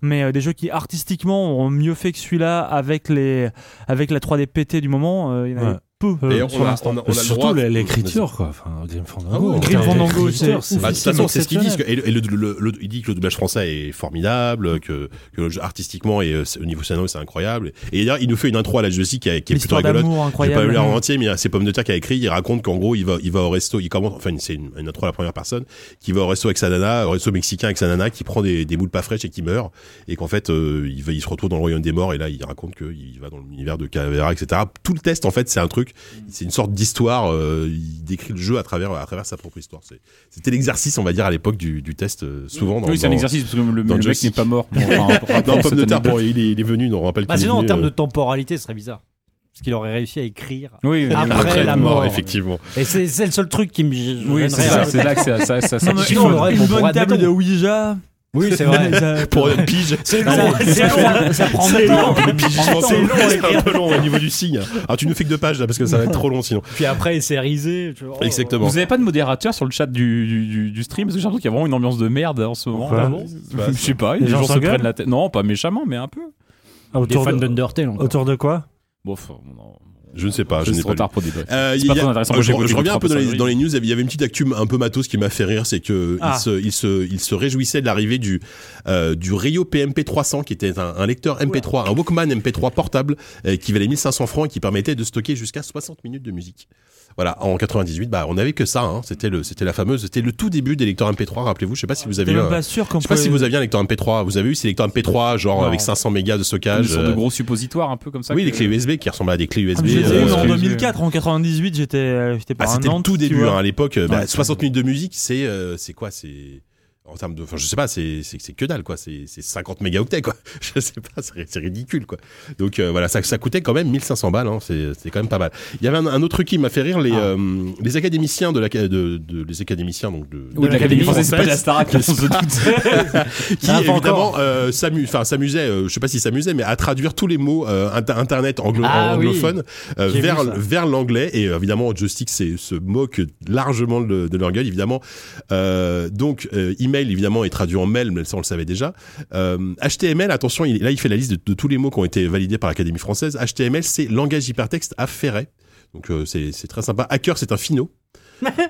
C: Mais euh, des jeux qui artistiquement ont mieux fait que celui-là avec les avec la 3D PT du moment, euh, il y en avait
E: Ouais.
C: peu.
A: Et on
C: sur
A: a-
C: l'instant.
A: on a- on a le
E: Surtout
A: droit-
E: les- l'écriture, quoi. Enfin, Grim Fandango.
A: Ah ouais,
E: en
A: Grim
E: termes
C: Fandango,
E: d'écriture,
C: c'est
A: Bah, de toute façon, c'est ce qu'il dit.
E: exceptionnel.
A: que- Et, le- et le, le- le- il dit que le doublage français est formidable, que, que le jeu artistiquement et euh, c'est- au niveau scénario, c'est incroyable. Et d'ailleurs, il nous fait une intro à la Josie qui, est- qui est plutôt
C: L'histoire
A: rigolote.
C: d'amour
A: J'ai pas eu
C: incroyable.
A: l'air en entier, mais il y a ces pommes de terre qui a écrit. Il raconte qu'en gros, il va, il va au resto. Il commence, enfin, c'est une, une intro à la première personne, qui va au resto avec sa nana, au resto mexicain avec sa nana, qui prend des, des boules pas fraîches et qui meurt. Et qu'en fait, euh, il, va, il se retrouve dans le royaume des morts. Et là, il raconte qu'il va dans l'univers de Calavera, etc. Tout le test, en fait, c'est un truc, c'est une sorte d'histoire. euh, il décrit le jeu à travers, à travers sa propre histoire. C'est- C'était l'exercice, on va dire, à l'époque du, du test, euh, souvent. Dans,
D: oui, c'est un
A: dans-
D: exercice parce que le,
A: dans
D: le mec
A: Joystick.
D: n'est pas mort. Pour, enfin, pour-
A: dans
D: pour
A: Pomme de
D: cette
A: terre, bon,
D: anecdote.
A: il est, il est venu, on rappelle
F: Bah,
A: qu'il est
F: sinon, en
A: venu,
F: termes
A: euh,
F: de temporalité, ce serait bizarre. Parce qu'il aurait réussi à écrire.
D: Oui, oui,
F: Après
A: après
F: la
A: la mort,
F: mort.
A: effectivement.
F: Et c'est c'est le seul truc qui me gênerait.
D: oui, c'est ça, c'est là que ça, ça, ça, ça
C: Non, mais
D: chiffonne.
F: Sinon, on aurait-
C: une
F: bon, pour
C: bonne table
F: admettons.
C: de Ouija.
F: Oui, c'est vrai.
C: Ça-
A: Pour une pige, c'est
F: Non, c'est long, ça prend du temps.
A: C'est long, c'est un peu long au niveau du signe. Alors tu nous fais que deux pages là parce que ça va être trop long sinon.
F: Puis après, c'est risé. tu vois.
A: Exactement.
D: Vous avez pas de modérateur sur le chat du, du, du- du stream Parce que j'ai l'impression qu'il y a vraiment une ambiance de merde en ce moment.
E: Pourquoi
D: là.
A: Bah,
D: Je sais pas, les,
E: Les
D: gens
E: gens
D: se
E: s'engueulent
D: prennent la tête. Non, pas méchamment, mais un peu.
F: Des
E: Autour
F: fans
E: de-
F: d'Undertale. encore.
E: Autour de quoi
D: Bon, enfin, non.
A: Je ne sais pas, je
D: C'est
A: n'ai
D: trop
A: pas. lu.
D: tard pour débattre.
A: Euh,
D: C'est
A: il
D: pas
A: y a-
D: très intéressant. Moi,
A: je,
D: j'ai écouté
A: je reviens un peu dans les,
D: trois
A: dans les news. Il y avait une petite actu un peu matos qui m'a fait rire, c'est que
C: Ah.
A: il, se, il se il se réjouissait de l'arrivée du euh, du Rio PMP 300 qui était un, un lecteur MP3, un Walkman MP3 portable euh, qui valait 1500 francs et qui permettait de stocker jusqu'à 60 minutes de musique. Voilà, en 98, bah on avait que ça. Hein. C'était le c'était la fameuse, c'était le tout début des lecteurs MP3. Rappelez-vous, je sais pas si vous
C: T'es
A: avez eu.
C: même
A: un-
C: pas sûr qu'on
A: euh, Je sais pas
C: pouvait-
A: si vous aviez un lecteur MP3. Vous avez eu ces lecteurs MP3, genre
C: Non.
A: avec 500 mégas de
D: Une
A: stockage.
D: sorte de
A: euh,
D: gros suppositoire un peu comme ça.
A: oui,
D: que-
A: les clés USB qui ressemblent à des clés
C: euh. Ah,
A: USB.
C: mais je les ai
A: euh,
C: eues en
D: excusez.
C: 2004, en 98, j'étais, euh, j'étais pas
A: ah,
C: un
A: c'était le
C: Nantes,
A: tout
C: tu
A: début
C: vois.
A: hein, à l'époque. euh, bah,
C: Ouais.
A: 60 minutes de musique, c'est euh, c'est quoi C'est en termes de, enfin, je sais pas, c'est c'est c'est que dalle quoi. C'est c'est 50 mégaoctets quoi. Je sais pas, c'est c'est ridicule quoi. Donc euh, voilà, ça ça coûtait quand même 1500 balles. Hein, c'est c'est quand même pas mal. Il y avait un, un autre truc qui m'a fait rire les
C: Ah.
A: euh, les académiciens de la de, de- les académiciens donc de,
D: Ou de l'Académie française, c'est pas de la
A: française.
D: Starac, on se doute.
A: qui évidemment euh, s'amu- enfin, s'amusait, euh, je sais pas s'il s'amusait, mais à traduire tous les mots euh, inter- internet anglo
F: Ah oui.
A: anglophone euh,
F: J'ai vu
A: vers,
F: ça.
A: vers l'anglais. Et euh, évidemment, Joystick c'est- se moque largement de, de leur gueule, évidemment. Euh, donc, euh, email, évidemment, est traduit en mail, mais ça, on le savait déjà. Euh, HTML, attention, il, là, il fait la liste de, de tous les mots qui ont été validés par l'Académie française. HTML, c'est langage hypertexte afféré. Donc, euh, c'est c'est très sympa. Hacker, c'est un finot.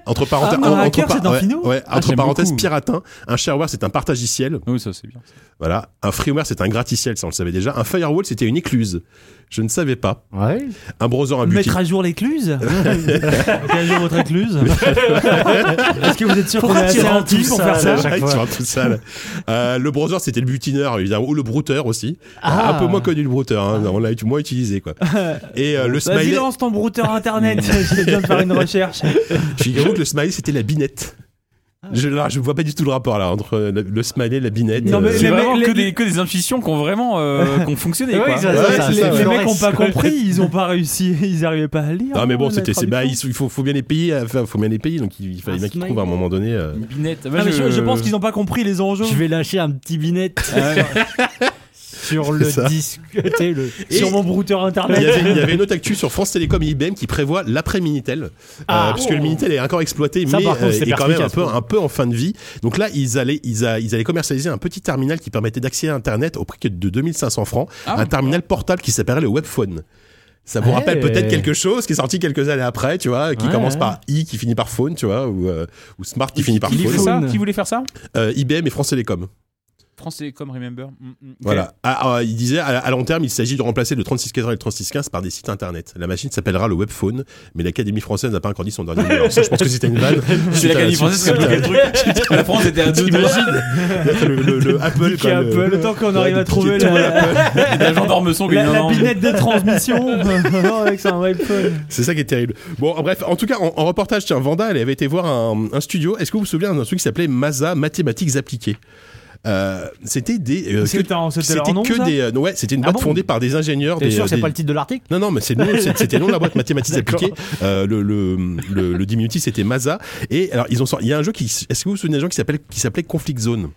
A: Entre parenthèses,
C: non,
A: entre
C: hacker,
A: par-
C: c'est un
A: ouais,
C: finot
A: ouais,
D: Ah,
A: entre
D: j'aime
A: parenthèses,
D: beaucoup.
A: piratin. Un shareware, c'est un partagiciel.
D: Oui, ça c'est bien.
A: Voilà. Un freeware, c'est un gratte-ciel, ça on le savait déjà. Un firewall, c'était une écluse. Je ne savais pas.
F: Ouais.
A: Un browser imbuté.
C: Mettre à jour l'écluse Mettez à jour votre écluse Est-ce que vous êtes sûr qu'on est
E: Pourquoi tu
C: assez
E: rends
C: intime
E: tout
C: pour
E: ça,
C: faire
E: là,
C: ça
E: à chaque
A: Ouais, tu
E: fois.
A: vois, tout ça, là. Euh, le browser, c'était le butineur, évidemment, ou le brouter aussi. Un peu moins connu le brouter, hein. on l'a moins utilisé, quoi. Et euh, le
C: Vas-y,
A: smiley,
C: lance ton brouteur internet, j'ai besoin de faire une recherche.
A: figurez-vous que le smiley, c'était la binette. Je, là, je vois pas du tout le rapport là entre le, le smiley, la binette. Euh,
B: Non, mais
D: C'est
B: les
D: vraiment
B: mecs-
D: que,
B: les-
D: des, que des intuitions qui ont vraiment euh, qui ont fonctionné.
F: Ouais,
D: quoi.
F: ça-
A: Ouais,
F: ça-
A: c'est
C: les
A: ça,
F: ça-
C: les
F: ça-
C: mecs ont pas
F: ça-
C: compris, ils ont pas réussi, ils arrivaient pas à lire.
A: Non, mais bon,
C: la
A: c'était c'est bah, il
C: traduction.
A: faut, faut bien les payer, hein. enfin, faut bien les payer, donc il, il fallait
F: Un
A: bien qu'ils
F: smiley.
A: trouvent à un moment donné. euh,
D: Une binette.
C: Ah, mais je, je pense qu'ils ont pas compris les enjeux.
F: Je vais lâcher un petit binette sur le
A: ça.
F: disque. tu sais, le-
C: Sur mon brouteur
A: Il y,
C: internet.
A: avait, il y avait une autre actu sur France Télécom et IBM qui prévoit l'après Minitel,
F: Ah.
A: euh, puisque le Minitel est encore exploité,
F: Ça,
A: mais
F: par contre,
A: euh,
F: c'est
A: est quand même un peu,
F: perspicace.
A: un peu en fin de vie. Donc là, ils allaient, ils, a- ils allaient commercialiser un petit terminal qui permettait d'accéder à Internet au prix que de 2500 francs, un terminal portable qui s'appellerait le Webphone. Ça vous
F: Ah. Ouais.
A: rappelle peut-être quelque chose qui est sorti quelques années après, tu vois, qui
F: Ouais,
A: commence
F: ouais.
A: par i, qui finit par phone, tu vois, ou, euh, ou smart qui finit par
D: Qui voulait
A: phone.
F: faut-
D: ça
F: Faune.
D: Qui voulait faire ça
A: Euh, IBM et France Télécom.
D: Français comme Remember. Mm, mm, ok.
A: Voilà. Ah, ah, il disait à, à long terme, il s'agit de remplacer le 3680 et le 3615 par des sites internet. La machine s'appellera le webphone, mais l'Académie française n'a pas encore dit son dernier mot. Alors ça, je pense que c'était une vanne.
D: C'est l'Académie française qui a bloqué le truc. La France était à deux doigts.
A: Le, le- le Apple,
C: Piqué
A: quoi, le-
C: Apple, le temps qu'on
A: Ouais,
C: arrive à
A: piqué
C: trouver
A: tout,
C: la,
D: Et l'agent d'Ormesson qui
C: la,
D: dit
C: la
D: non, non,
C: binette de transmission avec son iPhone.
A: C'est ça qui est terrible. Bon, en bref, en tout cas, en, en reportage, tiens, Vanda, elle avait été voir un, un studio. Est-ce que vous vous souvenez d'un truc qui s'appelait MASA, Mathématiques Appliquées Euh, C'était des. euh, que-
C: C'était un- c'était
A: c'était
C: leur nom.
A: que
C: ça
A: des. euh, ouais, c'était une
F: Ah
A: boîte
F: bon
A: fondée par des ingénieurs.
F: T'es
A: des,
F: sûr que
A: euh,
F: c'est
A: des-
F: pas le titre de l'article
A: Non, non, mais c'est le nom- c'est- c'était le nom de la boîte mathématiques
F: D'accord.
A: appliquées. Euh, le, le, le, le diminutif, c'était MASA. Et alors, ils ont sorti- il y a un jeu qui, est-ce que vous vous souvenez d'un jeu qui s'appelle, qui s'appelait Conflict Zone?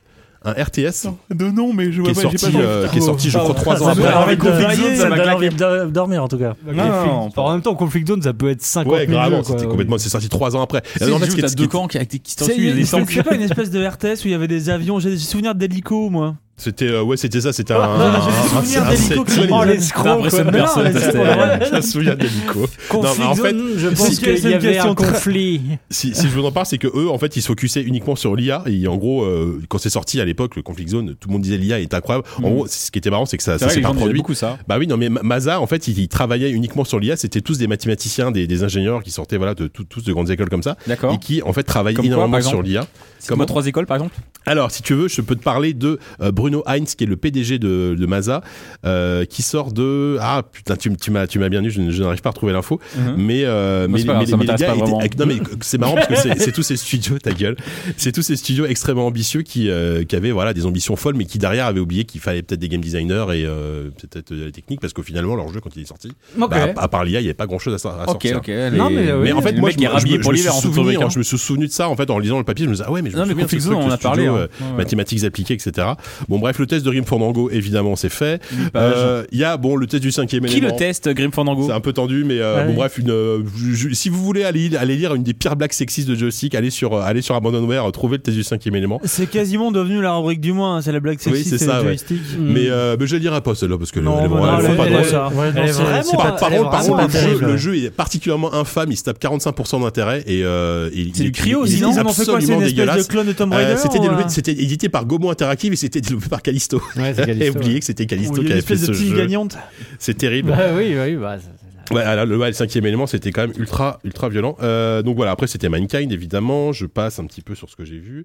A: Un RTS
D: De nom, mais je
A: qui est
D: vois pas. bah, j'ai
A: sorti,
D: pas-
A: euh, qui est sorti, je
E: Ah,
A: crois, trois ans
E: ça
A: après.
E: donne
D: après.
E: envie de-
D: Conflict Zone, ça m'a
E: ça donne
D: claqué.
E: envie de dormir en tout cas.
D: Non, non, non,
F: Enfin, en même temps, Conflict Zone, ça peut être 50
A: Ouais,
F: 000
A: grave,
F: jeux, quoi.
A: c'était complètement, c'est sorti trois ans après.
D: C'est
A: Alors,
D: en
A: en fait, ce qui est- ce qui
D: deux
A: est-
D: camps qui, qui, qui se
C: C'est
D: tortuent, il y a des tanks.
C: c'est pas une espèce de RTS où il y avait des avions. J'ai des souvenirs d'hélico, moi.
A: c'était, euh, ouais, c'était ça, c'était un,
C: J'ai
A: un-
C: des souvenirs
A: un
C: d'hélico qui
A: setting.
D: T'as
C: Oh, les
D: l'impression de
C: quoi. Non,
D: personne.
C: mais c'est
D: c'était-
C: pour vrai.
A: Je me souviens d'Hélico. Non, mais en fait,
F: je
A: pense
F: pense
A: si-
C: qu'il
F: qu'il
C: c'est y une
F: y
C: avait
F: avait
C: question un
F: un
C: très-
F: conflit.
A: Si, si je vous en parle, c'est que eux, en fait, ils se focusaient uniquement sur l'IA. Et en gros, euh, quand c'est sorti à l'époque, le Conflict Zone, tout le monde disait l'IA est incroyable. En
D: Mhm.
A: gros, ce qui était marrant, c'est que ça,
D: C'est
A: ça
D: vrai,
A: s'est
D: les
A: pas
D: gens disaient
A: produit.
D: beaucoup ça.
A: Bah oui, non, mais Ma- Maza, en fait, il, il travaillait uniquement sur l'IA. C'était tous des mathématiciens, des, des ingénieurs qui sortaient, voilà, de, tout- tous de grandes écoles comme ça.
D: D'accord.
A: Et qui, en fait, travaillaient
D: Comme quoi,
A: énormément
D: par
A: sur
D: exemple
A: l'IA.
D: Comme
A: Comment
D: à trois écoles, par exemple.
A: Alors, si tu veux, je peux te parler de euh, Bruno Heinz, qui est le PDG de, de Maza, euh, qui sort de. Ah putain, tu, m- tu m'as tu m'as bien eu, je, n- je n'arrive pas à retrouver l'info. Mais, euh,
D: Moi,
A: mais,
D: c'est pas
A: mais-
D: grave, ça
A: mais les
D: m'intéresse
A: gars
D: pas vraiment.
A: étaient- non, mais c'est marrant parce que c'est- c'est tous ces studios, ta gueule. C'est tous ces studios extrêmement ambitieux qui, euh, qui avaient voilà, des ambitions folles, mais qui derrière avaient oublié qu'il fallait peut-être des game designers et euh, peut-être de la technique parce que finalement, leur jeu, quand il est sorti, bah, à à part l'IA, il n'y avait pas grand-chose à, so- à
D: Ok,
A: sortir.
D: ok.
F: Non,
D: les-
F: mais, euh,
A: Mais
F: oui,
A: en fait,
D: le
A: moi,
D: mec
A: je,
D: est
A: me-
D: rhabillé
A: je
D: pour
A: me
D: l'hiver
A: suis
D: en tout
A: souvenu,
D: cas. hein.
A: je me suis souvenu de ça en fait en lisant le papier. Je me disais ah ouais, mais je
D: Non,
A: me
D: mais
A: souviens de ce
D: Conflict Zone,
A: truc,
D: on en
A: le
D: a parlé.
A: studio,
D: hein.
A: euh, mathématiques appliquées, etc. Bon, bref, le test de Grim Fandango, évidemment, c'est fait.
D: Huit pages.
A: Euh, Il y a, bon, le test du cinquième
D: Bah, Qui
A: élément.
D: le teste, Grim Fandango
A: C'est un peu tendu, mais euh,
E: Ah
A: bon,
E: oui.
A: bref, une, euh, ju- ju- si vous voulez aller, lire- aller lire une des pires blagues sexistes de Joystick, allez sur, euh, allez sur Abandonware, euh, trouvez le test du cinquième élément.
C: C'est quasiment devenu la rubrique du mois. hein. C'est la blague sexiste
A: c'est
C: et
A: ça,
C: le
A: ouais.
C: joystick.
D: Hmm.
A: Mais, euh, mais je ne lirai pas celle-là parce que
C: Non,
A: elle est
C: bah
A: vraiment-
C: non,
A: elle est
C: elle-
A: pas
C: elle-
A: drôle,
C: elle-
A: ça.
E: Ouais, non,
C: Elle est
E: c'est-
C: vraiment-
E: c'est pas-
A: Par contre, par
E: vraiment
A: contre, le, jeu,
E: terrible.
A: le jeu est particulièrement infâme, il se tape 45% d'intérêt et, euh, et il
D: C'est du
A: est-
D: cryo,
A: il est
D: sinon,
C: Ils ont fait quoi C'est
A: absolument
C: une espèce de
A: dégueulasse.
C: clone de Tomb
A: Euh,
C: Raider
A: C'était
C: ou,
A: développé-
C: euh,
A: c'était édité par Gomo Interactive et c'était développé par Callisto.
F: Ouais, c'est
A: J'ai
F: Callisto,
A: oublié que c'était
C: ou
A: Callisto
C: une
A: qui avait fait
C: espèce de
A: ce
C: petite
A: jeu.
C: gagnante.
A: C'est terrible.
F: ouais. Bah oui, oui, bah, c'est-
A: Ouais, alors, le, ouais, le cinquième élément, c'était quand même ultra, ultra violent. Euh, donc voilà, après c'était Mankind, évidemment. Je passe un petit peu sur ce que j'ai vu.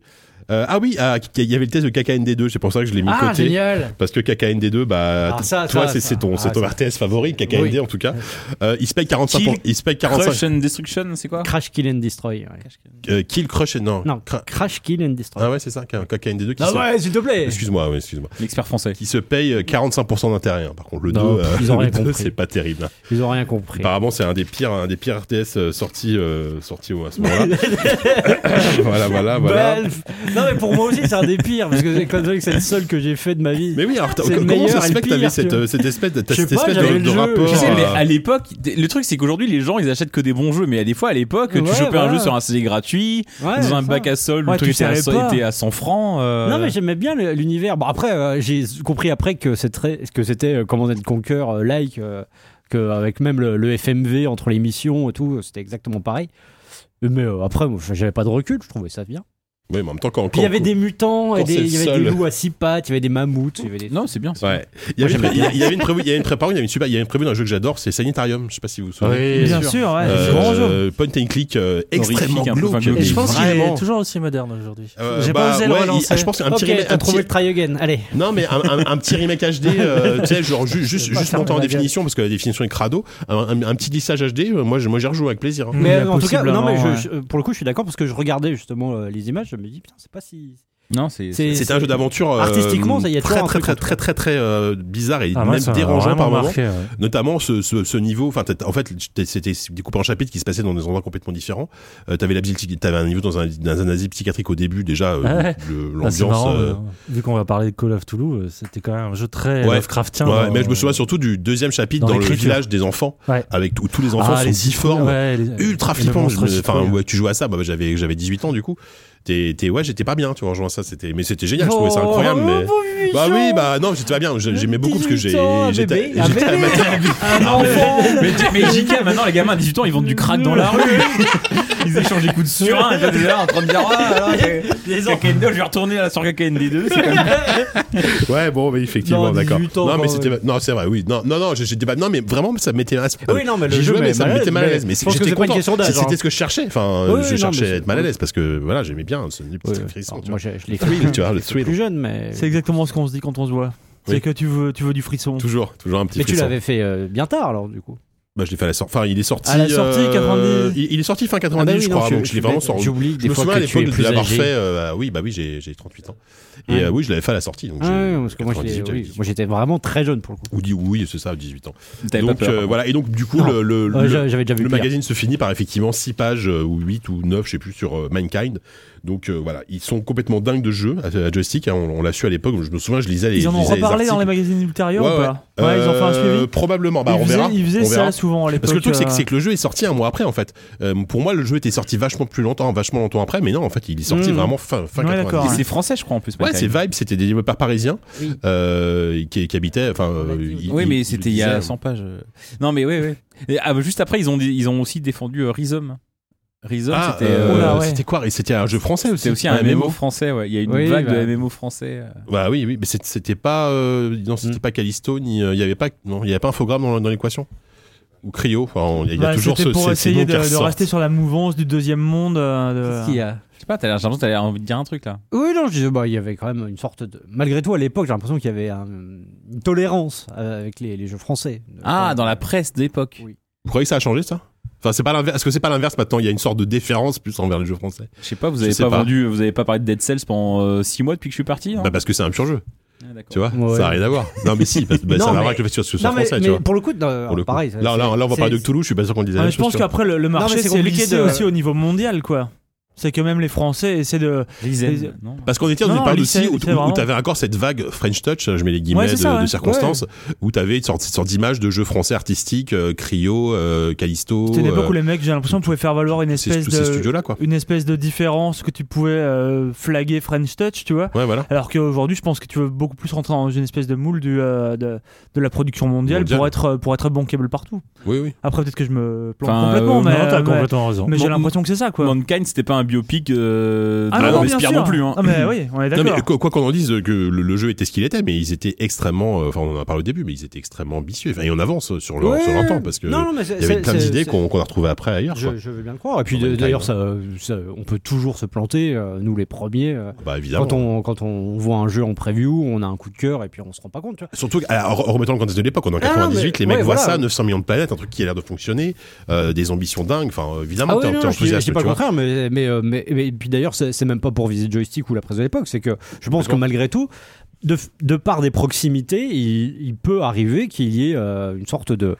A: Euh, ah oui, ah, il y avait le test de KKND2, c'est pour ça que je l'ai mis de
F: Ah,
A: côté.
F: génial
A: Parce que KKND2, bah,
F: Ah, ça,
A: toi,
F: ça,
A: c'est
F: ça.
A: c'est ton,
F: Ah,
A: c'est ton
F: ça.
A: RTS favori, KKND
F: Oui.
A: en tout cas. Euh, il se paye 45, pour-
D: Kill,
A: il se paye 45,
D: Crush and Destruction, c'est quoi
F: Crash, Kill and Destroy. ouais.
A: euh, Kill Crush, et- non.
F: Non,
A: Cra-
F: Crash, Kill and Destroy.
A: ah ouais, c'est ça, KKND2 qui
F: Ah
A: se,
F: ouais, s'il te plaît
A: excuse-moi, ouais, excuse-moi,
D: L'expert français.
A: qui se paye euh, 45% d'intérêt. hein. Par contre, le 2,
F: Non, pff, ils ont rien compris.
A: c'est pas terrible. hein.
F: Ils ont rien compris.
A: Apparemment, c'est un des pires, un des pires RTS euh, sortis, euh, sortis au- à ce moment-là. voilà, voilà, Ah, voilà.
F: Balf. Non mais pour moi aussi c'est un des pires parce que c'est Cloud Valley, c'est le seul que j'ai fait de ma vie.
A: Mais oui, alors t'as-
F: C'est le
A: comment ça
F: meilleur
A: se
F: et
A: fait
F: le
A: que t'avais
F: pire,
A: cette,
F: tu vois.
A: euh, cette espèce, de-
F: Je sais
A: cette
F: pas,
A: espèce de,
F: j'avais le
A: de
F: jeu.
A: rapport
F: Je
D: Tu sais,
A: à-
D: mais à l'époque, le truc c'est qu'aujourd'hui les gens ils achètent que des bons jeux, mais à des fois à l'époque tu
F: Ouais,
D: chopais un
F: voilà.
D: jeu sur un CD gratuit,
F: Ouais,
D: dans un
F: ça.
D: bac à sol où
C: Ouais,
D: le truc
C: tu
D: était à,
C: savais pas.
D: était à 100 francs. euh,
F: Non mais j'aimais bien le- l'univers. Bon après euh, j'ai compris après que c'est très que c'était euh, Command and Conquer euh, like euh, que avec même le, le FMV entre les missions et tout, euh, c'était exactement pareil. Mais euh, après moi, j'avais pas de recul, je trouvais ça bien.
A: Oui, mais en même temps, quand,
F: Puis il y avait des mutants et
A: quand
F: des-
A: c'est
F: il y
A: le
F: avait des
A: seul.
F: loups à six pattes, il y avait des mammouths, il y avait des
D: non, c'est bien. c'est
A: Ouais. Il y avait une
F: Moi,
A: pré- il y a- il y avait une prévue, il y a une pré- par contre, il y avait une super, il y a une prévue d'un jeu que j'adore, c'est Sanitarium. Je sais pas si vous vous souvenez.
C: Bien sûr,
E: Ah,
C: ouais.
A: Euh,
C: c'est vraiment jeu.
A: point and click euh, extrêmement
D: un peu,
A: glauque.
D: enfin, glauque.
E: Et je pense qu'il est
A: Vraiment.
E: toujours aussi moderne aujourd'hui.
A: Euh,
E: J'ai
A: bah,
E: pas osé le
A: ouais, il-
E: relancer.
A: ah, Je pense qu'un
F: Ok,
A: petit remake-
F: t'as
A: un
F: trouvé
A: petit-
F: le try again. Allez.
A: Non, mais un, un- un petit remake HD, euh, tu sais, genre ju- juste,
E: Je vais pas
A: juste
E: fermer
A: monter en
E: ma gueule.
A: définition, parce que la définition est crado. Un, un- un petit lissage HD, euh, moi, je- moi j'y rejoue avec plaisir. hein.
F: Mais
C: Mmh,
F: euh, en tout cas, non, mais je-
C: possiblement,
F: je- pour le coup, je suis d'accord parce que je regardais justement euh, les images. me dis, putain, c'est pas si.
D: Non, c'est.
F: c'est-
A: C'est un jeu d'aventure euh,
F: Artistiquement, ça y a
A: très
F: toujours un
A: très
F: truc
A: très
F: en tout
A: très très très euh, bizarre et
E: Ah, moi,
A: même
E: ça m'a
A: dérangeant
E: vraiment
A: par moment.
E: marqué, ouais.
A: Notamment ce, ce, ce niveau, enfin t'as- en fait t'es- c'était découpé en chapitres qui se passaient dans des endroits complètement différents. Euh, t'avais l'asile psy- t'avais un niveau dans un, dans un asile psychiatrique au début déjà, euh,
E: Ouais.
A: le-
E: Bah,
A: l'ambiance.
E: c'est marrant,
A: euh,
E: euh, Vu qu'on va parler de Call of Toulouse, euh, c'était quand même un jeu très
A: Ouais.
E: Lovecraftien.
A: ouais,
E: euh,
A: mais je me souviens surtout du deuxième chapitre
E: dans
A: dans, le
E: l'écriture.
A: village des enfants,
E: Ouais.
A: avec où tous les enfants
E: Ah,
A: sont
E: les
A: difformes.
E: ouais, les-
A: ultra
E: le
A: flippant.
E: monstre
A: Je me- Enfin,
E: citrouille.
A: ouais, tu joues à ça, bah, bah, j'avais j'avais 18 ans du coup. T'es, t'es- ouais, j'étais pas bien, tu vois, en jouant à ça. C'était, mais c'était génial. Je trouvais
C: Oh,
E: Oh,
A: ça incroyable, mais. Bah oui, bah non, j'étais pas bien. je- J'aimais beaucoup parce que j'ai,
F: 18 ans, un
A: j'étais,
F: bébé, un
A: j'étais
F: bébé.
E: Ah,
A: amateur.
D: Mais, mais JK, maintenant, les gamins à 18 ans, ils vendent du crack dans la rue. Ils échangent des coups de surin. Et toi, t'es là en train de dire Ah, les je vais retourner à la sur KKND2. C'est quand même.
A: Ouais, bon, mais effectivement,
F: Non,
A: d'accord.
F: 18 ans,
A: non, mais
F: quand
A: c'était,
F: même.
A: non, c'est vrai, oui. Non, non, non, j'étais pas, non, mais vraiment, ça me mettait mal à l'aise.
F: Oui, non, mais le
A: J'y
F: jeu
A: jouais,
F: met
A: mais ça me
F: mal à
A: mettait
F: l'aise,
A: mal à
F: mais
A: l'aise. Mais
F: je pense que
A: j'étais
F: c'est pas une
A: content.
F: question d'âge,
A: C'est- C'était
F: hein.
A: ce que je cherchais. Enfin,
F: Oui, oui,
A: je
F: non,
A: cherchais
F: mais
A: à être mal à
F: c'est-
A: l'aise parce que, voilà, j'aimais bien ce petit
F: Ouais.
A: frisson.
F: Alors,
A: tu
F: Moi,
A: vois.
F: je, je l'ai
A: Thrill,
F: fait
A: tu vois, le
F: j'étais plus
A: thrill.
F: jeune, mais.
C: C'est exactement ce qu'on se dit quand on se voit.
A: Oui.
C: C'est que tu veux, tu veux du frisson.
A: Toujours, toujours un petit
F: Mais tu
A: frisson.
F: l'avais fait euh, bien tard, alors, du coup.
A: Bah, je l'ai fait à la sortie. Enfin, il est sorti.
C: À la sortie,
A: euh,
C: 90.
A: Il il est sorti fin
F: Ah
A: 90,
F: bah oui,
A: je
F: non,
A: crois. Donc, je l'ai vraiment sorti.
F: J'oublie
A: Je
F: des
A: me
F: fois
A: souviens à
F: que tu es
A: l'époque de
F: plus
A: l'avoir fait.
F: âgé.
A: euh, ah oui, bah oui, j'ai j'ai 38 ans. Et
F: Ouais.
A: euh, oui, je l'avais fait à la sortie. Donc
F: Ah,
A: j'ai-
F: ouais, parce que moi, je
A: 98,
F: l'ai-
A: j'avais
F: oui,
A: 18.
F: moi, j'étais vraiment très jeune pour le coup.
A: Ou dit oui, c'est ça, 18 ans.
D: T'avais
A: Donc euh, voilà. Et donc du coup,
F: Non.
A: le, le-
F: Ouais,
A: le-
F: j'a- J'avais déjà vu
A: le
F: pire.
A: magazine se finit par effectivement 6 pages euh, ou 8 ou 9, je sais plus, sur euh, Mankind. Donc euh, voilà, ils sont complètement dingues de ce jeu à, à Joystick. hein, on on l'a su à l'époque. Je me souviens, je lisais les.
C: Ils en
A: je
C: ont
A: lisais les
C: reparlé dans les
A: articles.
C: magazines ultérieurs
A: Ouais,
C: ou pas Ouais, ils ont fait un
A: Euh,
C: suivi.
A: Probablement. Bah,
C: ils
A: on
C: faisaient,
A: verra.
C: ils faisaient
A: On
C: ça
A: verra.
C: souvent à l'époque.
A: Parce que le truc, c'est que,
C: euh,
A: c'est que le jeu est sorti un mois après, en fait. Euh, pour moi, le jeu était sorti vachement plus longtemps, vachement longtemps après, mais non, en fait, il est sorti
F: Mmh.
A: vraiment fin, fin
C: Ouais,
A: 90.
C: d'accord, ouais.
D: C'est français, je crois, en plus.
A: Ouais,
D: Mankind.
A: c'est Vibe, c'était des développeurs parisiens
F: Oui.
A: euh, qui, qui habitaient. Enfin, euh, ils-
D: Oui,
A: ils-
D: mais
A: ils
D: c'était il y
A: disaient,
D: a 100 pages. Non, mais oui, oui. Et, ah, bah, juste après, ils ont, dit- ils ont aussi défendu euh, Rhizome. Rhizome,
A: Ah,
D: c'était.
A: euh,
C: Oula, ouais.
A: c'était quoi C'était un jeu français aussi.
D: C'était aussi un
A: MMO.
D: MMO français, ouais. Il y a une
F: Oui,
D: vague
F: bah.
D: de MMO français. euh.
A: Bah oui, oui, mais c'est- c'était pas, euh, non, c'était
C: Mm.
A: pas Callisto, ni euh, il y avait pas, non, il y avait pas Infogrames dans, dans l'équation ou Cryo. Enfin, on- il y a
C: bah,
A: toujours
C: c'était
A: ce,
C: pour
A: ces- ces
C: essayer
A: noms
C: de,
A: qui
C: de
A: ressortent.
C: rester sur la mouvance du deuxième monde. euh, de-
F: Qu'est-ce qu'il y a
D: Je sais pas, t'as l'air- j'ai l'impression que t'as l'air envie de dire un truc là.
F: Oui, non, je disais, bah, il y avait quand même une sorte de. Malgré tout, à l'époque, j'ai l'impression qu'il y avait un- une tolérance euh, avec les, les jeux français.
D: Ah, dans la presse d'époque.
F: Oui.
A: Vous croyez que ça a changé ça Enfin, c'est pas l'inverse. Est-ce que c'est pas l'inverse maintenant Il y a une sorte de déférence plus envers les jeux français.
D: Je sais pas, vous
A: Je
D: avez
A: sais
D: pas,
A: pas.
D: vendu, vous avez pas parlé de Dead Cells pendant 6 mois depuis que je suis parti. hein
A: Bah parce que c'est un pur jeu,
D: Ah, d'accord.
A: tu vois.
F: Ouais.
A: Ça a rien à voir. Non, mais si, parce, bah, ça a
F: Non,
A: rien à
F: mais-
A: voir avec le fait que ce soit
F: Non, mais,
A: français,
F: mais
A: tu vois.
F: pour le coup, non,
A: Pour le coup.
F: pareil. ça-
A: Là, là, là, on va
F: c'est-
A: parler de Toulouse. Je suis pas sûr qu'on disait.
C: Ah,
A: la
C: mais
A: même
C: je
A: chose,
C: pense
A: tu vois.
C: qu'après le, le marché
F: mais c'est
C: c'est
F: compliqué
C: lissé
F: de-
C: aussi au niveau mondial quoi. C'est que même les Français essaient de.
D: Rhizome, non
A: Parce qu'on était dans
C: Non,
A: une période
C: lycée,
A: aussi où,
C: lycée,
A: où,
C: vraiment.
A: où t'avais encore cette vague French Touch, je mets les guillemets
C: Ouais,
A: de,
C: c'est ça,
A: de
C: ouais.
A: circonstances, où t'avais une sorte, cette sorte d'image de jeux français artistiques, euh, Cryo, euh, Callisto.
C: C'était l'époque
A: euh,
C: où les mecs, j'ai l'impression, pouvaient faire valoir une
A: ces-
C: espèce
A: tous ces
C: de
A: studios-là, quoi.
C: une espèce de différence que tu pouvais euh, flaguer French Touch, tu vois.
A: Ouais, voilà.
C: Alors qu'aujourd'hui, je pense que tu veux beaucoup plus rentrer dans une espèce de moule du, euh, de, de la production mondiale,
A: Mondiale.
C: pour être pour être bankable partout.
A: Oui, oui.
C: Après, peut-être que je me plante
D: Enfin,
C: complètement,
D: euh,
C: mais,
E: non, t'as
C: mais-
E: complètement raison.
C: mais j'ai
D: Mon-
C: l'impression que c'est ça, quoi.
D: Mankind, c'était pas un biopic euh,
C: ah
D: de
C: non, non,
D: Robespierre
C: bien sûr.
D: non plus. hein.
C: Ah, mais oui, on est
A: Non,
C: d'accord.
A: mais quoi quoi qu'on en dise, euh, que le, le jeu était ce qu'il était, mais ils étaient extrêmement, euh, enfin, on en a parlé au début, mais ils étaient extrêmement ambitieux. Enfin, et on avance sur leur,
F: Ouais.
A: sur leur temps, parce que
F: Non, non, mais c'est-
A: il y avait
F: c'est-
A: plein
F: c'est-
A: d'idées
F: c'est-
A: qu'on qu'on a retrouvées après ailleurs,
F: Je,
A: quoi.
F: je veux bien le croire. Et puis
A: Dans le
F: de- d'ailleurs,
A: détail,
F: ça, ça- on peut toujours se planter, euh, nous les premiers. euh,
A: Bah, évidemment.
F: quand, on, quand on voit un jeu en preview, on a un coup de cœur et puis on se rend pas compte. tu vois.
A: Surtout, qu'à- en en remettant le contexte de l'époque, on est en
F: Ah,
A: 98, les
F: mais-
A: mecs
F: ouais,
A: voient
F: voilà.
A: ça, 900 millions de planètes, un truc qui a l'air de fonctionner, euh, des ambitions dingues, enfin, euh, évidemment,
F: Ah
A: t'es
F: oui, non,
A: t'es
F: non, je dis- je
A: enthousiaste,
F: dis pas
A: tu
F: le
A: vois.
F: contraire, mais, mais, euh, mais, mais- et puis d'ailleurs, c'est c'est même pas pour viser le joystick ou la presse de l'époque, c'est que je pense que malgré tout, de, f- de par des proximités, il, il peut arriver qu'il y ait euh, une sorte de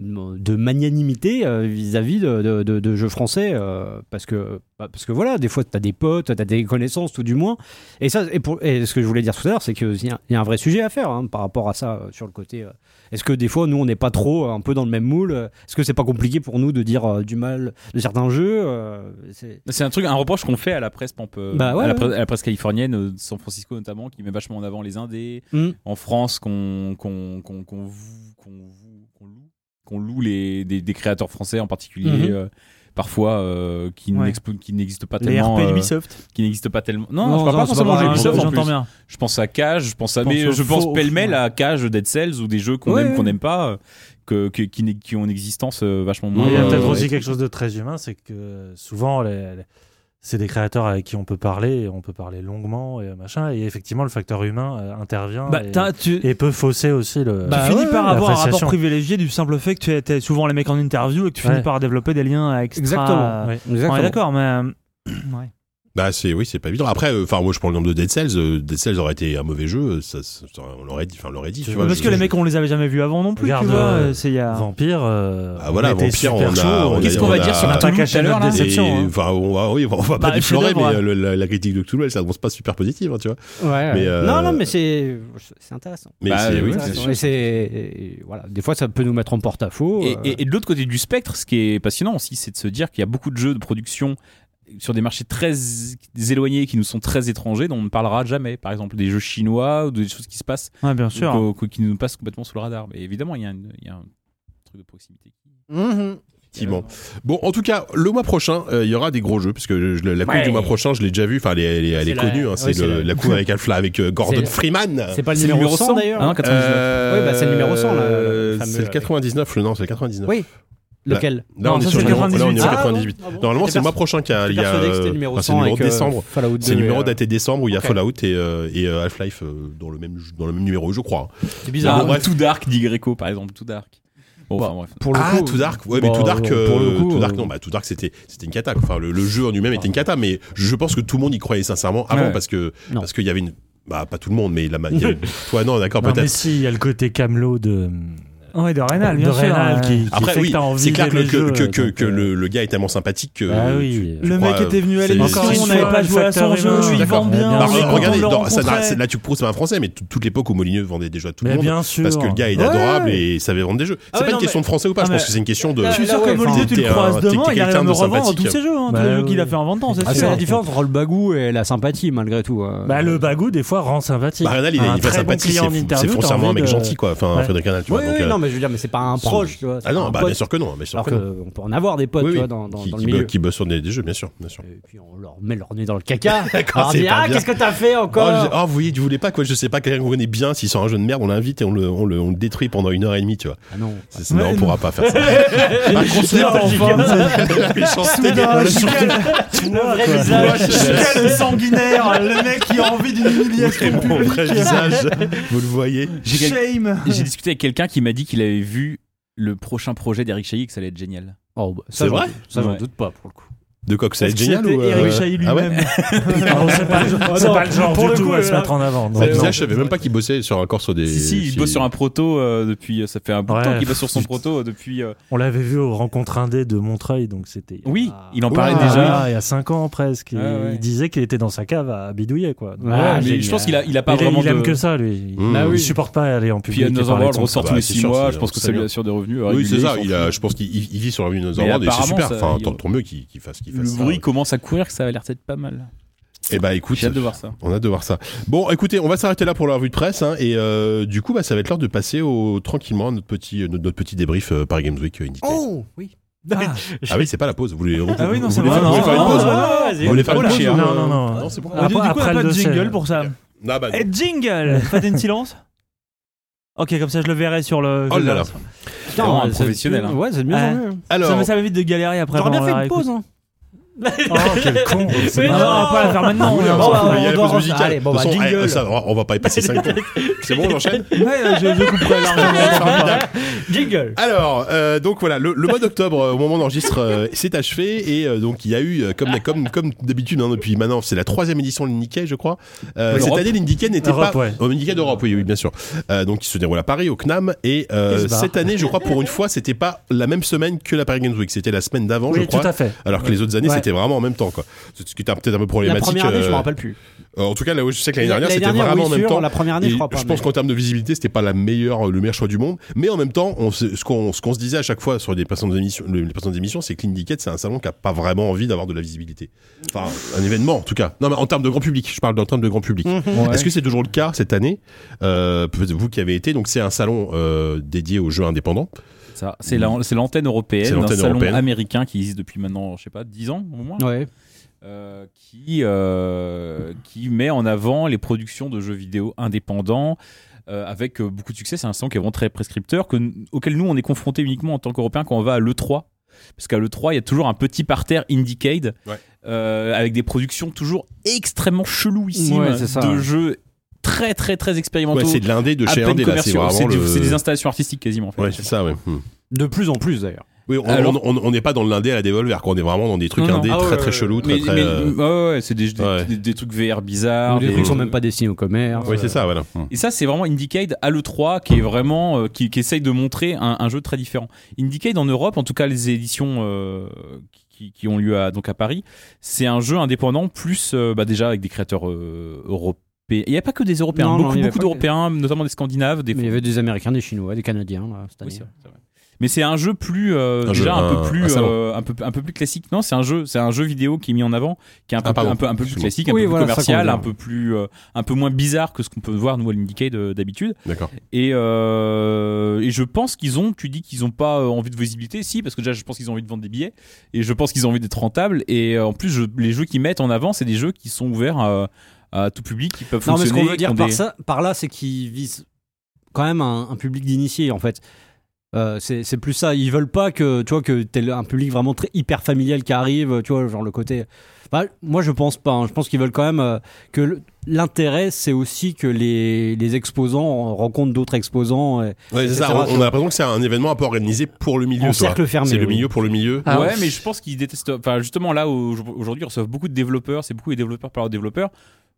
F: de magnanimité euh, vis-à-vis de, de- de- de jeux français euh, parce que bah, parce que voilà des fois t'as des potes t'as des connaissances tout du moins et ça et, pour- et ce que je voulais dire tout à l'heure c'est qu'il y, a- il y a un vrai sujet à faire hein, par rapport à ça euh, sur le côté euh, est-ce que des fois, nous, on n'est pas trop euh, un peu dans le même moule euh, Est-ce que c'est pas compliqué pour nous de dire euh, du mal de certains jeux euh, c'est-
D: C'est un truc, un reproche qu'on fait à la presse pampe, euh,
F: Bah ouais,
D: à, la
F: ouais.
D: presse, à la presse californienne, euh, de San Francisco notamment, qui met vachement en avant les indés.
C: Mm.
F: Hmm.
D: En France, qu'on qu'on qu'on qu'on vou- qu'on vou- qu'on loue, qu'on loue les des, des créateurs français en particulier.
F: Mhm.
D: euh, Parfois, euh, qui
C: Ouais.
D: n'expo- qui n'existent pas
C: les
D: tellement.
C: RP
D: euh,
C: d'Ubisoft.
D: qui n'existent pas tellement. Non,
F: Non,
D: je parle
F: non,
D: pas
F: c'est pas
D: forcément de
F: pareil.
D: Ubisoft. en
C: J'entends
D: plus.
C: bien.
D: Je pense à Cage, je pense à
C: Je pense
D: mais
C: au
D: je pense
C: faux-
D: pêle
C: ouais.
D: à Cage, Dead Cells ou des jeux qu'on
F: Ouais,
D: aime
F: ouais.
D: qu'on n'aime pas euh, que, que- qui, n'ex- qui ont une existence euh, vachement moins.
E: Il y a
D: euh,
E: peut-être aussi
D: ouais.
E: quelque chose de très humain, c'est que souvent, les- les- c'est des créateurs avec qui on peut parler, et on peut parler longuement et machin, et effectivement, le facteur humain euh, intervient
C: Bah,
E: et,
C: t'as- tu,
E: et peut fausser aussi le.
C: tu
F: Bah,
C: finis
F: ouais,
C: par avoir
E: ouais,
C: un rapport
E: l'appréciation.
C: privilégié du simple fait que tu étais souvent les mecs en interview et que tu
E: Ouais.
C: finis par développer des liens extra.
F: Exactement,
E: Ouais.
C: On est
F: Exactement.
C: d'accord, mais. euh, ouais.
A: Bah c'est oui, c'est pas évident. Après, euh, enfin moi je prends le nombre de Dead Cells. euh, Dead Cells aurait été un mauvais jeu. euh, Ça, ça- ça- on l'aurait dit. Enfin on l'aurait dit. Tu vois,
C: Parce
A: je-
C: que les
A: je-
C: mecs, on les avait jamais vus avant non plus.
E: Regarde,
C: tu vois,
E: euh,
C: c'est il y a.
E: Vampire. euh,
A: Ah, voilà,
E: on était
A: Vampire,
E: super
A: on a-
E: chaud, euh,
A: on a-
D: Qu'est-ce qu'on va
A: on
D: dire
A: a-
D: sur
E: on a
D: la
E: pas caché
D: tout à l'heure
E: notre
D: là
A: Et-
E: déception, hein.
A: Enfin on va, oui, on va
C: Bah,
A: pas déplorer, mais
C: chef-d'œuvre,
A: euh, le- la, la critique de Cthulhu, elle s'avance pas super positive, hein, tu vois.
F: Ouais.
A: Mais, euh,
F: Non, non, mais c'est c'est intéressant.
A: Mais
D: Bah,
A: c'est
D: oui,
A: oui,
D: c'est
A: c'est sûr.
F: Intéressant. Et c'est et voilà, des fois ça peut nous mettre en porte-à-faux.
D: Et,
F: euh,
D: et- et de l'autre côté du spectre, ce qui est passionnant aussi, c'est de se dire qu'il y a beaucoup de jeux de production sur des marchés très éloignés qui nous sont très étrangers, dont on ne parlera jamais. Par exemple, des jeux chinois ou des choses qui se passent,
C: Ouais, bien sûr.
D: qu'au- qu'au- qui nous passent complètement sous le radar. Mais évidemment, il y a, une- il y a un truc de proximité.
F: mhm.
A: Effectivement.
D: euh,
A: Bon, en tout cas, le mois prochain, euh, il y aura des gros jeux, puisque je- le- la coupe du mois prochain, je l'ai déjà vue. Enfin, elle est, elle est- elle est
F: C'est la-
A: connue. hein,
F: oui,
A: c'est
F: c'est
A: le-
F: la-
A: la coupe avec Alpha, avec euh, Gordon
F: C'est-
A: Freeman.
F: C'est pas le numéro, 100, d'ailleurs.
D: Ah non, 99.
A: Euh,
F: Oui, bah, c'est le numéro 100, là, le
A: euh,
F: fameux
A: c'est le
F: avec-
A: 99, le non, c'est le 99.
F: Oui. Lequel
A: Là,
C: Non,
A: on
C: ça,
A: est sur
C: c'est
A: le
C: le
A: 98. Là, on est au
C: 98.
A: 98.
F: Ah
A: Normalement, c'est le mois prochain qu'il y a.
F: Eh ben, Je
A: il
F: suis
A: y a,
F: persuadé que c'était
A: euh,
F: le numéro
A: enfin,
F: 100
A: C'est le numéro
F: avec, euh,
A: décembre.
F: Fallout 2.
A: C'est le numéro
F: et, euh,
A: daté décembre où il y a
F: ok.
A: Fallout et, euh, et, euh, Half-Life euh, dans, le même, dans le même numéro, je crois.
F: C'est
A: Ah,
F: bizarre.
A: bon, bref.
D: Tout Dark, dit Greco, par exemple, Tout Dark. Bon, enfin, bref.
F: Pour le
A: ah,
F: coup,
A: Too Dark, ouais, mais
F: bah,
A: Too Dark,
F: pour
A: euh,
F: le coup,
A: Too Dark,
F: euh,
A: non, bah Too Dark, c'était, c'était une cata. quoi. Enfin, le, le jeu en lui-même était une cata, mais je pense que tout le monde y croyait sincèrement avant
D: Ouais.
A: parce que,
F: Non.
A: parce qu'il y avait une, bah, pas tout le monde, mais la, ma- il y avait- toi, non, d'accord,
E: Non, Bah, mais
A: peut-être.
E: si, il y a le côté camelot de.
C: Ouais, de Rénal, bien
E: de
C: sûr.
E: Reynal
C: ouais.
E: qui, qui
A: Après,
E: fait que
A: oui,
E: t'as envie
A: c'est clair que,
E: d'aimer
A: le,
E: le
A: que,
E: jeu,
A: que, que-
E: donc,
A: que
E: euh,
A: le, le gars est tellement sympathique que.
E: Ah oui.
A: je
C: Le
A: crois,
C: mec était venu à
A: c'est-
C: l'émission,
E: Encore une
C: on n'avait
E: fois,
C: pas joué à son
E: Factor
C: jeu,
E: Human.
C: il vend
E: D'accord.
C: bien.
E: Bah,
A: Bah,
C: on est
E: oui,
A: re-
C: content
A: regardez,
C: de le
A: dans- ça-
C: rencontrer.
A: c'est- là tu prouves c'est un français, mais tout- toute l'époque où Molineux vendait déjà tout le
E: Mais
A: monde.
E: bien sûr.
A: Parce que le gars est
C: Ouais.
A: adorable et il savait vendre des jeux. C'est
C: Ah
A: pas
C: ouais,
A: une
C: non,
A: question de français ou pas,
C: Ah,
A: je pense
C: mais-
A: que c'est une question de.
C: Je suis sûr
F: Ouais,
C: que Molineux, tu le
A: t'es un-
C: croises
A: t'es-
C: demain,
A: t'es
C: il arrive à
A: quelqu'un
C: me
A: de
C: revendre
A: sympathique.
C: tous ses jeux, hein, tous
E: Bah,
C: les jeux qu'il a
E: oui.
C: fait en 20 ans,
F: Ah,
C: c'est
F: c'est
C: sûr.
F: la différence entre le bagou et la sympathie, malgré tout. euh.
E: Bah, le bagou, des fois, rend sympathique.
A: Bah, Rénal, il est
E: Un
A: il est pas
E: très bon
A: sympathique,
E: client en
A: c'est- c'est
E: interview, t'as
A: foncièrement un
E: envie
A: mec
E: de-
A: gentil, quoi. Enfin,
E: Ouais.
A: Frédéric Rénal, tu
F: Oui,
A: vois. donc,
F: oui,
A: euh,
F: non, mais je veux dire, mais c'est pas un
A: Sans-
F: proche, tu vois. c'est
A: Ah
F: pas
A: non,
F: un
A: bah,
F: pote.
A: bien sûr que non, bien sûr
F: Alors
A: que non.
F: qu'on peut en avoir des potes,
A: Oui,
F: tu
A: oui.
F: vois, dans, dans,
A: qui,
F: dans
A: qui
F: le milieu.
A: bo- qui bosse sur des, des jeux, bien sûr. Bien sûr.
F: Et puis on leur met leur nez dans le caca.
A: D'accord,
F: on leur
A: c'est
F: dit,
A: pas
F: ah,
A: bien.
F: qu'est-ce que t'as fait
A: Oh, je-
F: encore
A: oh, vous voyez, tu voulais pas, quoi. Je sais pas, quelqu'un qu'on connaît bien, s'il sort un jeu de merde, on l'invite et on le, on le, on le détruit pendant une heure et demie, tu vois.
F: Ah non.
A: C'est- c'est- non,
C: Ouais,
A: on
C: non.
A: pourra pas faire ça. un concert,
C: Non, enfin,
A: la méchanceté.
F: Le vrai
E: quoi.
F: visage.
B: Quel sanguinaire Le mec qui a envie d'une humiliation.
A: Mon vrai visage, vous le voyez.
D: J'ai quel-
B: Shame
D: J'ai discuté avec quelqu'un qui m'a dit qu'il avait vu le prochain projet d'Eric Chahi et que ça allait être génial.
F: Oh, bah, ça,
A: C'est
F: j'en-
A: vrai
F: Ça, j'en
D: Ouais.
F: doute pas pour le coup.
A: De quoi que ça va
C: Est-ce
A: être
C: que
A: génial
C: c'était
A: ou euh,
C: Eric
A: ouais.
C: Chahi
A: Ah ouais
C: lui-même.
E: Non, c'est
C: Ah,
E: pas,
F: Ah
E: le- c'est pas le genre
C: Pour
E: du
C: le
E: tout
C: coup, euh,
E: à se
F: euh,
C: là-
E: mettre en avant. donc
A: Bah,
E: non.
A: Visage, je savais même pas qu'il bossait sur encore sur des.
D: Si, si, il bosse sur un proto euh, depuis. euh, Ça fait un bout de
E: Ouais.
D: temps qu'il bosse sur son proto euh, depuis. euh,
A: Ah.
E: On l'avait vu aux rencontres indées de Montreuil, donc c'était.
D: Oui,
F: Ah.
D: il en
A: Ouah.
D: parlait
E: Ah,
D: déjà.
E: Il y a 5 ans presque. et
D: Ouais, Ah ouais.
E: Il disait qu'il était dans sa cave à bidouiller, quoi. Donc,
F: Ah,
D: mais
F: génial.
D: je pense qu'il a, il a pas
E: il,
D: vraiment
E: il aime
D: de...
E: que ça, lui.
A: Mmh.
D: Ah
E: Il
A: Bah
F: oui.
E: supporte pas aller en
D: Puis
E: public. et
D: Another
E: parler
D: World
E: de son
D: ressort
A: bah,
D: tous les
A: c'est
D: 6
A: sûr,
D: mois.
A: c'est-
D: Je pense que
A: c'est
D: ça lui
A: bien.
D: assure des revenus. euh,
A: Oui, c'est
D: réguliers,
A: ça.
D: ils s'en
A: Il a,
D: foutent.
A: je pense qu'il il- il vit sur la Windows
D: Mais
A: World et c'est
D: apparemment,
A: super.
D: ça-
A: Enfin,
D: il-
A: tant, tant mieux qu'il qu'il fasse, qu'il fasse
D: Le
A: ça.
D: bruit commence à courir, que ça a l'air d'être pas mal.
A: Et bah écoute,
D: J'ai hâte de voir ça.
A: On a de voir ça. Bon, écoutez, on va s'arrêter là pour la revue de presse, hein, et euh, du coup, bah, ça va être l'heure de passer au tranquillement à notre petit, euh, notre, notre petit débrief par Paris Games Week euh, Inditex.
F: Oh Oui.
A: Ah oui, c'est pas la pause. Vous voulez, vous,
C: Ah oui, non,
A: vous
C: c'est
A: voulez
C: vrai.
A: faire- vous voulez faire
C: Non,
A: une pause
C: non, non,
A: Vous voulez faire
C: Oh
A: une
C: là,
A: pause
E: Non,
A: euh,
E: non, non.
A: c'est bon.
C: On a du coup, on a pas de jingle pour ça.
A: Ah bah, non.
C: Et jingle Faites une silence Ok, comme ça je le verrai sur le.
A: Oh là là.
F: Putain,
D: vraiment un
F: ouais, c'est-
D: professionnel, hein.
F: Ouais, c'est de mieux en
C: Ouais.
F: mieux.
C: Ça,
A: Alors,
C: me- ça m'évite de galérer après.
F: J'aurais bien
C: dans la
F: fait une
C: réécoute.
F: pause. hein.
E: Oh, quel
C: Ah non,
E: con.
C: on va pas la faire maintenant.
A: oui,
C: on
A: on
C: va-
A: s'en
F: bah,
A: fout, mais il y a
F: on
A: la
F: doit
A: pause
F: re-
A: musicale.
F: Allez, bon,
A: De toute
F: bah,
A: façon, eh,
F: jingle.
A: ça, on va pas y passer 5 C'est bon, on enchaîne
C: Ouais, euh, je, je couperai largement.
F: Jingle.
A: Alors, euh, donc voilà, le, le mois d'octobre, euh, au moment d'enregistre, euh, c'est achevé. Et euh, donc, il y a eu, euh, comme, comme, comme d'habitude, hein, depuis maintenant, c'est la troisième édition de l'Indiquet, je crois. Euh,
D: Oui,
A: cette
D: Europe.
A: année, l'Indiquet n'était
E: Europe,
A: pas.
E: ouais.
A: Au Indiquet d'Europe, oui, oui, bien sûr. Euh, donc, il se déroule à Paris, au CNAM. Et euh,
E: Et se barre.
A: cette année, je crois, pour une fois, c'était pas la même semaine que la Paris Games Week. C'était la semaine d'avant, je
E: Oui, tout
A: crois.
E: à fait.
A: Alors que les autres années,
E: Ouais.
A: c'était vraiment en même temps, quoi. C'est Ce qui était peut-être un peu
F: La
A: problématique.
F: première année, je
A: euh,
F: me rappelle plus.
A: euh, en tout cas, là où je sais que l'année dernière, c'était
F: oui,
A: vraiment en même
F: sûr,
A: temps.
F: La première année,
A: Et
F: je crois pas.
A: pense qu'en termes de visibilité, c'était pas la meilleure, euh, le meilleur choix du monde. Mais en même temps, on, se- ce qu'on ce qu'on se disait à chaque fois sur les personnes d'émission, les personnes d'émission, c'est que l'Indiquette, c'est un salon qui a pas vraiment envie d'avoir de la visibilité. Enfin, un événement en tout cas. Non, mais en termes de grand public, je parle en termes de grand public.
D: Mhm.
A: Est-ce que c'est toujours le cas cette année euh, peut-être Vous qui avez été, donc c'est un salon euh, dédié aux jeux indépendants.
D: Ça, C'est la- c'est l'antenne
A: C'est
D: européenne d'un
A: l'antenne
D: salon
A: européenne.
D: américain qui existe depuis maintenant, je sais pas, 10 ans au moins,
F: Ouais.
D: euh, qui, euh, qui met en avant les productions de jeux vidéo indépendants. euh, avec euh, beaucoup de succès, c'est un salon qui est vraiment très prescripteur, que, auquel nous on est confronté uniquement en tant qu'Européens quand on va à l'E3. Parce qu'à l'E3, il y a toujours un petit parterre Indiecade,
A: Ouais.
D: euh, avec des productions toujours extrêmement chelouissimes
F: Ouais, c'est ça.
D: de jeux très très très expérimentaux.
A: Ouais, c'est de l'indé de
D: à
A: chez
D: peine
A: indé là, c'est
D: commerciaux.
A: vraiment
D: C'est du-
A: le-
D: c'est des installations artistiques quasiment en fait.
A: Ouais, c'est ça. Ouais. Hmm.
F: De plus en plus d'ailleurs.
A: Oui, on-
D: Alors-
A: on on- on n'est pas dans le l'indé à la Devolver, quoi. On est vraiment dans des trucs
D: Non, non.
A: indés
D: Ah
A: très
D: ouais,
A: très
D: ouais,
A: chelous,
D: Mais-
A: très très.
D: mais-
A: euh,
D: ouais, ouais, c'est des, des-
A: ouais.
D: des- des trucs VR bizarres.
F: Ou des
D: des-
F: trucs qui sont même pas destinés au commerce.
A: Oui, c'est ça, voilà. Hmm.
D: Et ça, c'est vraiment Indiecade à l'E3 qui est vraiment euh, qui, qui essaye de montrer un, un jeu très différent. Indiecade en Europe, en tout cas les éditions euh, qui- qui, qui ont lieu à, donc à Paris, c'est un jeu indépendant plus euh, bah, déjà avec des créateurs euh, européens. Il n'y a pas que des Européens,
F: Non, non,
D: beaucoup,
F: il y avait
D: beaucoup
F: pas que-
D: d'Européens, notamment des Scandinaves, des
F: Mais euh, il y avait des Américains, des Chinois, des Canadiens là, cette
D: oui,
F: année.
D: c'est vrai, c'est vrai. Mais c'est un jeu plus euh,
A: Un
D: déjà
A: jeu,
D: un,
A: un-
D: peu plus
A: un salon.
D: euh, un peu un peu plus classique. Non, c'est un jeu c'est un jeu vidéo qui est mis en avant qui est un peu
A: Ah, pardon.
D: un peu un peu plus
A: Excuse-moi.
D: classique, un
F: Oui,
D: peu
F: voilà,
D: plus
F: ça qu'on
D: commercial,
F: veut
D: un
F: dire.
D: peu plus euh, un peu moins bizarre que ce qu'on peut voir nous à l'Indicate euh, d'habitude.
A: D'accord.
D: Et euh, et je pense qu'ils ont tu dis qu'ils ont pas euh, envie de visibilité si parce que déjà je pense qu'ils ont envie de vendre des billets et je pense qu'ils ont envie d'être rentables et euh, en plus je- les jeux qu'ils mettent en avant c'est des jeux qui sont ouverts à, à tout public qui peuvent
F: Non, mais ce
D: fonctionner.
F: qu'on veut dire
D: qui ont
F: par,
D: des-
F: ça, par là, c'est qu'ils visent quand même un, un public d'initiés, en fait. Euh, c'est c'est plus ça. Ils veulent pas que tu vois que t'aies le- un public vraiment très hyper familial qui arrive, tu vois, genre le côté. Enfin, moi, je pense pas. hein. Je pense qu'ils veulent quand même euh, que le- l'intérêt, c'est aussi que les, les exposants rencontrent d'autres exposants euh,
A: Ouais, c'est
F: C'est
A: ça.
F: vrai.
A: On on a l'impression que c'est un événement un peu organisé pour le milieu.
F: en
A: tu vois.
F: cercle fermé.
A: C'est le
F: oui.
A: milieu pour le milieu.
C: Ah
D: ouais,
C: ouais.
D: mais je pense qu'ils détestent. Enfin, justement, là, au- aujourd'hui, ils reçoivent beaucoup de développeurs. C'est beaucoup les développeurs par leurs développeurs.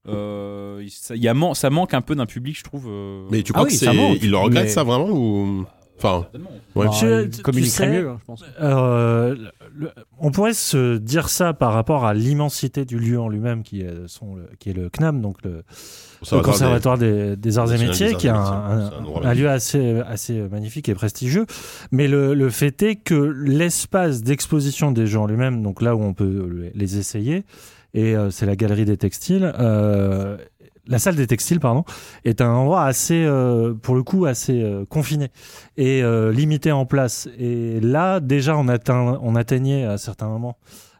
D: Euh, il- ça, il y a man- ça manque un peu d'un public, je trouve. euh,
A: Mais tu crois
F: oui,
A: que
F: ça
A: c'est.
F: manque,
A: Ils le regrettent
F: mais-
A: ça vraiment ou. Enfin.
D: certainement.
A: Ouais.
F: Bah,
E: Tu-
F: ils
E: tu- tu
F: communiqueraient
E: sais-
F: mieux, hein, je pense.
E: Alors, euh, le- on pourrait se dire ça par rapport à l'immensité du lieu en lui-même qui, est- sont le- qui est le CNAM, donc le,
A: ça va
E: le Conservatoire des, des Arts
A: National
E: et
A: des
E: Métiers,
A: Arts
E: qui
A: et
E: est un,
A: Métiers.
E: un-
A: C'est un endroit
E: un lieu assez, assez magnifique et prestigieux. Mais le, le fait est que l'espace d'exposition des gens lui-même, donc là où on peut le- les essayer, et euh, c'est la galerie des textiles, euh, la salle des textiles, pardon, est un endroit assez, euh, pour le coup, assez euh, confiné et euh, limité en place. Et là, déjà, on, atteint, on atteignait à certains moments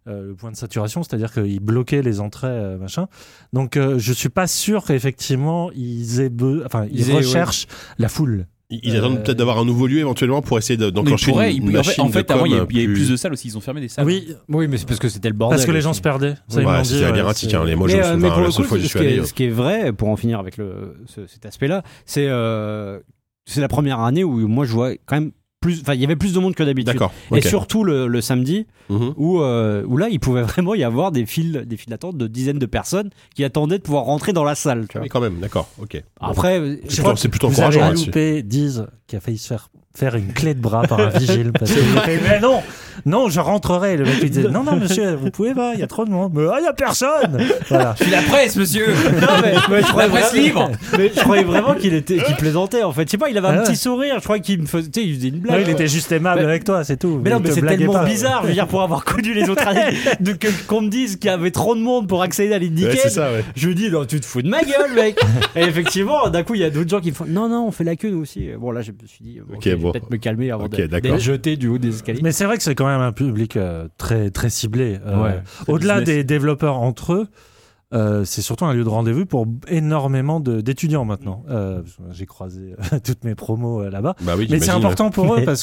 E: euh, le point de saturation, c'est-à-dire qu'ils bloquaient les entrées, euh, machin. Donc, euh, je suis pas sûr qu'effectivement, ils, aient be- enfin, ils,
F: Ils aient, ouais.
E: recherchent la foule.
A: Ils, ils
E: Euh,
A: attendent peut-être d'avoir un nouveau lieu éventuellement pour essayer de-
D: Mais ils
A: d'enclencher
D: pourraient,
A: une,
D: ils-
A: une
D: en fait,
A: machine
D: en fait,
A: de
D: avant,
A: com, euh,
D: il y, a- il y avait
A: plus-
D: plus de salles aussi. Ils ont fermé des salles.
E: Ah Oui,
F: Oui, mais c'est parce que c'était le bordel.
E: parce que les gens
F: aussi.
E: se perdaient. Ça,
A: Ouais,
E: ils m'ont dit,
A: c'était
E: euh,
A: aberratique.
E: c'est-
A: Hein, les moi, je
F: mais,
A: me
F: euh,
A: souviens,
F: mais pour
A: la
F: le
A: seule
F: coup,
A: fois où j'y
F: ce,
A: suis
F: qui
A: allé, hein. euh,
F: est, ce qui est vrai, pour en finir avec le, ce- cet aspect-là, c'est euh, c'est la première année où moi je vois quand même plus. Enfin, il y avait plus de monde que d'habitude.
A: D'accord.
F: Et
A: ok.
F: surtout le, le samedi,
A: Mhm.
F: où, euh, où là, il pouvait vraiment y avoir des files, des files d'attente de dizaines de personnes qui attendaient de pouvoir rentrer dans la salle. tu
A: Ah
F: vois.
A: oui, quand même, d'accord, ok.
F: Après,
A: C'est
F: je
A: plutôt-
F: crois
A: c'est plutôt
E: Vous
A: encourageant hein,
E: avez
A: là-dessus.
E: loupé Diz qui a failli se faire faire une clé de bras par un vigile parce qu'il était, mais non non je rentrerai le mec lui disait non non monsieur vous pouvez pas il y a trop de monde mais ah, il y a personne voilà
D: Je suis la presse, monsieur.
F: que- Non, mais- mais je croyais
D: presse
F: vraiment-
D: libre.
F: mais je croyais vraiment qu'il était, qu'il plaisantait en fait. Je sais pas, il avait un
E: Ah ouais.
F: petit sourire. Je crois qu'il me faisait, tu sais, il faisait une
A: Ah
E: Non,
F: blague.
E: il était juste aimable
F: Mais-
E: avec toi c'est tout
F: Mais non,
E: Il
F: mais
E: te
F: c'est
E: blaguait
F: tellement
E: pas.
F: bizarre, je veux dire, pour avoir connu les autres années, de que- qu'on me dise qu'il y avait trop de monde pour accéder à l'Indicate.
A: Ouais, c'est ça, ouais.
F: Je me dis, non, tu te fous de ma gueule, mec. Et effectivement, d'un coup, il y a d'autres gens qui me font, non, non, on fait la queue nous aussi. Bon, là, je me suis dit, bon,
A: Ok,
F: ok, je vais
A: bon.
F: peut-être me calmer avant
A: Ok,
F: d'être-
A: d'accord.
F: d'être jeté du haut des escaliers.
E: mais c'est vrai que c'est quand même un public euh, très très ciblé euh,
F: Ouais,
E: au-delà
D: business.
E: des développeurs entre eux euh, c'est surtout un lieu de rendez-vous pour énormément de- d'étudiants maintenant. Euh, parce que j'ai croisé toutes mes promos euh, là-bas.
A: Bah oui,
E: Mais c'est
A: j'imagine. hein.
E: important pour eux
F: Mais-
E: parce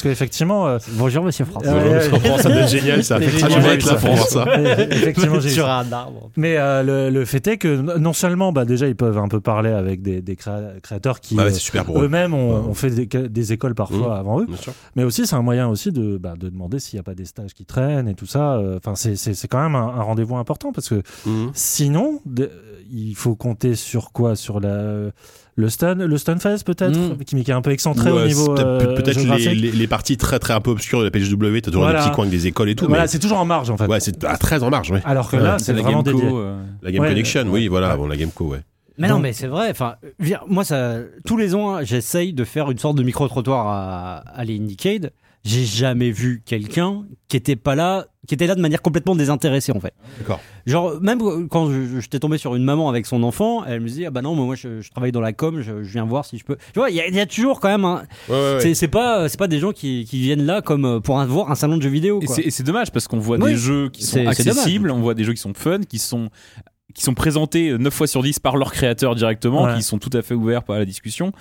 E: qu'effectivement, euh,
F: Bonjour, monsieur François.
E: Ouais, ouais,
A: Je comprends, ça doit être génial ça.
E: Mais
A: Ah, je vais être là pour voir ça.
E: Effectivement, j'ai eu
F: Sur
E: ça.
F: un arbre.
E: Mais euh, le, le fait est que n- non seulement, bah, déjà, ils peuvent un peu parler avec des, des créa- créateurs qui
A: Ah ouais,
E: euh,
A: c'est super pour eux.
E: eux-mêmes ont,
A: Ouais.
E: ont fait des, des écoles parfois
A: Mmh.
E: avant eux.
A: Bien sûr.
E: Mais aussi, c'est un moyen aussi de, bah, de demander s'il n'y a pas des stages qui traînent et tout ça. Euh, Enfin, c'est- c'est c'est quand même un, un rendez-vous important parce que
A: Mhm.
E: sinon, de- il faut compter sur quoi Sur la, le Stun, le Stunfest peut-être,
F: Mmh.
E: qui, qui est un peu excentré
A: Ou,
E: au
A: euh,
E: niveau
A: Hmm. c'est peut-être-
E: euh,
A: peut-être
E: géographique.
A: les, les, les parties très très un peu obscures de la PHW, t'as toujours
E: Voilà.
A: des petits coins avec des écoles et tout,
E: Voilà,
A: mais
E: c'est toujours en marge en fait.
A: ouais, c'est ah, très en marge, ouais.
E: Alors que
A: Ouais,
E: là, c'est
D: la
E: vraiment dédié.
D: Gameco. euh,
A: La Game
E: Ouais.
A: Connection, oui, voilà,
E: Ouais.
A: bon, la Gameco, ouais.
F: Mais non,
E: Donc-
F: mais c'est vrai. Enfin, je veux dire, moi, ça, tous les ans, hein, j'essaye de faire une sorte de micro-trottoir à, à l'Indicade. J'ai jamais vu quelqu'un qui était pas là, qui était là de manière complètement désintéressée, en fait.
A: D'accord.
F: Genre, même quand je- j'étais tombé sur une maman avec son enfant, elle me disait, ah bah non, mais moi, je, je travaille dans la com, je, je viens voir si je peux. Tu vois, il y, a- il y a toujours quand même un.
A: Ouais, ouais, ouais.
F: C'est c'est pas, c'est pas des gens qui, qui viennent là comme euh, pour un- voir un salon de jeux vidéo,
D: Et
F: quoi.
D: c'est- et c'est dommage parce qu'on voit
F: Oui.
D: des jeux qui sont
F: C'est- c'est dommage.
D: accessibles, on voit des jeux qui sont fun, qui sont qui sont présentés euh, 9 fois sur 10 par leur créateur directement,
E: Ouais.
D: qui sont tout à fait ouverts à la discussion.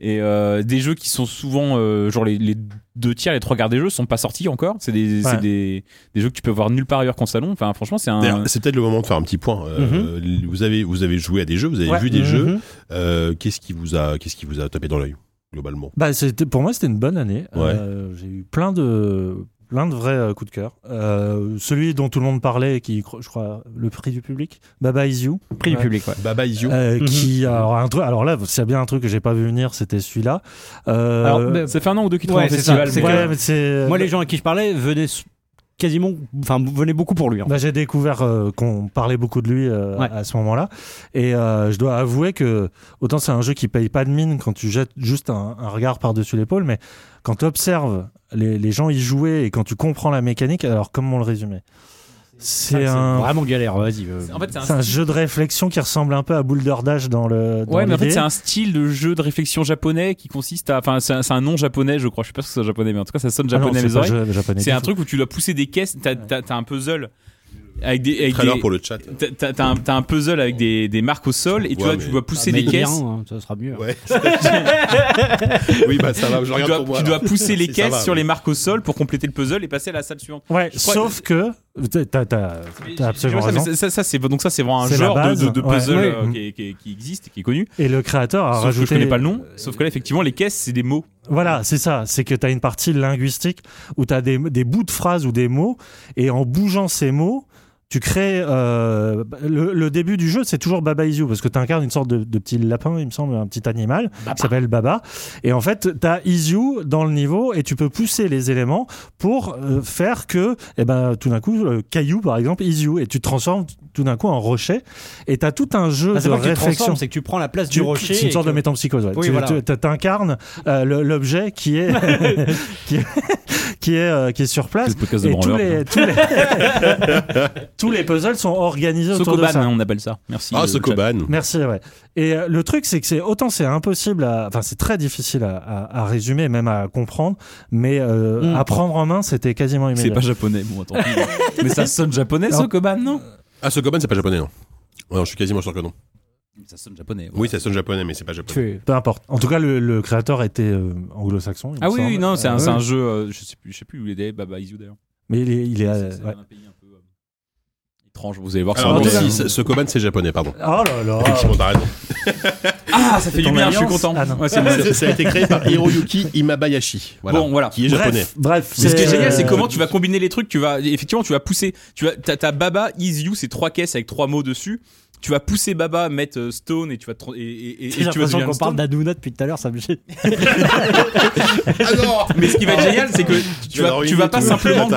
D: Et euh, des jeux qui sont souvent, euh, genre les, les deux tiers, les trois quarts des jeux sont pas sortis encore. C'est des, c'est
E: Ouais.
D: des, des jeux que tu peux voir nulle part ailleurs qu'en salon. Enfin, franchement, c'est un.
A: D'ailleurs, C'est peut-être le moment de faire un petit point. Euh, Vous avez vous avez joué à des jeux, vous avez
E: Mhm. Ouais.
A: vu des
F: Mhm.
A: jeux. Euh, qu'est-ce qui vous a qu'est-ce qui vous a tapé dans l'œil globalement
E: Bah, c'était, pour moi, c'était une bonne année.
A: Ouais.
E: Euh, j'ai eu plein de, l'un de vrais euh, coups de cœur, euh, celui dont tout le monde parlait et qui, cro- je crois, le prix du public, Baba Is You,
F: Prix
E: Ouais.
F: du public, ouais.
A: Baba is you.
E: euh,
D: Mhm.
E: qui alors un truc, alors là, s'il y a bien un truc que j'ai pas vu venir, c'était celui-là. Euh,
F: Alors, mais-
D: Ça fait un an ou deux qu'ils trouvent
F: Ouais,
D: un
F: c'est
D: festival. euh,
F: ça, c'est
D: mais-
E: ouais, mais c'est
F: Euh, Moi, les gens à qui je parlais venaient s- quasiment, enfin, venaient beaucoup pour
D: Ah
F: lui. hein. en fait.
E: Bah, j'ai découvert euh, qu'on parlait beaucoup de lui euh,
F: Ouais.
E: à ce moment-là. Et euh, je dois avouer que, autant c'est un jeu qui paye pas de mine quand tu jettes juste un, un regard par-dessus l'épaule, mais quand tu observes les, les gens y jouer et quand tu comprends la mécanique, alors comment le résumer C'est
F: Ah,
E: un,
F: vraiment galère. Vas-y. euh.
D: En fait, c'est un
E: c'est un jeu de réflexion qui ressemble un peu à Boulder Dash dans le. dans
D: Ouais, mais en fait,
E: l'idée.
D: c'est un style de jeu de réflexion japonais qui consiste à. Enfin, c'est un, c'est un nom japonais, je crois. Je sais pas si c'est japonais, mais en tout cas, ça sonne
E: Ah non,
D: japonais à
E: c'est
D: mes
E: pas
D: oreilles.
E: jeu japonais
D: C'est
E: du
D: un
E: tout.
D: truc où tu dois pousser des caisses, t'as t'as- t'as un puzzle avec des.
E: Euh,
D: Avec
A: Trailer
D: des-
A: pour le chat.
D: t'as- T'as t'as un, t'as un puzzle avec des, des marques au sol et tu,
A: Ouais,
D: dois-
A: mais-
D: tu dois pousser
F: Ah, mais
D: des
F: lien,
D: caisses.
F: hein, ça sera mieux.
A: Ouais. oui, bah ça va, je
D: Tu
A: regarde
D: dois,
A: pour moi.
D: tu dois
A: alors.
D: pousser les
A: Si, ça
D: caisses
A: va,
D: sur
A: oui.
D: les marques au sol pour compléter le puzzle et passer à la salle suivante.
E: Ouais,
D: crois-
E: sauf que. T'as- T'as t'as-
D: Mais
E: t'as
D: j'ai-
E: absolument
D: j'ai-
E: raison.
D: ça, ça, ça, c'est donc ça c'est vraiment un
E: C'est la
D: genre de-
E: base,
D: de, de
E: ouais.
D: puzzle
E: Ouais.
D: euh, qui, qui- qui existe et qui est connu.
E: Et le créateur a
D: Sauf
E: rajouté.
D: que je connais pas le nom. Sauf que là effectivement les caisses c'est des mots.
E: Voilà, c'est ça. C'est que tu as une partie linguistique où tu as des, des bouts de phrases ou des mots, et en bougeant ces mots, tu crées. euh, le, le début du jeu, c'est toujours Baba Is You, parce que tu incarnes une sorte de, de petit lapin, il me semble, un petit animal, qui s'appelle Baba. Et en fait, tu as Is You dans le niveau, et tu peux pousser les éléments pour euh, faire que, eh ben, tout d'un coup, le caillou, par exemple, Is You, et tu te transformes tout d'un coup en rocher, et tu as tout un jeu
F: Ah, c'est
E: de
F: pas que tu te
E: réflexion.
F: transformes, c'est que tu prends la place
E: Tu-
F: du rocher.
E: C'est une
F: et
E: sorte
F: que-
E: de métampsychose. Ouais.
F: Oui,
E: tu
F: voilà.
E: tu- t- t'incarnes euh, le- l'objet qui est qui est qui est, euh, qui est sur place.
D: C'est le podcast de hein.
E: Et tous
D: branleur.
E: les, tous les tous les puzzles sont organisés autour de
D: Sokoban
E: ça.
D: hein, on appelle ça. Merci.
A: Ah,
D: euh, le
A: ce
D: chat.
A: Coban.
E: Merci, ouais. Et euh, le truc, c'est que c'est autant c'est impossible, à- enfin c'est très difficile à, à- à résumer, même à comprendre, mais euh,
F: Mm.
E: à prendre en main, c'était quasiment
D: C'est
E: immédiat.
D: pas japonais bon tant pis. mais ça sonne japonais
E: Alors-
D: Sokoban non
A: Ah, ce Coban, c'est pas japonais, non Ouais, non, je suis quasiment sûr que non.
D: Ça sonne japonais.
A: Oui, ça sonne japonais, mais c'est pas japonais.
F: Tu-
E: Peu importe. En tout cas, le, le créateur était euh, anglo-saxon. il me
D: Ah oui,
E: semble.
D: oui, non, c'est un,
E: Euh,
D: c'est un jeu, euh, je sais plus, je sais plus où il est, Baba Is You d'ailleurs.
E: Mais il est, il est, euh,
D: C'est
E: ouais.
D: un pays un peu euh, étrange, vous allez voir.
A: Alors,
E: en
A: non,
E: tout cas-
A: si, ce- ce Coban, c'est japonais, pardon.
E: Oh là là.
A: Effectivement, t'as raison.
D: Ah, ça fait du bien, je suis
E: alliance
D: content.
E: Ah, non.
D: Ouais, c'est bon, c'est-
A: C'est- Ça a été créé par Hiroyuki Imabayashi. Voilà.
D: Bon, voilà.
A: Qui est japonais.
E: Bref, bref.
A: Mais
D: Ce qui est
E: c'est-
D: génial, c'est
E: euh,
D: comment tu vas combiner les trucs. Tu vas effectivement, tu vas pousser. Tu vas, t'as, t'as Baba is you, c'est trois caisses avec trois mots dessus. Tu vas pousser Baba, mettre euh, Stone et tu vas te- et, et- et- et
F: J'ai
D: tu vas
F: l'impression
D: devenir
F: qu'on parle
D: Stone.
F: d'Anouna depuis tout à l'heure, ça me gêne.
A: Alors,
D: Mais ce qui va être génial, c'est que tu vas, tu vas pas simplement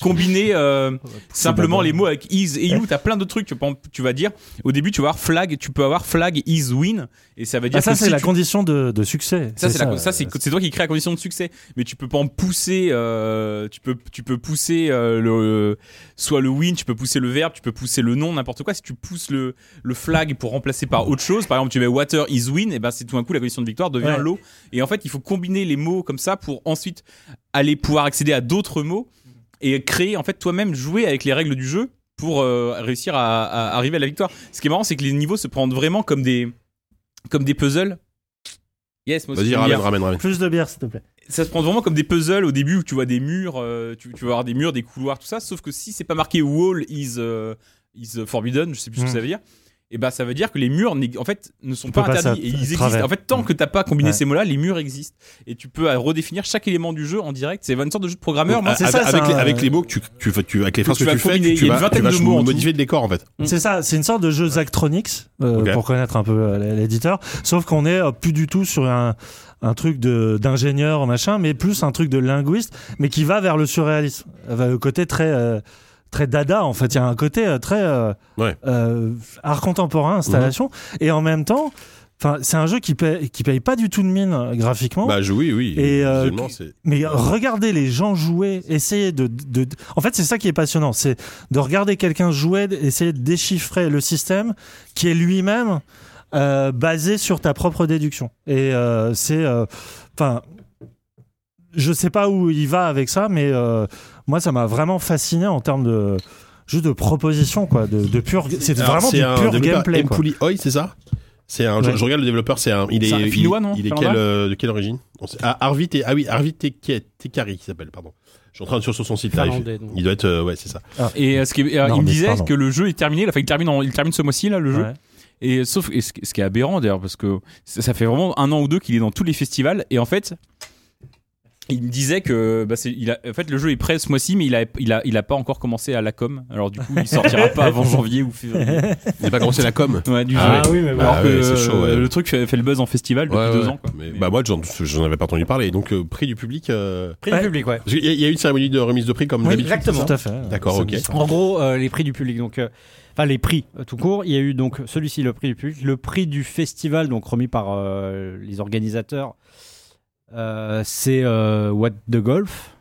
D: combiner euh, simplement les mots avec is et you. T'as plein de trucs. Tu vas- Tu vas dire au début, tu vas avoir flag. Tu peux avoir flag is win et ça veut dire
E: Ah, ça,
D: que
E: c'est
D: si
E: la
D: tu-
E: condition de, de succès.
D: Ça c'est la- ça, c'est c'est toi qui crée la condition de succès, mais tu peux pas en pousser. euh, tu peux tu peux pousser euh, le soit le win, tu peux pousser le verbe, tu peux pousser le nom, n'importe quoi. Si tu pousses le le flag pour remplacer par autre chose, par exemple tu mets water is win, et ben c'est tout d'un coup la condition de victoire devient
E: Ouais.
D: l'eau. Et en fait il faut combiner les mots comme ça pour ensuite aller pouvoir accéder à d'autres mots et créer en fait toi-même jouer avec les règles du jeu pour euh, réussir à, à arriver à la victoire. Ce qui est marrant c'est que les niveaux se prennent vraiment comme des comme des puzzles. Yes, moi aussi,
A: Vas-y,
D: j'aime
A: ramène,
D: bien
A: ramène, ramène.
E: Plus de bière, s'il te plaît.
D: ça se prend vraiment comme des puzzles au début où tu vois des murs, euh, tu, tu vas avoir des murs, des couloirs, tout ça. Sauf que si c'est pas marqué wall is euh, is forbidden, je sais plus ce que
E: Mm.
D: ça veut dire. Et bah ça veut dire que les murs n'ex- en fait ne sont
E: Tu
D: pas
E: peux passer à
D: interdits et
E: t-
D: ils
E: travers. Mm.
D: existent. En fait tant que t'as pas combiné
E: Ouais.
D: ces mots-là, les murs existent et tu peux euh, redéfinir chaque élément du jeu en direct. C'est une sorte de jeu de programmeur. Moi,
E: c'est
A: avec,
E: ça,
A: Ah, avec
E: c'est
A: les,
E: un-
A: avec les mots que tu, tu, fais- tu- avec les phrases
D: tu
A: que
D: vas
A: tu fais,
D: combiner,
A: tu
D: il y a une
A: vas, tu
D: vingtaine
A: vas
D: de mots en
A: modifier le décor en fait.
D: Mm.
E: C'est ça, c'est une sorte de jeu Zachtronics, euh,
A: Ok.
E: pour connaître un peu euh, l'éditeur. Sauf qu'on est euh, plus du tout sur un, un truc de- d'ingénieur, machin, mais plus un truc de linguiste, mais qui va vers le surréalisme. Euh, vers le côté très, euh, très dada, en fait. Il y a un côté euh, très euh,
A: Ouais. Mm-hmm.
E: euh, art contemporain, installation. Et en même temps, enfin, c'est un jeu qui paye, qui paye pas du tout de mine euh, graphiquement.
A: Bah je- oui, oui.
E: Et, euh,
A: visuellement, c'est-
E: Mais regardez les gens jouer, essayer de, de, de- En fait, c'est ça qui est passionnant, c'est de regarder quelqu'un jouer, essayer de déchiffrer le système qui est lui-même euh, basé sur ta propre déduction. Et euh, c'est, euh, enfin, je sais pas où il va avec ça, mais euh, moi, ça m'a vraiment fasciné en termes de juste de proposition, quoi, de, de pur. C'est
A: Alors,
E: vraiment du
A: un
E: pur
A: développeur,
E: gameplay. quoi.
A: Empoli Oi, c'est ça c'est un, je,
E: Ouais.
A: je regarde le développeur, c'est un, il est,
D: C'est un
A: il-
D: Finnois, non
A: il est
D: Finlandais
A: quel, euh, de quelle origine On sait- ah, Arvid et, ah oui, Arvid Teke- Tekari il s'appelle, pardon. Je suis en train de sur, sur son site. là, il fait-
F: Finlandais, donc.
A: il doit être, euh, ouais, c'est ça.
D: Et euh, ce qui est- euh,
E: Non,
D: il me
E: mais
D: disait
E: pardon.
D: que le jeu est terminé. Enfin, il termine, en- il termine ce mois-ci là le jeu.
E: Ouais.
D: Et euh, sauf et ce, ce qui est aberrant d'ailleurs parce que ça, ça fait vraiment un an ou deux qu'il est dans tous les festivals et en fait il me disait que bah, c'est- il a, en fait le jeu est prêt ce mois-ci mais il a, il, a, il a pas encore commencé à la com alors du coup il sortira pas avant janvier ou février
A: J'ai pas commencé la com.
D: ouais, du
A: Ah
D: jeu.
F: oui, mais
D: alors
A: Ah
D: que
A: ouais, c'est chaud, ouais.
D: le truc fait, fait le buzz en festival depuis
A: Ouais,
D: deux
A: ouais.
D: ans quoi.
A: Mais, Bah moi j'en, j'en avais pas entendu parler. Donc euh, prix du public. euh,
F: Prix du public, ouais.
A: parce qu'il y a- Il y, a eu une cérémonie de remise de prix comme
F: Oui,
A: d'habitude.
F: exactement.
E: Tout à fait.
A: D'accord, ok.
E: Samedi soir.
F: En gros, euh, les prix du public, donc, euh, enfin les prix euh, tout court. Il y a eu donc celui-ci, le prix du public, le prix du festival, donc remis par euh, les organisateurs. Euh, c'est euh, What the Golf.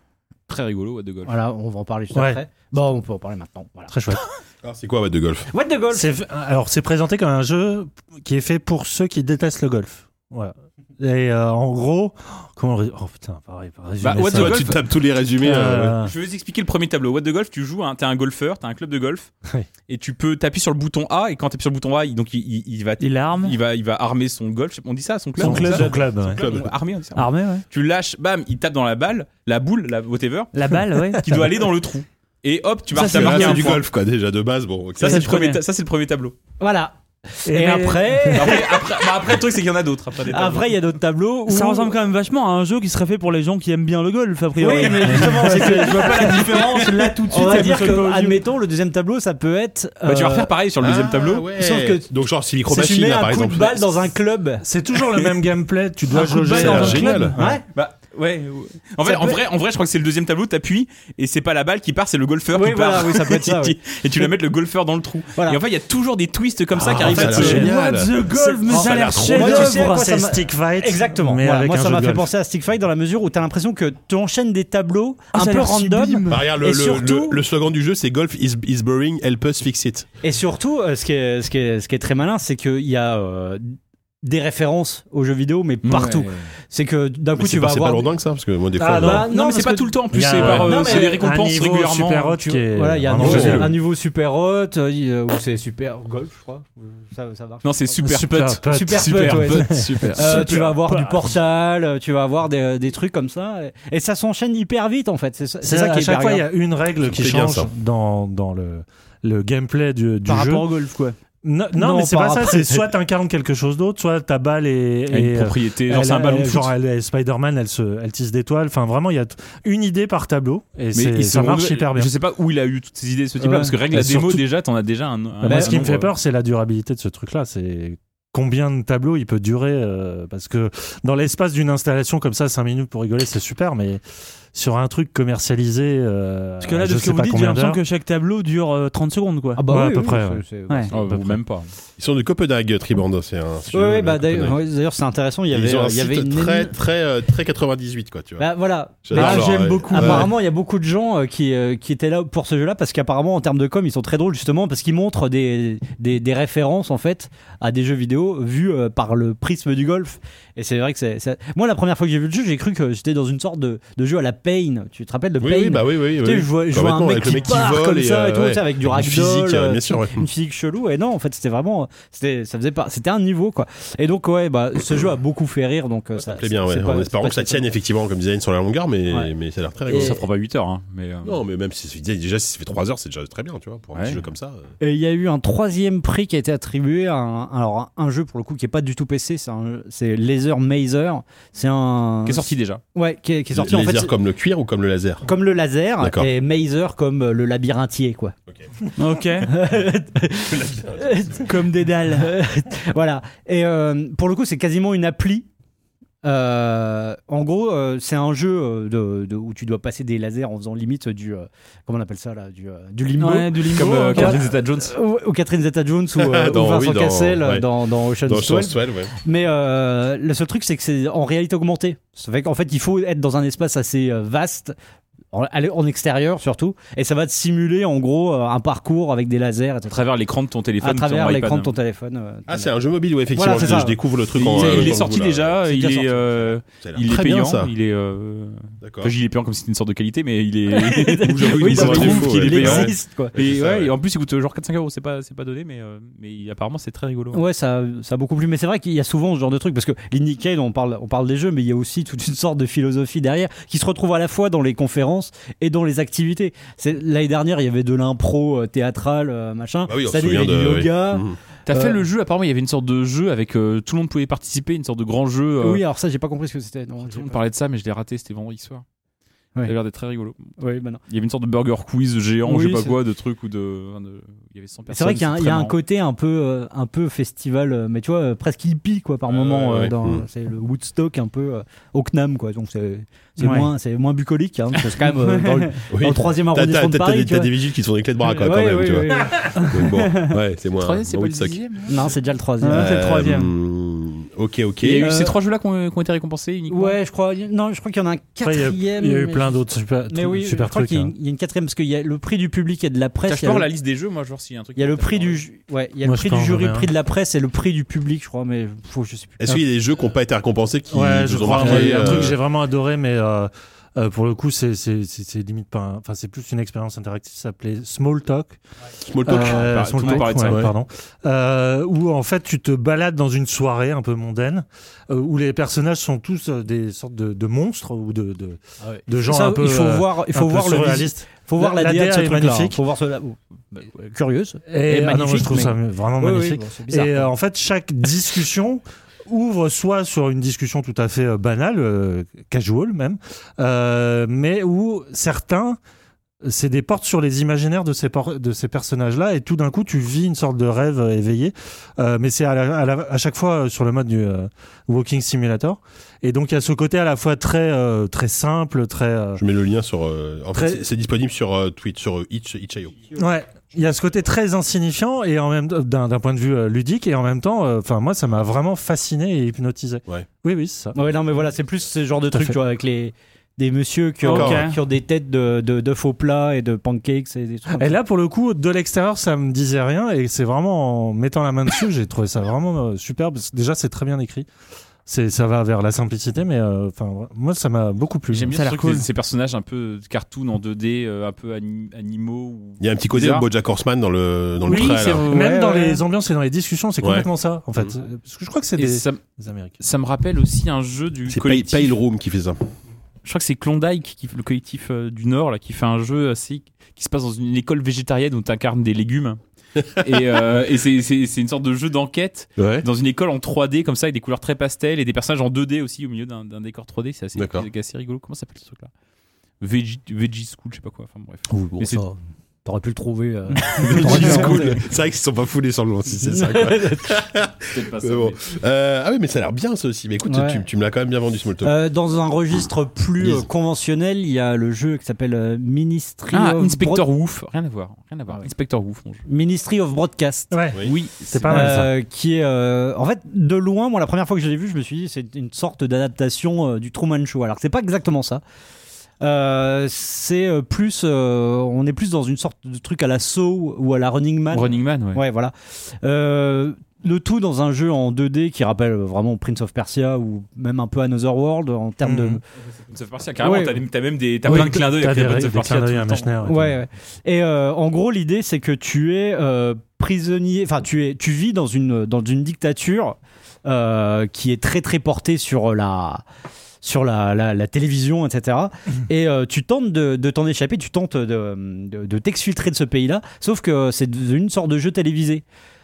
D: très rigolo What the Golf
F: Voilà, on va en parler juste
E: Ouais.
F: après. Bon, on peut en parler maintenant. Voilà.
E: Très chouette.
A: Ah, c'est quoi bah, de golf
F: What the Golf.
E: C'est- alors, c'est présenté comme un jeu qui est fait pour ceux qui détestent le golf. Voilà. Et euh, en gros, comment on ré- Oh putain, pareil, pareil.
D: Bah, what the
A: Ah,
D: golf
A: Tu tapes tous les résumés. euh, ouais.
E: Ah.
D: Je vais vous expliquer le premier tableau. What the Golf, tu joues, hein, t'es un golfeur, t'as un club de golf,
E: Oui.
D: et tu peux t'appuyer sur le bouton A, et quand t'appuies sur le bouton A, il, donc il, il- il va,
C: Il arme.
D: il va, il va armer son golf. On dit ça, son club.
E: Son
D: on dit
E: club,
D: ça
E: son club, ouais.
A: club.
D: Armé, on dit ça.
C: Armé, ouais.
D: Tu lâches, bam, il tape dans la balle, la boule, la whatever,
C: La balle, ouais.
D: qui doit aller dans le trou. Et hop, tu
C: Ça,
D: vas
C: c'est
D: t'as marqué
A: Ah,
D: un
A: c'est du
D: point.
A: golf quoi déjà de base. Bon. ok.
D: Ça, c'est le
C: Je
D: premier.
C: connais.
D: ta- Ça, c'est le premier tableau.
F: Voilà. Et,
C: mais-
F: après,
D: Après, après, bah, après, le truc, c'est qu'il y en a d'autres. Après, des tableaux.
F: après, il y a d'autres tableaux. Où...
C: Ça ressemble quand même vachement à un jeu qui serait fait pour les gens qui aiment bien le golf, a priori.
F: Oui, mais justement, c'est que je vois pas la différence.
C: là tout de
F: On
C: suite.
F: va
C: ça
F: dire
C: me saute aux
F: que,
C: yeux.
F: admettons, le deuxième tableau, ça peut être.
D: Bah, tu vas
F: euh,
D: refaire pareil sur le deuxième
A: Ah,
D: tableau.
A: ouais.
F: Sauf que-
A: donc genre c'est micro
F: c'est tu
A: machine
F: mets
A: là,
F: un
A: par
F: coup
A: exemple.
F: de balle dans un club.
E: C'est toujours le même gameplay, tu dois
C: Un coup de
E: jauger.
C: balle dans
E: euh,
C: un
A: génial.
C: club.
A: Ouais.
F: Ouais.
D: Bah ouais. ouais. En fait,
F: Ça
D: en
F: peut-
D: vrai, en vrai, je crois que c'est le deuxième tableau. T'appuies et c'est pas la balle qui part, c'est le golfeur
F: Oui,
D: qui part.
F: voilà, oui, ça peut être ça,
D: et, tu, et tu dois mettre le golfeur dans le trou.
F: Voilà.
D: Et en fait, il y a toujours des twists comme ça qui
A: Ah,
D: arrivent.
A: ça
D: à
A: a
D: te-
A: l'air génial.
C: What the golf, mais
A: Oh,
C: ça a l'air
A: trop
C: chef
F: bien. Tu sais à
C: d'œuvre.
F: quoi ça
E: c'est
F: m'a-
E: stick fight.
F: Exactement.
E: Mais
F: Voilà,
E: avec
F: moi,
E: un
F: ça
E: jeu
F: m'a
E: de
F: fait
E: golf.
F: penser à Stick Fight dans la mesure où t'as l'impression que tu enchaînes des tableaux
C: Ah,
F: un
C: ça a
F: peu
C: l'air
F: random.
C: sublime.
A: Bah, regarde, le,
F: Et
A: le-
F: surtout-
A: le- le slogan du jeu c'est Golf is, is boring, help us fix it.
F: Et surtout, euh, ce, qui est, ce, qui est, ce qui est très malin, c'est qu'il y a euh, des références aux jeux vidéo, mais partout. C'est que d'un
A: Mais
F: coup,
A: c'est
F: tu
A: pas,
F: vas
A: c'est pas
F: avoir.
A: lourdingue, ça parce que moi des fois.
E: Ah,
A: genre-
F: bah,
D: Non, mais c'est
F: parce
D: pas
F: que-
D: tout le temps. En plus,
E: Il y a
D: c'est
E: un-
D: par, euh,
F: Non, mais
D: c'est des
F: un
D: récompenses
E: niveau
D: régulièrement. hein,
E: super hot qui est
F: Voilà, il y
D: Ah,
F: a un,
E: vraiment
F: niveau,
E: génial.
F: un niveau super hot, euh, ou c'est super golf, je crois. Ça, ça marche.
D: Non, c'est super,
E: Super
D: putt.
E: putt.
F: Super,
D: Super
F: putt, ouais.
D: putt, super.
F: Euh, tu
E: Super
F: vas avoir du
E: putt.
F: portal, euh, tu vas avoir des, des trucs comme ça, et, et ça s'enchaîne hyper vite en fait. C'est ça, c'est ça qui
E: à
F: est
E: chaque
F: hyper
E: fois, il y
F: bien.
E: a une règle qui
A: C'est bien,
E: change
A: ça.
E: dans, dans le, le gameplay du, du
F: par
E: jeu.
F: rapport au golf quoi.
E: Non, non,
F: Non,
E: mais c'est
F: par
E: pas ça.
F: rapport-
E: C'est soit t'incarnes quelque chose d'autre, soit ta balle est.
D: Il y a
E: est,
D: Une
E: euh,
D: propriété, genre
E: elle-
D: c'est un ballon
E: elle-
D: de foot.
E: Genre, elle, elle- Spider-Man, elle, se, elle tisse des toiles. Enfin, vraiment, il y a t- une idée par tableau. Et
D: Mais
E: c'est-
D: ils
E: ça
D: sont-
E: marche hyper bien.
D: Je sais pas où il a eu toutes ces idées de ce type-là,
F: Ouais.
D: parce que règle
E: Et
D: la démo
E: surtout-
D: déjà, t'en as déjà un. un-
E: Bah,
D: un
E: moi, ce qui me
D: nombre.
E: fait peur, c'est la durabilité de ce truc-là. C'est combien de tableaux il peut durer. euh, parce que dans l'espace d'une installation comme ça, 5 minutes pour rigoler, c'est super. Mais sur un truc commercialisé. euh,
C: Parce que là,
E: je
C: de ce
E: sais
C: que vous
E: pas
C: dites, j'ai
E: combien
C: l'impression
E: d'heures.
C: que chaque tableau dure euh, 30 secondes, quoi.
F: Ah bah
E: Ouais,
F: oui,
E: à peu
F: oui,
E: près,
F: c'est-
E: ouais.
F: c'est-
C: Ouais.
D: Oh, ou même pas.
A: Ils sont de Copenhague, Triband. C'est un.
F: Ouais, ouais, bah d'ailleurs, ouais, d'ailleurs, c'est intéressant. Il y avait,
A: Ils ont
F: euh,
A: un
F: il y avait
A: site
F: une
A: très,
F: énorme-
A: très, euh, très 98 quoi, tu vois.
F: Bah, voilà.
A: J'adore,
F: Bah,
A: genre,
F: j'aime
A: ouais.
F: beaucoup.
A: Ouais.
F: Apparemment, il y a beaucoup de gens euh, qui, euh, qui étaient là pour ce jeu-là parce qu'apparemment, en termes de com, ils sont très drôles justement parce qu'ils montrent des, des, des références en fait à des jeux vidéo vus euh, par le prisme du golf. Et c'est vrai que c'est. c'est- Moi, la première fois que j'ai vu le jeu, j'ai cru que j'étais dans une sorte de, de jeu à la Pain. Tu te rappelles de
A: oui,
F: Pain
A: oui, bah oui, oui.
F: Tu
A: oui.
F: sais, je vois, je vois un
A: Complètement,
F: mec
A: avec le
F: qui
A: mec qui
F: part
A: vole
F: comme
A: et,
F: ça et,
A: euh,
F: tout,
A: ouais.
F: tu sais, avec du
A: Une
F: ragdoll,
A: physique, euh, bien sûr, ouais.
F: une physique chelou. Et non, en fait, c'était vraiment, c'était, ça faisait pas, c'était un niveau quoi. Et donc ouais, bah ce jeu a beaucoup fait rire, donc euh, ça,
A: Ça plaît bien, ouais.
F: c'est- c'est pas-
A: En
F: c'est
A: espérant
F: pas
A: que ça tienne
F: étonnant.
A: effectivement comme design sur la longueur, mais,
F: Ouais.
A: mais ça a l'air très
F: Et-
A: rigolo.
D: Ça fera pas 8 heures, hein, mais. euh,
A: Non, mais même si c'est- déjà si ça fait 3 heures, c'est déjà très bien, tu vois, pour un
D: Ouais.
A: petit jeu comme ça. euh.
F: Et il y a eu un troisième prix qui a été attribué à un, alors un un jeu pour le coup qui est pas du tout PC, c'est, un- c'est Laser Mazer. C'est un
D: Qui est sorti déjà.
F: Ouais, qui est, qui est sorti en fait.
A: laser
F: c'est-
A: comme le cuir ou comme le laser
F: Comme le laser
A: D'accord.
F: et Mazer comme euh, le labyrinthier quoi.
C: Ok. Comme des dalles.
F: Euh, voilà. Et euh, pour le coup, c'est quasiment une appli. Euh, en gros, euh, c'est un jeu euh, de, de- où tu dois passer des lasers en faisant limite du euh, comment on appelle ça là, du, euh, du limbo.
C: Ouais, du limbo.
D: Comme euh,
C: ok.
D: Catherine Zeta-Jones.
F: Ou, ou Catherine Zeta-Jones ou, euh, ou
A: Dans-
F: Vincent
A: oui, dans-
F: Cassel euh,
A: ouais.
F: dans, dans Ocean's
A: Dans
F: Twelve.
A: Source 12, ouais.
F: Mais euh, le seul truc, c'est que c'est en réalité augmentée. Ça fait qu'en fait, il faut être dans un espace assez euh, vaste, en, aller en extérieur surtout, et ça va te simuler en gros euh, un parcours avec des lasers,
D: À
F: etc.
D: travers l'écran de ton téléphone.
F: À travers
D: ton
F: l'écran de
D: iPad. hein.
F: ton téléphone. euh,
A: Ah, c'est un jeu mobile, ouais, effectivement.
F: Voilà, c'est
A: je,
F: ça.
A: je découvre le truc
D: Il,
A: en.
D: est-
A: euh,
D: il est
A: dans
D: sorti
A: vous, là.
D: déjà,
F: C'est
D: il
F: déjà
D: est,
F: sorti.
D: euh,
A: Ça a l'air
D: il est
A: très
D: payant,
A: bien, ça.
D: il est. euh,
A: D'accord.
D: Enfin, il est payant comme c'est une sorte de qualité, mais il est.
A: j'avoue,
D: Oui,
A: il
D: ça
A: doit
D: se
A: être
D: trouve
A: faux,
D: qu'il est
A: ouais.
F: Il
D: payant.
F: existe quoi.
A: Ouais,
D: Et
A: c'est ça,
D: ouais,
A: ouais.
D: et en plus, il coûte euh, genre 4-5 euros, c'est pas, c'est pas donné, mais, euh, mais il- apparemment, c'est très rigolo.
F: Ouais, ça, ça a beaucoup plu. Mais c'est vrai qu'il y a souvent ce genre de truc parce que l'Indie Cade, on parle, on parle des jeux, mais il y a aussi toute une sorte de philosophie derrière qui se retrouve à la fois dans les conférences et dans les activités. C'est- L'année dernière, il y avait de l'impro euh, théâtrale, euh, machin.
A: Bah oui, on se
F: Cette année, il y
A: souvient
F: avait
A: de.
F: du
A: ouais.
F: yoga.
A: Mhm.
D: T'as
F: Euh,
D: fait le jeu, apparemment, il y avait une sorte de jeu avec euh, tout le monde pouvait participer, une sorte de grand jeu. euh,
F: Oui, alors ça, j'ai pas compris ce que c'était. Non,
D: tout
F: j'ai
D: le monde
F: pas-
D: parlait de ça, mais je l'ai raté, c'était vendredi soir.
F: Ouais.
D: Ça a l'air d'être très rigolo.
F: Oui, bah non.
D: Il y avait une sorte de burger quiz géant,
F: Oui,
D: je sais pas
F: c'est-
D: quoi, de trucs ou de. enfin, de- Il y avait 100 personnes.
F: C'est vrai qu'il y a, un-
D: c'était
F: il y a
D: très
F: un
D: marrant.
F: côté un peu, euh, un peu festival, euh, mais tu vois, euh, presque hippie quoi, par
A: Euh,
F: moment. euh,
A: ouais.
F: dans-
A: Mm.
F: C'est le Woodstock un peu euh, au CNAM quoi, donc c'est c'est
E: Ouais.
F: moins, c'est moins bucolique. Hein, parce que c'est quand même euh, dans, le,
A: Oui.
F: dans le troisième
A: T'as- T'as
F: arrondissement de
A: t'as- t'as
F: Paris.
A: des,
F: tu
A: t'as
F: vois.
A: des vigiles qui sont des clés de bras, quoi, quand
F: Ouais,
A: même,
F: ouais,
A: tu vois.
F: ouais,
A: Donc bon, ouais, c'est moins.
D: Troisième, bah c'est
A: un
D: pas le
A: Woodstock.
D: dixième.
F: ouais. Non, c'est déjà le troisième.
C: Ouais. Ah, c'est le
A: Euh,
C: troisième.
A: hum, Ok, ok.
D: Il y a eu
F: Euh,
D: ces trois jeux-là qui ont, qui ont été récompensés uniquement.
F: Ouais, je crois. Non, je crois qu'il y en a un
E: Après, il y a-
F: quatrième.
E: Il y a eu
F: mais
E: plein
F: je-
E: d'autres super,
F: Mais oui,
E: super
F: je crois
E: trucs.
F: qu'il y, a
E: hein.
F: une- il y a une quatrième parce qu'il y a le prix du public et de la
D: Tiens,
F: presse.
D: je
F: il y a
D: pars
F: le-
D: la liste des jeux, moi, je vois s'il y a un truc.
F: Il y a le
D: qui
F: prix
D: m'intéresse.
F: du, ouais, il y a
E: Moi,
F: le
E: je hein.
F: prix
E: peux
F: du
E: en
F: jury,
E: revenir.
F: le prix de la presse et le prix du public, je crois, mais faut, je sais plus.
A: Est-ce qu'il y a des jeux qui n'ont pas été récompensés qui
E: Ouais, je
A: vous ont
E: crois.
A: marqué
E: ouais, il y a un
A: euh,
E: truc que j'ai vraiment adoré, mais euh, euh, pour le coup, c'est c'est- c'est- c'est limite pas. un- Enfin, c'est plus une expérience interactive. Ça s'appelait Small Talk.
A: Small Talk
E: Euh,
D: Bah, tout
E: sans
D: le
E: le
D: monde
E: temps,
D: parlait de ça,
E: ouais,
A: ouais.
E: pardon. Euh, où en fait tu te balades dans une soirée un peu mondaine euh, où les personnages sont tous euh, des sortes de, de monstres ou de, de,
D: Ah ouais.
E: de gens
F: Ça,
E: un peu.
F: il faut
E: euh,
F: voir, il
E: un
F: faut
E: peu
F: voir le, vis-
E: surréalistes.
F: faut voir la,
E: La
F: DA de
E: DA
F: ce
E: est
F: truc-là. hein.
E: magnifique.
F: Faut voir cela. oh, bah, ouais, Curieuse.
E: Et, ah
F: Et
E: non, moi, je
F: magnifique,
E: trouve
F: mais-
E: ça vraiment
F: Oui, oui,
E: magnifique.
F: bon, c'est bizarre.
E: Et euh, en fait, chaque discussion ouvre soit sur une discussion tout à fait euh, banale, euh, casual même, euh, mais où certains, c'est des portes sur les imaginaires de ces, por- de ces personnages-là, et tout d'un coup, tu vis une sorte de rêve euh, éveillé. Euh, mais c'est à, la- à la- à chaque fois euh, sur le mode du euh, Walking Simulator. Et donc, il y a ce côté à la fois très, euh, très simple, très... euh,
A: Je mets le lien sur. euh, en
E: Très-
A: fait, c'est- c'est disponible sur euh, Twitch, sur euh, Itch, Itch.io.
E: Ouais. Il y a ce côté très insignifiant et en même d'un d'un point de vue euh, ludique et en même temps, euh, enfin moi ça m'a vraiment fasciné et hypnotisé.
A: Ouais.
E: Oui oui c'est ça.
F: Ouais, non, mais voilà, c'est plus ce genre de
E: Tout à
F: truc,
E: fait.
F: tu vois, avec les des messieurs qui ont,
C: Ok.
F: qui ont des têtes de, de, de faux plats et de pancakes et des trucs. comme
E: Et
F: ça.
E: là pour le coup de l'extérieur ça me disait rien et c'est vraiment en mettant la main dessus j'ai trouvé ça vraiment euh, superbe. Déjà c'est très bien écrit. C'est ça va vers la simplicité mais euh, enfin moi ça m'a beaucoup plu.
D: J'aime bien
C: Ça a
D: ce
C: l'air
D: truc,
C: cool.
D: ces- ces personnages un peu cartoon en 2D, euh, un peu ani- animaux. ou-
A: Il y a un petit côté
D: Bizarre.
A: Bojack Horseman dans le, dans le
D: Oui,
A: trait.
D: c'est
A: là.
D: vrai.
E: Même
F: Ouais,
E: dans
F: ouais.
E: les ambiances et dans les discussions c'est
A: Ouais.
E: complètement ça en fait.
A: Mhm.
E: Parce que je crois que c'est
D: Mm. Et
E: des,
D: ça, me-
E: des Américains.
D: ça me rappelle aussi un jeu du
A: C'est Pale,
D: collectif.
A: Pale Room qui fait ça.
D: Je crois que c'est Klondike, qui, le collectif euh, du Nord, là, qui fait un jeu assez, qui se passe dans une école végétarienne où tu incarnes des légumes. et euh, et c'est- c'est c'est une sorte de jeu d'enquête
A: Ouais.
D: dans une école en 3D comme ça avec des couleurs très pastel et des personnages en 2D aussi au milieu d'un d'un décor 3D c'est assez,
A: D'accord.
D: c'est assez rigolo comment ça s'appelle ce truc là Veggie, Veggie School je sais pas quoi enfin bref
F: Oui, bon,
D: Mais c'est-
F: ça, T'aurais pu le trouver. euh,
A: C'est cool. C'est vrai qu'ils se sont pas foulés sur le nom, si c'est ça. quoi.
D: peut-être pas
A: Mais bon. Euh, ah oui, mais ça a l'air bien ça aussi. Mais écoute,
F: Ouais.
A: tu, tu me l'as quand même bien vendu, Small Talk.
F: Euh, dans un registre plus
A: Yes.
F: euh, conventionnel, il y a le jeu qui s'appelle euh, Ministry,
D: ah
F: of
D: Inspector
F: Broad-
D: Wolf rien à voir rien à voir Inspector Wolf mon jeu
F: Ministry of Broadcast.
E: Ouais.
A: Oui.
D: oui
E: C'est pas mal ça.
F: Euh, qui est euh, en fait de loin moi la première fois que je l'ai vu je me suis dit c'est une sorte d'adaptation euh, du Truman Show alors que c'est pas exactement ça Euh, c'est euh, plus euh, on est plus dans une sorte de truc à la Saw ou à la Running Man
D: Running Man ouais,
F: ouais voilà Euh, le tout dans un jeu en 2D qui rappelle vraiment Prince of Persia ou même un peu Another World en termes de
E: Mhm.
D: Prince of Persia, carrément
F: Ouais.
D: t'as des- t'as même des t'as
E: Oui,
D: plein de clins d'œil
E: t'as
D: avec les
E: des-
D: Prince
E: des
D: of Persia
E: clins d'œil
D: tout
E: à
D: le temps.
E: Machner, ouais.
F: Ouais, ouais. Et euh, en gros, l'idée, c'est que tu es euh, prisonnier, enfin, tu, es, tu vis dans une, dans une dictature euh, qui est très, très portée sur la sur la, la, la télévision, etc.
D: Mhm.
F: Et euh, tu tentes de, de t'en échapper, tu tentes de, de, de t'exfiltrer de ce pays-là, sauf que c'est devenu une sorte de jeu télévisé.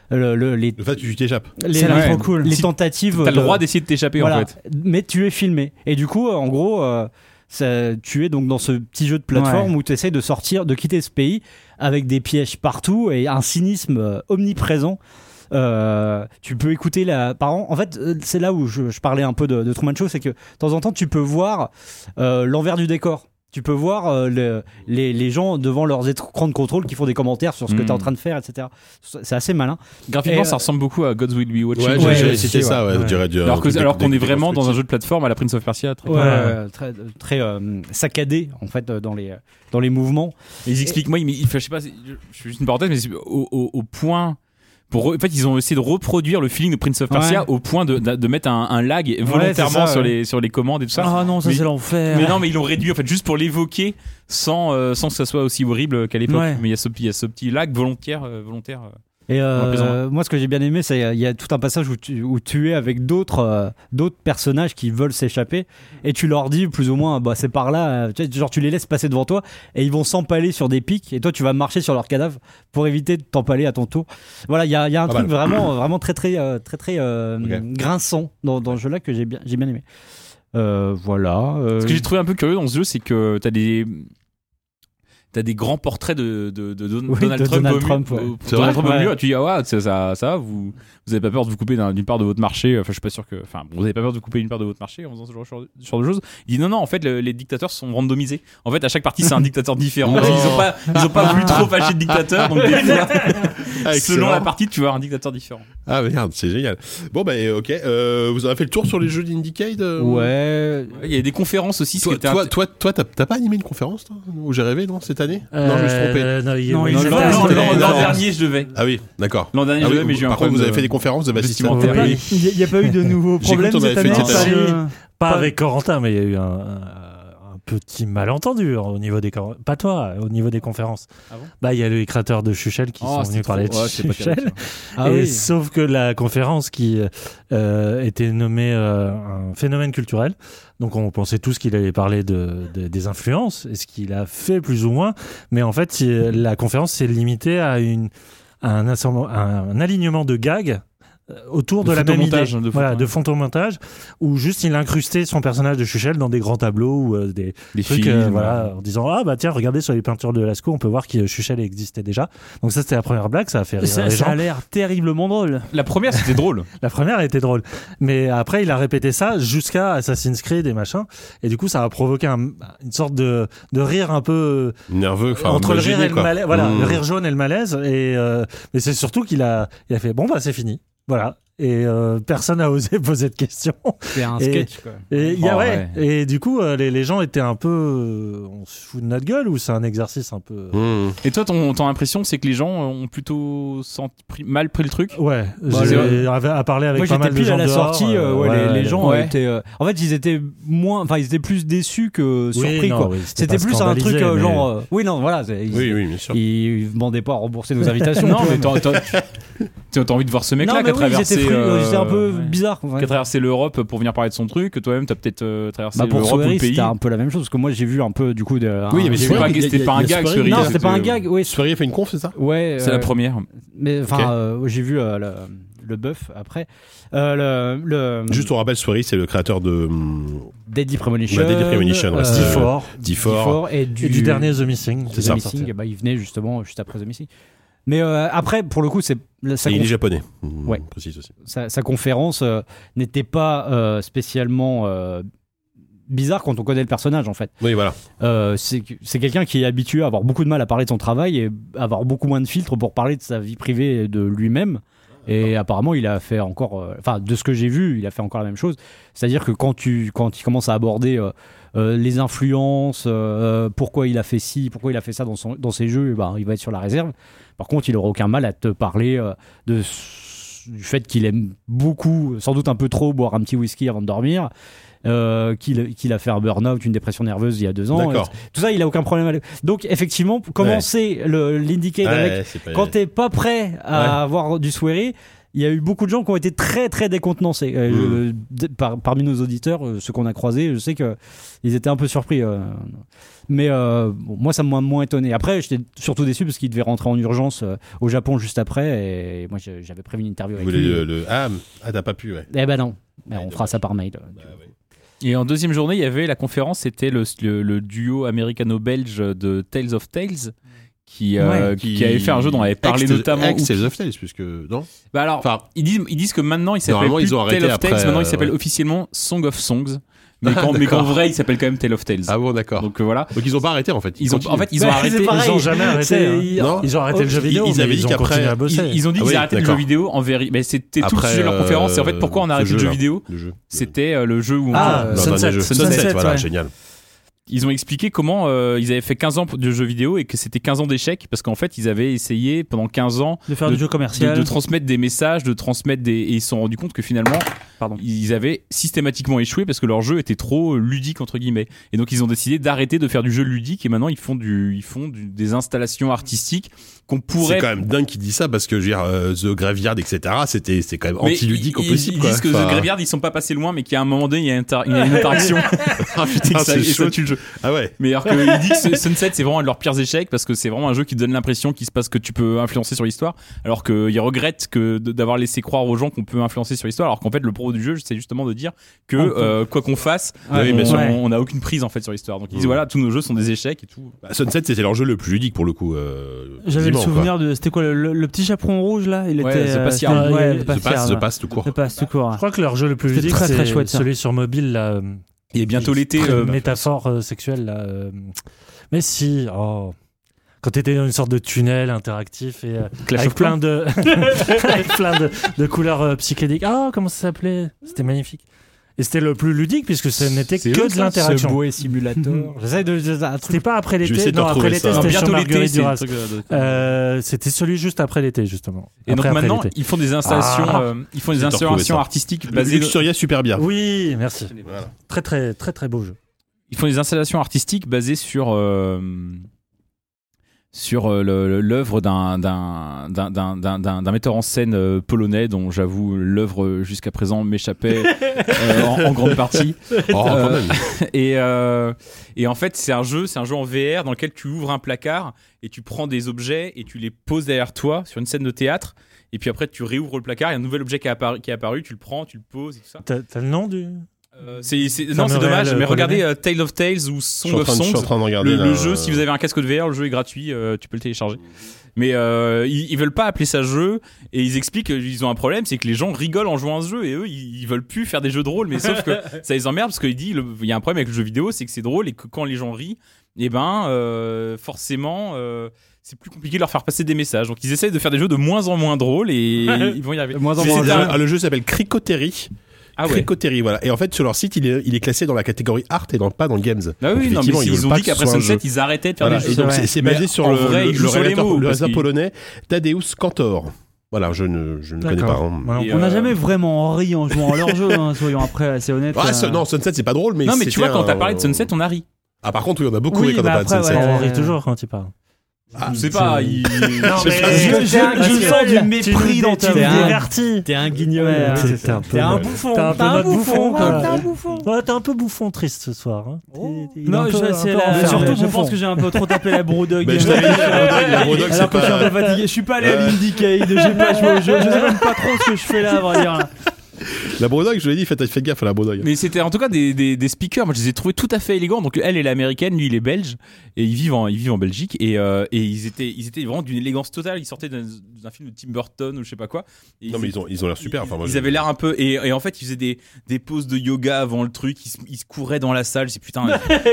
F: Le- le- les,
A: Le fait que tu t'échappes.
F: les,
D: Ça a l'air
F: les-
D: trop cool.
F: les
D: Si-
F: tentatives...
D: t'as le
F: de-
D: droit d'essayer de t'échapper en
F: Euh, voilà.
D: fait
F: Mais tu es filmé. Et du coup, euh, en gros, euh, ça- tu es donc dans ce petit jeu de plateforme où tu essaies de sortir, de quitter ce pays avec des pièges partout et un cynisme euh, omniprésent. Euh, tu peux écouter la par an- en fait euh, c'est là où je, je parlais un peu de, de Truman Show c'est que de temps en temps tu peux voir euh, l'envers du décor tu peux voir euh, le- les, les gens devant leurs écrans de contrôle qui font des commentaires sur ce que
D: Mm.
F: tu es en train de faire etc c'est assez malin
D: graphiquement
F: Et,
D: ça
F: euh,
D: ressemble beaucoup à Gods Will Be Watching
A: Ouais,
F: j'ai-
A: ouais,
F: j'ai
A: c'était
F: aussi,
A: ça, ouais,
E: ouais.
A: je dirais du-
D: alors
A: un truc
D: que- alors
A: de-
D: qu'on est
A: de-
D: vraiment dans un jeu de plateforme à la Prince of Persia très
F: Ouais,
E: Ouais.
F: euh, très, très euh, saccadé en fait euh, dans les, euh, dans les mouvements.
D: Ils expliquent, moi, ils- ils- je sais pas, c'est- je je fais juste une parenthèse, mais c'est au, au- au point. Pour, en fait, ils ont essayé de reproduire le feeling de Prince of Persia
F: Ouais.
D: au point de, de- de mettre un, un lag volontairement
F: ça,
D: sur,
F: ouais.
D: les, sur les commandes et tout ça.
C: Ah non, ça
D: Mais-
C: c'est l'enfer.
D: Mais non, mais ils l'ont réduit en fait juste pour l'évoquer sans, euh, sans que ça soit aussi horrible qu'à l'époque.
C: Ouais.
D: Mais il y, a ce petit- il y a ce petit lag volontaire. euh, volontaire euh.
F: Et euh,
D: En prison,
F: moi, ce que j'ai bien aimé, c'est euh, il y a tout un passage où tu, où tu es avec d'autres euh, d'autres personnages qui veulent s'échapper et tu leur dis plus ou moins, bah c'est par là. euh, tu sais, genre tu les laisses passer devant toi et ils vont s'empaler sur des pics et toi tu vas marcher sur leurs cadavres pour éviter de t'empaler à ton tour. Voilà, il y a, il y a un
A: Pas
F: truc vraiment vraiment très très euh, très très euh,
A: Ok.
F: grinçant dans, dans ce jeu-là que j'ai bien j'ai bien aimé. Euh, voilà. euh,
D: Ce que j'ai trouvé un peu curieux dans ce jeu, c'est que t'as des t'as des grands portraits de, de, de Don-
F: Oui,
D: Donald
F: de
D: Trump,
F: Donald
D: au mu-
F: Trump, ouais.
D: au- au-
A: C'est
D: Donald
A: vrai.
D: Trump au
F: Ouais.
D: mur, tu dis ah ouais ça ça, ça vous vous avez pas peur de vous couper d'un- d'une part de votre marché euh, enfin je suis pas sûr que enfin bon, vous avez pas peur de vous couper une part de votre marché en faisant ce genre, ce genre de choses il dit non non en fait le- les dictateurs sont randomisés en fait à chaque partie c'est un dictateur différent
A: Non.
D: ils ont pas ils ont pas voulu trop fâcher de dictateur donc des fois, selon
A: Excellent.
D: la partie tu vas avoir un dictateur différent
A: Ah merde, c'est génial. Bon bah euh, ok, euh, vous avez fait le tour sur les jeux d'Indicade euh,
F: Ouais.
D: il y a des conférences aussi ce qui
A: Toi,
D: était
A: toi, toi, toi, t'as t'as pas animé une conférence, toi Où j'ai rêvé, non, cette année Non, je me suis trompé.
E: Euh, non, il-
C: Non,
E: oui,
C: il
D: l'an
E: non,
C: s'est
E: non,
C: fait-
E: non,
D: l'an-
E: non,
D: l'an-
E: non,
D: l'an dernier je devais
A: Ah oui, d'accord.
D: l'an dernier
A: Ah
D: je
A: oui,
D: devais mais j'ai eu un
A: par contre,
D: problème
A: vous avez fait
D: de-
A: des conférences, vous avez assisté à
E: Vestimentaire.
A: Oui,
E: Oui.
C: Il n'y a, pas eu de nouveaux
A: J'ai cru
C: problèmes
A: qu'on
C: cette
A: avait
C: année
A: fait
E: cette
C: pas
E: année.
C: de-
E: Pas avec Corentin, mais il y a eu un, un- un petit malentendu hein, au niveau des cor- pas toi, au niveau des conférences.
D: Ah bon
E: bah il y a les créateurs de Chuchel qui
D: Oh,
E: sont
D: c'était
E: venus
D: trop-
E: parler de
D: ouais, c'est pas
E: Chuchel.
D: terrible,
F: Ah
E: Et
F: oui.
E: Sauf que la conférence qui euh, était nommée euh, un phénomène culturel, donc on pensait tous qu'il allait parler de, de- des influences, et ce qu'il a fait plus ou moins, mais en fait il- la conférence s'est limitée à, une, à un, assemble- à un alignement de gags euh, autour
D: De
E: de, la même idée,
D: photomontage, hein, de
E: voilà,
D: photo-
E: de photomontage, où juste il incrustait son personnage de Chuchel dans des grands tableaux ou euh, des,
D: les
E: truc
D: films,
E: euh, voilà en disant ah bah tiens regardez sur les peintures de Lascaux on peut voir que Chuchel existait déjà donc ça c'était la première blague ça a fait rire
C: Ça,
E: les
C: ça
E: gens
C: a l'air terriblement drôle.
D: la première c'était drôle
E: la première elle était drôle mais après il a répété ça jusqu'à Assassin's Creed et machin et du coup ça a provoqué un- une sorte de, de rire un peu
A: Mmh,
E: euh,
A: Nerveux, enfin,
E: entre le
A: gêné,
E: rire et le
A: quoi.
E: malaise voilà
A: Mm.
E: le rire jaune et le malaise et euh, mais c'est surtout qu'il a il a fait bon bah c'est fini voilà et euh, personne n'a osé poser de questions
F: C'est un
E: Et-
F: sketch. quoi.
E: Et, il y a-
D: Oh,
E: ouais. et du coup, euh, les, les gens étaient un peu. euh, on se fout de notre gueule ou c'est un exercice un peu.
A: Mm.
D: Et toi, ton, ton impression, c'est que les gens euh, ont plutôt senti- pris- mal pris le truc
E: Ouais,
D: Bah,
E: j'ai
D: le-
E: à à parler avec
F: Moi
E: pas
F: j'étais
E: mal de
F: pile
E: gens
F: à la
E: dehors,
F: sortie,
E: euh,
F: euh, ouais,
E: ouais,
F: les, les
E: ouais.
F: gens
D: ouais.
F: étaient. euh, en fait, ils étaient moins, enfin, ils étaient plus déçus que
E: Oui,
F: euh, surpris
E: non,
F: quoi.
E: oui,
F: C'était
E: pas
F: plus un truc
E: scandalisé,
F: euh,
E: mais-
F: genre, euh, oui non, voilà, c'est- ils,
A: Oui, oui, bien sûr.
F: ils ils demandaient pas à rembourser nos invitations.
D: Non, mais t'as- t'as t'as- t'as envie de voir ce
F: non,
D: mec-là qui
F: mais
D: a
F: oui, ils étaient
D: traversé.
F: fruits,
D: euh,
F: c'était un peu
D: ouais.
F: bizarre. quoi.
D: Qui a traversé l'Europe pour venir parler de son truc. Toi-même, t'as peut-être euh, traversé
F: Bah, pour
D: l'Europe ou le
F: Soirée,
D: pays.
F: c'était un peu la même chose parce que moi j'ai vu un peu du coup de.
A: Oui,
F: un-
A: mais
D: C'était
A: Soirée,
D: pas,
A: il y a-
D: c'était
A: il y a-
D: pas un
A: il y a
D: gag,
A: Soirée,
D: Cerise.
A: il y a-
F: non, c'était pas un gag, oui.
A: Soirée a fait une conf, c'est ça
F: Ouais,
D: C'est la
F: euh,
D: première.
F: Mais enfin,
A: Ok.
F: euh, j'ai vu euh, le, le bœuf après. Euh, le, le
A: Juste on rappelle, Soirée, c'est le créateur de mm,
F: Deadly Premonition.
A: Bah, Deadly Premonition, ouais,
F: euh,
A: c'était-
E: Steve Orr
A: Difford.
F: et
E: et du dernier The Missing.
A: C'est
F: The
A: ça.
F: Missing, bah, il venait justement juste après The Missing. Mais euh, après, pour le coup, c'est la- sa,
A: Et il est
F: conf-
A: japonais. Mm,
F: Ouais.
A: Précise aussi.
F: sa- sa conférence euh, n'était pas euh, spécialement euh, bizarre quand on connaît le personnage en fait.
A: Oui, voilà.
F: Euh, c'est c'est quelqu'un qui est habitué à avoir beaucoup de mal à parler de son travail et avoir beaucoup moins de filtres pour parler de sa vie privée et de lui-même. Et apparemment, il a fait encore, euh, enfin, de ce que j'ai vu, il a fait encore la même chose. C'est-à-dire que quand tu, quand il commence à aborder euh, euh, les influences, euh, pourquoi il a fait ci, pourquoi il a fait ça dans, son, dans ses jeux, eh ben, il va être sur la réserve. Par contre, il aura aucun mal à te parler euh, de, s- du fait qu'il aime beaucoup, sans doute un peu trop, boire un petit whisky avant de dormir, euh, qu'il qu'il a fait un burn-out, une dépression nerveuse il y a deux ans.
A: D'accord.
F: Tout ça, il a aucun problème. à le- Donc, effectivement, pour commencer le l'indiquer
A: Ouais,
F: avec
A: c'est pas-
F: quand t'es pas prêt à avoir du soirée, il y a eu beaucoup de gens qui ont été très très décontenancés. Euh,
A: Mm.
F: je- de- par- parmi nos auditeurs, euh, ceux qu'on a croisés, je sais que ils étaient un peu surpris. euh. mais euh, bon, moi, ça m'a moins étonné. Après, j'étais surtout déçu parce qu'il devait rentrer en urgence euh, au Japon juste après. Et moi, je- j'avais prévu une interview
A: Vous
F: avec
A: voulez
F: lui.
A: le, le- Ah, ah, t'as pas pu, ouais.
F: Eh ben non, Mais
A: Ouais,
F: on fera
A: dommage.
F: ça par mail. euh,
A: Bah,
F: du coup.
A: ouais.
D: Et en deuxième journée, il y avait la conférence, c'était le, le- le duo américano-belge de Tales of Tales. Qui, euh, qui, avait fait un jeu dont on avait parlé
A: Ex-
D: notamment.
A: Ex
D: où-
A: Tales of Tales, puisque. Non
D: Bah alors,
A: Enfin,
D: ils disent, ils disent que maintenant il s'appelle
A: Normalement,
D: plus
A: ils ont arrêté
D: Tale of Tales,
A: après,
D: maintenant il
A: euh,
D: s'appelle
A: ouais.
D: officiellement Song of Songs. Mais,
A: Ah,
D: qu'en- mais qu'en
A: d'accord.
D: vrai, il s'appelle quand même Tale of Tales.
A: ah bon, d'accord. Donc,
D: Donc euh, voilà.
A: ils ont pas arrêté en fait.
D: Ils ont, en
A: continuent.
D: fait, ils ont
F: Ouais,
D: arrêté.
F: c'est
E: Ils
F: pareil.
E: ont jamais arrêté.
F: C'est-
E: hein.
A: Non
E: Ils ont arrêté le jeu
A: Ils-
E: vidéo.
A: ils
E: mais
A: avaient dit
E: ont
A: qu'après,
E: continué à
D: Ils,
E: bosser.
D: ils ont dit
A: Ah
D: qu'ils
A: oui,
D: arrêtaient le jeu
A: d'accord.
D: vidéo en vérité. Mais c'était tout le
A: Après,
D: sujet de leur
A: euh,
D: conférence. Et en fait, pourquoi on a
A: ce
D: arrêté le jeu
A: jeu-là.
D: vidéo
A: Le jeu.
D: C'était euh, le jeu où
E: Ah,
A: Leur
E: Sunset,
A: dernier jeu.
E: Sunset,
A: Sunset, voilà,
E: ouais.
A: génial.
D: ils ont expliqué comment euh, ils avaient fait 15 ans de jeux vidéo et que c'était 15 ans d'échecs parce qu'en fait, ils avaient essayé pendant 15 ans
C: De faire
D: De-
C: du jeu
D: de,
C: commercial.
D: de transmettre des messages, de transmettre des. Et ils se sont rendus compte que finalement,
C: Pardon.
D: ils avaient systématiquement échoué parce que leur jeu était trop ludique entre guillemets. Et donc ils ont décidé d'arrêter de faire du jeu ludique et maintenant ils font du, ils font du- des installations artistiques qu'on
A: C'est
D: pourrait
A: quand même dingue qu'il dit ça parce que je veux dire euh, The Graveyard etc c'était c'est quand même
D: Mais
A: anti-ludique au
D: ils-
A: possible
D: Ils
A: quoi.
D: disent que
A: Enfin,
D: The Graveyard, ils sont pas passés loin, mais qu'à un moment donné, il y a, inter- il y a une interaction. ah putain,
A: Ah,
D: ça,
A: c'est
D: et ça
A: chaud.
D: tue le jeu.
A: Ah ouais.
D: Mais alors qu'il dit que ce- Sunset, c'est vraiment un de leurs pires échecs parce que c'est vraiment un jeu qui donne l'impression qu'il se passe que tu peux influencer sur l'histoire. Alors qu'ils regrettent que de- d'avoir laissé croire aux gens qu'on peut influencer sur l'histoire. Alors qu'en fait, le pro du jeu, c'est justement de dire que
F: On peut.
D: euh, quoi qu'on fasse,
E: Ah
A: Oui,
D: on
A: bien sûr.
D: on- on n'a aucune prise en fait sur l'histoire. Donc ils disent
A: Mm.
D: voilà, tous nos jeux sont des échecs et tout.
A: Bah, Sunset c'était leur jeu le plus ludique pour le coup. euh,
C: J'avais le
A: quasiment, quoi.
C: souvenir de. C'était quoi le, le- le petit chaperon rouge là Il
D: Ouais,
C: était.
D: The
C: euh,
D: Pass Yard.
C: c'était- ouais, The
E: Ouais, The
A: The
C: Pass
A: Pass,
C: Yard.
A: The Pass tout court.
C: The Pass, tout court.
E: Je crois que leur jeu le plus
C: C'était
E: ludique,
C: très, très
E: c'est
C: chouette, ça.
E: celui sur mobile, là. euh,
D: Il est bientôt l'été.
E: très
D: euh,
E: métaphore euh, sexuelle, là. euh, Mais si, oh. Quand t'étais dans une sorte de tunnel interactif et euh,
D: Clash
E: avec
D: of Clans.
E: plein de avec plein de, de couleurs euh, psychédéliques. Ah, comment ça s'appelait C'était magnifique. Et c'était le plus ludique puisque ce n'était
D: C'est
E: que
D: eux,
E: de
D: ça,
E: l'interaction.
F: Subway Simulator. J'essaie de. de- un truc-
E: C'était pas après
A: Je vais essayer
E: l'été.
A: de
E: Non, après
A: retrouver
E: l'été,
A: ça.
E: c'était
D: bientôt
E: sur
D: l'été,
E: Marguerite
D: c'est le
E: Duras.
D: truc, euh, de-
E: Euh, C'était celui juste après l'été, justement.
D: Et donc
E: Après- après
D: maintenant,
E: l'été.
D: ils font des installations,
E: Ah.
D: euh, ils font des
A: J'ai retrouvé
D: installations
A: ça.
D: artistiques basées.
A: Luxuria super bien.
E: Oui, merci.
A: Voilà.
E: Très, très, très, très beau jeu.
D: Ils font des installations artistiques basées sur euh, sur euh, le- le- l'œuvre d'un d'un d'un d'un d'un- d'un- d'un metteur en scène euh, polonais dont j'avoue l'œuvre euh, jusqu'à présent m'échappait euh, en, en grande partie.
A: Oh, quand
D: Euh,
A: même.
D: Et euh, et en fait, c'est un jeu, c'est un jeu en VR dans lequel tu ouvres un placard et tu prends des objets et tu les poses derrière toi sur une scène de théâtre. Et puis après, tu réouvres le placard, il y a un nouvel objet qui est apparu, qui est apparu tu le prends, tu le poses et tout ça.
E: T'as t'as le nom du
D: Euh, c'est- c'est-
E: Ça
D: non,
E: me
D: c'est dommage,
E: révèle,
D: mais
E: euh,
D: regardez
E: polonais.
D: euh, Tale of Tales ou Song
A: Je suis en
D: of
A: train de- je suis en
D: Songs.
A: train de regarder
D: Le,
A: là,
D: le
A: euh,
D: jeu, si vous avez un casque de VR, le jeu est gratuit, euh, tu peux le télécharger. Mais euh, ils, ils veulent pas appeler ça jeu et ils expliquent qu'ils ont un problème, c'est que les gens rigolent en jouant à ce jeu et eux ils, ils veulent plus faire des jeux de rôle, mais sauf que ça les emmerde parce qu'ils disent le- il y a un problème avec le jeu vidéo, c'est que c'est drôle et que quand les gens rient, et ben euh, forcément euh, c'est plus compliqué de leur faire passer des messages. Donc ils essayent de faire des jeux de moins en moins drôles et ils vont y arriver.
F: De moins en
A: C'est-
F: moins
A: c'est
F: jeu.
A: un- le jeu s'appelle Cricoterie.
D: Ah ouais.
A: Cricoterie, voilà. Et en fait, sur leur site, il est, il est classé dans la catégorie art et dans, pas dans le games.
D: Ah
A: Donc,
D: oui, non, mais
A: effectivement,
D: ils,
A: veulent
D: ont
A: pas
D: dit
A: que ce
D: qu'après
A: soit un jeu.
D: Sunset, ils arrêtaient de faire
A: Voilà,
D: des
A: et
D: jeux.
A: donc c'est c'est
D: Mais
A: basé sur
D: en
A: le,
D: vrai,
A: le-
D: ils jouent
A: le
D: sur les
A: réalisateur,
D: mots,
A: le
D: parce
A: réalisateur
D: qu'ils-
A: polonais Tadeusz Kantor. Voilà, je ne, je ne connais pas. hein.
E: Moi non
D: Et,
E: plus.
D: euh,
C: On n'a jamais vraiment ri en jouant à leur jeu, hein, soyons après assez honnêtes.
A: Ah,
C: euh.
A: ce- non, Sunset, c'est pas drôle, mais.
D: Non, mais tu
A: c'était
D: vois, quand
A: un-
D: t'as parlé de Sunset, on a ri.
A: Ah, par contre, oui, on a beaucoup
C: Oui,
A: ri quand on
C: mais
A: a parlé de
C: après,
A: Sunset.
C: ouais.
E: On rit toujours quand il parle.
A: Ah,
D: Je sais pas, il.
E: mais-
C: Je, je- je
F: Parce que-
C: sens du
F: Tu nous
C: mépris
F: dé-
C: dans
F: tu
C: ta
F: nous
C: voix.
E: Diverti
F: T'es un
C: Ouais,
F: guignol.
C: ouais,
E: C'était un peu
F: T'es un
E: le-
F: bouffon.
E: T'es un peu notre bouffon, quoi.
F: T'es un bouffon.
E: Ouais, t'es un peu bouffon triste ce soir. hein. T'es- t'es- il est
C: Non,
E: un
C: je,
E: peu- un
C: c'est
E: peu
C: la-
E: enfermé.
C: surtout,
F: mais
C: je
F: bon.
C: pense que j'ai un peu trop tapé la Brodog.
A: Mais je t'avais dit, la Brodog, la Brodog, c'est
C: Alors que je suis
A: pas-
C: un peu fatigué, je suis pas allé
A: Ouais.
C: à l'Indicade, j'ai pas joué au jeu, je sais même pas trop ce que je fais là, à vrai dire.
A: La Brodogue, je l'ai dit, faites, faites gaffe à la Brodogue.
D: Mais c'était en tout cas des, des, des speakers. Moi, je les ai trouvés tout à fait élégants. Donc, elle, elle est américaine, lui, il est belge. Et ils vivent en, ils vivent en Belgique. Et, euh, et ils, étaient, ils étaient vraiment d'une élégance totale. Ils sortaient d'un d'un film de Tim Burton ou je sais pas quoi. Et
A: Non, mais ils ont ils ont l'air super.
D: Ils,
A: enfin, moi,
D: ils
A: je-
D: avaient l'air un peu. Et, et en fait, ils faisaient des, des poses de yoga avant le truc. Ils, se- ils se couraient dans la salle. C'est putain,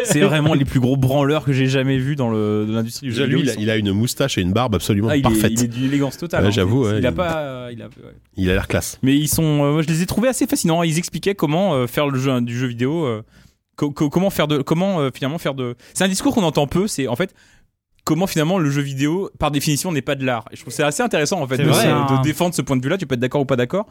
D: c'est vraiment les plus gros branleurs que j'ai jamais vus dans le- dans l'industrie du jeu
A: Déjà, lui, il
D: vidéo.
A: a- il a une moustache et une barbe absolument
D: Ah, il est-
A: parfaite.
D: il est d'une élégance totale.
A: Ouais,
D: hein.
A: j'avoue, ouais,
D: il, a
A: il-
D: pas. euh, Il a, ouais.
A: Il a l'air classe.
D: Mais ils sont, euh, je les ai trouvés assez fascinants. Ils expliquaient comment euh, faire le jeu du jeu vidéo, euh, co- co- comment faire de, comment euh, finalement faire de. C'est un discours qu'on entend peu. C'est en fait comment finalement le jeu vidéo, par définition, n'est pas de l'art. Et je trouve que c'est assez intéressant en fait
C: C'est
D: de,
C: vrai,
D: de-
C: hein.
D: de défendre ce point de vue-là. Tu peux être d'accord ou pas d'accord.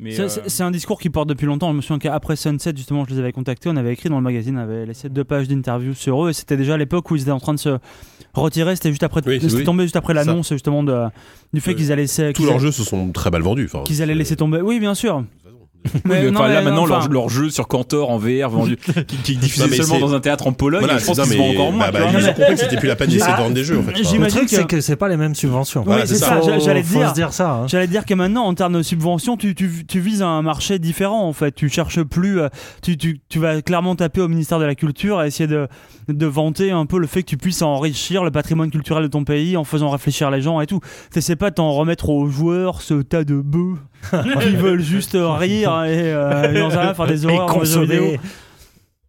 D: Mais
C: C'est-
D: euh,
C: C'est c'est un discours qui porte depuis longtemps. Je me souviens qu'après Sunset, justement, je les avais contactés. On avait écrit dans le magazine, on avait laissé deux pages d'interview sur eux. Et c'était déjà à l'époque où ils étaient en train de se retirer. C'était juste après,
A: Oui,
C: c'était
A: oui.
C: tombé juste après
A: Ça.
C: l'annonce, justement, de, du fait
A: Euh,
C: qu'ils allaient, se-
A: Tous
C: qu'ils
A: leurs
C: allaient-
A: jeux se sont très mal vendus. enfin,
C: qu'ils allaient laisser tomber. Oui, bien sûr.
D: oui,
C: non,
D: enfin, là
C: mais
D: maintenant
C: non,
D: leur,
C: enfin-
D: leur jeu sur Cantor en VR vendu, qui, qui est diffusé
A: Non, mais
D: seulement
A: c'est-
D: dans un théâtre en Pologne.
A: Voilà,
D: je pense
A: c'est ça,
D: qu'ils se
A: mais-
D: vendent encore moins.
A: bah,
D: tu
A: bah,
D: vois.
A: Ils ont compris que c'était plus la peine
C: Bah,
A: d'essayer de
E: Ah.
A: vendre des jeux, en fait.
C: J'imagine
E: Le truc,
C: que-
E: c'est que c'est pas les mêmes subventions.
A: Voilà,
C: oui,
A: c'est
C: c'est ça.
A: ça.
C: j'a- J'allais te
E: Faut-
C: dire.
E: Faut se dire ça. hein.
C: J'allais te dire que maintenant, en termes de subvention, tu, tu, tu vises un marché différent. En fait, tu cherches plus. euh, Tu, tu, tu vas clairement taper au ministère de la Culture et essayer de, de vanter un peu le fait que tu puisses enrichir le patrimoine culturel de ton pays en faisant réfléchir les gens et tout. T'essaies pas de t'en remettre aux joueurs ce tas de bœufs qui veulent juste euh, rire et euh, dans un faire des
E: Et
C: horreurs dans les jeux
E: consommer.
C: vidéo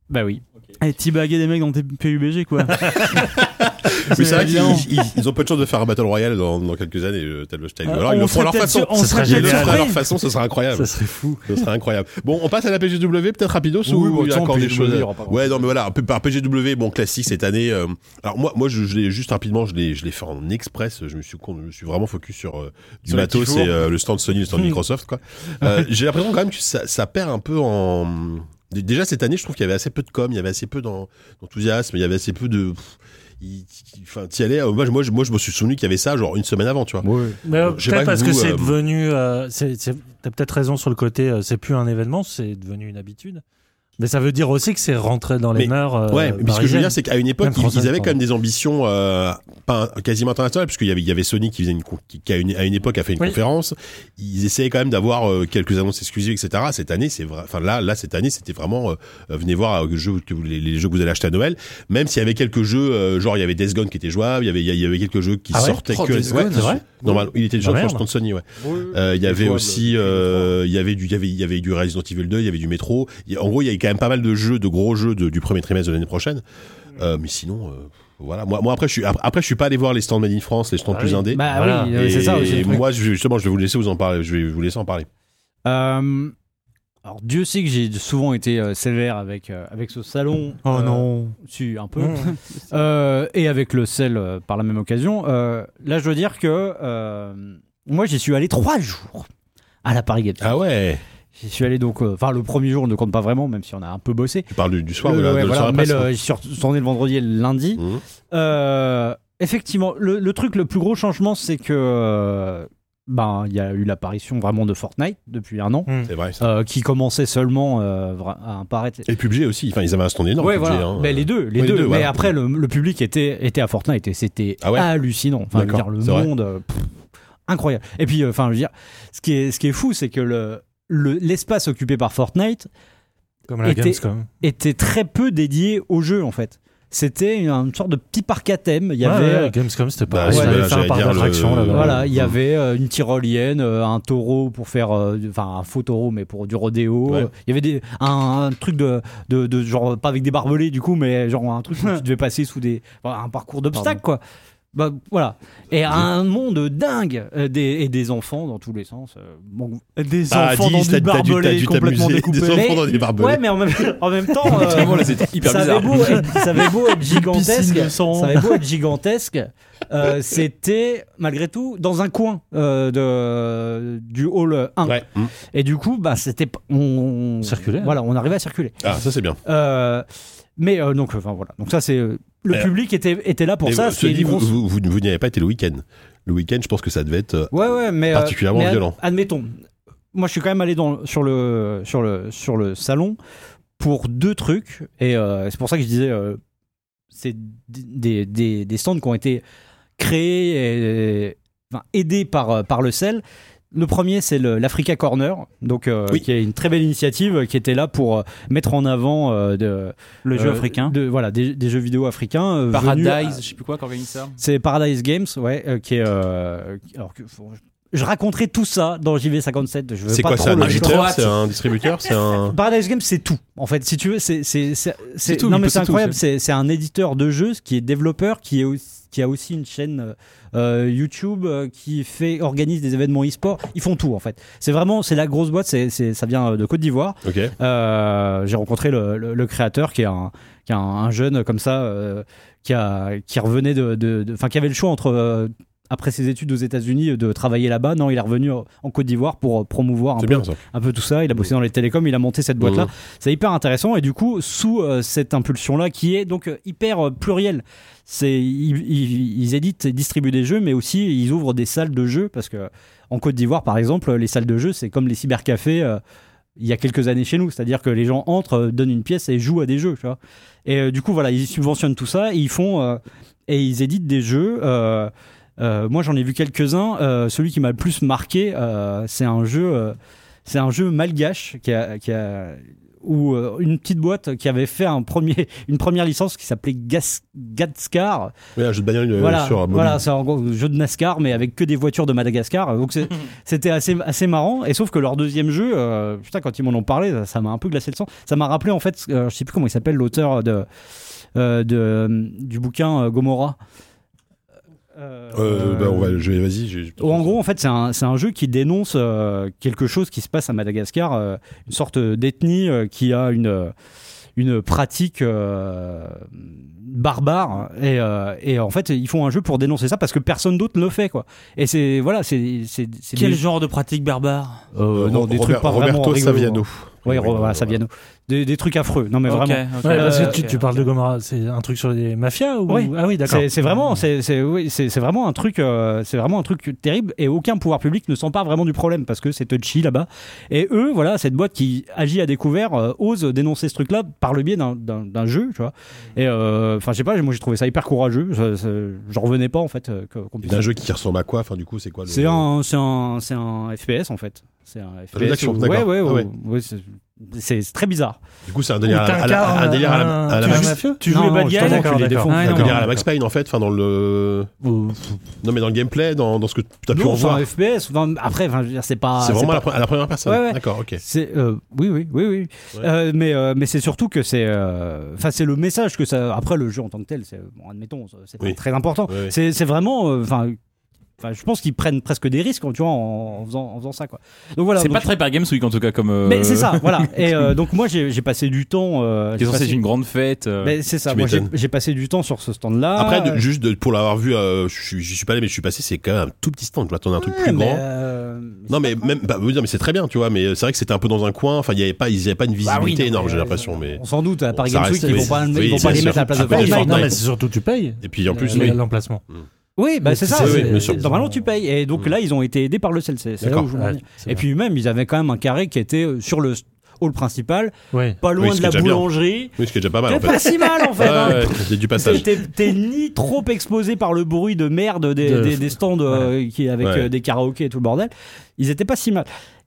F: Bah oui.
C: et t'y baguer des mecs dans tes PUBG quoi.
A: Mais c'est vrai qu'ils
C: évidemment.
A: ils- ils ont peu de chance de faire un Battle Royale dans, dans quelques années, euh, tel Wolfenstein. Ou
C: Ah,
A: alors ils
C: on
A: le feront à leur
C: serait
A: façon.
C: peut-être- on
A: Ça
C: serait
A: ils le
C: peut-être
A: feront à leur
C: surpris.
A: façon, ce sera incroyable.
E: Ça serait fou.
A: Ce serait incroyable. Bon, on passe à la PGW, peut-être rapido,
B: Oui,
A: ou
D: bah,
B: bon,
A: il y a
B: attends,
A: encore des
B: PGW,
A: choses.
B: il y aura pas grand-chose.
A: Ouais, non, mais voilà, un peu par PGW, bon, classique cette année. euh, alors, moi, moi je, je l'ai juste rapidement, je l'ai, je l'ai fait en express. Je me suis, con- je me suis vraiment focus sur euh, du
D: Sur les petits
A: matos
D: fours.
A: et euh, le stand Sony, le stand
E: Hmm.
A: Microsoft, quoi. Euh, j'ai l'impression quand même que ça, ça perd un peu en. Dé- Déjà, cette année, je trouve qu'il y avait assez peu de com, il y avait assez peu d'en- d'enthousiasme, il y avait assez peu de. pff, il- il- Enfin, t'y allais. euh, Moi, je- moi, je- moi, je me suis souvenu qu'il y avait ça, genre une semaine avant, tu vois.
E: Mais euh,
A: Je sais pas
E: peut-être parce
A: que
E: que
A: vous,
E: c'est
A: euh,
E: devenu. euh, c'est- c'est- T'as peut-être raison sur le côté. euh, c'est plus un événement, c'est devenu une habitude. Mais ça veut dire aussi que c'est rentré dans les
A: Mais-
E: mœurs. euh,
A: Ouais, mais ce que je veux
E: parisiennes.
A: dire, c'est qu'à une époque,
E: Même
A: ils,
E: française,
A: ils avaient quand
E: pardon.
A: même des ambitions euh, pas, quasiment internationales, puisqu'il y avait, il y avait Sony qui, faisait une, con- qui, qui à, une, à une époque a fait une
E: Oui.
A: conférence. Ils essayaient quand même d'avoir euh, quelques annonces exclusives, etc. Cette année, c'est vrai. Enfin là, là cette année, c'était vraiment euh, euh, venez voir euh, que jeux que vous- les, les jeux que vous allez acheter à Noël. Même s'il y avait quelques jeux, euh, genre il y avait Death Gone qui était jouable, il y avait, il y- il y avait quelques jeux qui
E: Ah ouais
A: sortaient
B: Oh,
A: que.
B: Days
A: Ouais,
B: Gone,
A: c'est
E: vrai
A: Normal, il était déjà sur
E: Ah,
A: le
E: merde.
A: stand Sony, ouais. Euh, Il y avait aussi, euh, il y avait du, il y avait, il y avait du Resident Evil 2, il y avait du Metro. Il y a- en gros, il y avait quand même pas mal de jeux, de gros jeux de- du premier trimestre de l'année prochaine. Euh, mais sinon, euh, voilà. Moi, moi après, je suis, ap- après, je suis pas allé voir les stands Made in France, les stands
E: Ah
A: plus
E: oui.
A: indés.
F: Bah
E: Voilà.
F: oui, euh, c'est ça aussi.
A: Et
F: le truc.
A: moi, je- justement, je vais vous laisser vous en parler. Je vais vous laisser en parler.
F: Euh, alors Dieu sait que j'ai souvent été euh, sévère avec, euh, avec ce salon. Euh, Si, un peu.
E: Mmh.
F: Euh, et avec le sel euh, par la même occasion. Euh, là, je dois dire que euh, moi, j'y suis allé trois jours à la Paris Games.
A: Ah ouais.
F: J'y suis allé donc, euh, enfin, le premier jour on ne compte pas vraiment, même si on a un peu bossé.
A: Tu parles du, du soir
F: Le-
A: de la,
F: ouais,
A: de la
F: voilà,
A: soirée
F: mais
A: presse,
F: le- j'y suis retourné le vendredi et le lundi.
A: quoi. Mhm.
F: Euh, effectivement, le, le truc, le plus gros changement, c'est que euh, ben, il y a eu l'apparition vraiment de Fortnite depuis un an,
A: C'est vrai. ça.
F: euh, qui commençait seulement euh, vra- à apparaître.
A: Et PUBG aussi. Enfin, ils avaient un stand énorme.
F: Ouais,
A: PUBG,
F: voilà.
A: hein.
F: Mais les deux,
A: Oui, les
F: les deux.
A: deux,
F: Mais
A: voilà.
F: après, le, le public était, était à Fortnite et c'était
A: Ah ouais
F: hallucinant. Enfin, je veux
A: D'accord,
F: dire, le
A: c'est vrai.
F: monde, euh, pff, incroyable. Et puis, euh, enfin, je veux dire, ce qui est, ce qui est fou, c'est que le- le- l'espace occupé par Fortnite
E: Comme la
F: était-
E: Gamescom.
F: était très peu dédié au jeu, en fait. C'était une, une sorte de petit parc à thème. Il y
E: Ouais,
F: avait. euh,
E: ouais, Gamescom, c'était
A: Bah,
E: pas.
F: c'est-
E: on
A: voilà,
E: avait fait
A: j'allais
E: un parc
A: dire le-
E: d'attractions là-bas.
F: Voilà, il y
A: Mhm.
F: avait euh, une tyrolienne, euh, un taureau pour faire, euh, du- enfin un faux taureau mais pour du rodéo.
A: Ouais.
F: Euh, Il y avait des, un, un truc de, de, de- genre pas avec des barbelés du coup, mais genre un truc où tu devais passer sous des, enfin, un parcours d'obstacles quoi. Bah, voilà. Et un monde dingue euh, des, et des enfants dans tous les sens. euh, bon.
C: Des
A: Ah,
C: enfants dans
A: dis,
C: du
A: t'as- t'as dû- t'as
C: barbelé
A: dû
C: complètement
A: t'amuser.
C: découpé.
A: Des enfants dans des
F: Ouais,
A: barbelés.
F: mais en même, en même temps, euh,
D: Vraiment, là, c'était hyper
F: ça
D: bizarre.
F: avait, beau être, ça avait beau être gigantesque,
C: piscine de sang.
F: ça avait beau être gigantesque, euh, c'était malgré tout dans un coin euh, de, du hall 1.
A: Ouais. Mhm.
F: Et du coup, bah, c'était p- on, on-
E: Circulait.
F: Voilà, on arrivait à circuler.
A: Ah, ça c'est bien.
F: Euh, mais euh, donc, enfin voilà. Donc ça, c'est euh, le
A: Et-
F: public était était là pour
A: Et
F: ça.
A: vous-
F: ce qui est
A: ceci dit,
F: une
A: vous,
F: grosse-
A: vous, vous, vous n'y avez pas été le week-end. Le week-end, je pense que ça devait être euh,
F: Ouais, ouais, mais euh,
A: particulièrement
F: mais ad-
A: violent.
F: Admettons, moi, je suis quand même allé dans, sur le sur le sur le salon pour deux trucs, et euh, c'est pour ça que je disais, euh, c'est des, des, des stands qui ont été créés et enfin, aidés par euh, par le sel. Le premier, c'est le- l'Africa Corner, donc euh,
A: Oui.
F: qui est une très belle initiative euh, qui était là pour euh, mettre en avant euh, de,
C: Le jeu
F: euh,
C: africain.
F: de, voilà, des, des jeux vidéo africains. euh, venus à-
D: Paradise, je sais plus quoi, qu'organise ça.
F: c'est Paradise Games, ouais, euh, qui est. euh, qui- alors que, faut- je raconterai tout ça dans JV57. Je veux
A: C'est
F: pas
A: quoi
F: trop
A: C'est un
F: le-
A: éditeur C'est un distributeur C'est un.
F: Paradise Games, c'est tout. En fait, si tu veux, c'est c'est- c'est- c'est-
D: tout,
F: non
D: il
F: mais
D: peut-
F: c'est
D: c'est tout,
F: incroyable. C'est c'est un éditeur de jeux qui est développeur, qui est aussi- qui a aussi une chaîne euh, YouTube, euh, qui fait organise des événements e-sport. Ils font tout en fait. C'est vraiment c'est la grosse boîte. c'est c'est- ça vient de Côte d'Ivoire.
A: Ok.
F: Euh, j'ai rencontré le, le- le créateur qui est un, qui est un, un jeune comme ça euh, qui, a, qui revenait de, de- de- enfin qui avait le choix entre euh, après ses études aux États-Unis de travailler là-bas. Non, il est revenu en Côte d'Ivoire pour euh, promouvoir un
A: C'est
F: peu,
A: bien ça.
F: un peu tout ça. Il a bossé dans les télécoms, il a monté cette boîte-là.
A: Mhm.
F: C'est hyper intéressant et du coup sous euh, cette impulsion-là qui est donc euh, hyper euh, plurielle. C'est ils, ils- ils éditent et distribuent des jeux, mais aussi ils ouvrent des salles de jeux parce que en Côte d'Ivoire par exemple, les salles de jeux c'est comme les cybercafés. euh, il y a quelques années chez nous, c'est-à-dire que les gens entrent, euh, donnent une pièce et jouent à des jeux, tu vois. Et euh, du coup, voilà, ils subventionnent tout ça et ils font euh, et ils éditent des jeux. euh, euh, moi, j'en ai vu quelques-uns. Euh, celui qui m'a le plus marqué, euh, c'est un jeu, euh, c'est un jeu malgache qui a, qui a ou euh, une petite boîte qui avait fait un premier, une première licence qui s'appelait Gas- Gatskar,
A: Oui, un jeu de bagnole euh,
F: voilà,
A: sur mobile.
F: voilà, c'est en gros un jeu de NASCAR, mais avec que des voitures de Madagascar. Donc c'est- c'était assez, assez marrant. Et sauf que leur deuxième jeu, euh, putain, quand ils m'en ont parlé, ça- ça m'a un peu glacé le sang. Ça m'a rappelé en fait, euh, je sais plus comment il s'appelle l'auteur de euh, de, du bouquin euh, Gomorrah.
A: Euh, bah, on va, je vais, vas-y. j'ai-
F: Oh, en gros, en fait, c'est un, c'est un jeu qui dénonce euh, quelque chose qui se passe à Madagascar, euh, une sorte d'ethnie euh, qui a une, euh, une pratique euh, barbare. Et, euh, et en fait, ils font un jeu pour dénoncer ça parce que personne d'autre le fait. Quoi. Et c'est. Voilà, c'est. c'est- c'est
C: Quel
F: des-
C: genre de pratique barbare
F: euh,
A: Ro-
F: non, des trucs
A: Robert-
F: pas vraiment
A: Roberto
F: rigolos,
A: Saviano.
F: hein. Oui, Ro- voilà, Saviano. Des, des trucs affreux. Non, mais
C: Ok,
F: vraiment.
C: ok.
E: Ouais, parce que
F: Euh,
E: tu, tu parles de Gomorrah, c'est un truc sur les mafias ou
F: Oui.
E: Ah oui, d'accord.
F: C'est c'est vraiment, c'est c'est- oui, c'est- c'est vraiment un truc, euh, c'est vraiment un truc terrible et aucun pouvoir public ne s'empare vraiment du problème parce que c'est touchy là-bas. Et eux, voilà, cette boîte qui agit à découvert euh, ose dénoncer ce truc-là par le biais d'un- d'un d'un jeu, tu vois.
E: Mmh.
F: Et euh, enfin, je sais pas, moi j'ai trouvé ça hyper courageux. Je- je- J'en revenais pas en fait euh, que- qu'on
A: Et
F: puisse-
A: D'un jeu qui ressemble à quoi Enfin, du coup, c'est quoi le-
F: C'est un, c'est un, c'est un FPS en fait. C'est un
A: jeu
F: FPS.
A: d'action,
F: où- ouais,
A: d'accord.
F: ouais,
A: Ah
F: où-
A: ouais.
F: ouais, c'est- c'est c'est très bizarre.
A: Du coup, c'est un
E: Ou euh,
A: délire à la- à la-
E: t'incarnes
A: un délire à la- à la
E: tu es un
A: Max-
E: mafieux
C: Tu joues
F: Non,
C: les bad
F: non,
C: guys
F: justement,
E: D'accord,
F: tu les
E: d'accord.
F: défonces.
C: Ah,
A: un
C: non,
A: délire à la Max Payne, en fait, enfin dans le. Non, mais dans le gameplay, dans, dans ce que tu as pu en
F: Non, c'est
A: voir.
F: un FPS. enfin, après, enfin, je veux dire, c'est pas.
A: c'est vraiment
F: pas-
A: à la pre- à la première personne.
F: Ouais, ouais.
A: D'accord, ok.
F: C'est euh, oui oui oui oui.
A: Ouais.
F: Euh, mais euh, mais c'est surtout que c'est euh, enfin c'est le message que ça après le jeu en tant que tel c'est bon, admettons c'est pas
A: Oui.
F: très important.
A: Ouais, ouais.
F: C'est c'est vraiment euh, enfin enfin je pense qu'ils prennent presque des risques tu vois en, en faisant en faisant ça quoi. Donc voilà.
D: C'est
F: donc-
D: pas très par Games Week en tout cas comme. euh,
F: Mais c'est ça voilà. Et euh, donc moi j'ai j'ai passé du temps. euh,
D: qui est
F: j'ai
D: censé
F: passé-
D: être une grande fête. euh,
F: Mais c'est ça.
A: Tu
F: Moi j'ai
A: m'étonnes.
F: j'ai passé du temps sur ce stand là.
A: Après, de- juste de- pour l'avoir vu, euh, je suis- j'y suis pas allé, mais je suis passé, c'est quand même un tout petit stand. Je m'attendais à un truc plus
F: euh,
A: grand. Non mais même bah, oui, non, mais c'est très bien tu vois mais euh, c'est vrai que c'était un peu dans un coin enfin il y avait pas ils avaient pas une
F: Bah oui,
A: visibilité
F: non,
A: énorme
F: mais-
A: j'ai l'impression mais
F: On s'en doute à
A: Bon,
F: Paris
A: ça
F: Games Week
A: reste-
F: ils vont pas
A: oui,
F: ils vont
A: c'est
F: pas les
A: sûr.
F: mettre à la place de
A: Ah, bah,
F: Fortnite.
A: Fortnite.
E: Non, mais c'est surtout tu payes
A: et
F: Euh,
A: puis en plus
E: le-
A: oui.
E: l'emplacement.
F: Oui, bah c'est
E: Oui,
F: ça.
E: oui,
F: c'est-
A: bien sûr.
F: Normalement, tu payes. Et donc
A: Mm.
F: là, ils ont été aidés par le CLC. C'est là
A: D'accord. Ah,
F: où je voulais en venir.
E: c'est
F: Et puis même, ils avaient quand même un carré qui était euh, sur le hall principal,
E: Ouais.
F: pas
A: Oui,
F: loin
A: ce
F: de
A: qui
F: la
A: est déjà bien.
F: boulangerie.
A: oui ce qui est déjà pas mal
F: C'est
A: en fait
F: pas si mal en fait. hein.
A: Ouais, ouais, c'est du passage
F: T'es- T'es ni trop exposé par le bruit de merde des,
E: De-
F: des- des stands euh, qui, avec
A: Ouais.
F: euh, des karaokés et tout le bordel. Ils étaient pas si mal.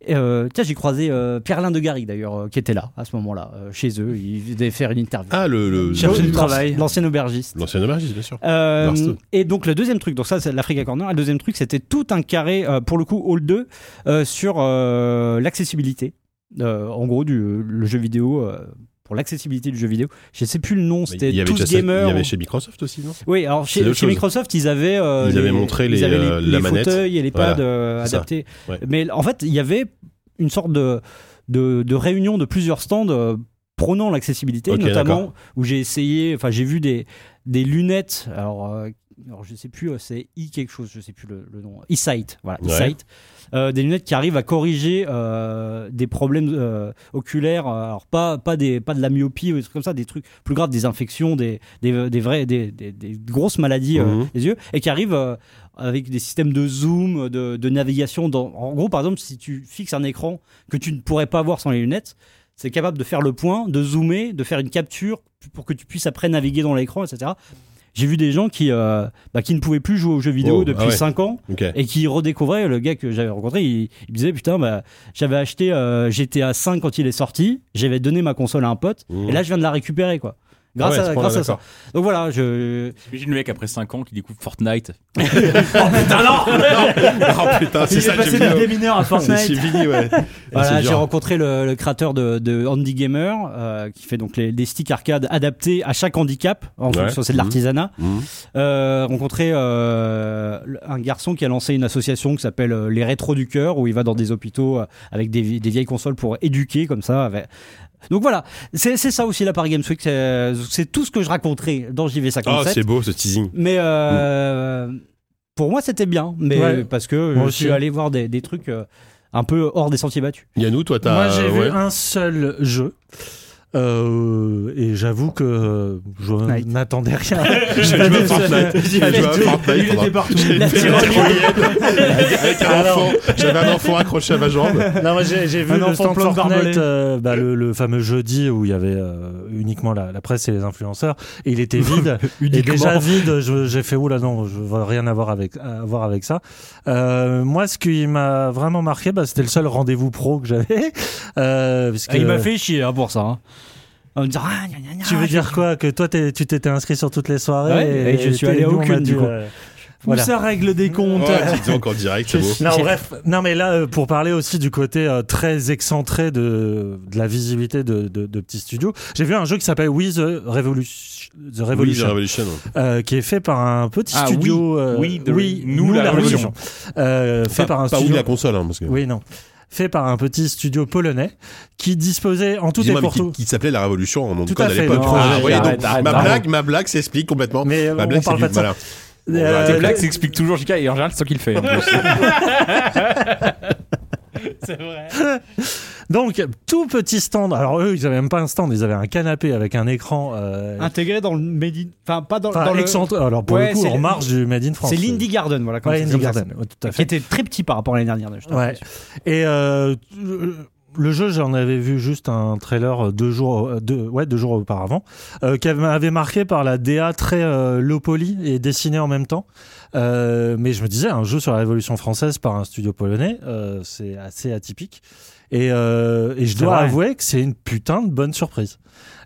F: Et, euh, tiens, j'ai croisé euh, Pierre de Garrigue d'ailleurs, euh, qui était là à ce moment-là, euh, chez eux. Il devait faire une interview.
A: ah le le
C: Chercher du
A: le-
C: travail.
F: L'ancien aubergiste.
A: l'ancien aubergiste bien sûr
F: Euh,
A: Barstow.
F: et donc le deuxième truc, donc ça c'est l'Africa Corner, le deuxième truc c'était tout un carré, euh, pour le coup Hall 2, euh, sur euh, l'accessibilité, Euh, en gros du le jeu vidéo, euh, pour l'accessibilité du jeu vidéo. Je sais plus le nom,
A: Mais
F: c'était
A: il y avait
F: Tous
A: déjà ça-
F: Gamers.
A: il y avait chez Microsoft aussi non
F: Oui, alors
A: C'est
F: chez,
A: autre
F: chez
A: chose.
F: Microsoft, ils avaient, euh,
A: Ils avaient montré les,
F: ils avaient
A: euh, la manette.
F: fauteuils et les pads
A: Voilà,
F: euh,
A: c'est ça.
F: adaptés.
A: Ouais.
F: Mais en fait, il y avait une sorte de, de, de réunion de plusieurs stands euh, prônant l'accessibilité,
A: Ok,
F: notamment
A: d'accord.
F: où j'ai essayé, enfin j'ai vu des, des lunettes, alors, euh, alors je sais plus, euh, c'est i quelque chose, je sais plus le, le nom, e-sight, voilà,
A: Ouais.
F: e-sight. Euh, des lunettes qui arrivent à corriger euh, des problèmes euh, oculaires, euh, alors pas, pas, des, pas de la myopie ou des trucs comme ça, des trucs plus graves, des infections, des, des, des, vrais, des, des, des grosses maladies euh,
A: Mhm.
F: des yeux, et qui arrivent euh, avec des systèmes de zoom, de, de navigation. Dans, en gros, par exemple, si tu fixes un écran que tu ne pourrais pas voir sans les lunettes, c'est capable de faire le point, de zoomer, de faire une capture pour que tu puisses après naviguer dans l'écran, etc. J'ai vu des gens qui, euh, bah, qui ne pouvaient plus jouer aux jeux vidéo
A: Oh,
F: depuis
A: ah ouais.
F: 5 ans
A: ok
F: et qui redécouvrait le gars que j'avais rencontré. Il, il me disait putain, bah, j'avais acheté euh, GTA 5 quand il est sorti, j'avais donné ma console à un pote,
A: Mmh.
F: et là je viens de la récupérer quoi.
A: Ah
F: Grâce,
A: ouais,
F: à,
A: ce point-là,
F: grâce à ça.
A: d'accord.
F: Donc voilà, je.
D: J'imagine le mec après 5 ans qui découvre Fortnite.
A: oh putain c'est
C: Il est
A: ça que
C: passé
A: j'ai
C: du
A: vu
C: démineur à
A: c'est c'est
C: Fortnite.
A: fini ouais Et
F: Voilà,
A: c'est
F: j'ai
A: dur.
F: rencontré le, le créateur de, de Handy Gamer, euh, qui fait donc les, des sticks arcade adaptés à chaque handicap, en
A: Ouais.
F: fonction, c'est de
A: Mhm.
F: l'artisanat.
A: Mmh.
F: Euh, rencontré euh, un garçon qui a lancé une association qui s'appelle euh, les rétros du cœur où il va dans des hôpitaux euh, avec des, vie- des vieilles consoles pour éduquer comme ça avec- donc voilà c'est c'est ça aussi la Paris Games Week c'est c'est tout ce que je raconterai dans
A: oh
F: JV57
A: c'est Mmh. beau ce teasing
F: mais euh, pour moi c'était bien mais
E: Ouais.
F: parce que
E: Moi
F: je
E: aussi.
F: suis allé voir des, des trucs euh, un peu hors des sentiers battus
A: Yannou toi t'as
E: Moi, j'ai
A: ouais.
E: vu un seul jeu. Euh, et j'avoue que euh, je
F: Night.
E: n'attendais rien.
A: J'ai joué à Fortnite. J'ai joué à Fortnite. pendant- J'ai
F: La
A: fait une tyrolienne avec un enfant. J'avais un enfant accroché à ma jambe.
E: non, moi, j'ai j'ai vu
C: Un
E: le
C: enfant
E: stand
C: plein de
E: Fortnite,
C: barbelés.
E: euh, bah, le, le fameux jeudi où il y avait euh, uniquement la, la presse et les influenceurs. Et il était vide. et déjà vide, je- j'ai fait oula non, je veux rien avoir avec à voir avec ça. Euh, moi, ce qui m'a vraiment marqué, bah, c'était le seul rendez-vous pro que j'avais. Euh, parce
F: Et il
E: que-
F: m'a fait chier hein, pour ça hein. En me disant, Ah, gna, gna, gna,
E: Tu veux dire quoi Que toi, t'es- tu t'étais inscrit sur toutes les soirées
F: Ouais, et je suis
E: t'es-
F: allé à
E: nous, on m'a
F: aucune,
E: dit,
F: du coup.
E: euh, Voilà.
B: Où ça règle des comptes
A: Ouais, Oh, dis donc en direct, c'est beau.
E: Non,
F: J'ai-
E: bref. Non, mais là, euh, pour parler aussi du côté euh, très excentré de, de la visibilité de, de, de petits studios, j'ai vu un jeu qui s'appelle We the Revolution, the
A: Oui, The
E: Revolution
A: Revolution.
E: euh, qui est fait par un petit
D: Ah,
E: studio. euh,
D: We the- Nous, la
E: Euh, fait par un
A: pas
E: studio.
A: oui la console, hein, parce que.
E: Oui, non. Fait par un petit studio polonais qui disposait en tout et
A: Dis-moi, mais
E: pour
A: qui,
E: tout.
A: qui s'appelait la Révolution en nom de
E: Tout
A: code
E: à
A: à
E: fait,
A: l'époque.
E: non,
A: Ah,
E: arrête,
A: ouais, donc,
D: arrête, arrête,
A: ma
D: arrête.
A: blague, ma blague s'explique complètement.
E: Mais euh,
A: ma
E: on
A: blague,
E: parle
A: Bah, c'est
E: pas
A: du-
E: de
A: voilà.
E: ça. Euh,
A: On va dire
D: Tes
A: que-
D: blagues s'expliquent toujours, JK, et en général, c'est toi qui le fais. en plus.
E: Donc, tout petit stand. Alors, eux, ils avaient même pas un stand, ils avaient un canapé avec un écran. euh,
F: Intégré dans le Made in- Enfin, pas Ah, dans,
E: enfin,
F: dans le.
E: excentré. Alors, pour
F: Ouais,
E: le coup,
F: c'est-
E: en marge du Made in France. euh.
F: C'est l'Indie Garden, voilà. comme
E: Ouais,
F: ça,
E: Indie
F: comme ça.
E: Garden, ouais, tout à
F: Qui
E: fait.
F: était très petit par rapport à l'année dernière. je t'en
E: Ouais.
F: prie.
E: Et euh, euh, le jeu, j'en avais vu juste un trailer euh, deux jours, euh, deux, ouais, deux jours auparavant, euh, qui avait avait marqué par la DA très euh, low poly et dessinée en même temps. Euh, mais je me disais, un jeu sur la Révolution française par un studio polonais, euh, c'est assez atypique. Et, euh, et je dois
C: vrai.
E: avouer que c'est une putain de bonne surprise.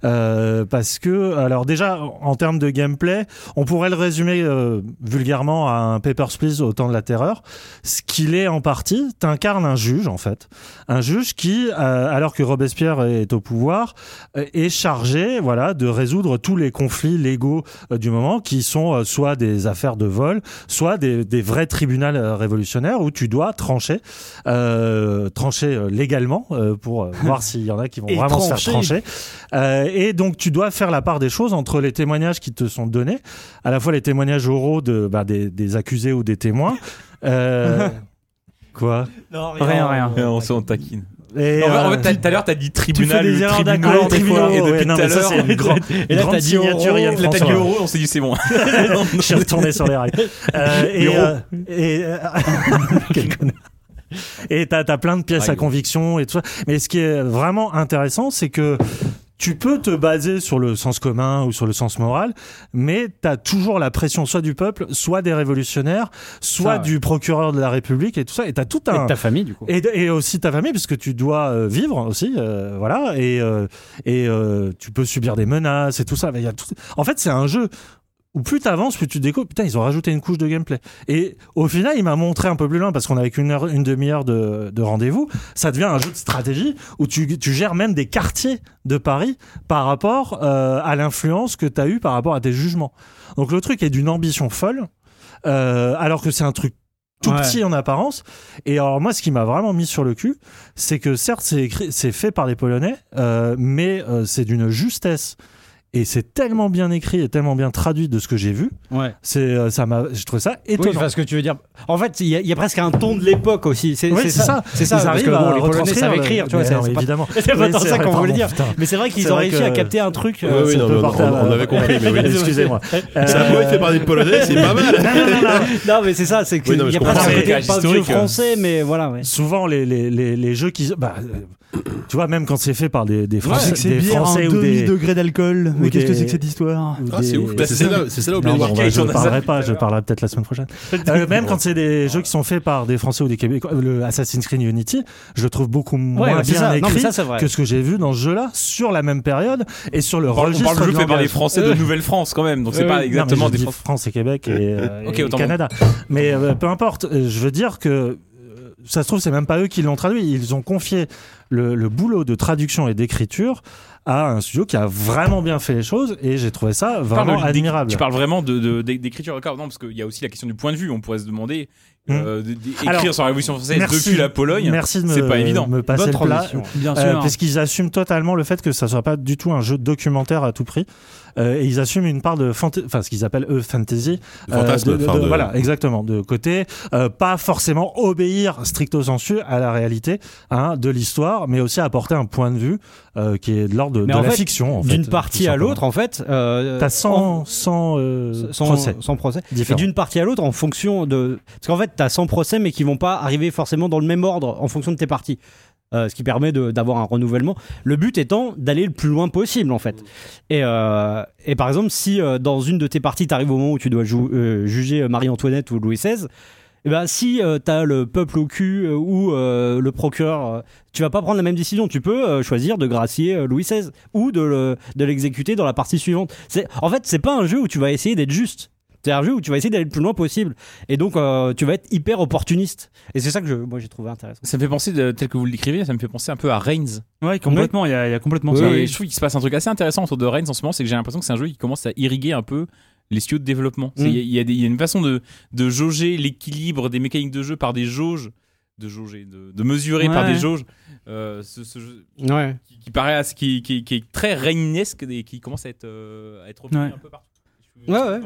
E: Euh, parce que, alors déjà, en termes de gameplay, on pourrait le résumer euh, vulgairement à un Papers, Please au temps de la terreur. Ce qu'il est en partie, t'incarnes un juge en fait. Un juge qui, euh, alors que Robespierre est au pouvoir, euh, est chargé voilà, de résoudre tous les conflits légaux euh, du moment qui sont euh, soit des affaires de vol, soit des, des vrais tribunaux euh, révolutionnaires où tu dois trancher, euh, trancher euh, légalement euh, pour euh, voir s'il y en a qui vont
F: Et
E: vraiment se faire
F: trancher.
E: trancher. Euh, et donc tu dois faire la part des choses entre les témoignages qui te sont donnés, à la fois les témoignages oraux de, bah, des, des accusés ou des témoins. Euh, Quoi
C: Rien, rien.
D: Et on s'en taquine.
E: Et,
D: En fait, en
E: euh,
D: fait, t'as- tout à l'heure, t'as dit tribunal,
C: des erreurs
D: tribunal,
E: d'accord,
D: des fois,
E: tribunaux,
D: et
E: ouais,
D: depuis
E: non,
D: tout à
E: mais ça,
D: l'heure,
E: c'est une grande-
D: et là,
E: grande
D: t'as dit
E: signature,
D: euro,
E: Yann
D: là, t'as dit
E: François.
D: euro, on s'est dit c'est bon.
E: Je suis retourné sur les rails. Euh, et,
D: Bureau.
E: euh, et, euh, quel connard. Et t'as as plein de pièces
D: Ah,
E: à
D: il-
E: conviction et tout ça. Mais ce qui est vraiment intéressant, c'est que tu peux te baser sur le sens commun ou sur le sens moral, mais t'as toujours la pression soit du peuple, soit des révolutionnaires, soit
F: Ça, ouais.
E: du procureur de la République et tout ça. Et t'as tout
F: Et
E: un
F: de ta famille, du coup.
E: et, et aussi ta famille, puisque tu dois euh, vivre aussi, euh, voilà, et, euh, et euh, tu peux subir des menaces et tout ça. Mais il y a tout- En fait, c'est un jeu où plus t'avances, plus tu découvres. Putain, ils ont rajouté une couche de gameplay. Et au final, il m'a montré un peu plus loin, parce qu'on avait qu'une heure, une demi-heure de, de rendez-vous. Ça devient un jeu de stratégie où tu, tu gères même des quartiers de Paris par rapport euh, à l'influence que t'as eu par rapport à tes jugements. Donc le truc est d'une ambition folle, euh, alors que c'est un truc tout
F: Ouais.
E: petit en apparence. Et alors moi, ce qui m'a vraiment mis sur le cul, c'est que certes, c'est écrit, c'est fait par les Polonais, euh, mais euh, c'est d'une justesse. Et c'est tellement bien écrit et tellement bien traduit de ce que j'ai vu,
F: Ouais.
E: c'est euh, ça m'a, je trouve ça
F: Oui,
E: étonnant.
F: parce que tu veux dire. En fait, il y, a- il y a presque un ton de l'époque aussi. C'est
E: Oui,
F: c'est ça. C'est ça.
E: Ils
F: parce que,
E: arrivent
F: bon,
E: à
F: les Polonais
E: retranscrire
F: savent
E: le-
F: écrire, tu vois.
E: Mais
F: c'est-
E: non,
F: c'est pas-
E: évidemment.
F: C'est pas
E: Oui,
F: tant
E: c'est
F: ça
E: vrai,
F: qu'on voulait
E: pardon,
F: dire.
E: putain.
F: Mais c'est vrai qu'ils
E: C'est
F: ont
E: vrai
F: réussi
E: que-
F: à capter un truc.
A: Oui,
F: euh,
A: oui,
E: ça
A: non,
E: peut
A: non, non,
E: porter à-
A: on avait compris, mais oui.
E: Excusez-moi.
A: Ça
E: Euh,
A: peut être fait par des Polonais, c'est pas mal.
F: Non, mais c'est ça, c'est qu'il
A: Oui, non, mais
F: y a
A: je
F: presque
E: comprends.
F: un côté
D: C'est
F: pas vieux
D: historique.
F: français, mais voilà. ouais.
E: souvent les, les, les, les jeux qui bah, euh, tu vois même quand c'est fait par des, des français,
B: C'est
E: des
B: bière
E: français
B: un
E: ou des
B: demi-degré d'alcool.
E: ou
B: Mais qu'est-ce que
E: des-
B: c'est que cette histoire
E: ou
A: Ah, c'est
E: des-
A: ouf. Bah, C'est celle-là c'est celle-là où
E: Non,
A: Blaine
E: bon,
A: Workout,
E: bah, je
D: on
E: ne
D: a
E: parlerai
D: ça.
E: pas, je parlerai peut-être la semaine prochaine. Euh, même quand c'est des jeux qui sont faits par des Français ou des Québécois, euh, le Assassin's Creed Unity, je le trouve beaucoup
F: Ouais,
E: moins
F: ouais, c'est
E: bien
F: ça. Non, mais
E: écrit
F: ça, c'est vrai.
E: que ce que j'ai vu dans ce jeu-là sur la même période et sur le
D: On parle, on
E: registre.
D: parle du jeu
E: de
D: fait par les
E: langage.
D: Français de Nouvelle-France quand même, donc c'est
F: Euh,
D: pas
F: oui.
D: exactement
E: Non, mais
D: des
E: je dis
D: Français.
E: France et Québec et, euh,
D: Ok,
E: et
D: autant
E: Canada. Mais euh, peu importe, euh, je veux dire que euh, ça se trouve, c'est même pas eux qui l'ont traduit. Ils ont confié le, le boulot de traduction et d'écriture à un studio qui a vraiment bien fait les choses et j'ai trouvé ça
D: Tu parles
E: vraiment
D: de- d'éc-
E: admirable.
D: Tu parles vraiment de- de- d'é- d'écriture d'accord Non, parce qu'il y a aussi la question du point de vue. On pourrait se demander euh, d- d'écrire
E: Alors,
D: sur la Révolution française
E: Merci.
D: depuis la Pologne.
E: Merci de me,
D: c'est pas évident.
E: me passer
F: Bonne
E: le plat.
F: transition.
C: Bien
E: Euh,
C: sûr.
E: parce qu'ils assument totalement le fait que ça soit pas du tout un jeu documentaire à tout prix, Euh, et ils assument une part de fanta- enfin ce qu'ils appellent eux fantasy, euh,
A: De fantasme,
E: de- de-
A: enfin,
E: de-
A: de-
E: voilà exactement de côté, euh, pas forcément obéir stricto sensu à la réalité hein, de l'histoire, mais aussi apporter un point de vue euh, qui est de l'ordre de,
F: Mais
E: de
F: en
E: la
F: fait,
E: fiction en fait,
F: D'une
E: tout
F: partie à
E: simplement.
F: l'autre, en fait. euh,
E: T'as 100,
F: en-
E: 100 euh,
F: sans
E: procès
F: sans procès. Et
E: différents.
F: d'une partie à l'autre en fonction de. Parce qu'en fait, t'as 100 procès, mais qui vont pas arriver forcément dans le même ordre en fonction de tes parties. Euh, ce qui permet de- d'avoir un renouvellement. Le but étant d'aller le plus loin possible, en fait. Et, euh, et par exemple, si euh, dans une de tes parties, t'arrives au moment où tu dois jou- euh, juger Marie-Antoinette ou Louis XVI, eh ben, si euh, t'as le peuple au cul euh, ou euh, le procureur, euh, tu vas pas prendre la même décision. Tu peux euh, choisir de gracier euh, Louis XVI ou de le- de l'exécuter dans la partie suivante. C'est- En fait, c'est pas un jeu où tu vas essayer d'être juste. C'est un jeu où tu vas essayer d'aller le plus loin possible. Et donc, euh, tu vas être hyper opportuniste. Et c'est ça que je, moi j'ai trouvé intéressant.
D: Ça me fait penser, de- tel que vous le décrivez, ça me fait penser un peu à Reigns.
C: Ouais, complètement. Il y, a il y a complètement
D: Et
C: ça.
D: je trouve qu'il se passe un truc assez intéressant autour de Reigns en ce moment, c'est que j'ai l'impression que c'est un jeu qui commence à irriguer un peu les studios de développement. C'est-
F: Mm.
D: Il y, a- il y a des- il y a une façon de, de jauger l'équilibre des mécaniques de jeu par des jauges, de jauger, de, de mesurer par
C: Ouais.
D: des jauges. Euh, ce, ce jeu
F: Ouais.
D: qui, qui paraît assez- qui, qui- qui est très Reignesque et qui commence à être, euh, à être repris
C: Ouais.
D: un peu partout.
F: Ouais, ouais.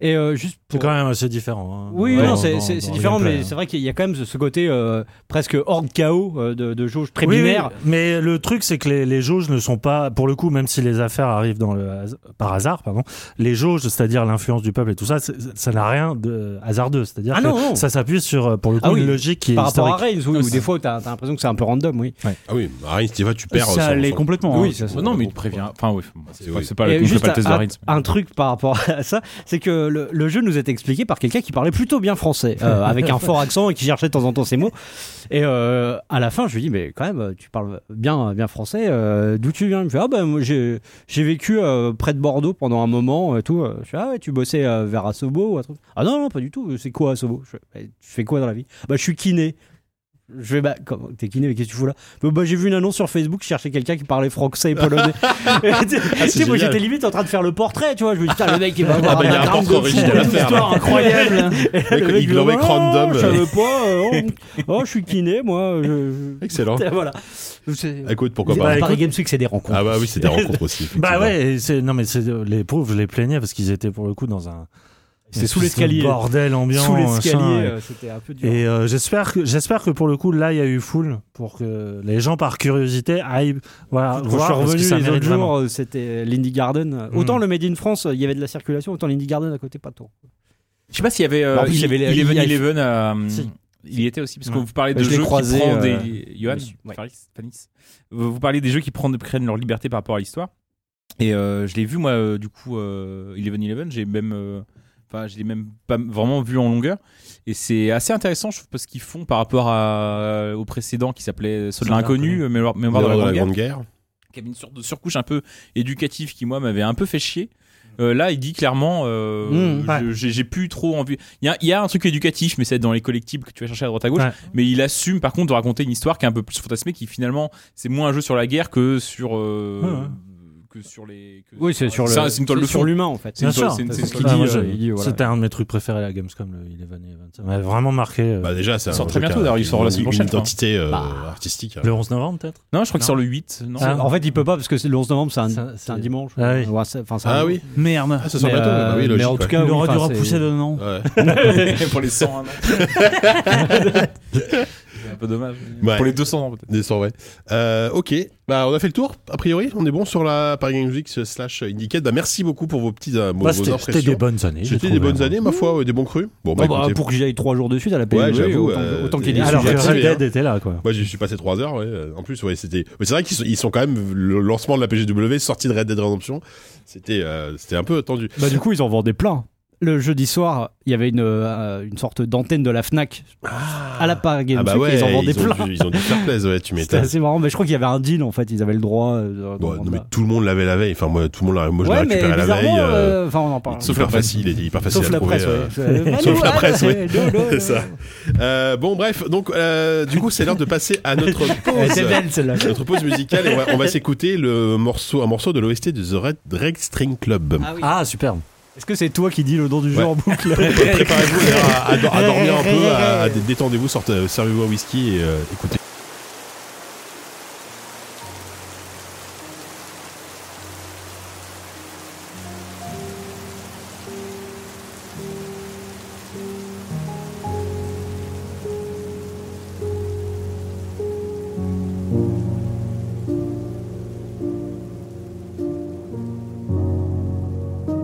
F: Et euh, juste
E: C'est
F: pour.
E: quand même assez différent. hein,
F: Oui,
E: dans-
F: non, c'est-
E: dans-
F: c'est
E: dans
F: c'est
E: le
F: différent,
E: gameplay,
F: mais
E: hein.
F: c'est vrai qu'il y a quand même ce, ce côté euh, presque hors de chaos euh, de, de jauge très
E: Oui, oui,
F: binaire.
E: mais le truc, c'est que les, les jauges ne sont pas, pour le coup, même si les affaires arrivent dans le has- par hasard, pardon, les jauges, c'est-à-dire l'influence du peuple et tout ça, c'est- ça n'a rien de hasardeux. C'est-à-dire
F: Ah
E: que
F: non, non.
E: ça s'appuie sur, euh, pour le coup,
F: Ah oui,
E: une logique qui est
F: Par rapport
E: historique.
F: à Reigns, oui,
E: Ah,
F: où
E: c'est-
F: des fois t'as t'as l'impression que c'est un peu random, oui.
A: Ah oui, Reigns, tu vas, tu perds.
C: ça
A: sans-
C: l'est
A: sans-
C: complètement.
F: Oui,
C: hein.
F: ça, ça-
D: non, mais il prévient. Enfin, oui, bon, c'est
A: Et
D: pas,
A: oui.
D: c'est pas, le-
F: Et
D: on fait
F: juste
D: pas le test de
F: un,
D: Reigns.
F: un truc par rapport à ça, c'est que le, le jeu nous est expliqué par quelqu'un qui parlait plutôt bien français, euh, avec un fort accent et qui cherchait de temps en temps ses mots. Et euh, à la fin, je lui dis mais quand même, tu parles bien bien français. euh, D'où tu viens Il me fait ah ben moi, j'ai j'ai vécu euh, près de Bordeaux pendant un moment et tout. Je fais ah ouais tu bossais euh, vers Assobo ou un truc. Ah non non pas du tout. C'est quoi Assobo je fais, Bah, Tu fais quoi dans la vie Bah je suis kiné. Je vais bah comment t'es kiné mais qu'est-ce que tu fous là Bah, bah, j'ai vu une annonce sur Facebook je cherchais quelqu'un qui parlait français et polonais. Tu sais, moi
A: génial.
F: j'étais limite en train de faire le portrait tu vois. Je me dis putain le mec il va
A: Ah
F: avoir
A: bah, il y a un
F: gramme
A: portrait
F: de
A: original
F: fou.
A: à faire. là.
C: Incroyable.
F: Et là,
A: Mec,
F: le mec,
A: il
F: me dit,
A: l'envoie
F: Ah,
A: random.
F: Je savais pas. euh, oh, oh, je suis kiné moi. je-
A: Excellent.
F: je- Voilà. C'est-
A: Écoute, pourquoi
E: Bah,
A: pas.
E: écoute-
F: Paris Games Week, c'est des rencontres.
A: Ah bah oui, c'est des rencontres aussi.
E: Bah
A: effectivement.
E: ouais, et c'est- non mais c'est les pauvres, je les plaignais parce qu'ils étaient pour le coup dans un
F: C'était sous
E: ce
F: l'escalier.
E: bordel ambiant
F: Sous
E: machin,
F: l'escalier,
E: et-
F: euh, c'était un peu dur.
E: Et euh, j'espère que j'espère que pour le coup là il y a eu foule pour que les gens par curiosité aillent voilà
F: Quand
E: voir
F: je suis
E: parce que
F: revenu
E: ça
F: les
E: mérite
F: autres
E: vraiment.
F: jours, euh, c'était l'Indie Garden. Euh,
E: Mm.
F: Autant le Made in France, euh, il y avait de la circulation, autant l'Indie Garden à côté, pas trop.
D: Je sais pas s'il y avait, euh,
F: Bah, en plus, il y avait les-
D: Eleven
F: il y a-
D: Eleven, euh,
E: Si.
D: il y était aussi parce que
E: Ouais.
D: vous parlez de
F: Bah, je l'ai
D: jeux
F: croisé,
D: qui prend
F: euh,
D: des Johan
F: monsieur. Ouais.
D: Faris- Fanis. vous vous parlez des jeux qui prennent prennent leur liberté par rapport à l'histoire et euh, je l'ai vu moi euh, du coup euh, Eleven Eleven j'ai même euh, enfin je l'ai même pas vraiment vu en longueur et c'est assez intéressant je trouve parce qu'ils font par rapport à, euh, au précédent qui s'appelait Soldat
E: Soldat
D: inconnu
E: inconnu.
D: euh, mémoire, mémoire
A: Dans
D: de la,
A: la,
D: Grande Guerre
A: Grande Guerre.
D: qui avait une sorte de surcouche un peu éducative qui moi m'avait un peu fait chier. Euh, là, il dit clairement, euh,
F: Mmh,
D: je- j'ai j'ai plus trop envie. Il y a, il y a un truc éducatif, mais c'est dans les collectibles que tu vas chercher à droite à gauche.
E: Ouais.
D: Mais il assume, par contre, de raconter une histoire qui est un peu plus fantasmée, qui finalement, c'est moins un jeu sur la guerre que sur euh,
E: Ouais, ouais.
D: que sur les. que-
F: Oui, c'est sur le.
D: Ça, C'est une toile de
F: sur
D: fond.
F: l'humain, en fait.
D: C'est une
E: Bien
D: toile-
E: sûr.
D: c'est une- c'est
F: C'est
D: une
F: ce
D: toile
F: qu'il
E: Bah,
D: qui,
E: moi,
D: euh,
E: je-
F: il dit, voilà.
E: C'était un de mes trucs préférés à la Gamescom le Eleven Eleven. Ça m'a vraiment marqué euh,
A: Bah déjà, c'est
D: Il
A: un
D: sort très
A: jeu qui
D: bientôt,
A: a
D: d'ailleurs, il sort la
A: une-
D: semaine
A: une
D: prochaine, je crois.
A: identité euh,
F: Bah.
A: artistique.
E: le 11 novembre peut-être.
D: euh. Non, je crois que
E: Non.
D: sur le 8. Non.
E: Ah.
F: En fait, il peut pas parce que c'est le 11 novembre, c'est un,
E: Ça,
F: c'est un
E: c'est-
F: dimanche.
E: Ah oui.
F: Ouais, c'est- enfin, c'est un-
A: Ah oui,
C: Merde.
A: ah, ça sort
F: mais,
A: bientôt.
F: euh,
A: bah oui,
F: mais
A: logique,
F: en tout
A: ouais.
F: cas,
C: Il
F: oui,
C: aurait dû
F: enfin, c'est-
C: repousser d'un an.
A: Ouais.
D: pour les 100 ans. C'est un peu dommage.
A: Ouais.
D: Pour les 200 ans, peut-être.
A: Des cent, ouais. Euh, ok, bah, on a fait le tour, a priori, on est bon sur la Paris Games Week slash Indiecade. Bah, merci beaucoup pour vos petits euh, vos,
E: Bah,
A: vos
E: c'était-
A: impressions.
E: C'était des bonnes années. j'ai
A: C'était des
E: trouvé,
A: bonnes
E: moi.
A: années, ma foi, ouais, des bons crus. Bon, bah,
F: Oh, hein. bah,
A: écoutez,
F: pour que j'aille trois jours dessus à la PNV,
A: j'avoue,
F: autant,
A: euh,
F: autant qu'il y ait des
E: Alors
F: sujets
E: que
A: J'ai
E: Red
A: activé,
E: Dead était là quoi.
A: moi, j'y suis passé 3 heures, ouais. euh, En plus, ouais, c'était. mais C'est vrai qu'ils sont, ils sont quand même. Le lancement de la PGW, sortie de Red Dead Redemption, c'était euh, c'était un peu tendu.
F: Bah du coup, ils en vendaient plein. Le jeudi soir, il y avait une, euh, une sorte d'antenne de la Fnac à la Paris Games
A: Ah, bah
F: Week,
A: ouais,
F: et ils en vendaient
A: ils ont
F: plein.
A: dû- ils ont dû faire plaisir, ouais, tu
F: C'était
A: m'étonnes.
F: assez marrant, mais je crois qu'il y avait un deal en fait, ils avaient le droit. euh, de-
A: Bon,
F: de-
A: non, mais tout le monde l'avait la veille. Enfin, moi, tout le monde l'a- moi, je l'ai
F: ouais, mais
A: récupéré la veille.
F: bizarrement,
A: euh,
F: euh, enfin on en parle.
A: Sauf la presse, il est hyper facile
F: Sauf
A: à
F: la
A: trouver.
F: presse,
A: euh,
F: ouais. Euh,
A: Sauf la presse, ouais.
F: non, non, non.
A: C'est ça. Euh, bon, bref, donc, euh, du coup, c'est l'heure de passer à notre
F: Elle était
A: pause.
F: belle celle-là.
A: Notre pause musicale, et on va, on va s'écouter le morceau, un morceau de l'OST de The Red, Red String Club.
E: Ah superbe.
F: Est-ce que c'est toi qui dis le nom du jeu
A: Ouais.
F: en boucle
A: Préparez-vous d'ailleurs, à, à dor- à dormir un peu, à, à dé- détendez-vous, sortez, servez-vous un whisky et euh, écoutez.
G: Thank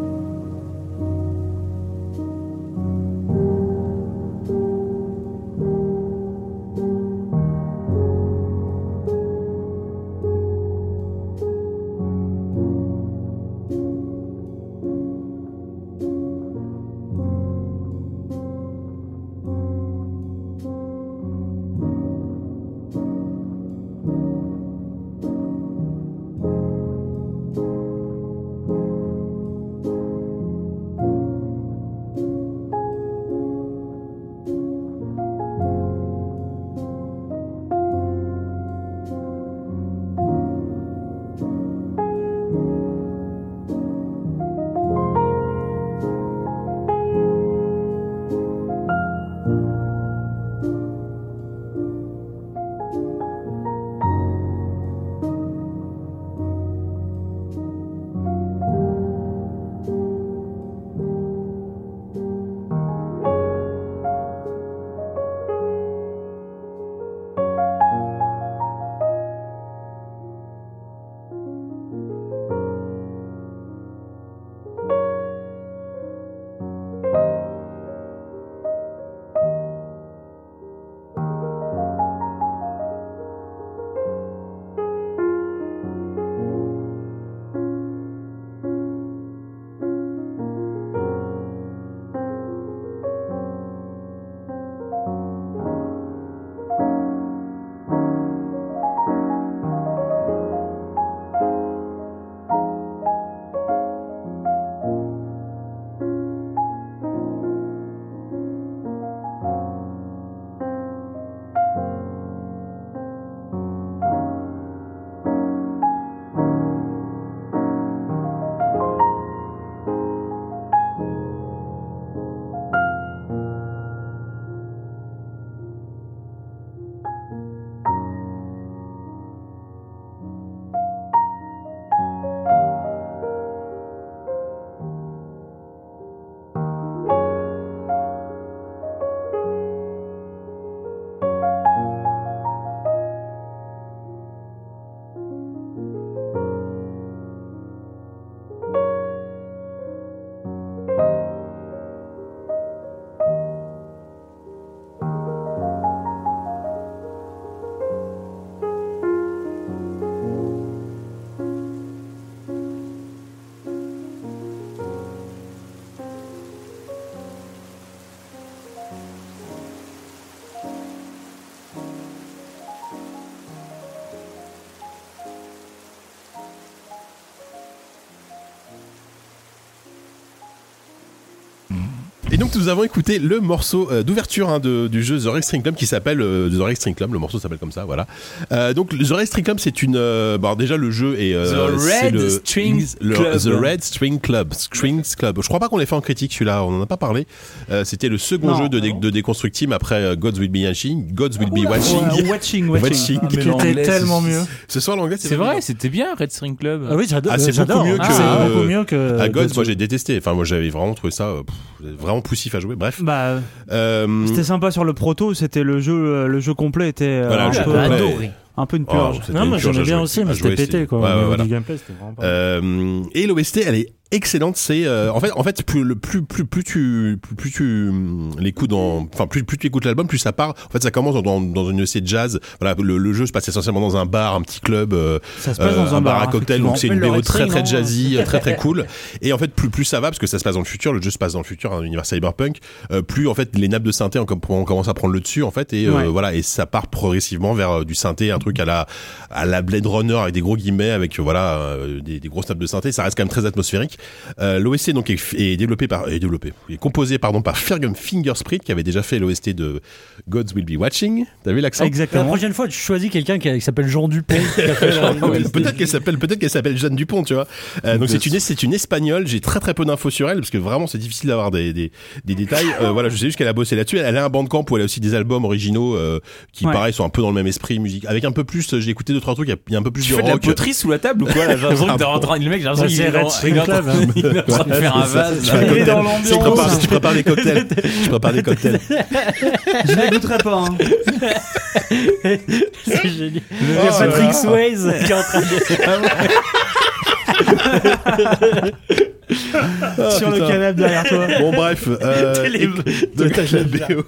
A: Et donc nous avons écouté le morceau euh, d'ouverture hein, de- du jeu The Rock String Club qui s'appelle euh, The Rock String Club, le morceau s'appelle comme ça, voilà. Euh, donc The Rock String Club c'est une... euh, bon, alors, déjà le jeu est... euh,
D: The
A: c'est
D: Red
A: le-
D: String
A: le-
D: Club.
A: The Red String Club. Strings Club. Je crois pas qu'on l'ait fait en critique celui-là, on en a pas parlé. Euh, C'était le second
F: Non,
A: jeu de,
F: ah bon
A: de Deconstruct Team après euh, Gods Will Be Watching. Gods Will Be Watching.
C: Ouais, watching, watching.
A: Watching.
C: Ah, mais
E: Qui
C: l'anglais,
E: était tellement
C: c'est-
E: mieux.
A: Ce soir l'anglais
D: C'est vrai, c'était bien Red String Club.
E: Ah oui, j'adore.
A: Ah, c'est
E: j'adore.
A: beaucoup mieux
E: Ah,
A: que-
E: c'est beaucoup mieux que.
D: Euh,
A: À Ah, Gods,
E: Dead
A: moi
E: Zone.
A: j'ai détesté. Enfin, moi j'avais vraiment trouvé ça euh, pff, vraiment poussif à jouer. Bref.
C: Bah,
A: Euh,
C: c'était sympa sur le proto, c'était le jeu, le jeu complet était euh,
A: Voilà,
C: un,
A: le jeu
C: peu,
A: complet.
C: un peu une
A: oh,
C: purge.
A: c'était
E: Non,
A: une
E: moi
A: purge à
E: j'aimais bien
A: jouer.
E: aussi,
A: À
E: mais
A: jouer,
E: c'était pété
A: c'est-
E: quoi.
A: Ouais, ouais,
E: Au niveau
A: voilà.
E: du gameplay, c'était vraiment pas-
A: Euh, et l'OST, elle est excellente. C'est euh, en fait, en fait, plus le plus plus plus tu plus, plus tu hum, l'écoutes dans, enfin plus plus tu écoutes l'album, plus ça part. En fait, ça commence dans, dans, dans une OST jazz. Voilà, le, le jeu se passe essentiellement dans un bar, un petit club, euh,
C: Ça se passe
A: euh,
C: dans
A: un bar à
C: hein,
A: cocktail.
C: effectivement.
A: Donc c'est une
F: Le
A: BO
F: Red
A: très
F: String,
A: très
F: non hein.
A: jazzy, euh, très très cool. Et en fait, plus plus ça va parce que ça se passe dans le futur. Le jeu se passe dans le futur, un univers cyberpunk. euh, plus en fait les nappes de synthé, on, com- on commence à prendre le dessus en fait. Et euh,
C: Ouais.
A: voilà, et ça part progressivement vers euh, du synthé, un truc à la à la Blade Runner avec des gros guillemets, avec euh, voilà euh, des, des grosses nappes de synthé. Ça reste quand même très atmosphérique. Euh, L'OST donc est, est développé par est développé, est composé pardon par Fergum Fingersprit qui avait déjà fait l'OST de Gods Will Be Watching. T'as vu l'accent
F: La
C: Exactement.
F: prochaine fois, tu choisis quelqu'un qui, qui s'appelle Jean Dupont. qui a fait la-
A: Ah ouais, peut-être qu'elle s'appelle peut-être qu'elle s'appelle Jeanne Dupont tu vois Euh, donc c'est une c'est une espagnole j'ai très très peu d'infos sur elle parce que vraiment c'est difficile d'avoir des, des des détails Euh, voilà je sais juste qu'elle a bossé là-dessus elle, elle a un bandcamp où elle a aussi des albums originaux euh, qui
C: Ouais.
A: pareil sont un peu dans le même esprit musique avec un peu plus euh, j'ai écouté deux trois trucs il y a- il y, a un peu plus
D: Tu
A: de
D: fais de la
A: rock
D: poterie sous la table ou quoi là J'ai l'impression que t'es en train- Le mec, j'ai l'impression
E: Ouais,
D: qu'il
E: c'est
D: est
E: Red
D: dans-
E: String
D: il est en train-
E: Club.
D: il est en train de faire un
A: C'est ça.
D: vase.
A: Tu fais un
D: là.
A: cocktail.
C: dans
A: tu
C: l'ambiance.
A: prépares, tu prépares des cocktails tu prépares des cocktails
C: Je ne goûterai pas. hein.
F: C'est génial. Il y a Patrick Swayze qui est en train de.
A: Ah,
C: sur le
A: putain.
C: canapé derrière toi.
A: Bon bref, euh,
F: Télé-
A: éc- donc, la BO.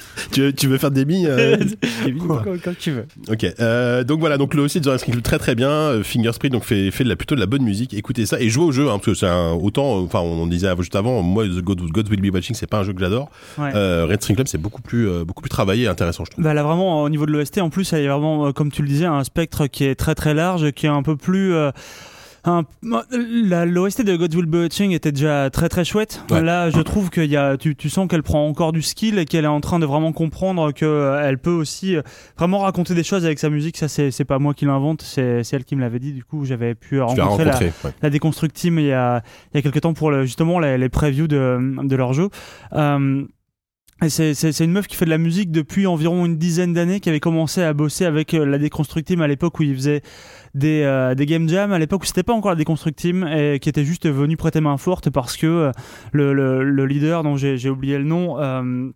A: tu, veux, tu veux faire des billes euh, Kevin, ou pas
F: Comme, comme tu veux.
A: Ok, euh, donc voilà, donc le aussi de Ring Club très très bien, euh, Fingersprit donc fait fait de la plutôt de la bonne musique, écoutez ça et jouez au jeu hein, parce que c'est un autant euh, enfin on en disait juste avant moi The God, God Will Be Watching c'est pas un jeu que j'adore.
C: Ouais.
A: Euh, Red String Club c'est beaucoup plus euh, beaucoup plus travaillé et intéressant je trouve.
C: Bah là vraiment au niveau de l'OST en plus elle est vraiment euh, comme tu le disais un spectre qui est très très large qui est un peu plus euh, un- la- L'OST de God Will Be Watching était déjà très très chouette.
A: Ouais.
C: Là, je trouve qu'il y a, tu, tu sens qu'elle prend encore du skill et qu'elle est en train de vraiment comprendre que euh, elle peut aussi euh, vraiment raconter des choses avec sa musique. Ça, c'est c'est pas moi qui l'invente, c'est c'est elle qui me l'avait dit. Du coup, j'avais pu
A: Tu l'as
C: rencontrer la,
A: rencontré. ouais.
C: la Deconstruct Team il y a, il y a quelques temps pour le- justement les, les previews de, de leur jeu. Euh, et c'est- c'est c'est une meuf qui fait de la musique depuis environ une dizaine d'années, qui avait commencé à bosser avec euh, la Deconstruct Team à l'époque où ils faisaient des, euh, des game jam, à l'époque où c'était pas encore la Deconstruct Team, et qui était juste venu prêter main forte parce que euh, le, le- le leader dont j'ai j'ai oublié le nom euh,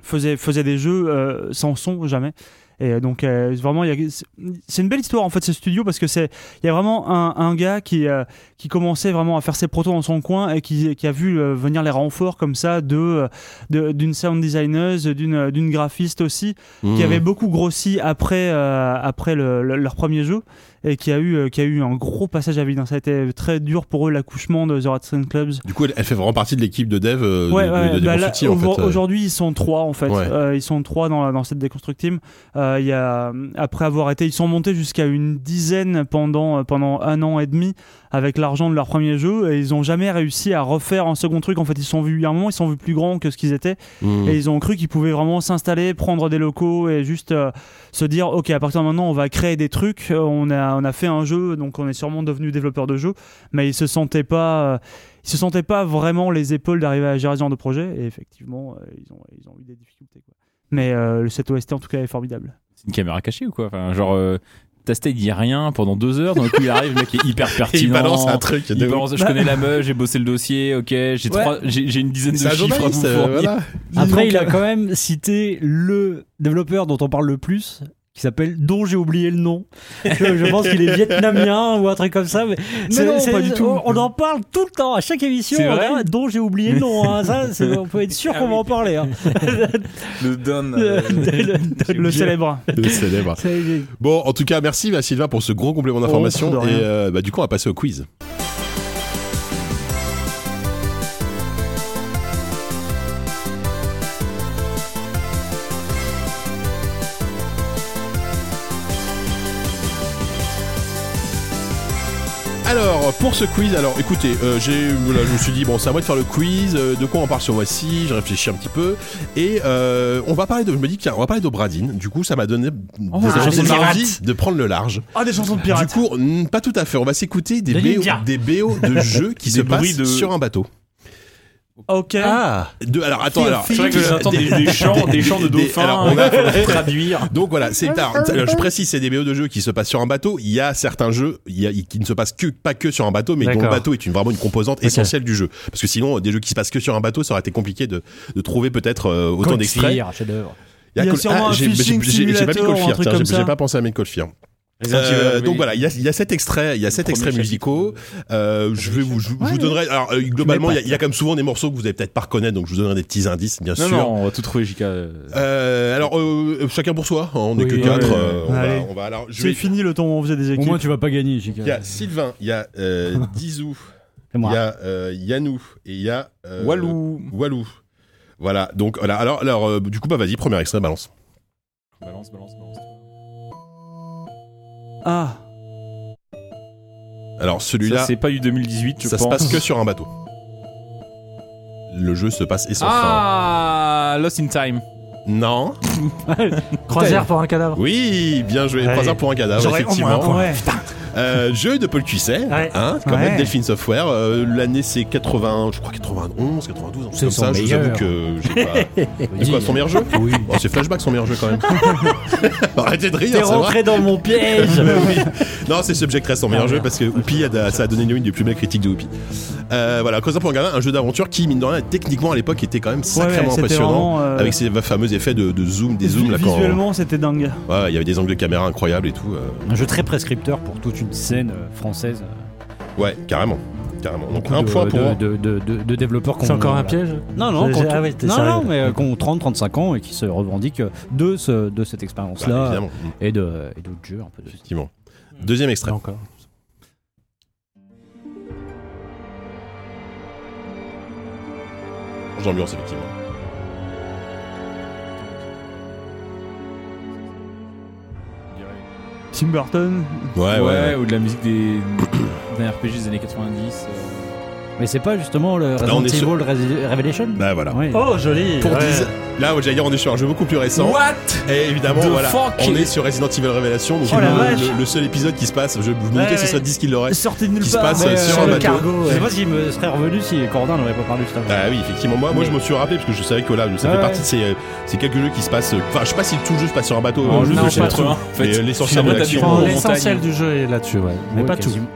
C: faisait, faisait des jeux euh, sans son jamais. Et donc euh, vraiment, il y a- c'est- c'est une belle histoire en fait ce studio parce que c'est il y a vraiment un, un gars qui euh, qui commençait vraiment à faire ses protos dans son coin et qui, qui a vu euh, venir les renforts comme ça de euh, de- d'une sound designer, d'une euh, d'une graphiste aussi
A: Mmh.
C: qui avait beaucoup grossi après, euh, après le- le- leur premier jeu et qui a eu, euh, qui a eu un gros passage à vide. hein. Ça a été très dur pour eux l'accouchement de The Rat String Clubs.
A: Du coup elle, elle fait vraiment partie de l'équipe de dev euh, de, de, de
C: bah là,
A: Deconstruct Team, en
C: au-
A: fait. euh.
C: Aujourd'hui, ils sont trois en fait.
A: Ouais.
C: Euh, ils sont trois dans, dans cette Deconstruct Team. Euh, il y a, après avoir été, ils sont montés jusqu'à une dizaine pendant, euh, pendant un an et demi avec l'argent de leur premier jeu et ils n'ont jamais réussi à refaire un second truc. En fait, ils se sont vus, à un moment, ils se sont vus plus grands que ce qu'ils étaient.
A: Mmh.
C: Et ils ont cru qu'ils pouvaient vraiment s'installer, prendre des locaux et juste euh, se dire ok à partir de maintenant on va créer des trucs, Euh, on a, on a fait un jeu donc on est sûrement devenu développeur de jeux, mais ils se sentaient pas, euh, ils se sentaient pas vraiment les épaules d'arriver à gérer ce genre de projet et effectivement euh, ils, ont, ils ont eu des difficultés. quoi. Mais euh, cette OST en tout cas est formidable.
D: C'est une caméra cachée ou quoi Enfin, genre. euh, Tasté, il dit rien pendant deux heures, d'un coup il arrive, le mec est hyper
A: Et
D: pertinent.
A: il balance un truc.
D: Il
A: de-
D: balance, je connais la meuf, j'ai bossé le dossier, ok, j'ai trois- j'ai j'ai une dizaine
A: C'est
D: de
A: un
D: chiffres à vous
A: journaliste. euh,
D: fournir.
A: voilà.
F: Après, il a quand même cité le développeur dont on parle le plus qui s'appelle dont j'ai oublié le nom. Je, je pense qu'il est vietnamien ou un truc comme ça. Mais c'est-
C: non,
F: c'est-
C: pas du tout.
F: On, on en parle tout le temps à chaque émission.
D: C'est
F: on
D: vrai
F: dit, dont j'ai oublié le nom. hein. Ça, c'est- on peut être sûr
D: Ah
F: qu'on va
D: oui.
F: en parler. hein.
D: Le don.
F: euh,
C: Le célèbre.
A: Le célèbre.
F: C'est-
A: Bon, en tout cas, merci bah, Sylvain pour ce gros complément d'information.
C: Oh, de
A: et
C: rien.
A: euh, bah, du coup, on va passer au quiz. Alors, pour ce quiz, alors écoutez, euh, j'ai, voilà, je me suis dit, bon, c'est à moi de faire le quiz, euh, de quoi on parle ce mois-ci, je réfléchis un petit peu, et euh, on va parler de, je me dis, tiens, on va parler d'Obradine, du coup, ça m'a donné
D: Oh,
A: des
C: ah,
A: envies
C: des pirates.
A: de prendre le large.
B: Ah, des chansons de
A: Du
B: pirates.
A: coup, mm, pas tout à fait, on va s'écouter des,
F: Des
A: BO,
F: ninjas.
A: des BO de jeux qui
D: Des
A: se passent
D: bruits de-
A: sur un bateau.
C: Ok.
A: Ah de, Alors, attends, alors.
D: C'est vrai que j'entends des,
A: Des-
D: des chants, des chants de
A: des-
D: dauphins.
A: alors, on va-
D: traduire.
A: Donc voilà, c'est
C: Ah,
A: alors, alors, je précise, c'est des BO de jeux qui se passent sur un bateau. Il y a certains jeux il y a- qui ne se passent que pas que sur un bateau, mais dont le
E: D'accord.
A: bateau est une, vraiment une composante essentielle du jeu. Parce que sinon, des jeux qui se passent que sur un bateau, ça aurait été compliqué de, de trouver peut-être euh, autant d'extraits.
F: chef-d'œuvre.
A: Il
C: Il y a
A: Col- ah,
C: sûrement un
A: j'ai- mais j'ai-
C: fishing
A: j'ai- J'ai pas mis
C: simulator ou un
A: Colfire,
C: truc
A: tiens,
C: comme
A: j'ai-
C: ça.
A: j'ai pas pensé à mettre Colfire. Euh, donc voilà, il y a, il y a cet extrait, il y a cet extrait musicaux. Euh, je vais vous, je, vous donnerai. Alors euh, globalement, il y, a- il y a comme souvent des morceaux que vous allez peut-être pas reconnaître, donc je vous donnerai des petits indices, bien
D: Non,
A: sûr.
D: non, on va tout trouver, JK.
A: Euh, alors euh, chacun pour soi, hein, on n'est
F: Oui,
A: que
F: oui,
A: quatre.
F: oui.
A: euh, on,
B: Allez.
A: va, on va alors. Je
B: C'est
A: vais-
B: fini le temps où on faisait des
F: Au
B: équipes.
F: moins, tu vas pas gagner, JK.
A: Il y a Sylvain, il y a euh, Dizou, il
F: C'est
A: y
F: moi.
A: a euh, Yanou et il y a euh,
D: Walou.
A: Walou. Voilà, donc voilà, alors, alors euh, du coup, bah vas-y, premier extrait, balance.
D: Euh, Balance, balance, balance.
C: Ah.
A: Alors
D: Ça,
A: celui-là,
D: c'est pas du 2018, je
A: ça, se
D: pense.
A: passe que sur un bateau. Le jeu se passe et sans
D: Ah, Lost in Time.
A: fin. Non.
E: Croisière pour un cadavre.
A: Oui, bien joué.
E: Ouais.
A: Trois heures pour un cadavre,
E: J'aurais au moins un
A: effectivement.
E: point.
A: Euh, jeu de Paul Cuisset,
E: Ouais.
A: hein, quand même,
E: Ouais.
A: Delphine Software. Euh, L'année c'est 80, je crois 91, 92, un truc comme ça. Je vous avoue que j'ai pas. C'est quoi son meilleur jeu Oui. c'est Flashback son meilleur jeu quand même. Bah, Arrêtez de rire, c'est vrai.
F: dans mon piège
A: Oui. Non, c'est Subject Rest son meilleur jeu parce que Whoopi, a- ça a donné l'une des plus belles critiques de Whoopi. Euh, voilà, Croisant pour un gamin, un jeu d'aventure qui, mine de rien, techniquement à l'époque était quand même
C: Ouais,
A: sacrément
C: c'était
A: impressionnant.
C: vraiment, euh,
A: Avec ces fameux effets de, de zoom, des zooms là quand. Ouais,
C: Visuellement, c'était dingue.
A: il y avait des angles de caméra incroyables et tout. euh.
F: Un jeu très prescripteur pour toute une scène euh, française. euh,
A: Ouais, carrément. Carrément. Donc
F: beaucoup
A: un
F: de-
A: point pour.
F: de, de, de, de- de développeurs qu'on-
E: C'est encore un
F: voilà.
E: piège
F: Non, non,
E: J'ai-
F: quand
E: j'ai- ah
F: on-
E: oui, t'es
F: non,
E: sérieux,
F: non, mais euh,
E: d'accord.
F: qui ont 30-35 ans et qui se revendiquent de, ce, de cette
A: Bah,
F: expérience-là
A: évidemment.
F: et de et d'autres jeux un peu de ce type.
A: Effectivement. Deuxième extrait.
E: Encore.
A: Change d'ambiance, effectivement.
C: Tim Burton.
A: Ouais, ouais. ouais.
D: ou de la musique des, d'un RPG des années 90. euh.
F: Mais c'est pas justement le Resident
A: on est
F: Evil
A: sur-
F: Resi- Revelation
A: Bah voilà.
F: Ouais.
E: Oh, joli.
A: Pour
E: Ouais.
A: 10. Là, j'allais dire, on est sur un jeu beaucoup plus récent.
D: What
A: Et évidemment,
D: The
A: voilà.
D: fuck
A: On est sur Resident Evil Révélation. Donc,
C: Oh la
A: le-
C: vache.
A: le, le seul épisode qui se passe, je vous
C: Ouais,
A: disais que ce
C: ouais.
A: serait 10 qu'il l'aurait.
C: Sorti de nulle
A: Qui se
C: part.
A: passe euh,
F: Ouais,
A: sur
F: ouais,
A: un
F: le
A: bateau.
F: Je sais pas s'il me serait revenu si Cordin n'aurait pas parlé juste avant.
A: Bah oui, effectivement. Moi, moi, je me suis rappelé parce que je savais que là, ça fait
F: Ouais.
A: partie de ces, euh, ces quelques jeux qui se passent. euh, Enfin, je sais pas si tout le jeu se passe sur un bateau. euh, juste
D: non,
A: le
D: pas
A: chapitre.
D: trop, hein, en fait.
A: Mais, euh, l'essentiel
D: Finalement,
A: de
D: t'as
A: l'action.
D: du- en
E: Enfin,
D: montagne.
E: L'essentiel du jeu est là-dessus, ouais. Mais
F: Ouais,
E: pas tout.
F: quasiment.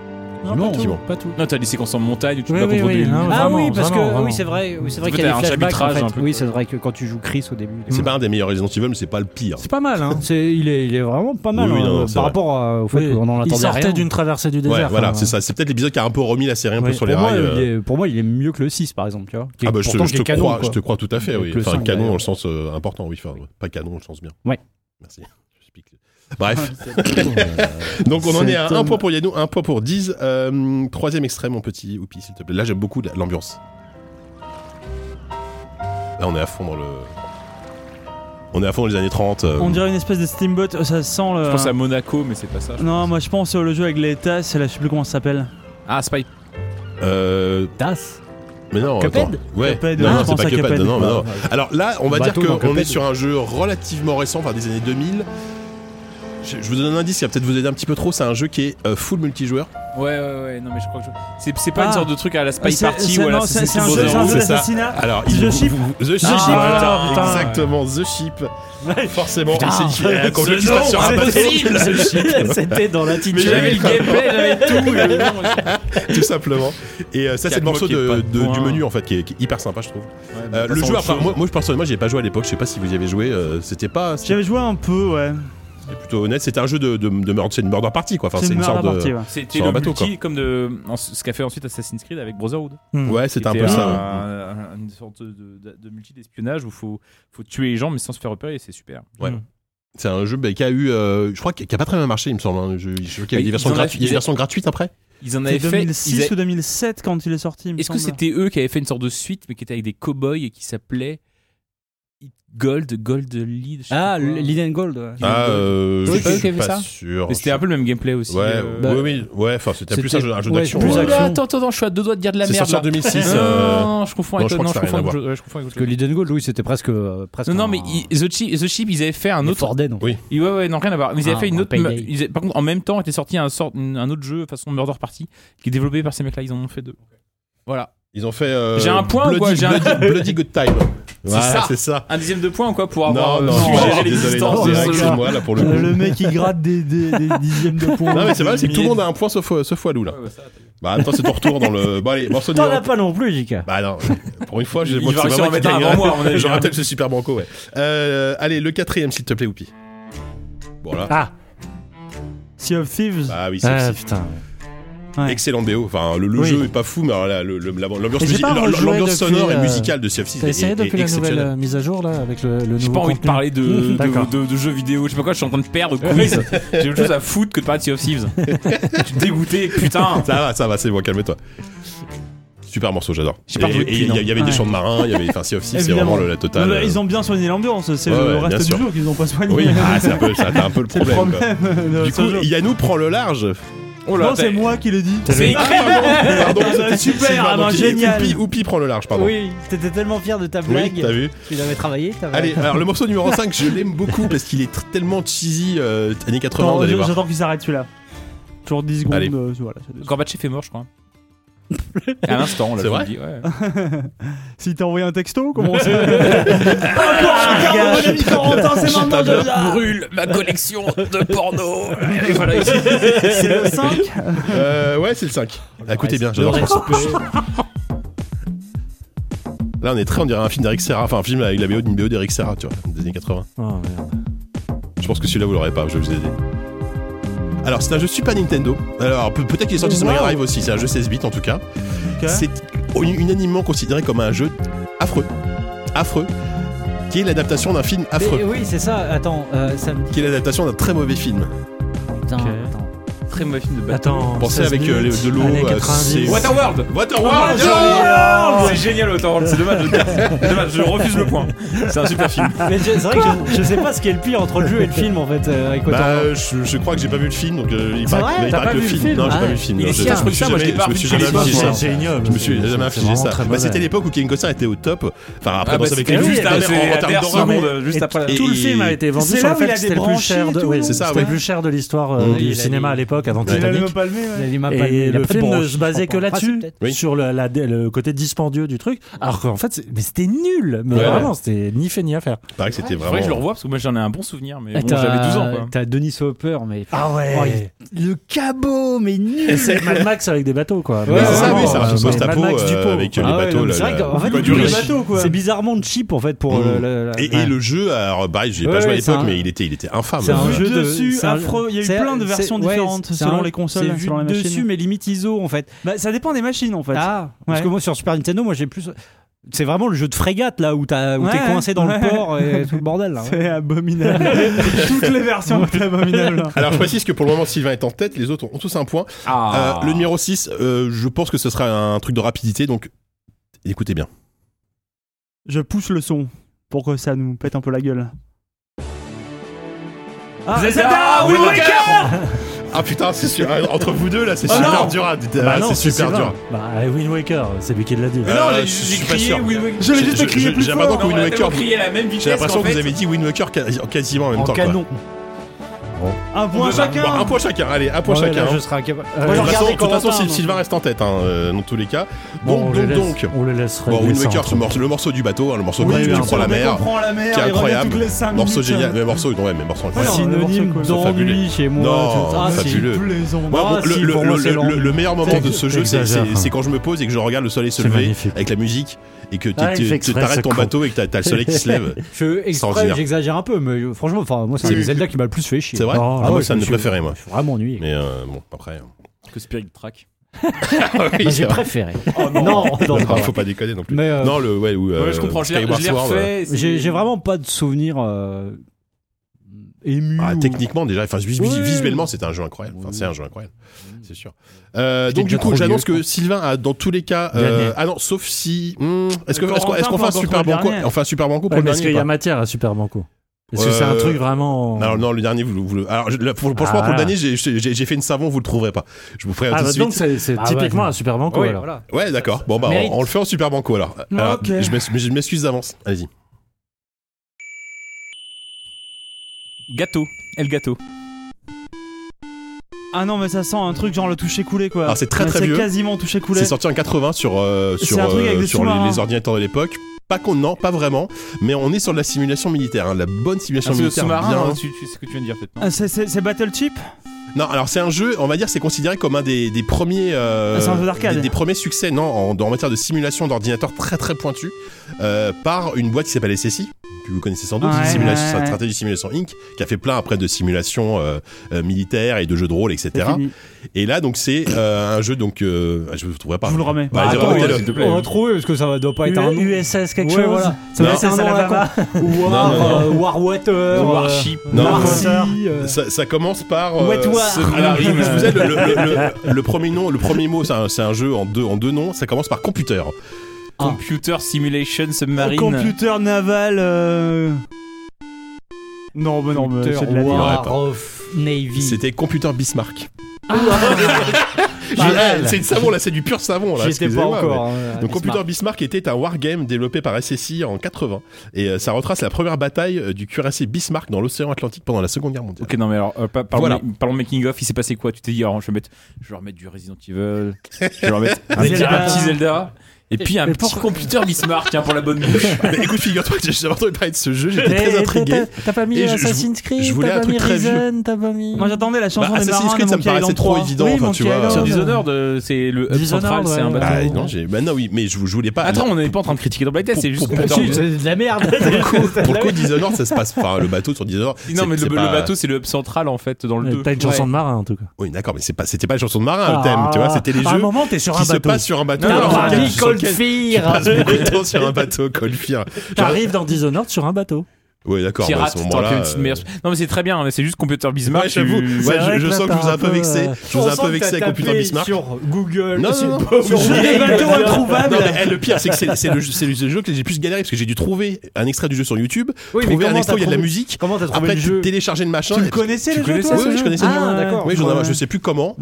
E: Non,
F: Non,
E: pas tout.
A: quasiment.
E: Pas tout.
D: Non, t'as laissé qu'on s'en montagne, tu
E: Oui,
D: vas
E: oui,
D: contrôler
E: oui,
D: une-
E: non,
F: Ah
E: vraiment,
F: oui, parce
E: vraiment,
F: que
E: vraiment.
F: oui, c'est vrai, oui, c'est vrai
D: Du coup,
F: qu'il y a
D: t'as
F: les
D: un
F: flashbacks. en
D: chapitrage
F: fait.
D: un peu,
F: oui,
D: quoi.
F: c'est vrai que quand tu joues Chris au début.
A: C'est pas un des meilleurs Resident Evil, mais c'est pas le pire.
E: C'est pas mal, hein.
F: C'est, il, est, il est vraiment pas mal
A: Oui, oui,
F: hein,
A: non, non,
F: par
A: c'est vrai.
F: rapport à- au fait
E: Oui.
F: qu'on en
E: Il
F: attendait rien.
E: sortait d'une traversée du
A: Ouais,
E: désert.
A: voilà,
E: enfin,
A: c'est ça. C'est peut-être l'épisode qui a un peu remis la série un peu
E: Oui,
A: sur les
F: pour, moi,
A: rails.
F: il
A: euh.
F: est, pour moi, il est mieux que le 6, par exemple. Tu vois, qui est
A: Ah bah je te,
F: pourtant
A: je
F: qui
A: te
F: est canon,
A: crois,
F: quoi.
A: je te crois tout à fait, oui.
F: Avec le
A: Enfin,
F: sang,
A: canon
F: d'ailleurs.
A: dans le sens euh, important, oui. Enfin, pas canon dans le sens bien.
F: Ouais.
A: Merci. Je suis piqué. Bref. Donc on en est à un point pour Yannou, un point pour Diz. Euh, troisième extrême, mon petit Oupi, s'il te plaît. Là, j'aime beaucoup la- l'ambiance. Là, on est à fond dans le. On est à fond dans les années 30. euh,
C: On dirait une espèce de steamboat. euh, Ça sent le.
D: Je pense à Monaco, mais c'est pas ça.
C: Non, moi je pense euh, le jeu avec les tasses. Là, je sais plus comment ça s'appelle.
D: Ah, Spy.
A: euh,
F: Das.
A: Mais non,
F: Cuphead
A: attends. Ouais.
C: Cuphead,
A: non,
C: ouais,
A: non,
C: je
A: c'est
C: pense
A: pas
C: à
A: Cuphead.
C: Cuphead.
A: Non, mais non. Alors là, on va dire
F: Bateau dans
A: qu'on est
F: Cuphead.
A: sur un jeu relativement récent, enfin des années 2000. Je, je vous donne un indice qui va peut-être vous aider un petit peu trop. C'est un jeu qui est euh, full multijoueur.
D: Ouais, ouais, ouais, non, mais je crois que je... C'est, c'est pas
C: Ah.
D: une sorte de truc à la Spy
C: Ah, c'est-
D: Party
C: c'est-
D: ou à la
C: non, c'est c'est
D: System
C: un jeu c'est un
D: Brothers.
C: jeu
A: c'est ça.
C: d'assassinat.
A: Alors,
C: The
A: vous-
C: Ship
A: vous- vous- The Ship,
D: Ah,
A: putain,
D: putain.
A: exactement, The Ship. Forcément, on s'est dit, eh, qu'on
D: ce
A: joue qui se passe sur un bateau.
F: C'était dans la
A: Mais j'avais le gameplay,
D: j'avais tout.
A: tout simplement. Et euh, ça, c'est
D: Quatre
A: le morceau
D: mots qui est
A: de-
D: pas de
A: de- du
D: point.
A: menu en fait, qui est, qui est hyper sympa, je trouve. Euh,
D: Ouais,
A: le jeu,
D: autre
A: enfin,
D: chose.
A: moi, moi, je personnellement, j'y ai pas joué à l'époque. Je sais pas si vous y avez joué. euh, c'était pas, c'était
C: J'avais joué un peu, ouais.
A: plutôt honnête. C'était un jeu de, de, de meurtre, c'est une murder party quoi. Enfin,
C: C'est une
A: sorte
C: meilleure
A: de.
C: partie, ouais.
D: C'était
A: sur un
D: le
A: bateau,
D: multi, comme de, en- ce qu'a fait ensuite Assassin's Creed avec Brotherhood.
A: Ouais, c'était un
D: Qui
A: peu
D: était
A: ça. ouais.
D: un- un- Une sorte de, de- de multi d'espionnage où faut, faut tuer les gens mais sans se faire repérer et c'est super.
A: C'est un jeu bah, qui a eu, euh, je crois, qui a qui a pas très bien marché, il me semble. hein. Je, je crois qu'il y
D: Ils
A: a eu des versions
D: en avaient-
A: gratuites. Il y a eu des versions gratuites après.
D: Ils en
C: C'est
D: avaient fait.
C: 2006
D: ils
C: ou
D: avaient-
C: 2007 quand il est sorti. il me
D: Est-ce que
C: semble.
D: c'était eux qui avaient fait une sorte de suite mais qui était avec des cow-boys et qui s'appelait It Gold, Gold Lead. je sais
F: Ah,
D: pas quoi.
F: le- Lead and Gold. ouais.
A: Ah, euh,
G: Oui,
A: je
G: c'est eux qui
A: suis
G: avaient
A: pas
G: ça.
A: sûr.
D: Mais c'était un peu le même gameplay aussi.
A: Oh, Ouais,
D: euh,
G: bah,
A: oui, oui, ouais, enfin, c'était plus un jeu, un jeu
F: ouais,
A: d'action.
F: plus
A: ouais.
G: Oula,
F: action.
G: attends, attends, je suis à deux doigts de dire de la
A: C'est
G: merde.
A: sorti en
G: là.
A: 2006. euh,
G: Non, je confonds avec
A: non, je crois que
G: l'autre. Non, je
A: ça a rien
G: confonds
A: à
G: avec l'autre. Ouais, je confonds avec
F: Parce que
G: l'autre.
F: Lead and Gold, oui, c'était presque, euh, presque.
D: Non, non,
F: un-
D: mais ils- The Chip, The Chip, ils avaient fait un
F: un
D: autre.
F: Fort Dead, en
A: Oui.
D: Ouais, ouais, non, rien à voir. Mais ils avaient
F: Ah,
D: fait une
F: un
D: autre.
F: Payday.
D: ils avaient- par contre, en même temps, était sorti un, sort, un autre jeu façon Murder Party qui est développé par ces mecs-là. Ils en ont fait deux. Voilà.
A: Ils ont fait. euh,
D: J'ai un point ou
A: Bloody,
D: quoi J'ai un-
A: Bloody, Bloody Good Time. Voilà,
D: ça.
A: c'est ça.
D: Un dixième de point ou quoi pour
A: Non,
D: avoir
A: non,
D: euh,
A: non,
D: su
A: non,
D: gérer
A: désolé,
D: l'existence
A: non,
D: de
A: c'est
D: ce
A: vrai que
D: jeu.
A: c'est moi là pour le coup.
C: Euh, le mec il gratte des, des- des dixièmes de points.
A: Non mais c'est vrai, c'est que tout le monde a un point sauf euh, sauf Walou là. Bah en même temps c'est ton retour dans le. Bon allez, morceau
F: T'en
A: numéro.
F: as pas non plus, JK.
A: Bah non, pour une fois, j'ai
D: Il
A: moi,
D: va
A: c'est
D: réussir
A: vraiment
D: à en
A: qui
D: mettre
A: gagne,
D: un avant
A: hein.
D: moi, à mon avis.
A: Je rappelle ce super banco, ouais. Euh, allez, le quatrième, s'il te plaît, Whoopi. Bon là.
C: Sea of Thieves.
A: Bah oui, c'est
E: Ah
A: aussi.
E: putain.
F: ouais.
A: Excellent BO. Enfin, le, le
E: Oui.
A: jeu est pas fou, mais alors là, le- le- la- l'ambiance
E: Et j'ai
A: musique-
E: pas
A: l'ambiance
E: rejoué depuis,
A: sonore et
E: euh,
A: musicale de CF6
E: T'as
A: est,
E: essayé
A: est-
E: depuis
A: est
E: la nouvelle
A: exceptionnelle.
E: euh, mise à jour là avec le, le nouveau.
D: J'ai pas envie de
E: contenu
D: parler de,
E: Mmh,
D: de,
E: d'accord.
D: de- de jeux vidéo, je sais pas quoi, je suis en train de perdre quiz. J'ai autre chose à foutre que de parler de Sea of Thieves. je suis dégoûté, putain.
A: Ça va, ça va, c'est bon, calme-toi. Super morceau, j'adore.
D: J'ai pas
A: Et-
D: joué
A: et
D: depuis,
A: Il y, a-
D: non.
A: il y avait des
C: Ouais.
A: chants de marins, il y avait. Enfin, Sea of Thieves, c'est
C: Évidemment.
A: vraiment le- la
C: Non,
A: totale.
C: mais
A: euh,
C: ils ont bien soigné l'ambiance, c'est
A: Ouais,
C: le
A: ouais, bien
C: reste
A: sûr.
C: du jeu qu'ils ont pas soigné.
A: Oui, ah, c'est un peu, ça, t'as un peu le
C: c'est le
A: problème. quoi.
C: problème. euh,
A: Du
C: de ce
A: coup,
C: jeu.
A: Yannou prend le large.
D: Oh là,
C: non, c'est
D: t'as-
C: moi qui l'ai dit.
D: C'est
A: Ah,
D: écrit.
A: pardon, pardon,
C: Ah,
A: c'était-
C: super,
A: c'était-
C: ah,
A: pardon,
C: bah,
A: qui-
C: génial.
A: Oupi, Oupi prend le large, pardon.
F: Oui, t'étais tellement fier de ta
A: Oui,
F: blague.
A: t'as vu
F: tu l'avais travaillé. t'avais-
A: Allez, alors le morceau numéro 5, je l'aime beaucoup parce qu'il est tr- tellement cheesy, euh, années 80,
C: Attends,
A: vous allez
C: je-
A: voir.
C: J'attends qu'il s'arrête celui-là. Toujours 10 secondes.
A: Allez.
C: euh, voilà, ça-
D: Gorbatchev est mort, je crois. À l'instant, là,
A: C'est
D: je vous
A: vrai
D: le dis, ouais.
C: Si t'as envoyé un texto, comment on sait
F: Ah,
C: Encore ami Corentin, c'est maintenant
A: bien.
C: je-
D: Brûle ma collection de porno. Et voilà, ici.
C: C'est le 5
A: Euh, ouais, c'est le 5. Écoutez bien, j'adore ce morceau. Là, on est très, on dirait un film d'Eric Serra, enfin un film avec la BO d'une BO d'Eric Serra, tu vois, des années 80.
E: Oh, merde.
A: Je pense que celui-là, vous l'aurez pas, je vais vous aider. Alors, c'est un jeu Super Nintendo. Alors, peut- peut-être qu'il est sorti sur Mega Drive aussi, c'est un jeu 16 bits en tout cas. C'est unanimement considéré comme un jeu affreux. Affreux. Qui est l'adaptation d'un film
F: Mais
A: affreux.
F: oui, c'est ça. Attends, euh, ça me.
A: Qui est l'adaptation d'un très mauvais film.
F: Putain,
E: Ok.
F: attends.
D: Très mauvais film de base.
E: Attends.
A: Pensez
E: 16
A: avec euh, les-
E: minutes,
A: de l'eau.
E: années
A: euh,
E: 90.
A: c'est-
D: Waterworld
A: Waterworld
D: C'est Ah, génial Waterworld, c'est dommage, je, c'est dommage, je refuse le point. C'est un super film.
F: Mais je- c'est vrai que je, je sais pas ce qui est le pire entre le jeu et le film en fait. euh, avec
A: Bah,
F: autant-
A: euh, je, je crois que j'ai pas vu le film, donc euh, il
F: C'est
A: paraît
F: vrai
A: il
F: T'as
A: paraît
F: pas
A: que
F: vu le film
A: Non, j'ai
F: Ah
A: pas vu
F: ouais.
A: le film.
D: Il
A: non,
D: est
A: je-
D: si
A: je me suis
D: affreux que ça, moi, je
A: jamais-
D: l'ai pas
A: je me
D: vu
A: suis
D: tous les
A: jamais
D: soirs,
A: affligé
D: moi.
A: ça.
E: C'est ignoble.
A: Je me suis
E: C'est
A: jamais affligé
E: vraiment
A: ça.
E: très
A: Bah,
E: mauvais.
A: c'était l'époque où Kevin Costner était au top. Enfin, après,
D: bah,
A: Danse avec les
D: c'était juste
A: loups,
D: après,
A: en- en
D: la
A: termes
D: dernière
A: d'horreur,
D: seconde, euh, juste après.
A: Et-
E: tout le film avait été vendu
C: C'est
E: sur
C: là
E: le
C: où
E: fait
C: il a
E: que c'était le plus
C: débranché
E: cher
C: et
E: de,
C: tout.
E: oui,
A: C'est ça,
E: c'était
A: ouais.
E: le plus cher de l'histoire euh,
A: Mmh.
E: du
F: Il a-
E: cinéma à l'époque avant
A: Il a-
C: Il a même
E: Titanic.
C: pas le même,
F: Il
C: ouais.
F: a dit, m'a pas-
E: Et
F: il a
E: le
F: pas de
E: film ne
F: branche,
E: se basait que
F: je comprends pas,
E: là-dessus,
F: c'est peut-être-
A: Oui.
E: sur le, la- le côté dispendieux du truc. Alors qu'en fait, c'est- mais c'était nul. Mais
A: Ouais,
E: vraiment, c'était ni fait ni à faire.
A: Il paraît que c'était
D: Faudrait que je le
A: vraiment.
D: revois parce que moi j'en ai un bon souvenir, mais
F: Ah,
D: bon, j'avais 12 ans quoi.
F: T'as Denis Hopper, mais.
E: Ah
F: Oh, il- Le cabot, mais nul!
E: Et c'est Mad Max avec des bateaux, quoi.
A: Ouais,
E: Mais
A: c'est ça,
E: vraiment,
A: oui, c'est un
E: euh,
A: post-apo
E: Mad Max du
A: euh,
E: pot,
A: avec
E: quoi.
A: euh, les
F: Ah ouais, non,
A: bateaux.
F: mais
A: là,
F: c'est vrai
A: là.
F: qu'en fait,
A: Quoi,
F: le
A: du
F: jeu,
A: riz.
F: c'est- C'est bizarrement cheap en fait pour euh,
A: Mmh.
F: le- le. le-
A: Et, et
F: ouais.
A: le jeu, alors pareil, j'ai pas
F: Ouais,
A: joué à
F: ouais, c'est
A: l'époque,
F: un-
A: mais il était, il était infâme.
F: C'est un
A: Ouais.
F: jeu de-
C: dessus,
F: c'est un-
C: affreux. Il y a eu
F: c'est-
C: plein de
F: c'est-
C: versions
F: ouais,
C: différentes
F: c'est
C: selon
F: un-
C: les consoles,
F: c'est vu
C: selon les machines.
F: dessus, mais limite ISO en fait.
C: Bah, ça dépend des machines en fait.
F: Ah, parce
C: Ouais.
F: que moi sur Super Nintendo, moi j'ai plus. C'est vraiment le jeu de frégate là où t'as- où t'es
C: Ouais,
F: coincé dans
C: ouais.
F: le port et tout le bordel là. Ah ouais.
C: C'est abominable. Toutes les versions étaient abominables. hein.
A: Alors, je précise que pour le moment, Sylvain est en tête, les autres ont ont tous un point.
D: Ah.
A: Euh, Le numéro 6, je pense que ce sera un truc de rapidité, donc écoutez bien.
C: Je pousse le son pour que ça nous pète un peu la gueule. Ah,
D: Zelda,
C: Zelda, Wind
D: Wind
C: Waker
A: Ah putain, c'est sûr, Ah entre vous deux là, c'est
C: Oh
A: super
C: non
A: dur à- euh,
E: Bah non,
A: c'est super
E: Sylvain.
A: dur.
E: Bah, euh, Wind Waker, c'est lui qui l'a dit.
D: Mais non, j'ai-
A: Euh, je suis
D: j'ai
A: pas
D: crié
A: sûr.
D: Wind Waker.
A: J'ai-
C: J'allais juste
A: j'ai-
C: crier
A: j'ai-
C: plus
A: j'ai
C: fort.
A: l'impression que
D: Non, on
A: Wind
D: a
A: Waker-
D: tellement crié à la même vitesse.
A: J'ai l'impression
D: qu'en
A: que vous
D: fait-
A: avez dit Wind Waker quasi- quasiment en même
F: En
A: temps. quoi.
F: canon.
C: Un point
D: On peut
A: Bon, un
C: chacun
A: point chacun, allez, un point
F: Ouais,
A: chacun.
F: là,
A: hein.
F: je serai incapable.
A: De
E: Euh,
F: Ouais,
A: toute façon,
F: regardez
A: de toute façon,
F: Corentin,
A: Syl-
F: donc.
A: Sylvain reste en tête, hein, euh, dans tous les cas.
E: bon, on
A: Donc,
E: les
A: donc,
E: laisse-
A: donc.
E: On le laisserait.
A: Bon, Wind
E: descendre.
A: Waker, ce morceau- le morceau du bateau, hein, le morceau où
E: Oui, oui,
A: tu
E: bien
A: prends
E: sûr,
A: la
E: mais
A: mer,
C: prend la
A: qui
C: mer,
A: est
C: il revient
A: incroyable.
C: toutes les 5
A: Morceau
C: minutes.
A: génial, mais morceau, ouais, mais morceau
C: Ouais,
A: incroyable.
C: non, n'importe
F: Synonyme
C: quoi.
F: d'ennui chez moi.
A: Non,
F: tout ça.
A: fabuleux.
F: si.
C: Plaisant.
A: Moi,
F: Ah,
A: bon, le,
F: si,
A: le-
F: pour
A: le-
F: moi, c'est
A: le-
F: l'envie.
A: le meilleur moment de ce jeu, c'est-
E: t'exagères,
A: c'est
E: hein.
A: c'est quand je me pose et que je regarde le soleil se
E: C'est
A: lever
E: magnifique.
A: avec la musique et que t'es-
E: Ah, il fait
A: t'es-
E: exprès,
A: t'arrêtes
E: ce
A: ton
E: con.
A: bateau et que t'as t'as le soleil qui se lève.
F: Je, exprès,
A: Extraordinaire.
F: j'exagère un peu, mais euh, franchement, enfin, moi, c'est
A: Oui.
F: le Zelda qui m'a le plus fait chier.
A: C'est vrai
E: Oh,
A: Ah,
E: ouais,
A: Moi,
E: je
A: c'est un de
E: me
A: mes
E: suis-
A: préférés, moi.
F: Je suis vraiment ennuyé.
A: Mais euh, bon, après.
D: Que Spirit Track.
A: Ah oui,
F: Bah,
A: c'est
F: j'ai
A: vrai.
F: préféré. non, non,
A: Ah,
F: non.
A: Faut pas déconner non plus.
F: Mais, euh,
A: Non, le, ouais, ou. euh,
D: Ouais, je comprends, je l'ai je
A: Skyward
D: l'ai
A: Sword,
D: refait. c'est-
F: J'ai j'ai vraiment pas de souvenir euh, ému.
A: Ah,
F: ou-
A: techniquement déjà, enfin vis- vis-
F: Ouais.
A: visuellement c'était un jeu incroyable. Enfin c'est un jeu incroyable, c'est sûr. Euh,
F: J'étais
A: donc du
F: déjà
A: coup
F: trop
A: j'annonce
F: vieux, je
A: que Sylvain a dans tous les cas. euh, ah non, sauf si. hmm, est-ce que
C: Le
A: est-ce qu'on est-ce
C: Corentin
A: qu'on fait un
C: peut
A: super
C: encore le
A: banco
C: dernier.
A: On fait un super banco pour
E: Ouais,
A: le
E: mais est-ce
A: dernier. ou
E: Bah, qu'il y
A: pas
E: a matière à Super Banco Est-ce que c'est un
A: Euh,
E: truc vraiment.
A: non, non, le dernier, vous, vous le- alors, je- là, pour- franchement, pour le
E: Ah.
A: dernier, j'ai- j'ai j'ai fait une savon, vous le trouverez pas. Je vous ferai un
E: Ah,
A: tout de
E: bah, donc
A: suite.
E: c'est c'est
F: Ah,
E: typiquement
F: ouais.
E: un Super Banco
D: Oui,
E: alors.
D: voilà.
A: Ouais, d'accord. Bon, bah,
F: mérite.
A: on, on le fait en super banco alors. Alors,
C: Ok.
A: je m'ex- je m'excuse d'avance. Allez-y.
D: Gâteau. El gâteau.
C: Ah non, mais ça sent un truc genre le toucher coulé quoi.
A: Ah, c'est très,
C: Mais
A: très
C: c'est
A: vieux.
C: quasiment toucher coulé.
A: C'est sorti en 80 sur, euh,
C: C'est
A: sur,
C: un truc
A: euh,
C: avec des
A: sur les,
C: sous-marins.
A: les ordinateurs de l'époque. Pas qu'on, non, pas vraiment. Mais on est sur de la simulation militaire, hein, de la bonne simulation
D: Ah, C'est le
A: militaire.
D: sous-marin,
A: bien-
D: hein, tu- tu- c'est ce que tu viens de dire peut-être. non
C: Ah, c'est- C'est c'est Battle Chip
D: hein.
A: Non, alors c'est un jeu, on va dire, c'est considéré comme un des, des premiers. euh,
C: Ah, c'est un jeu d'arcade.
A: Des, des premiers succès, non, en, en matière de simulation d'ordinateur très très pointu, euh, par une boîte qui s'appelle SSI, que vous connaissez sans doute,
C: Ouais,
A: Simulation,
C: ouais, ouais.
A: Strategy Simulation Inc., qui a fait plein après de simulations euh, euh, militaires et de jeux de rôle,
C: C'est
A: etc.
C: fini.
A: Et là, donc, c'est euh, un jeu, donc, euh, je vous trouverai pas.
C: Je vous le remets.
A: Bah,
D: attends,
A: remettez-le.
D: s'il te plaît.
F: Ah, On va trouver parce que ça va- doit pas être un nom.
E: USS quelque
F: Ouais,
E: chose
F: voilà.
E: Ça
A: Non.
E: va, c'est un
F: C'est un
E: nom à la
F: nom à
E: con.
A: Non, non,
F: War, euh, War Water, euh,
D: Warship.
A: Non, non,
F: Marcy, euh,
A: Ça, ça commence par. euh,
F: Wet War.
A: ce-
D: Ah,
A: alors, je, je vous aide, le, le- le- le premier nom, le premier mot, c'est un, c'est un jeu en deux, en deux noms. Ça commence par computer.
E: Ah.
D: Computer Simulation Submarine.
E: Oh,
C: Computer naval. euh, Non, mais non, mais c'est de la
A: Computer,
C: merde.
A: Ouais,
F: War
A: pardon.
F: of Navy. Bah,
A: C'était computer Bismarck. Je-
F: Pas mal.
A: eh, c'est du savon là, c'est du pur savon là.
F: J'étais pas
A: excusez-moi, mais-
F: encore. hein, à
A: Donc Computer
F: Bismarck.
A: Bismarck était un wargame développé par SSI en 80 et euh, ça retrace la première bataille euh, du cuirassé Bismarck dans l'océan Atlantique pendant la Seconde Guerre mondiale.
D: Ok, non, mais alors, euh, pa- parlons,
A: Voilà.
D: ma- parlons making of. Il s'est passé quoi Tu t'es dit, alors, je vais mettre, je vais remettre du Resident Evil, je vais remettre un, petit-
C: Zelda.
D: un petit Zelda, et puis un
E: Mais
D: petit
E: pourquoi-
D: computer Bismarck, tiens, pour la bonne bouche.
A: Mais écoute, figure-toi que j'ai entendu parler de ce jeu, j'étais
E: Mais
A: très
E: t'as-
A: intrigué.
E: t'as- T'as pas mis
A: Et je- je-
E: Assassin's
A: je
E: Creed,
A: voulais un
E: t'as pas
A: truc
E: mis
A: très vieux.
E: Risen, t'as pas mis.
C: Moi j'attendais la chanson
A: Bah,
C: des
A: Assassin's
C: marins
A: Creed,
C: de
A: ça me
C: Monkey
A: paraissait
C: Island
A: trop
C: 3.
A: évident,
C: Oui,
A: enfin,
C: Monkey
A: tu vois.
C: Island.
D: Sur Dishonored, euh, c'est le hub
E: Dishonored,
D: central, c'est un
E: ouais.
D: bateau.
A: Ah non, j'ai bah non oui, mais je, je voulais pas
D: Attends, on n'est pas en train de critiquer dans Black Death, c'est juste
A: Pour-
D: qu'on
A: pour-
D: adore.
A: pour-
F: C'est de la merde.
A: pour le coup Dishonored, ça se passe enfin le bateau sur Dishonored.
D: Bah Non,
A: c'est-
D: mais le,
A: c'est
D: le
A: pas-
D: bateau, c'est le hub central en fait dans le 2.
E: T'as une chanson
D: Ouais.
E: de marin en tout cas.
A: Oui, d'accord, mais c'est pas c'était pas la chanson de marin le thème, tu vois, c'était les
E: À un
A: jeux
E: moment, t'es Ah, sur un
A: qui se
E: bateau.
A: passent sur un bateau.
D: Non,
A: alors,
D: non,
A: sur lequel-
D: Paris,
A: sur lequel tu passes beaucoup de temps sur un bateau, Colfire.
E: T'arrives dans Dishonored sur un bateau.
A: Oui, d'accord, mais à
D: Pirate,
A: ce
D: t'aurais pu
A: moment-là.
D: une petite
A: euh,
D: meilleure- Non, mais c'est très bien, mais c'est juste computer Bismarck.
A: Ouais, j'avoue.
D: tu-
A: Ouais,
E: vrai
A: je, je
E: que là,
A: sens que je
E: t'as
A: vous ai un
E: un
A: peu
E: peu,
A: vexé.
E: euh,
A: Je vous ai un peu vexé, Computer Bismarck.
F: Sur Google.
A: Non, non, non.
C: Sur des bateaux introuvables.
A: Non, mais, eh, le pire, c'est que c'est c'est le, jeu- c'est le jeu que j'ai plus galéré parce que j'ai dû trouver un extrait du jeu sur YouTube,
F: Oui, mais
A: trouver un
F: comment
A: extrait où il y a de la
F: t'as trouvé-
A: musique,
F: Comment t'as trouvé
A: après
F: le jeu
A: télécharger le machin.
C: Tu le
A: et-
C: connaissais
D: Tu
C: le jeu
D: connaissais
C: toi
A: Oui, oui, je connaissais.
F: Ah, d'accord.
A: Oui, j'en ai-
C: Ouais.
A: je sais plus comment.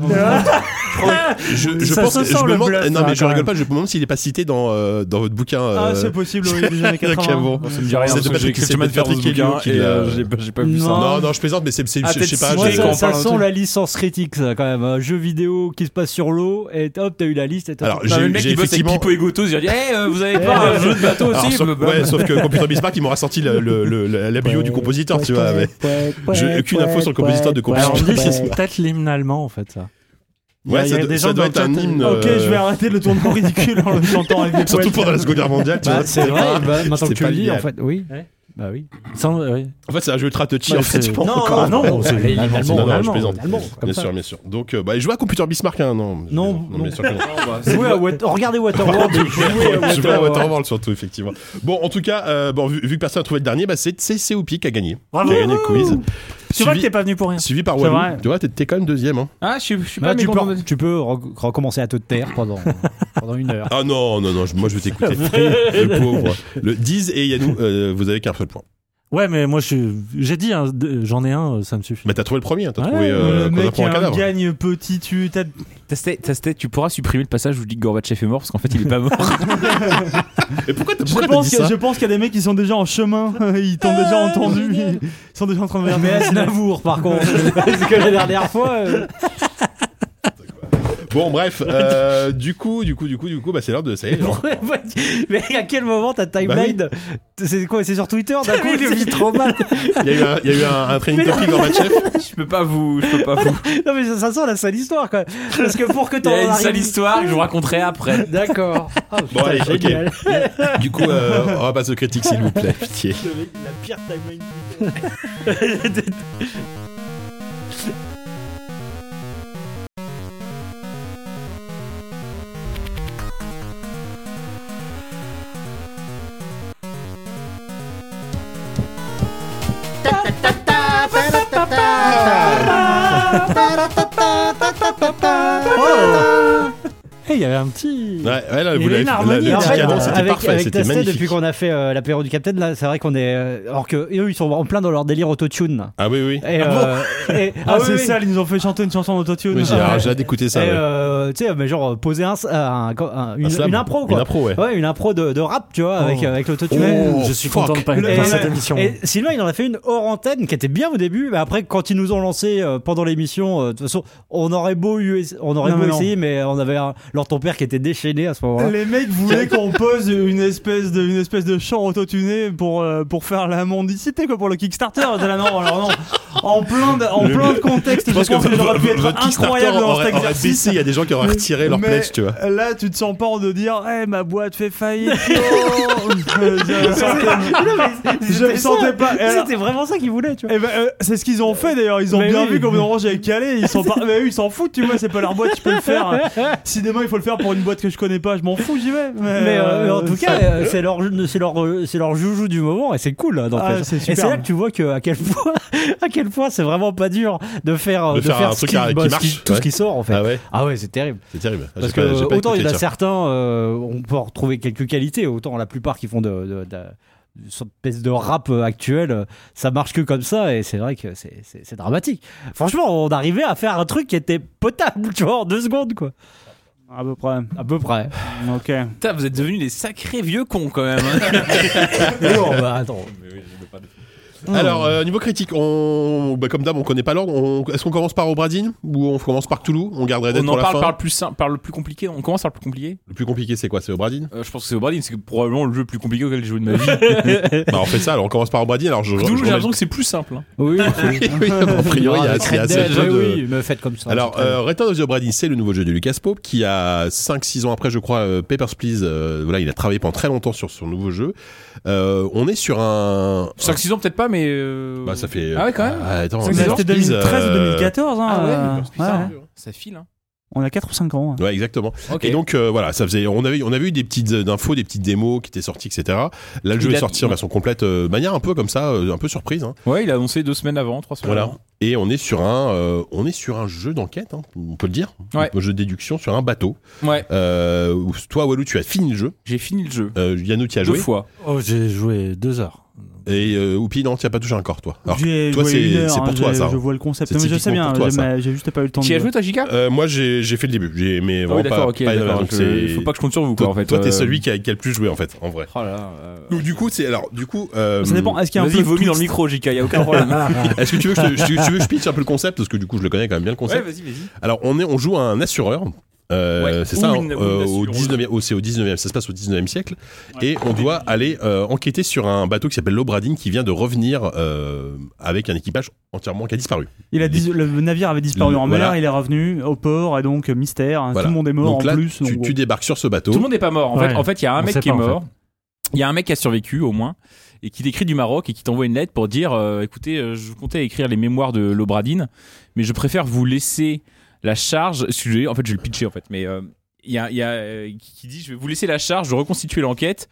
A: Je je,
E: Ça
A: pense,
E: se
A: je
E: sent
A: me
E: le
A: demande,
E: bluff,
A: non
E: là,
A: mais je
E: quand
A: rigole
E: même.
A: pas, je me demande s'il est pas cité dans euh, dans votre bouquin. euh,
C: Ah, c'est possible, oui, des années
A: Jacques
C: 80.
A: Hamon.
D: Ça me dit rien,
A: C'est
D: parce que
A: peut-être
D: j'ai
A: que
D: écrit
A: c'est
D: Chemin de fer
A: Patrick
D: dans ce
A: Helio
D: bouquin
A: qui
D: et euh,
A: l'a-
D: j'ai pas- j'ai pas vu ça.
F: Non.
A: Non, non, je plaisante, mais c'est, c'est,
D: Ah,
A: je, je sais
D: peut-être
A: pas.
D: si, ouais,
A: j'ai-
D: quand
F: ça,
D: on
F: ça
D: parle d'un
F: sent
D: truc.
F: la licence critique, ça, quand même. Un jeu vidéo qui se passe sur l'eau, et hop, t'as eu la liste. Et t'as-
A: Alors,
D: Non, mais
A: j'ai,
D: le mec
A: j'ai
D: qui bosse avec
A: effectivement.
D: Pipo et Goto, il dit Eh, euh, vous avez pas un jeu de bateau
A: Alors,
D: aussi
A: sauf,
D: bah, bah,
A: ouais, sauf que Computer Bismarck, il m'aura sorti le, le- le- la, la bio du compositeur, tu vois. Mais... J'ai aucune info sur le compositeur de
E: Alors on
A: compositeur.
E: dit c'est peut-être l'hymne allemand en fait ça.
A: Ouais,
E: Il y
A: ça,
E: a
A: doit-
E: des
A: ça
E: gens
A: doit
E: dans
A: être
E: le
A: un
E: chat-
A: hymne.
C: Ok,
A: euh,
C: je vais arrêter le tournement ridicule en le chantant avec des
A: Surtout
C: poètes.
A: pendant la Seconde Guerre mondiale, tu
F: Bah,
A: vois.
F: c'est vrai, bah, maintenant
A: C'était
F: que tu
A: pas
F: le dis,
A: l'idéal.
F: en fait, oui.
E: Ouais.
F: Bah oui.
E: Sans- ouais.
A: En fait, c'est un jeu ultra touchy,
E: Ouais,
A: en fait.
E: c'est-
A: je pense,
E: Non,
A: encore.
E: non, non, c'est
A: Ouais,
E: l'allemand,
A: non,
E: c'est
A: non,
E: l'allemand.
A: je plaisante.
F: Allemand, comme
A: Bien
F: ça.
A: sûr, bien sûr. Donc, euh, bah, je vois à Computer Bismarck, hein, non. je
F: Non,
A: plaisante.
F: non.
A: bien sûr que non.
F: Jouez à Water- Regardez Waterworld. et jouez à
A: Je vois à
F: Waterworld.
A: Waterworld surtout, effectivement. Bon, en tout cas, euh, bon, vu, vu que personne n'a trouvé le dernier, bah, c'est c'est COP qui a gagné.
E: Bravo.
A: Qui a gagné le quiz.
E: Tu vois que
A: Suivi-
E: t'es pas venu pour rien.
A: Suivi par
E: C'est
A: Walou.
E: vrai.
A: Tu vois, t'es- t'es quand même deuxième. Hein.
D: Ah, je suis- je suis
F: Bah,
D: pas
F: tu,
D: mécontent de-
F: peux, tu peux re- recommencer à taux de terre pendant, pendant une heure.
A: Ah non, non, non, je- moi je vais t'écouter. le pauvre. Le 10 et Yannou, euh, vous avez qu'un seul point.
E: Ouais mais moi je suis- j'ai dit hein, de- j'en ai un euh, ça me suffit.
A: Mais t'as trouvé le premier, hein, t'as
E: Ouais,
A: trouvé euh,
C: le
A: qu'on
C: mec
A: apprend un
C: un
A: cadavre.
C: gagne petit tu t'as-
D: Tastet, Tastet, tu pourras supprimer le passage où je dis que Gorbatchev est mort parce qu'en fait il est pas mort.
A: Et pourquoi t'as
C: je
A: pourquoi t'as
C: pense
A: dit
C: que-
A: ça
C: je pense qu'il y a des mecs qui sont déjà en chemin ils t'ont déjà entendu ils sont déjà en train de
F: Ah, Mais
C: regarder Ah,
F: Aznavour, par contre, parce que la dernière fois, euh,
A: Bon, bref, euh, du coup, du coup, du coup, du coup, bah c'est l'heure de. Ça y est, genre.
F: mais à quel moment ta timeline, c'est quoi, c'est sur Twitter d'un coup, je vis trop mal.
A: il y a eu un, il y a eu un, un training topic Gorbatchev.
D: je peux pas vous, je peux pas vous.
F: Non mais ça, ça sent la sale histoire quoi. Parce que pour que
D: Il
F: t'en
D: y a une
F: arrives-
D: sale histoire que je vous raconterai après.
F: D'accord. Ah, putain,
A: allez, ok.
F: génial.
A: Du coup, euh, on va passer aux critiques, s'il vous plaît, pitié.
F: La pire timeline. Eh, il y avait un petit.
A: Ouais, ouais, là,
F: Il y
A: vous
F: avait
A: l'avez
F: une
A: fait.
F: harmonie,
A: La-
F: là.
A: le petit cadeau, c'était
F: avec,
A: parfait,
F: avec
A: c'était
F: Tastet,
A: magnifique.
F: depuis qu'on a fait euh, l'apéro du Captain, là, c'est vrai qu'on est. euh, alors que eux, ils sont en plein dans leur délire autotune.
A: Ah oui, oui.
F: Et, euh, et-
C: Ah,
F: oui,
C: c'est
F: oui.
C: ça, ils nous ont fait chanter une chanson d'autotune.
A: Oui, j'ai
C: Ah,
A: ah, j'ai hâte d'écouter ça.
F: Et,
A: ouais.
F: euh, tu sais, mais genre poser un, un- un- une,
A: Un slam.
F: une impro quoi.
A: Une impro, ouais.
F: Ouais, une impro de, de rap, tu vois, avec, avec l'autotune.
A: Oh,
E: je suis
A: fuck.
E: content de pas
F: Le-
E: être dans cette émission.
F: Et Sylvain, il en a fait une hors antenne qui était bien au début, mais après, quand ils nous ont lancé euh, pendant l'émission, euh, de toute façon, on aurait beau, eu- on aurait
C: Non,
F: beau
C: mais non.
F: essayer, mais on avait un, leur ton père qui était déchaîné à ce moment-là.
C: Les mecs voulaient qu'on pose une espèce de, une espèce de chant autotuné pour, euh, pour faire la mendicité, quoi, pour le Kickstarter. C'est là, non, alors non. En plein de, en plein de contexte, je pense, que, j'aurais pu
A: vo-
C: être
A: votre Kickstarter
C: incroyable dans
A: aurait,
C: cet
A: aurait
C: exercice.
A: baissé, il y a des gens qui auraient retiré leur
C: Mais
A: pledge, tu vois.
C: Là, tu te sens pas en de dire, eh, ma boîte fait faillite. oh. Je- je- je me sentais pas. Et alors-
F: C'était vraiment ça qu'ils voulaient, tu vois.
C: Eh ben, euh, c'est ce qu'ils ont fait d'ailleurs. Ils ont
F: Mais
C: bien
F: oui.
C: vu qu'au bout d'un moment j'avais calé. Ils sont pas. Mais eux, ils s'en foutent, tu vois. C'est pas leur boîte, je peux le faire. Si demain il faut le faire pour une boîte que je connais pas, je m'en fous, j'y vais. Mais,
F: Mais euh, mais en tout
C: ça-
F: cas, euh, c'est leur, c'est leur, euh, c'est leur joujou du moment et c'est cool. Là,
C: Ah,
F: d'empêche.
C: c'est
F: et
C: super.
F: c'est là que tu vois que à quel point, à quel point c'est vraiment pas dur de faire, euh,
A: De faire un
F: ce
A: truc
F: qui-
A: qui
F: bah, ce qui-
A: marche,
F: tout
A: ouais.
F: ce qui sort en fait.
A: Ah ouais,
F: Ah ouais, c'est terrible.
A: c'est terrible. Ah,
F: Parce
A: j'ai pas-
F: que
A: j'ai pas
F: autant il y en
A: écouté,
F: a
A: tiens.
F: certains, euh, on peut en retrouver quelques qualités, autant la plupart qui font de, de, de, une sorte d'espèce de rap euh, actuel, euh, ça marche que comme ça, et c'est vrai que c'est- c'est c'est dramatique. Franchement, on arrivait à faire un truc qui était potable, tu vois, en deux secondes, quoi.
C: À peu près.
F: À peu près.
C: Ok.
D: Putain, vous êtes devenus des sacrés vieux cons quand même.
A: Ah,
D: hein.
F: non, bah attends.
A: Alors, euh, niveau critique, on... bah, comme d'hab, on connaît pas l'ordre. On- Est-ce qu'on commence par Obradine ou on commence par Cthulhu On garde Red Dead
D: on
A: pour
D: en
A: la
D: parle
A: fin.
D: par le plus simple, par le plus compliqué. On commence par le plus compliqué.
A: Le plus compliqué, c'est quoi C'est Obradine
D: Euh, je pense que c'est Obradin, c'est probablement le jeu le plus compliqué auquel j'ai joué de ma vie.
A: Bah, on fait ça, alors on commence par Obradine. Alors, je, je-
D: D'où
A: je-
D: j'ai l'impression que c'est plus simple. hein.
A: Ah.
F: Oui,
A: Oui, oui, a priori, il y a, il y a assez de jeux de-
F: oui, me faites comme ça.
A: Alors, euh, Return of the Obradine, c'est le nouveau jeu de Lucas Pope qui a 5-6 ans après, je crois, euh, Papers, Please. euh, voilà, il a travaillé pendant très longtemps sur son nouveau jeu. Euh, on est sur un.
D: 5-6 ans peut-être pas, mais. euh,
A: Bah, ça fait.
D: Ah ouais, quand même.
A: Ah, attends,
D: Ça,
A: Papers,
D: c'était
C: C'était
A: Please,
C: 2013 ou
A: euh,
C: 2014. Hein,
D: Ah ouais,
C: euh,
D: mais putain,
C: ouais.
D: ça file. Hein.
C: On a 4 ou 5 ans. hein.
A: Ouais, exactement.
D: Ok.
A: Et donc euh, voilà, ça faisait, on avait, on avait eu des petites euh, infos, des petites démos qui étaient sorties, etc. Là, le jeu
D: Il
A: est
D: a-
A: sorti en version complète, euh, manière un peu comme ça, euh, un peu surprise. hein.
D: ouais, il a annoncé deux semaines avant, trois semaines.
A: Voilà.
D: avant.
A: Et on est sur un, euh, on est sur un jeu d'enquête, hein, on peut le dire,
D: Ouais.
A: un jeu de déduction sur un bateau.
D: Ouais,
A: Euh, où toi, Walou, tu as fini le jeu.
D: j'ai fini le jeu.
A: Euh, Yannou, tu as
D: Deux
A: joué.
D: fois.
E: Oh, j'ai joué deux heures.
A: Et euh, Oupi, non, tu as pas touché encore, toi. Alors,
C: J'ai
A: toi,
C: joué
A: c'est-
C: une heure,
A: c'est pour
C: hein,
A: toi,
C: je-
A: ça.
C: Je vois le concept.
A: C'est
C: Mais je sais
A: typiquement
C: bien,
A: pour toi,
C: j'ai-
A: ça.
C: mais j'ai juste pas eu le temps
D: Tu y
C: de.
D: as joué, ta giga
A: euh, moi, j'ai j'ai fait le début, J'ai- mais
D: Ah oui,
A: vraiment
D: d'accord,
A: pas.
D: ok.
A: pas énormément.
D: d'accord, donc,
A: Donc,
D: euh,
A: c'est-
D: faut pas que je compte sur vous, quoi,
A: Toi,
D: en fait.
A: toi, t'es
D: euh,
A: celui qui a, qui a le plus joué, en fait, en vrai.
D: Oh là là, euh,
A: Donc, du coup, c'est alors, du coup, euh,
C: Ça dépend. Ah, Est-ce qu'il y a un
D: Vas-y,
C: peu de
D: vomis dans le
C: twist
D: micro, JK, y a aucun problème.
A: Est-ce que tu veux que je, te- tu- tu veux que je pitch un peu le concept parce que du coup je le connais quand même bien le concept.
D: vas-y, vas-y.
A: Alors on est on joue à un assureur. Euh,
D: Ouais.
A: c'est
D: Ou
A: ça,
D: une- ou une
A: hein, euh, au
D: assureur.
A: 19e, au- c'est au 19e, ça se passe au 19e siècle, et on doit aller euh, enquêter sur un bateau qui s'appelle l'Obradine qui vient de revenir euh, avec un équipage entièrement qui a disparu.
C: Il a dis- le navire avait disparu en
A: Voilà.
C: mer, il est revenu au port et donc euh, mystère. hein,
A: Voilà.
C: Tout le monde est mort
A: Donc
C: en
A: là,
C: plus. en
A: tu,
C: gros.
A: tu débarques sur ce bateau.
D: Tout le monde n'est pas mort. En fait,
E: Ouais.
D: en fait, il y a un
E: On
D: mec
E: sait
D: qui est
E: pas, en
D: mort. Il y a un mec qui a survécu, au moins, et qui décrit du Maroc et qui t'envoie une lettre pour dire euh, écoutez, euh, je comptais écrire les mémoires de l'Obradine, mais je préfère vous laisser la charge. Excusez, en fait, je vais le pitcher, en fait, mais euh, il y a, il y a, euh, qui qui dit je vais vous laisser la charge de reconstituer l'enquête.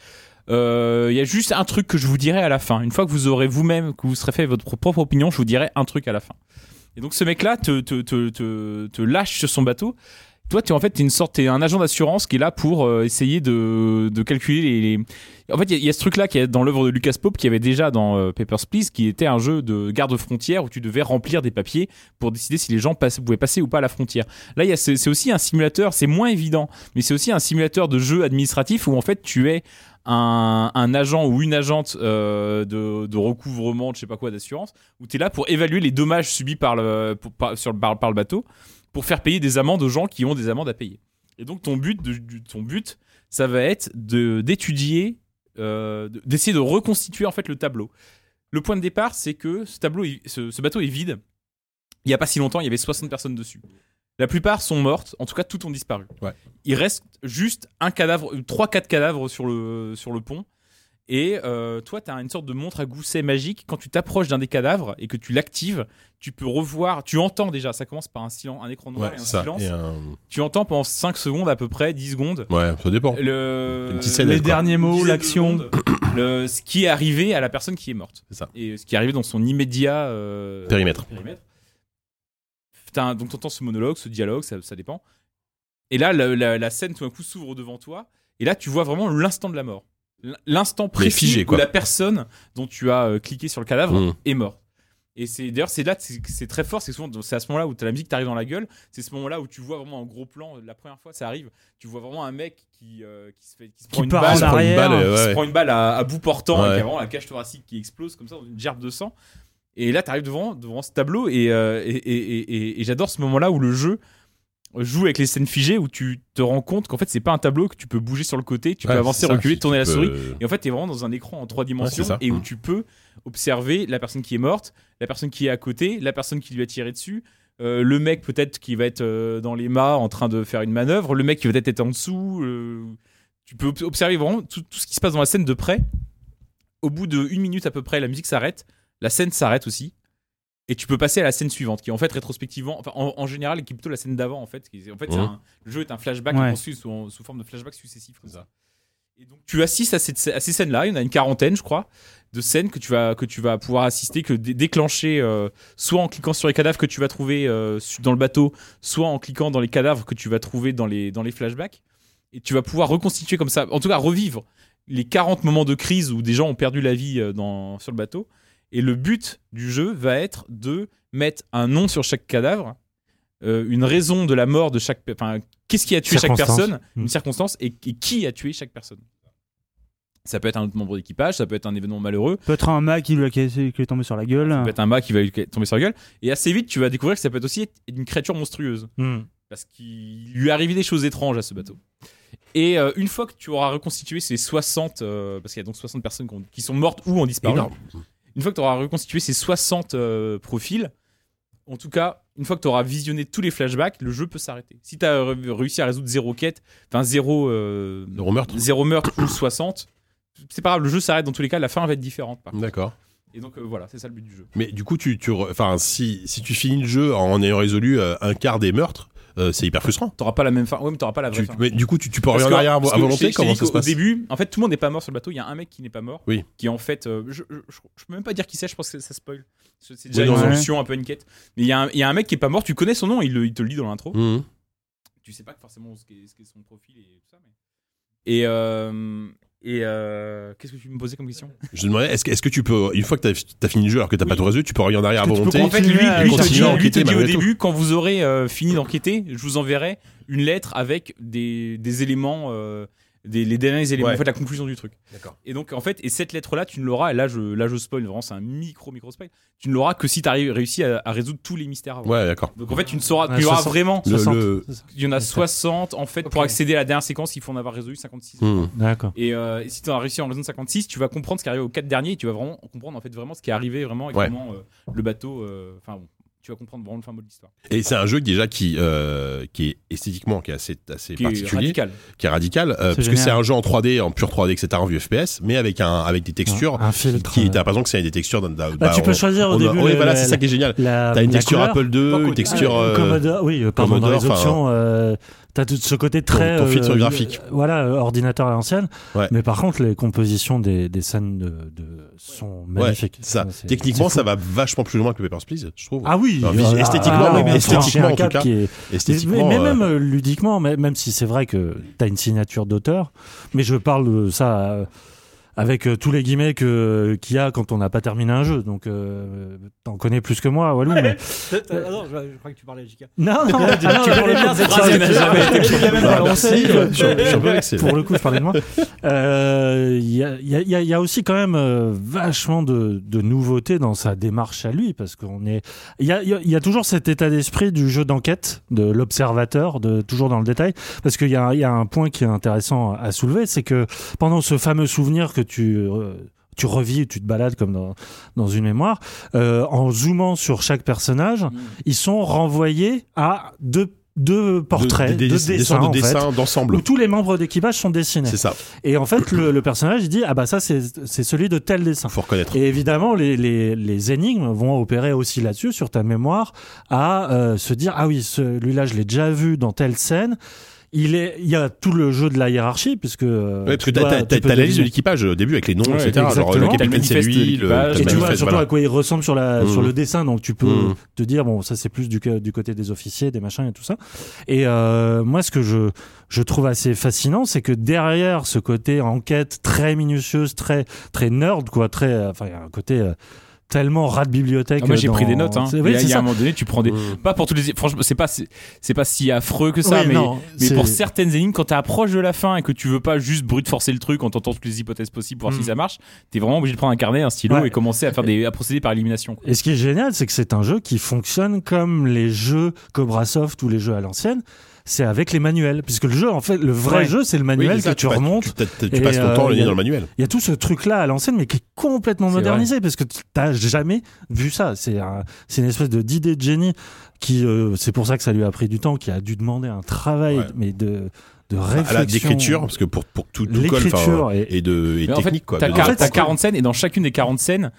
D: Euh, Il y a juste un truc que je vous dirai à la fin. Une fois que vous aurez vous-même, que vous serez fait votre propre opinion, je vous dirai un truc à la fin. Et donc ce mec-là te, te, te, te, te lâche sur son bateau. Toi, tu en fait, t'es une sorte, t'es un agent d'assurance qui est là pour euh, essayer de, de calculer les. les- En fait, il y a- il y, a ce truc-là qui est dans l'œuvre de Lucas Pope, qui avait déjà dans euh, Papers Please, qui était un jeu de garde frontière où tu devais remplir des papiers pour décider si les gens passaient- pouvaient passer ou pas à la frontière. Là, il y a ce- c'est aussi un simulateur, c'est moins évident, mais c'est aussi un simulateur de jeu administratif où en fait, tu es un, un agent ou une agente euh, de, de recouvrement, de je sais pas quoi, d'assurance où tu es là pour évaluer les dommages subis par le, pour- par, sur le, par, par le bateau pour faire payer des amendes aux gens qui ont des amendes à payer. Et donc ton but, de- du- ton but ça va être de- d'étudier, euh, de- d'essayer de reconstituer en fait le tableau. Le point de départ, c'est que ce, tableau est- ce, ce bateau est vide. Il n'y a pas si longtemps, il y avait 60 personnes dessus. La plupart sont mortes, en tout cas toutes ont disparu.
A: Ouais.
D: Il reste juste un cadavre, 3-4 cadavres sur le, sur le pont. Et euh, toi, tu as une sorte de montre à gousset magique. Quand tu t'approches d'un des cadavres et que tu l'actives, tu peux revoir, tu entends déjà, ça commence par un, silence, un écran
A: Ouais,
D: noir et un
A: ça.
D: silence.
A: et un-
D: Tu entends pendant 5 secondes à peu près, 10 secondes,
A: Ouais, ça dépend.
D: le...
A: Une petite scène,
C: les
A: quoi.
C: derniers
D: une
C: mots,
D: dizaine de
C: l'action.
D: secondes, le... ce qui est arrivé à la personne qui est morte.
A: C'est ça.
D: Et ce qui est arrivé dans son immédiat euh,
A: Périmètre.
D: périmètre. t'as un- donc t'entends ce monologue, ce dialogue, ça, ça dépend. Et là, la, la- la scène tout d'un coup s'ouvre devant toi, et là, tu vois vraiment l'instant de la mort, L- l'instant précis
A: figé,
D: où
A: quoi.
D: la personne dont tu as euh, cliqué sur le cadavre
A: Mm.
D: est morte. Et c'est d'ailleurs c'est là que c'est- que c'est très fort, c'est souvent c'est à ce moment-là où t'as la musique t'arrive dans la gueule, c'est ce moment-là où tu vois vraiment en gros plan la première fois ça arrive, tu vois vraiment un mec qui euh, qui se fait qui se prend une
C: part en
D: balle,
A: se prend une
C: arrière,
A: balle,
D: qui
A: euh,
D: se
A: ouais.
D: prend une balle à, à bout portant
A: Ouais.
D: et qui a vraiment la cage thoracique qui explose comme ça dans une gerbe de sang. Et là, t'arrives devant, devant ce tableau et, euh, et, et- et- et- et j'adore ce moment-là où le jeu joue avec les scènes figées où tu te rends compte qu'en fait c'est pas un tableau que tu peux bouger sur le côté, tu
A: Ouais,
D: peux avancer,
A: c'est ça,
D: reculer,
A: tu
D: tourner la
A: peux-
D: souris. Et en fait, t'es vraiment dans un écran en trois dimensions
A: Ouais, c'est ça.
D: et où
A: Mm.
D: tu peux observer la personne qui est morte, la personne qui est à côté, la personne qui lui a tiré dessus, euh, le mec peut-être qui va être euh, dans les mâts en train de faire une manœuvre, le mec qui va peut-être être en dessous. euh, tu peux ob- observer vraiment tout, tout ce qui se passe dans la scène de près. Au bout de une minute à peu près, la musique s'arrête, la scène s'arrête aussi. Et tu peux passer à la scène suivante, qui est en fait rétrospectivement, enfin, en, en général, qui est plutôt la scène d'avant en fait. qui- en fait, c'est
A: Mhm.
D: un- le jeu est un flashback
F: Ouais.
D: construit sous, sous forme de flashback successif comme ça. Et donc tu assistes à, cette- à ces scènes-là, il y en a une quarantaine, je crois, de scènes que tu vas que tu vas pouvoir assister, que dé- déclencher euh, soit en cliquant sur les cadavres que tu vas trouver euh, su- dans le bateau, soit en cliquant dans les cadavres que tu vas trouver dans les dans les flashbacks. Et tu vas pouvoir reconstituer comme ça, en tout cas revivre les 40 moments de crise où des gens ont perdu la vie euh, dans, sur le bateau. Et le but du jeu va être de mettre un nom sur chaque cadavre, euh, une raison de la mort de chaque, pe- enfin qu'est-ce qui a tué chaque
E: Circonstance.
D: personne,
E: Mm.
D: une circonstance et- et qui a tué chaque personne. Ça peut être un autre membre d'équipage, ça peut être un événement malheureux,
C: Peut-être un mât qui lui a cassé- qui lui est tombé sur la
E: Ah.
C: gueule.
D: ça peut être un mât qui va lui tomber sur la gueule. Et assez vite, tu vas découvrir que ça peut être aussi être une créature monstrueuse.
E: Mm.
D: Parce qu'il lui est arrivé des choses étranges à ce bateau. Et euh, une fois que tu auras reconstitué ces 60, euh, parce qu'il y a donc 60 personnes qui, ont- qui sont mortes ou en disparu,
A: Énorme.
D: une fois que tu auras reconstitué ces 60 euh, profils, en tout cas, une fois que tu auras visionné tous les flashbacks, le jeu peut s'arrêter. Si tu as réussi à résoudre zéro quête, enfin zéro, euh,
A: Le meurtre.
D: zéro meurtre ou 60, c'est pas grave, le jeu s'arrête dans tous les cas, la fin va être différente. par contre.
A: D'accord.
D: Et donc euh, voilà, c'est ça le but du jeu.
A: Mais du coup, tu, tu, re- enfin, si, si tu finis le jeu en ayant résolu euh, un quart des meurtres, euh, c'est hyper frustrant.
D: T'auras pas la même fin. Ouais, mais t'auras pas la vraie
A: Tu-
D: fin.
A: mais du coup, tu, tu peux
D: Ah, bah, Parce que-
A: revenir en arrière à,
D: parce
A: à
D: que je
A: volonté.
D: t'ai- je t'ai
A: Comment
D: dit
A: ça se
D: qu'au
A: passe
D: début, en fait, tout le monde n'est pas mort sur le bateau. Il y a un mec qui n'est pas mort.
A: Oui.
D: Qui en fait, euh, je, je, je- je peux même pas dire qui c'est. Je pense que ça spoil. C'est c'est déjà
A: Oui,
D: une
A: non, non.
D: solution, un peu une quête. Mais il y, a un- il y a un mec qui est pas mort. Tu connais son nom. Il, le- il te le lit dans l'intro.
A: Mhm.
D: Tu sais pas forcément ce qu'est ce qu'est son profil et tout ça. mais- Et euh, et euh, qu'est-ce que tu me posais comme question
A: Je demandais, est-ce que, est-ce que tu peux, une fois que t'as as fini le jeu alors que t'as pas tout résolu, tu peux revenir en arrière à
C: Est-ce que tu peux
A: volonté
D: En fait, lui,
C: Continuer à-
D: lui, te
A: continuer
D: dit,
A: à
D: lui te
A: enquêter
D: dit au
A: malgré tout.
D: début, quand vous aurez euh, fini d'enquêter, je vous enverrai une lettre avec des, des éléments, euh, des, les derniers éléments,
A: Ouais.
D: en fait, la conclusion du truc.
A: D'accord.
D: Et donc, en fait, et cette lettre-là, tu ne l'auras, et là je, là, je spoil, vraiment, c'est un micro, micro spoil, tu ne l'auras que si tu as réussi à, à résoudre tous les mystères avant.
A: Ouais, d'accord.
D: Donc, en fait, tu ne sauras,
E: Ouais,
D: tu auras
E: 60.
D: vraiment,
A: Le-
E: 60.
A: le-
D: il y en a 60, en fait, pour
E: Ok.
D: accéder à la dernière séquence, il faut en avoir résolu 56.
A: Mhm.
E: D'accord.
D: Et euh, si tu as réussi en raison de 56, tu vas comprendre ce qui arrive aux 4 derniers et tu vas vraiment comprendre en fait vraiment ce qui est arrivé vraiment et
A: Ouais.
D: comment euh, le bateau. euh, Enfin bon, tu vas comprendre vraiment le fin mot de l'histoire.
A: Et c'est un jeu déjà qui, euh, qui est esthétiquement qui est assez, assez
D: Qui est
A: particulier,
D: radical.
A: qui est radical, euh, parce que
C: génial.
A: c'est un jeu en 3D, en pur 3D, etc., en vue FPS, mais avec un, avec des textures.
E: Un filtre.
A: qui, t'as
E: euh,
A: l'impression que c'est des textures d'un, d'un-
E: Bah,
A: bah,
E: tu peux
A: on-
E: choisir
A: on
E: au
A: a-
E: début.
A: ouais,
E: le-
A: voilà,
E: la-
A: c'est ça qui est génial.
E: la-
A: T'as une
E: la
A: texture
E: couleur.
A: Apple II, une texture.
E: Euh,
A: euh,
E: Commodore, oui, euh, pardon, dans
A: Commodore,
E: les
A: enfin, hein.
E: options, euh, t'as tout ce côté très.
A: ton filtre graphique.
E: euh, Voilà, euh, ordinateur à l'ancienne.
A: Ouais.
E: Mais par contre, les compositions des, des scènes de, de- sont
A: Ouais,
E: magnifiques.
A: ça.
E: C'est-
A: Techniquement,
E: c'est
A: ça
E: fou.
A: va vachement plus loin que Papers, Please, je trouve.
E: Ah oui,
A: Enfin, vis-
E: euh,
A: esthétiquement,
E: ah,
A: mais
E: oui, mais
A: esthétiquement,
E: franchir un
A: en tout
E: cap
A: cas.
E: qui est- Mais,
A: Esthétiquement.
E: mais
A: euh,
E: même euh, ludiquement, mais- même si c'est vrai que t'as une signature d'auteur, mais je parle de ça euh, avec euh, tous les guillemets que euh, qu'il y a quand on n'a pas terminé un jeu, donc euh, t'en connais plus que moi, Walou. mais-
F: euh, non, je, crois que tu parlais à JK.
E: Non, non, non, non, mais-
F: cette
D: phrase, elle n'a jamais été
F: la même
A: bah,
E: on
A: merci,
E: sait,
A: euh,
E: euh,
A: je suis un- je suis un peu vexé.
E: pour le coup, je parlais de moi. Euh, Il y, a, il y a- il y a- il y a aussi quand même euh, vachement de, de nouveautés dans sa démarche à lui, parce qu'on est. Il y a, il y a- il y a toujours cet état d'esprit du jeu d'enquête, de l'observateur, de toujours dans le détail, parce qu'il y, a- il y a un point qui est intéressant à soulever, c'est que pendant ce fameux souvenir que tu euh, tu revis, ou tu te balades comme dans, dans une mémoire, euh, en zoomant sur chaque personnage,
A: Mm.
E: ils sont renvoyés à deux deux portraits,
A: des- des-
E: deux
A: des sortes
E: dessins,
A: de
E: en fait,
A: dessins
E: où
A: d'ensemble.
E: tous les membres d'équipage sont dessinés.
A: C'est ça,
E: Et en fait, le, le personnage il dit ah bah ça c'est c'est celui de tel dessin.
A: faut reconnaître.
E: Et évidemment, les, les, les énigmes vont opérer aussi là-dessus, sur ta mémoire, à euh, se dire, ah oui, celui-là, je l'ai déjà vu dans telle scène. il est, il y a tout le jeu de la hiérarchie puisque euh,
A: Ouais, parce que
E: tu
A: t'as
E: dois-
A: t'as-
E: tu
A: t'as-
E: peux
A: t'as la liste de
E: deviner.
A: l'équipage euh, au début avec les noms,
D: Ouais,
A: etc. Alors, le
D: exactement.
A: capitaine, c'est
D: Manifeste
A: lui, le
D: l'équipage.
A: capitaine
E: et tu vois
A: manifeste,
E: surtout
A: voilà.
E: à quoi il ressemble sur, la,
A: Mmh.
E: sur le dessin, donc tu peux
A: Mmh.
E: te dire, bon, ça c'est plus du, ca- du côté des officiers, des machins et tout ça. Et euh, moi, ce que je, je trouve assez fascinant, c'est que derrière ce côté enquête très minutieuse, très, très nerd, quoi, très. euh, Enfin, il y a un côté. euh, tellement rat de bibliothèque.
D: Ah, moi j'ai
E: euh,
D: pris
E: dans-
D: des notes. Hein.
E: C'est-
D: Il
E: oui,
D: y a-
E: c'est
D: il y a
E: ça.
D: un moment donné, tu prends des.
A: Mmh.
D: Pas pour tous les. Franchement, c'est pas c'est c'est pas si affreux que ça,
E: Oui,
D: mais
E: non,
D: mais
E: c'est-
D: pour certaines énigmes, quand t'approches de la fin et que tu veux pas juste brute forcer le truc en tentant toutes les hypothèses possibles pour voir
C: Mm.
D: si ça marche, t'es vraiment obligé de prendre un carnet, un stylo
E: Ouais.
D: et commencer à faire des à procéder par élimination. quoi.
E: Et ce qui est génial, c'est que c'est un jeu qui fonctionne comme les jeux Cobra Soft ou les jeux à l'ancienne. C'est avec les manuels, puisque le jeu, en fait, le vrai
C: Ouais.
E: jeu, c'est le
A: Oui,
E: manuel
A: c'est ça,
E: que tu
A: passes-
E: remontes.
A: Tu, t'as- tu
E: et,
A: passes ton
E: euh,
A: temps à le
E: il y
A: lire
E: a-
A: dans le manuel.
E: Il y a tout ce truc-là à l'ancienne, mais qui est complètement
D: C'est
E: modernisé, parce que tu t'as jamais vu ça. C'est un- c'est une espèce de d'idée de génie qui, euh, c'est pour ça que ça lui a pris du temps, qui a dû demander un travail,
A: Ouais. Bah,
E: mais de, de
A: À la
E: réflexion.
A: d'écriture, parce que pour, pour tout, tout colle, enfin,
E: L'écriture
A: euh,
E: et-
A: et de et
D: Mais en fait,
A: technique, quoi.
D: t'as
A: de-
D: quar-
E: En fait,
D: t'as
E: c'est-
D: 40 scènes et dans chacune des 40 scènes,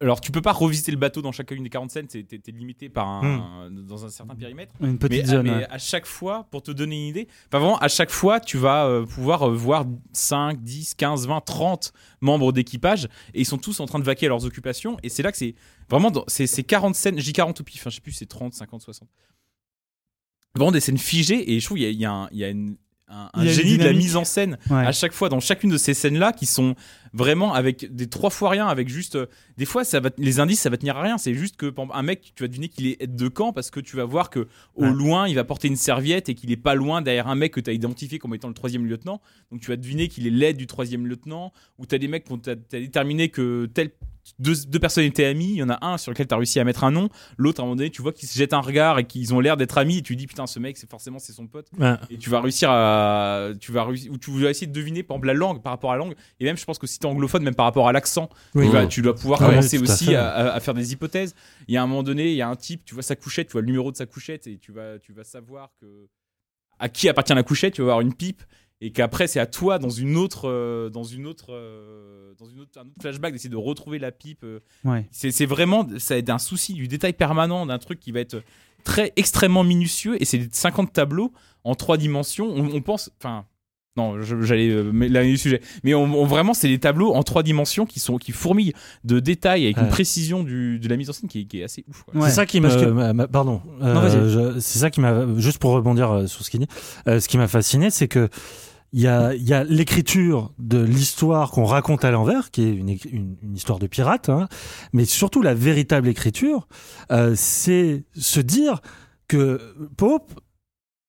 D: alors tu peux pas revisiter le bateau dans chacune des 40 scènes, t'es t'es- t'es limité par un, dans un certain périmètre.
F: Une
D: mais,
F: petite zone.
D: mais
F: ouais.
D: à chaque fois, pour te donner une idée, enfin vraiment, à chaque fois, tu vas euh, pouvoir euh, voir 5, 10, 15, 20, 30 membres d'équipage et ils sont tous en train de vaquer à leurs occupations. Et c'est là que c'est vraiment, dans- c'est c'est 40 scènes, j'ai 40 au pif, hein, je sais plus, c'est 30, 50, 60. Vraiment des scènes figées et je trouve qu'il y a, il y a un, il y a une- un- un
C: Il y a une
D: génie de la
C: dynamique.
D: mise en scène
F: Ouais.
D: à chaque fois dans chacune de ces scènes là qui sont vraiment avec des trois fois rien avec juste euh, des fois ça va t- les indices ça va tenir à rien c'est juste que par exemple, un mec tu vas deviner qu'il est aide de camp parce que tu vas voir que au
E: Ouais.
D: loin il va porter une serviette et qu'il est pas loin derrière un mec que tu as identifié comme étant le troisième lieutenant donc tu vas deviner qu'il est l'aide du troisième lieutenant ou tu as des mecs dont tu as, déterminé que tel deux, deux personnes étaient amies, il y en a un sur lequel tu as réussi à mettre un nom, l'autre à un moment donné tu vois qu'ils se jettent un regard et qu'ils ont l'air d'être amis et tu dis putain ce mec c'est forcément c'est son pote
E: Ouais.
D: et tu vas réussir à tu vas réussir ou tu vas essayer de deviner par exemple la langue par rapport à la langue et même je pense que si t'es anglophone même par rapport à l'accent
E: Oui. Ah
D: tu, vas- tu dois pouvoir
E: Ouais,
D: commencer
E: tout à
D: aussi
E: fait.
D: à, à- à faire des hypothèses il y a un moment donné il y a un type tu vois sa couchette tu vois le numéro de sa couchette et tu vas tu vas savoir que à qui appartient la couchette tu vas avoir une pipe et qu'après c'est à toi dans une autre euh, dans une autre euh, dans une autre un autre flashback d'essayer de retrouver la pipe euh,
F: Ouais.
D: c'est c'est vraiment ça d'un souci du détail permanent, d'un truc qui va être très extrêmement minutieux. Et c'est 50 tableaux en trois dimensions. On, on pense, enfin, non, je- j'allais euh, mais là du sujet, mais on, on- vraiment c'est des tableaux en trois dimensions qui sont qui fourmillent de détails avec
E: Ouais.
D: une précision du, de la mise en scène qui, est- qui est assez ouf. quoi.
F: Ouais,
E: C'est ça qui me,
F: parce que-
E: m'a- m'a- pardon. euh,
F: Non, vas-y.
E: je- c'est ça qui m'a, juste pour rebondir euh, sur ce qu'il dit, euh, ce qui m'a fasciné, c'est que il y a, il y a l'écriture de l'histoire qu'on raconte à l'envers, qui est une, écri- une, une histoire de pirate, hein, mais surtout la véritable écriture, euh, c'est se dire que Pope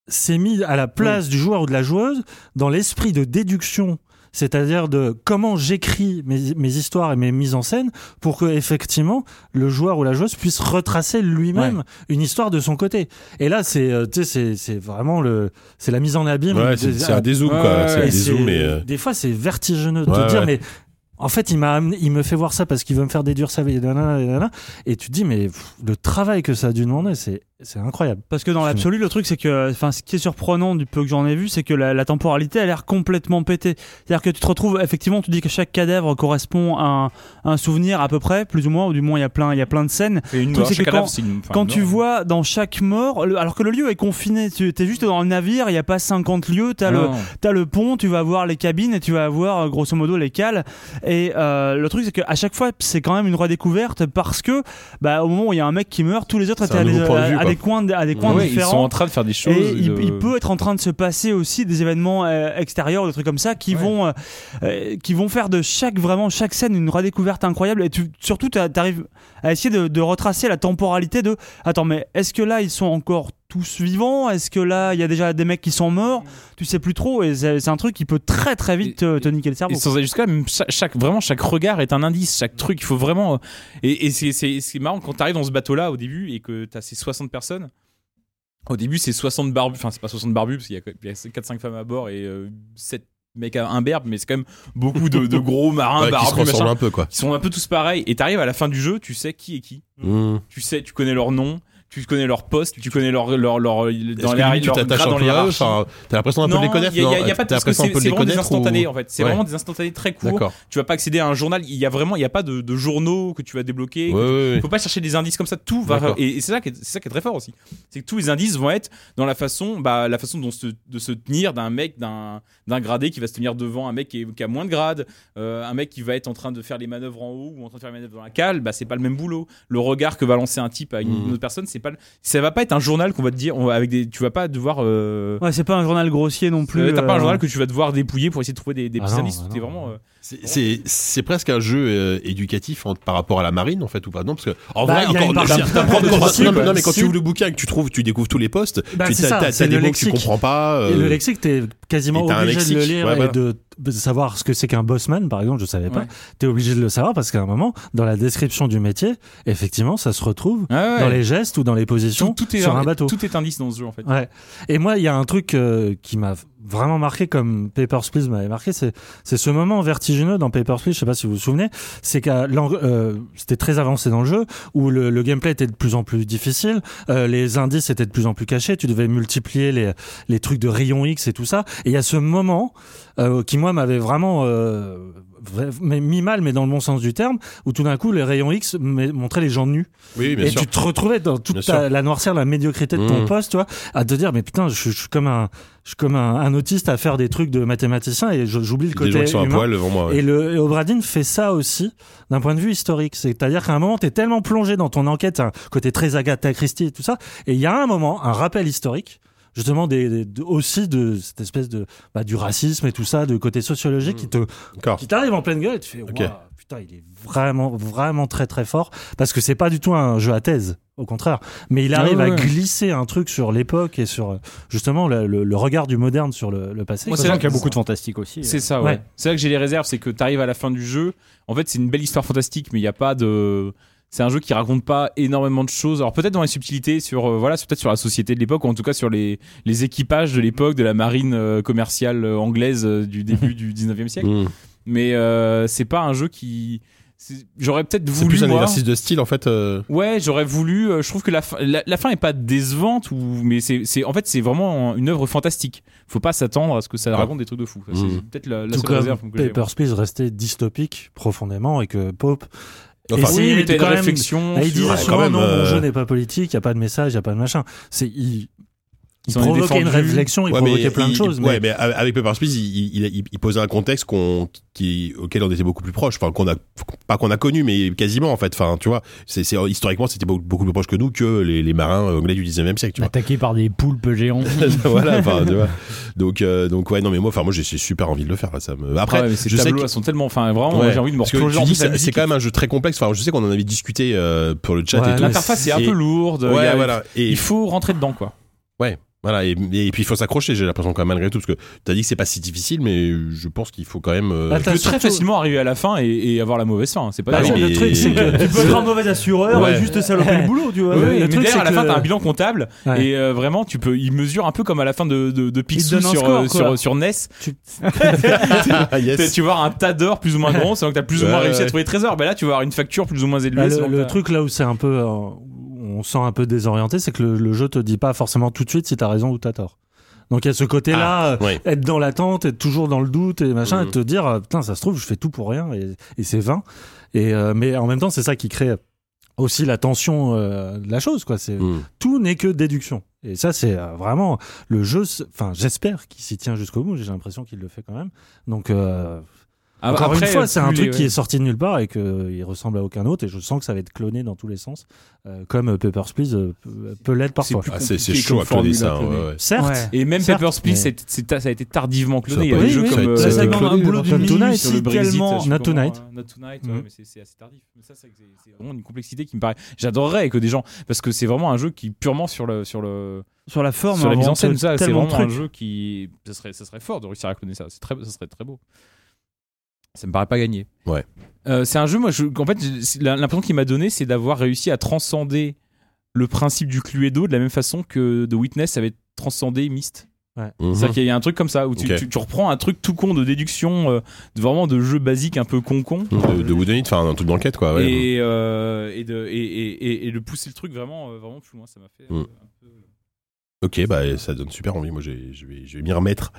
E: s'est mis à la place du joueur ou de la joueuse dans l'esprit de déduction, c'est-à-dire de comment j'écris mes, mes histoires et mes mises en scène pour que effectivement le joueur ou la joueuse puisse retracer lui-même une histoire de son côté. Et là, c'est euh, tu sais, c'est c'est vraiment le c'est la mise en abîme.
A: Ouais, c'est
E: des-
A: c'est un dézoom, quoi.
D: Ouais,
A: C'est un
E: et
A: dézoom,
E: c'est-
A: mais. euh,
E: des fois c'est vertigineux de
A: Ouais,
E: te dire
A: ouais.
E: mais en fait il m'a amené- il me fait voir ça parce qu'il veut me faire déduire ça et nanana, et nanana. et tu te dis mais pff, le travail que ça a dû demander c'est c'est incroyable.
C: Parce que dans l'absolu, le truc, c'est que, enfin, ce qui est surprenant du peu que j'en ai vu, c'est que la, la temporalité a l'air complètement pétée. C'est-à-dire que tu te retrouves, effectivement, tu dis que chaque cadavre correspond à un, un souvenir à peu près, plus ou moins, ou du moins, il y a plein, il y a plein de scènes.
D: Et une
C: Le truc,
D: mort,
C: c'est
D: chaque
C: que
D: cadavre, c'est une- enfin,
C: Quand
D: une
C: tu
D: mort.
C: vois dans chaque mort, le- alors que le lieu est confiné, tu es juste dans le navire, il n'y a pas 50 lieux, t'as le,
D: Non.
C: t'as le pont, tu vas voir les cabines et tu vas voir euh, grosso modo les cales. Et euh, le truc c'est qu'à chaque fois c'est quand même une redécouverte parce que bah, au moment où il y a un mec qui meurt, tous les autres
A: C'est
C: étaient
A: un
C: à, des-
A: nouveau point de
C: à-
A: vue,
C: à
A: quoi.
C: des coins, à des coins
D: Ouais, ils sont
C: différents.
D: en train de faire des choses. euh,
C: Et il,
D: de-
C: il peut être en train de se passer aussi des événements euh, extérieurs, des trucs comme ça, qui
D: Ouais.
C: vont euh, euh, qui vont faire de chaque vraiment chaque scène une redécouverte incroyable. Et tu, surtout, t'a- t'arrives à essayer de, de retracer la temporalité de. Attends, mais est-ce que là ils sont encore tous vivants Est-ce que là il y a déjà des mecs qui sont morts
D: Mm.
C: Tu sais plus trop. Et c'est c'est un truc qui peut très très vite euh, te, te niquer le cerveau.
D: Et sans aller jusqu'à là, même cha- chaque, vraiment, chaque regard est un indice, chaque truc, il faut vraiment. euh, Et, et c'est- c'est c'est marrant quand t'arrives dans ce bateau-là au début et que t'as ces 60 personnes. Au début, c'est 60 barbus, enfin, c'est pas 60 barbus parce qu'il y a, quand même- il y a 4-5 femmes à bord et 7 mecs à un berbe, mais c'est quand même beaucoup de, de gros marins
A: ouais, qui se
D: barbus,
A: ressemblent
D: machin,
A: un peu, quoi.
D: qui sont un peu tous pareils. Et t'arrives à la fin du jeu, tu sais qui est qui,
A: Mmh.
D: tu sais, tu connais leur nom. tu connais leur poste, tu connais leur, leur, leur,
A: Est-ce
D: dans
A: que
D: les
A: lui, tu
D: leur
A: t'attaches
D: grade dans
A: un peu à eux
D: l'hierarchie.
A: Enfin, t'as l'impression d'un peu de les connaître
D: il y a, y a
A: non
D: pas de
A: T'as
D: parce que
A: l'impression un
D: c'est
A: peu de
D: c'est
A: les
D: vraiment des
A: connaître ou-
D: instantanés en fait. C'est
A: Ouais.
D: vraiment des instantanés très courts.
A: D'accord.
D: Tu vas pas accéder à un journal. Il y a vraiment, il y a pas de, de journaux que tu vas débloquer.
A: Ouais,
D: que
A: ouais,
D: il
A: ouais.
D: faut pas chercher des indices comme ça, tout va
A: D'accord.
D: et, et c'est ça qui est, c'est ça qui est très fort aussi. C'est que tous les indices vont être dans la façon bah la façon dont se, de se tenir d'un mec d'un d'un gradé qui va se tenir devant un mec qui, est- qui a moins de grade, euh, un mec qui va être en train de faire les manœuvres en haut ou en train de faire les manœuvres dans la cale, bah c'est pas le même boulot. Le regard que va lancer un type à une,
E: Hmm.
A: Mhm.
D: autre personne, c'est pas le- ça va pas être un journal qu'on va te dire on va- avec des tu vas pas devoir euh,
C: Ouais, c'est pas un journal grossier non plus.
D: euh, t'as pas un
C: euh,
D: journal que tu vas devoir dépouiller pour essayer de trouver des, des
E: Ah
D: petits
E: non,
D: indices.
E: ah
D: T'es
E: non.
D: vraiment euh,
A: C'est- C'est c'est presque un jeu euh, éducatif en- par rapport à la marine en fait ou pas non parce que en
E: Bah,
A: vrai
E: il y a
A: encore
E: une partie-
A: t'apprends- t'apprends-
E: de principe,
A: non, mais- non, mais quand
E: si.
A: tu ouvres le bouquin et que tu trouves tu découvres tous les postes
E: Bah,
A: tu-
E: c'est
A: t'as
E: ça,
A: t'as-
E: c'est
A: t'as des
E: le
A: mots que tu
E: lexique.
A: comprends pas
E: Et le
A: euh,
E: lexique, t'es quasiment
A: et t'as un
E: obligé de le
A: lexique,
E: lire
A: ouais,
E: et
A: voilà.
E: de de savoir ce que c'est qu'un bossman, par exemple, je savais pas.
D: Ouais.
E: T'es obligé de le savoir parce qu'à un moment, dans la description du métier, effectivement, ça se retrouve
D: Ah ouais.
E: dans les gestes ou dans les positions
D: tout, tout est
E: sur un bateau.
D: Tout est indice dans ce jeu en fait.
E: Ouais. Et moi, il y a un truc euh, qui m'a vraiment marqué, comme Papers, Please m'avait marqué, c'est c'est ce moment vertigineux dans Papers, Please. Je sais pas si vous vous souvenez, c'est qu'à l'ang- euh, c'était très avancé dans le jeu où le, le gameplay était de plus en plus difficile, euh, les indices étaient de plus en plus cachés, tu devais multiplier les les trucs de rayon X et tout ça. Et il y a ce moment euh, qui moi m'avait vraiment euh, vra- mais mis mal, mais dans le bon sens du terme, où tout d'un coup les rayons X m- montraient les gens nus
A: oui bien
E: et
A: sûr
E: tu te retrouvais dans toute
A: Bien
E: ta- la noirceur, la médiocrité de ton
A: Mhm.
E: poste, tu vois, à te dire mais putain, je, suis- je suis comme un, je suis comme un, un autiste à faire des trucs de mathématicien et je- j'oublie le
A: des gens
E: côté
A: qui sont à
E: humain.
A: poil devant moi ouais.
E: Et le et Obradin fait ça aussi d'un point de vue historique, c'est-à-dire qu'à un moment t'es tellement plongé dans ton enquête, un côté très Agatha Christie et tout ça, et il y a un moment, un rappel historique. Justement, des, des- de- aussi de cette espèce de bah, du racisme et tout ça, de côté sociologique qui te
A: Mmh. D'accord.
E: qui t'arrive en pleine gueule et tu fais Waouh, putain il est vraiment vraiment très très fort parce que c'est pas du tout un jeu à thèse au contraire mais il arrive
D: Ah ouais.
E: à glisser un truc sur l'époque et sur euh, justement le, le- le regard du moderne sur le, le passé
D: Moi,
E: quoi.
D: c'est là
F: qu'il y a beaucoup de fantastique aussi.
D: C'est ça, ouais.
E: Ouais.
D: C'est là que j'ai les réserves, c'est que t'arrives à la fin du jeu. En fait, c'est une belle histoire fantastique, mais il n'y a pas de. C'est un jeu qui raconte pas énormément de choses. Alors peut-être dans les subtilités sur euh, voilà, sur- peut-être sur la société de l'époque ou en tout cas sur les les équipages de l'époque de la marine euh, commerciale euh, anglaise euh, du début du 19e siècle.
A: Mm.
D: Mais euh, c'est pas un jeu qui c'est- j'aurais peut-être
A: c'est
D: voulu
A: plus un
D: moi-
A: exercice de style en fait euh,
D: Ouais, j'aurais voulu. euh, je trouve que la fin, la, la fin est pas décevante, ou mais c'est, c'est- en fait c'est vraiment une œuvre fantastique. Faut pas s'attendre à ce que ça
A: Ouais.
D: raconte des trucs de fou. Ça, C'est
A: Mhm.
D: peut-être la, la
E: tout
D: seule
E: comme
D: réserve que j'ai.
E: Papers, Please restait dystopique profondément et que Pope
A: Enfin,
D: Oui,
E: essayait
D: mais t'as
E: de
D: une
E: quand même-
D: réflexion.
E: Ah, il
D: sur-
E: disait
A: Ouais,
E: souvent,
A: quand même,
E: non mon
A: euh,
E: jeu n'est pas politique il y a pas de message il y a pas de machin c'est il, il
D: S'en est
E: provoquait une
D: défendu.
E: réflexion il
A: ouais, mais
E: provoquait plein de
A: il-
E: choses
A: il-
E: mais
A: ouais mais avec avec Pepper Please il, il, il- il posait un contexte qu'on qui auquel on était beaucoup plus proche enfin qu'on a pas qu'on a connu mais quasiment en fait enfin tu vois c'est c'est- historiquement c'était beaucoup, beaucoup plus proche que nous que les, les marins anglais du 19e siècle tu vois
F: Attaqué par des poulpes géants.
A: voilà, enfin, tu vois. Donc, euh, donc ouais, non, mais moi, enfin, moi, j'ai j'ai super envie de le faire. Là, ça me. Après,
D: Ah ouais, mais ces
A: je sais
D: tableaux
A: que.
D: là sont tellement. Enfin, vraiment,
A: Ouais,
D: j'ai envie de me
A: parce que
D: replonger
A: tu
D: en
A: dis,
D: plus la
A: ça- c'est
D: musique.
A: quand même un jeu très complexe. Enfin, je sais qu'on en avait discuté euh, pour le chat
E: Ouais,
A: et tout.
E: la-
D: L'interface est un
A: Et-
D: peu lourde. il y
A: Ouais,
D: a-
A: voilà. Et
D: Il faut rentrer dedans, quoi.
A: voilà. Et, et puis, il faut s'accrocher. J'ai l'impression quand même malgré tout, parce que t'as dit que c'est pas si difficile, mais je pense qu'il faut quand même. euh,
E: Bah,
D: Tu
E: T'as
D: peux très
E: surtout-
D: facilement arriver à la fin et, et avoir la mauvaise fin. hein, C'est pas.
A: Bah
D: grave.
A: oui,
E: le
A: mais-
E: truc, c'est que-
C: Tu peux être un mauvais assureur
A: Ouais.
C: et juste saloper le boulot, tu vois.
D: Oui,
E: le
D: oui, mais
E: truc,
D: derrière,
E: c'est
D: à la
E: que
D: fin,
E: le-
D: t'as un bilan comptable
E: Ouais.
D: et euh, vraiment, tu peux. Il mesure un peu comme à la fin de, de, de Picsou
C: donne un
D: sur,
C: score,
D: euh, sur,
C: quoi.
D: sur NES.
E: Tu-
A: Ah, yes.
D: Tu vas avoir un tas d'heures plus ou moins gros, c'est que t'as plus ou moins
A: Ouais,
D: réussi à
A: ouais.
D: trouver des trésors. Ben là, tu vas avoir une facture plus ou moins élevée.
E: Bah,
D: selon
E: le, le
D: ta-
E: truc là où c'est un peu, euh, où on sent un peu désorienté, c'est que le, le jeu te dit pas forcément tout de suite si t'as raison ou t'as tort. Donc il y a ce côté-là, euh,
A: ouais.
E: être dans l'attente, être toujours dans le doute et machin,
A: Ah, Mhm.
E: et te dire euh, putain ça se trouve je fais tout pour rien et, et c'est vain. Et euh, mais en même temps c'est ça qui crée aussi la tension euh, de la chose quoi. C'est
A: Mm.
E: tout n'est que déduction. Et ça, c'est euh, vraiment le jeu. c'est- Enfin, j'espère qu'il s'y tient jusqu'au bout. J'ai l'impression qu'il le fait quand même. Donc, euh,
D: Ah,
E: encore
D: après,
E: une fois, c'est un
D: plus
E: truc
D: les-
E: qui est sorti de nulle part et qu'il ressemble à aucun autre. Et je sens que ça va être cloné dans tous les sens, euh, comme euh, Papers, Please euh, peut- peut l'être
D: C'est
E: parfois.
D: plus
A: Ah, c'est c'est
D: compliqué
A: chaud à
D: comme
A: coder
D: formule
A: ça. hein,
D: à
A: ouais,
D: coder.
A: ouais.
E: Certes,
C: Ouais.
D: Et même
E: Certes,
D: Papers, Please,
E: mais-
D: c'est- c'est- ça a été tardivement cloné.
A: Ça
D: Il y a des
E: oui,
D: jeux
E: oui,
D: comme.
A: ça a
D: euh,
A: été
C: tellement un boulot de
E: Not Tonight,
C: minuit sur le
E: c'est
D: Brexit,
E: tellement-
D: je sais
E: Not
D: plus comment,
E: Tonight.
D: euh, Not Tonight,
E: Mhm.
A: Mm.
D: ouais, mais c'est- c'est assez tardif. Mais ça, c'est c'est- c'est vraiment une complexité qui me paraît. J'adorerais que des gens, parce que c'est vraiment un jeu qui purement sur le sur le
C: Sur la forme,
D: sur la mise en
C: invente
D: scène, ça, c'est
C: tellement
D: vraiment
C: de
D: un
C: trucs.
D: jeu qui, ça serait ça serait fort de réussir à cloner ça. C'est très, ça serait très beau. Ça me paraît pas gagné.
A: Ouais.
D: Euh, c'est un jeu, moi, je, en fait, j'ai- c'est- la- l'impression qu'il m'a donné, c'est d'avoir réussi à transcender le principe du Cluedo de la même façon que The Witness avait transcendé Myst.
A: Mhm.
D: C'est-à-dire qu'il y a un truc comme ça où tu,
A: Ok.
D: tu- tu reprends un truc tout con de déduction, euh, de- vraiment de jeu basique un peu con-con.
A: Mmh. De, de Wooden It, enfin un truc d'enquête quoi. Ah ouais. hein.
D: et, euh, et, de, et, et, et- et de pousser le truc vraiment, euh, vraiment plus loin, ça m'a fait. euh,
A: Mm.
D: un peu-
A: Ok, bah ça donne super envie. Moi, j'ai- je vais, je vais m'y remettre.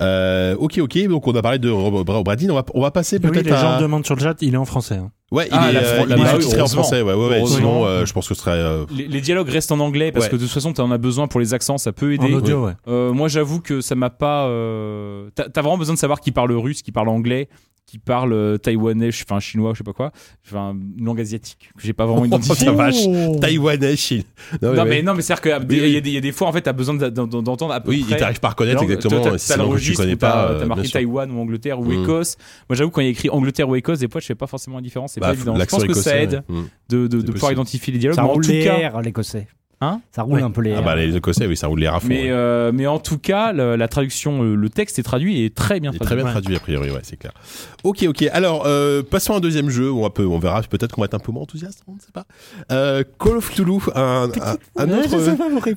A: Euh, ok, ok. Donc on a parlé de Rob Rob Bradin. On va, on va passer
E: Oui,
A: peut-être
E: les gens
A: à.
E: demandent sur le chat, il est en français. hein.
A: Ouais, il
D: Ah,
A: est,
D: la
A: euh,
D: Fran-
A: il
D: la
A: est
D: Bahut,
A: sous-titré en
D: heureusement.
A: français. Ouais, ouais, ouais.
D: Heureusement.
A: Sinon, euh, je pense que ce serait. euh,
D: Les, les dialogues restent en anglais parce
A: Ouais.
D: que de toute façon, t'en as besoin pour les accents, ça peut
E: En
D: aider.
E: audio, ouais.
D: Euh, moi, j'avoue que ça m'a pas. euh, T'as t'as vraiment besoin de savoir qui parle russe, qui parle anglais, qui parle euh, taïwanais, ch- enfin chinois, je sais pas quoi, enfin une langue asiatique que j'ai pas vraiment
A: Oh
D: identifiée.
A: la vache. Taïwanais, Chine. Non,
D: non,
A: ouais.
D: mais, non, mais c'est-à-dire qu'il
A: Oui, oui.
D: y, a des- il y a des fois, en fait, t'as besoin d'a- d'en- d'en- d'entendre à peu
A: Oui,
D: près.
A: il t'arrive pas à reconnaître
D: Alors,
A: exactement
D: t'as- t'as
A: euh, si c'est
D: le
A: un nom que tu
D: registre
A: connais
D: où t'as-
A: pas. euh,
D: T'as marqué
A: bien sûr.
D: Taïwan ou Angleterre ou
A: Mm.
D: Écosse. Moi, j'avoue, quand il y a écrit Angleterre ou Écosse, des fois, je fais pas forcément la différence. C'est
A: Bah,
D: pas évident. Je
A: l'accent
D: pense que ça
A: écossais,
D: aide
A: ouais. Mm.
D: de, de, de
A: possible.
D: pouvoir identifier les dialogues.
F: Ça
D: mais en
F: roule
D: tout
F: les
D: cas,
F: airs, l'écossais.
D: Hein
F: Ça roule
D: Ouais.
F: un peu les
A: Ah
F: airs.
A: bah les Écossais, oui, ça roule les rafons.
D: mais,
A: ouais.
D: euh, mais en tout cas, le- la traduction, euh, le, le texte est traduit et est très bien
A: Il est
D: traduit.
A: très bien traduit a priori, ouais, c'est clair. Ok, ok. Alors euh, passons à un deuxième jeu. On va peu, on verra. Peut-être qu'on va être un peu moins enthousiaste, on ne sait pas. Euh, Call of Cthulhu, un, un, un autre.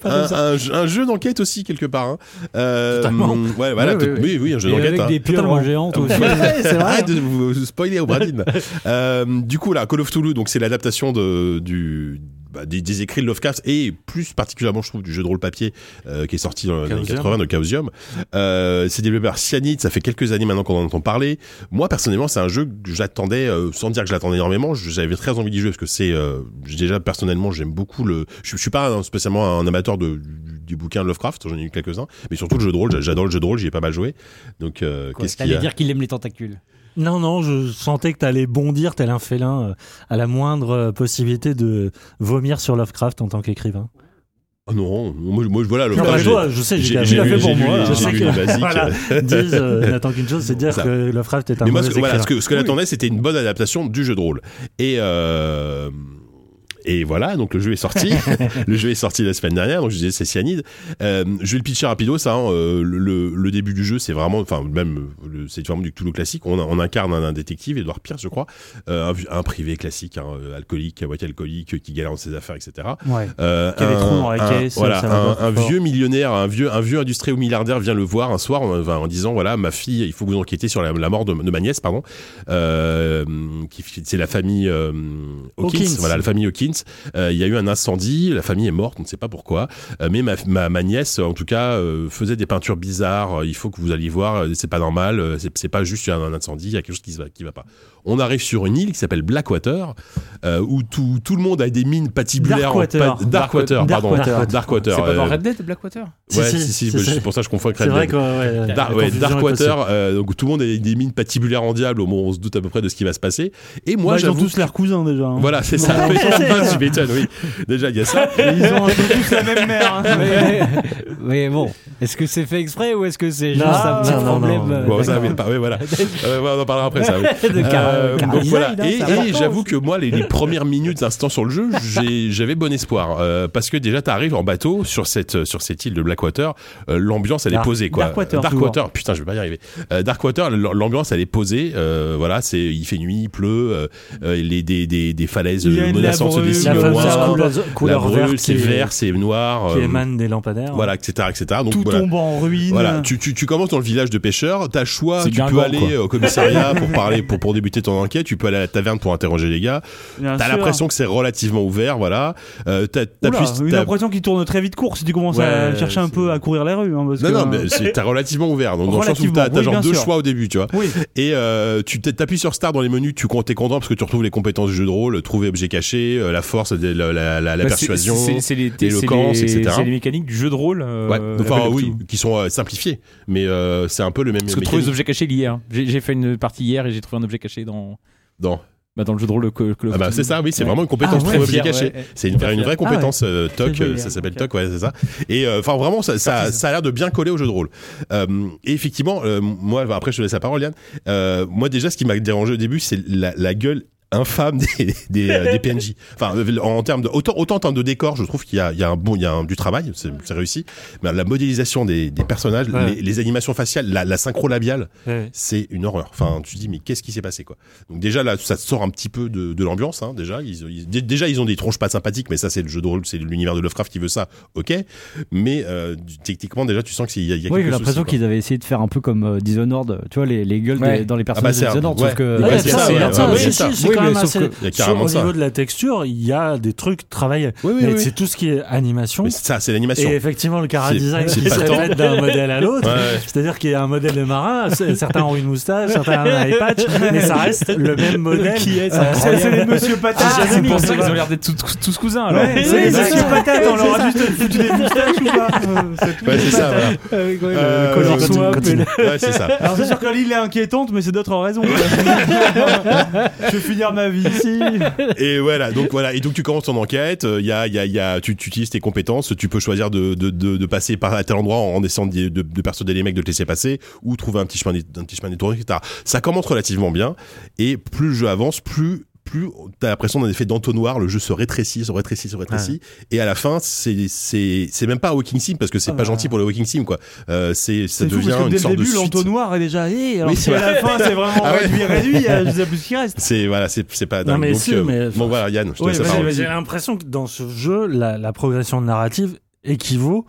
A: un, un jeu- un jeu d'enquête aussi quelque part. hein. Euh,
E: Totalement.
A: Ouais, voilà,
E: Ouais,
A: tout-
E: ouais,
A: oui, oui, un jeu
F: Et
A: d'enquête.
F: avec
A: hein.
F: des pieuvres
E: Totalement.
F: géantes
A: Ouais,
F: aussi.
A: c'est vrai. Arrête de vous vous spoiler au Bradin. Euh, du coup, là, Call of Toulouse, donc c'est l'adaptation de, du, bah, des, des écrits de Lovecraft et plus particulièrement, je trouve, du jeu de rôle papier euh, qui est sorti dans les années
E: Chaosium.
A: 80 de Chaosium. Euh, c'est développé par Cyanide, ça fait quelques années maintenant qu'on en entend parler. Moi, personnellement, c'est un jeu que j'attendais, euh, sans dire que je l'attendais énormément, j'avais très envie d'y jouer parce que c'est, euh, j'ai déjà, personnellement, j'aime beaucoup le. Je, je suis pas un- spécialement un amateur de, du, du bouquin de Lovecraft, j'en ai eu quelques-uns, mais surtout le jeu de rôle, j'a- j'adore le jeu de rôle, j'y ai pas mal joué. Donc, euh,
F: Quoi,
A: qu'est-ce qu'il y
F: T'allais
A: a
F: dire qu'il aime les tentacules.
E: Non, non, je sentais que t'allais bondir tel un félin euh, à la moindre euh, possibilité de vomir sur Lovecraft en tant qu'écrivain.
A: Ah non, moi, moi, voilà, le
E: Non,
A: frère,
E: bah,
A: j'ai-
E: toi, je sais, j'ai
A: j'ai
E: bien
A: j'ai
E: vu,
A: lu,
E: j'ai
A: j'ai
E: lu,
A: lu,
E: Je
A: j'ai
E: sais
A: lu
E: que
A: les basiques.
E: hein. voilà, disent, euh, n'attend qu'une chose, c'est de dire
A: Ça.
E: que Lovecraft est un
A: Mais moi,
E: mauvais
A: ce que, voilà, ce
E: écrivain.
A: que, ce que j'attendais, c'était une bonne adaptation du jeu de rôle. Et euh, et voilà, donc le jeu est sorti. le jeu est sorti la semaine dernière, donc je disais c'est cyanide. Euh, je vais le pitcher rapido, ça. hein, euh, le, le début du jeu, c'est vraiment, enfin même, euh, le- c'est vraiment du Cthulhu classique. On, on incarne un, un détective, Edouard Pierce, je crois, euh, un, un privé classique, hein, euh, alcoolique, à moitié alcoolique, euh, qui galère dans ses affaires, etc.
C: Ouais.
A: Euh,
C: Qui a des trous dans la
A: un-
C: caisse,
A: voilà,
C: ça va
A: un,
C: pas
A: un
C: fort.
A: vieux millionnaire, un vieux, un vieux industriel ou milliardaire vient le voir un soir en, en disant voilà ma fille, il faut que vous enquêtiez sur la, la mort de, de ma nièce pardon. Euh, qui- c'est la famille euh, Hawkins,
E: Hawkins.
A: voilà la famille Hawkins. Euh, il y a eu un incendie, la famille est morte, on ne sait pas pourquoi. Euh, mais ma, ma, ma nièce en tout cas euh, faisait des peintures bizarres. euh, Il faut que vous alliez voir, euh, c'est pas normal, euh, c'est c'est pas juste un, un incendie, il y a quelque chose qui se va, qui va pas. On arrive sur une île qui s'appelle Blackwater euh, où tout, tout le monde a des mines patibulaires en
C: Darkwater.
A: pa- Darkwater, pardon,
E: Darkwater.
A: Darkwater.
D: C'est pas dans
A: euh,
D: Red Dead Blackwater
A: Ouais,
E: Si,
A: si,
E: si,
A: si,
E: si,
A: bah,
E: si.
A: c'est pour ça que je confonds avec
E: C'est
A: Red
E: vrai
A: Dead.
E: que ouais, la
A: Dar- ouais,
E: confusion est possible.
A: Darkwater, euh, donc tout le monde a des mines patibulaires en diable, au moment où on se doute à peu près de ce qui va se passer. Et moi,
C: Bah, ils ont
A: j'avoue.
C: tous l'air cousins déjà. hein.
A: Voilà, c'est ça.
C: Ouais, c'est ça.
A: tu m'étonnes, oui. Déjà, il y a ça.
C: Ils ont un peu tous la même mère. hein.
F: mais, mais bon, est-ce que c'est fait exprès ou est-ce que c'est juste
E: Non,
F: un petit
E: non, non,
F: problème
E: non.
F: euh,
A: Bon, ça, mais pas, oui, voilà. Euh, ouais, on en parlera après, ça. oui.
F: de car-
A: Euh,
F: car-
A: donc voilà.
F: design, hein,
A: Et,
F: ça
A: et
F: rapporte.
A: j'avoue que moi, les, les premières minutes, instants sur le jeu, j'ai- j'avais bon espoir. Euh, parce que déjà, t'arrives en bateau sur cette, sur cette île de Blackwater. euh, l'ambiance, elle est
C: Dark-
A: posée, quoi.
C: Darkwater,
A: putain, je vais pas y arriver. Euh, Darkwater, l- l'ambiance, elle est posée. Euh, voilà, c'est, il fait nuit, il pleut, euh, euh, les, des, des, des falaises euh,
C: Il y a de la
A: menaçantes se
C: brume,
A: dessinent
E: La
A: au
C: couleur
E: fameuse
A: loin.
E: couleur,
A: La
E: couleur
A: brûle,
E: verte
A: c'est
E: qui, est-
A: vert, c'est noir.
E: qui
A: euh,
E: émane des lampadaires.
A: Voilà, etc., etc. Donc,
C: Tout
A: voilà.
C: tombe en ruine.
A: Voilà, tu, tu, tu commences dans le village de pêcheurs, t'as le choix,
D: C'est
A: tu
D: Guingamp,
A: peux aller
D: quoi.
A: au commissariat pour parler, pour, pour débuter ton enquête, tu peux aller à la taverne pour interroger les gars,
C: Bien
A: t'as
C: sûr.
A: l'impression que c'est relativement ouvert, voilà, euh, t'as-
C: Oula,
A: t'appuies-
C: une
A: t'as-
C: impression qui tourne très vite court si tu commences à
D: Ouais,
C: chercher un
D: c'est-
C: peu à courir les rues. hein, parce
A: non,
C: que,
A: non,
B: euh,
A: mais c'est- t'as relativement ouvert, donc dans le sens où
C: Relativement,
A: t'as, t'as
C: oui,
A: genre
C: bien
A: deux
C: sûr.
A: choix au début, tu vois.
C: Oui.
A: Et euh, tu t- t'appuies sur Star dans les menus, tu comptes, t'es content parce que tu retrouves les compétences du jeu de rôle, trouver objet caché, euh, la force, la, la, la, la
D: Bah, c'est-
A: persuasion.
D: c'est- c'est les- c'est
A: l'éloquence,
D: les-
A: etc.
D: C'est les mécaniques du jeu de rôle. euh,
A: Ouais,
D: euh,
A: enfin
D: Call of
A: oui,
D: Duty.
A: qui sont euh, simplifiés, mais euh, c'est un peu le même.
D: Parce que trouver les
A: mécanisme.
D: objets cachés l'hier. J'ai j'ai fait une partie hier et j'ai trouvé un objet caché dans,
A: Non.
D: bah, dans le jeu de rôle de Call Call of
A: Ah bah,
D: Duty.
A: c'est ça, oui, c'est
D: Ouais.
A: vraiment une compétence
D: Ah,
A: très
D: ouais.
A: objet
D: Fier,
A: caché.
D: ouais.
A: C'est une, vraie- une vraie
C: Ah ouais.
A: compétence euh, TOC,
C: joli,
A: euh, ça
C: hein,
A: s'appelle
C: ok.
A: TOC, ouais, c'est ça. Et euh, enfin vraiment, ça, ça, ça a l'air de bien coller au jeu de rôle. Euh, et effectivement, euh, moi, bah, après je te laisse la parole, Yann. Euh, moi déjà, ce qui m'a dérangé au début, c'est la, la gueule infâme des, des, euh, des PNJ. Enfin, euh, en termes de autant, autant en termes de décor, je trouve qu'il y a, il y a un bon, il y a un- du travail, c'est c'est réussi. Mais la modélisation des, des personnages,
E: Ouais.
A: les, les animations faciales, la, la synchro labiale,
E: Ouais.
A: c'est une horreur. Enfin, tu te dis mais qu'est-ce qui s'est passé quoi Donc déjà là, ça te sort un petit peu de, de l'ambiance. Hein, déjà, ils, ils- dé- déjà ils ont des tronches pas sympathiques, mais ça c'est le jeu de rôle, c'est l'univers de Lovecraft qui veut ça. Ok, mais euh, du- techniquement déjà tu sens qu'il y a, il y a
F: Oui,
A: quelque
F: j'ai
A: chose.
F: l'impression qu'ils avaient essayé de faire un peu comme euh, Dishonored, tu vois, les, les gueules des-
D: Ouais.
F: dans les
A: Ah bah
F: personnages
A: c'est
F: de
A: un-
F: Dishonored,
A: ouais.
F: sauf que.
A: Ouais,
E: Ouais,
A: c'est
E: ça,
A: ça,
E: regarde
A: ouais,
E: ça,
A: ouais,
E: si,
A: c'est
E: si,
A: ça.
E: c'est
F: Oui,
E: quand
F: mais
E: même
F: sauf
E: assez.
F: que-
A: Il y a
E: sur-
A: carrément
E: au
A: ça.
E: niveau de la texture, il y a des trucs travaillés.
F: Oui, oui,
E: Mais
F: oui.
E: c'est tout ce qui est animation.
A: Mais ça c'est
E: Et
A: l'animation.
E: effectivement, le cara
A: C'est-
E: design
A: c'est
E: qui
A: pas
E: se
A: tant.
E: répète d'un modèle à l'autre.
A: Ouais, ouais.
E: C'est-à-dire qu'il y a un modèle de marin, c'est- certains ont une moustache, certains ont un eye patch, mais ça reste le même modèle.
B: Qui est
E: Euh,
B: C'est c'est les monsieur
D: Ah,
B: patates.
D: c'est pour ça
E: voilà.
D: qu'ils ont l'air d'être tous, tous cousins alors.
E: Ouais,
B: c'est les
E: c'est
B: monsieur
E: ça.
B: patates, on leur a juste foutu des moustaches ou pas Euh,
A: Ouais, c'est ça. voilà.
F: Avec, ouais, le-
A: Euh,
F: le color
A: continue,
F: swap et
A: continue.
F: le-
A: Ouais, c'est ça.
B: Alors c'est sûr que l'île est inquiétante, mais c'est d'autres raisons. Je vais finir ma vie ici.
A: Et voilà, donc voilà, et donc tu commences ton enquête. euh, Il y a, il y a, il y a, tu, tu utilises tes compétences. Tu peux choisir de, de, de, de passer par à tel endroit en essayant de, de, de persuader les mecs de te laisser passer, ou trouver un petit chemin, dé- un petit chemin détourné, etc. Ça commence relativement bien, et plus le jeu avance, plus plus t'as l'impression d'un effet d'entonnoir, le jeu se rétrécit, se rétrécit, se rétrécit, et à la fin c'est c'est c'est même pas Walking Sim parce que c'est pas
B: Ah.
A: gentil pour le Walking Sim quoi. Euh, c'est ça
B: C'est fou
A: devient
B: parce que
A: une
B: dès le
A: sorte
B: début,
A: de suite.
B: l'entonnoir est déjà. Hey, alors
A: Oui,
B: si
A: c'est
B: à la fin c'est vraiment
A: Ah ouais.
B: réduit, réduit, euh, je sais plus ce qui reste.
A: C'est voilà, c'est c'est pas dingue.
E: Non, mais
A: donc, euh,
E: si, mais-
A: bon voilà Yann, je te
B: Oui,
A: laisse la
B: vas-y,
A: parole.
B: vas-y.
E: J'ai l'impression que dans ce jeu, la, la progression de narrative équivaut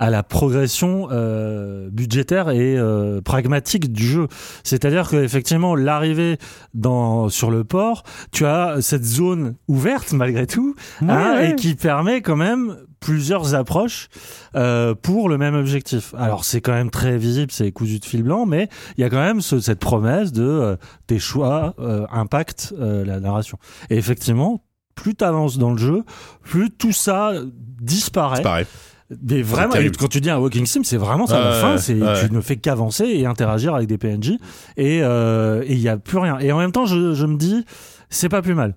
E: à la progression euh, budgétaire et euh, pragmatique du jeu. C'est-à-dire que effectivement, l'arrivée dans sur le port, tu as cette zone ouverte malgré tout, hein, et qui permet quand même plusieurs approches euh, pour le même objectif. Alors c'est quand même très visible, c'est cousu de fil blanc, mais il y a quand même ce- cette promesse de euh, tes choix euh, impactent euh, la narration. Et effectivement, plus t'avances dans le jeu, plus tout ça disparaît.
A: C'est pareil.
E: Mais vraiment,
A: terrible.
E: quand tu dis un Walking Sim, c'est vraiment ça la
A: Ouais,
E: fin.
A: ouais,
E: C'est
A: ouais.
E: tu ne fais qu'avancer et interagir avec des PNJ et euh, et il y a plus rien. Et en même temps, je, je me dis, c'est pas plus mal.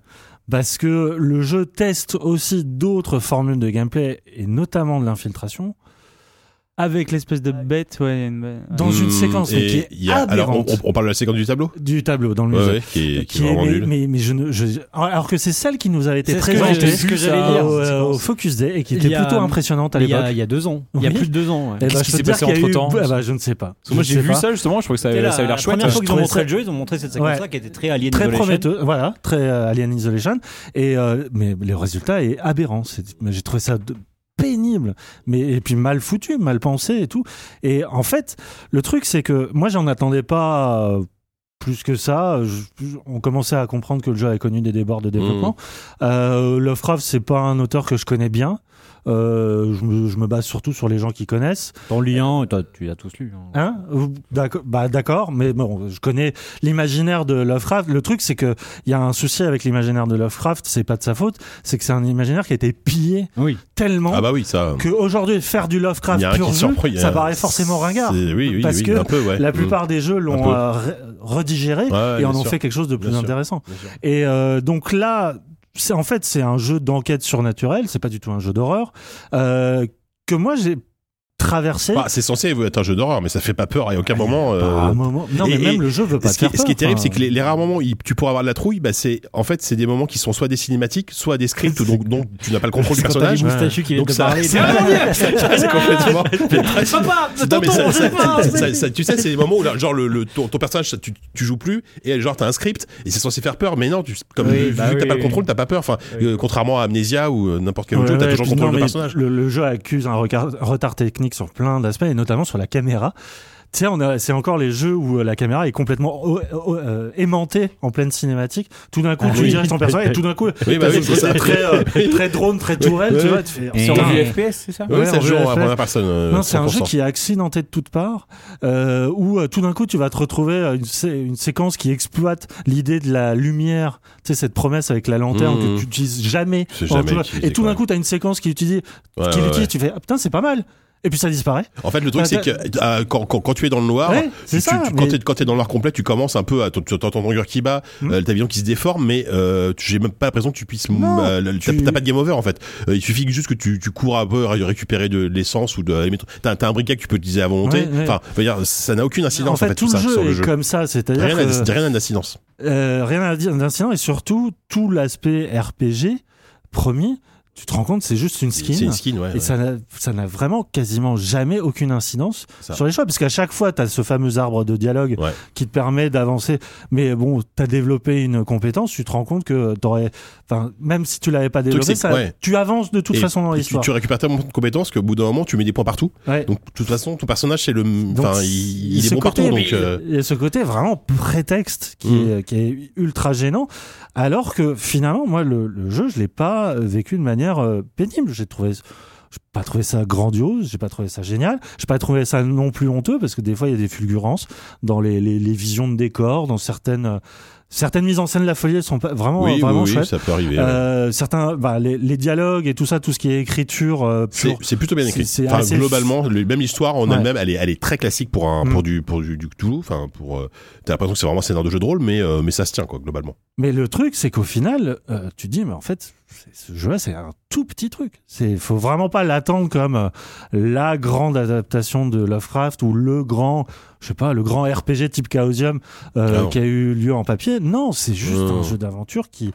E: Parce que le jeu teste aussi d'autres formules de gameplay et notamment de l'infiltration
C: Avec l'espèce de bête, ouais. il y a une bête, ouais.
E: dans une
A: Mmh,
E: séquence mais
A: et
E: qui est
A: il y a- alors, on,
E: aberrante
A: on- on parle de la séquence du tableau
E: du tableau dans le
A: Ouais,
E: musée.
A: ouais, qui est, qui est vraiment
E: mais,
A: nul.
E: mais- mais je ne, je- alors que c'est celle qui nous avait été
F: C'est ce que j'ai-
E: présentée
F: c'est ce que
E: au-
F: j'allais
E: euh,
F: dire,
E: au,
F: cette séquence.
E: Focus Day et qui
F: Il
E: était
F: y a-
E: plutôt impressionnante à
F: Il y, a,
E: l'époque.
F: il y a deux ans, il y a
E: Oui.
F: plus de deux ans. ouais.
E: Eh ben,
D: Qu'est-ce
E: je
D: qui
E: peux
D: s'est
E: te dire
D: passé
E: qu'il y a eu-
D: entre-temps
E: Ah bah, je ne sais pas.
D: Parce que moi
E: Je
D: j'ai
E: sais
D: vu
E: pas.
D: ça justement, je trouvais que ça,
F: C'était
D: ça avait l'air chouette. hein.
F: La première fois qu'ils ont
E: Je
F: montré
E: trouvais
F: le jeu, ils ont montré cette
E: Ouais.
F: séquence-là qui était très alien.
E: Très
F: Isolation.
E: prometteuse, voilà, très euh, Alien Isolation. Et euh, mais le résultat est aberrant. C'est- mais J'ai trouvé ça de- pénible, mais et puis mal foutu, mal pensé et tout. Et en fait, le truc c'est que moi j'en attendais pas. euh, plus que ça, Je- on commençait à comprendre que le jeu avait connu des
F: Mhm.
E: débords de développement. Euh, Lovecraft, c'est pas un auteur que je connais bien. Euh, je, me, je me base surtout sur les gens qui connaissent.
F: Ton lien, toi, tu as tous lu. hein.
E: Hein Ou- D'accord, bah d'accord, mais bon, je connais l'imaginaire de Lovecraft. Le truc, c'est que il y a un souci avec l'imaginaire de Lovecraft. C'est pas de sa faute. C'est que c'est un imaginaire qui a été pillé
F: Oui.
E: tellement
A: Ah bah oui, ça.
E: qu'aujourd'hui, faire du Lovecraft
A: Il y a un
E: pur
A: qui
E: jus,
A: surprend, il y a-
E: ça paraît forcément ringard.
A: c'est- Oui, oui,
E: Parce
A: oui,
E: que
A: un peu, ouais.
E: La
A: Mm.
E: plupart des jeux
A: Un peu.
E: l'ont euh, re- redigéré
A: Ouais, ouais,
E: et
A: bien
E: en ont
A: sûr.
E: fait quelque chose de plus
A: Bien sûr.
E: intéressant.
A: Bien sûr.
E: Et euh, donc là, c'est en fait c'est un jeu d'enquête surnaturelle, c'est pas du tout un jeu d'horreur euh, que moi j'ai traversé
A: Bah, c'est censé être un jeu d'horreur, mais ça fait pas peur à aucun moment. euh,
E: par un moment. Non
A: et-
E: mais même
A: et-
E: le jeu veut Ah, bah, pas
A: ce,
E: te
A: qui,
E: faire
A: ce qui est
E: peur, hein.
A: terrible,
E: enfin.
A: c'est que les, les rares moments où il- tu pourras avoir de la trouille, bah c'est en fait c'est des moments qui sont soit des cinématiques, soit des scripts, donc, donc tu n'as pas le contrôle du
F: Quand t'as
A: personnage.
F: des moustachus qui viennent
A: Donc
F: te
A: ça,
F: parler. Ah,
A: c'est c'est complètement. Papa, Tu sais, c'est les moments où là, genre le, le- ton, ton personnage, ça, tu, tu joues plus et genre t'as un script et c'est censé faire peur, mais non, tu, comme
F: Oui,
A: vu,
F: bah
A: vu que t'as
F: oui,
A: pas le
F: oui.
A: contrôle, t'as pas peur. Enfin, euh, contrairement à Amnesia ou euh, n'importe quel autre jeu,
E: Ouais,
A: t'as
E: ouais,
A: toujours le
E: puis
A: contrôle
E: non,
A: de
E: mais
A: personnage.
E: Le, le jeu accuse un recar- retard technique sur plein d'aspects, et notamment sur la caméra. Tu sais, on a- c'est encore les jeux où euh, la caméra est complètement o- o- euh, aimantée en pleine cinématique. Tout d'un coup,
A: Ah
E: tu
A: oui.
E: diriges ton personnage, et tout d'un coup,
A: Oui, bah
E: t'as
A: oui,
E: ce
A: c'est ça.
E: côté très, euh, très drone, très tourelle, tu vois. tu fais,
F: Et-
D: Sur
E: putain,
D: le FPS, c'est ça
A: Oui,
E: Ouais,
A: ça
E: en
A: se joue en
E: VFX.
A: première personne. euh,
E: non, c'est un
A: 100%.
E: jeu qui est accidenté de toutes parts, euh, où euh, tout d'un coup tu vas te retrouver euh, une, sé- une séquence qui exploite l'idée de la lumière, tu sais cette promesse avec la lanterne
A: Mhm.
E: que tu utilises jamais.
A: C'est
E: en
A: jamais
E: tout-
A: utilisé,
E: et tout
A: quoi.
E: d'un coup tu as une séquence qui utilise,
A: Ouais,
E: qui
A: ouais,
E: l'utilise,
A: ouais.
E: tu fais ah, putain c'est pas mal. et puis ça disparaît.
A: En fait, le truc,
E: Bah,
A: c'est que euh, quand, quand, quand tu es dans le noir,
E: Ouais,
A: bah, tu,
E: c'est ça,
A: tu- tu-
E: mais-
A: quand t'es- quand t'es dans le noir complet, tu commences un peu à t'entends ton cœur qui bat,
E: Mhm.
A: euh, ta vision qui se déforme, mais euh, tu- j'ai même pas l'impression que tu puisses. m-
E: Non,
A: euh, le- t'as-
E: tu-
A: T'as pas de game over en fait. Euh, il suffit que juste que tu, tu cours un peu ré- récupérer de, de l'essence ou de. les métaux. T'as t'as un briquet que tu peux utiliser à volonté.
E: Ouais, ouais.
A: Enfin, je veux dire, ça n'a aucune incidence en fait,
E: tout le
A: ça,
E: jeu
A: sur
E: est
A: le jeu.
E: comme ça, c'est-à-dire
A: Rien
E: que
A: n'a- rien n'a d'incidence.
E: euh, rien à dire d'incident et surtout tout l'aspect RPG premier, tu te rends compte, c'est juste une skin.
A: C'est une skin, ouais.
E: Et
A: ouais.
E: ça n'a- ça n'a vraiment quasiment jamais aucune incidence
A: Ça.
E: sur les choix, parce qu'à chaque fois, tu as ce fameux arbre de dialogue
A: Ouais.
E: qui te permet d'avancer. Mais bon, tu as développé une compétence, tu te rends compte que t'aurais, enfin, même si tu l'avais pas développé,
A: c'est-
E: ça-
A: ouais.
E: tu avances de toute
A: Et
E: façon dans
A: tu-
E: l'histoire.
A: Tu, récupères tellement de compétences qu'au bout d'un moment, tu mets des points partout.
E: Ouais.
A: Donc, de toute façon, ton personnage, c'est le. Enfin,
E: Donc,
A: il, il est
E: ce
A: bon
E: côté,
A: partout.
E: mais
A: Donc, euh,
E: Il y a ce côté vraiment prétexte qui,
A: Mm.
E: est, qui est ultra gênant, alors que finalement, moi, le, le jeu, je l'ai pas euh, vécu de manière euh, pénible. J'ai trouvé, j'ai pas trouvé ça grandiose, j'ai pas trouvé ça génial, j'ai pas trouvé ça non plus honteux parce que des fois, il y a des fulgurances dans les, les- les visions de décors, dans certaines euh, certaines mises en scène de la folie, elles sont pas vraiment
A: oui,
E: vraiment
A: oui, oui,
E: chouettes.
A: ça peut arriver. ouais.
E: Euh, certains, bah, les, les dialogues et tout ça, tout ce qui est écriture euh,
A: C'est
E: pure,
A: c'est plutôt bien écrit.
E: c'est- c'est
A: Enfin,
E: assez-
A: globalement, le- même histoire en
E: Ouais.
A: elle-même, elle est, elle est très classique pour un,
E: Mm.
A: pour du, pour du, du Cthulhu. Enfin, pour, euh, t'as l'impression que c'est vraiment un scénario de jeu de rôle, mais, euh, mais ça se tient, quoi, globalement.
E: Mais le truc, c'est qu'au final, euh, tu te dis, mais en fait, c'est- ce jeu-là, c'est un tout petit truc. C'est, faut vraiment pas l'attendre comme euh, la grande adaptation de Lovecraft ou le grand, je sais pas, le grand RPG type Chaosium euh,
A: Ah non.
E: qui a eu lieu en papier. Non, c'est juste
A: Non, non.
E: un jeu d'aventure qui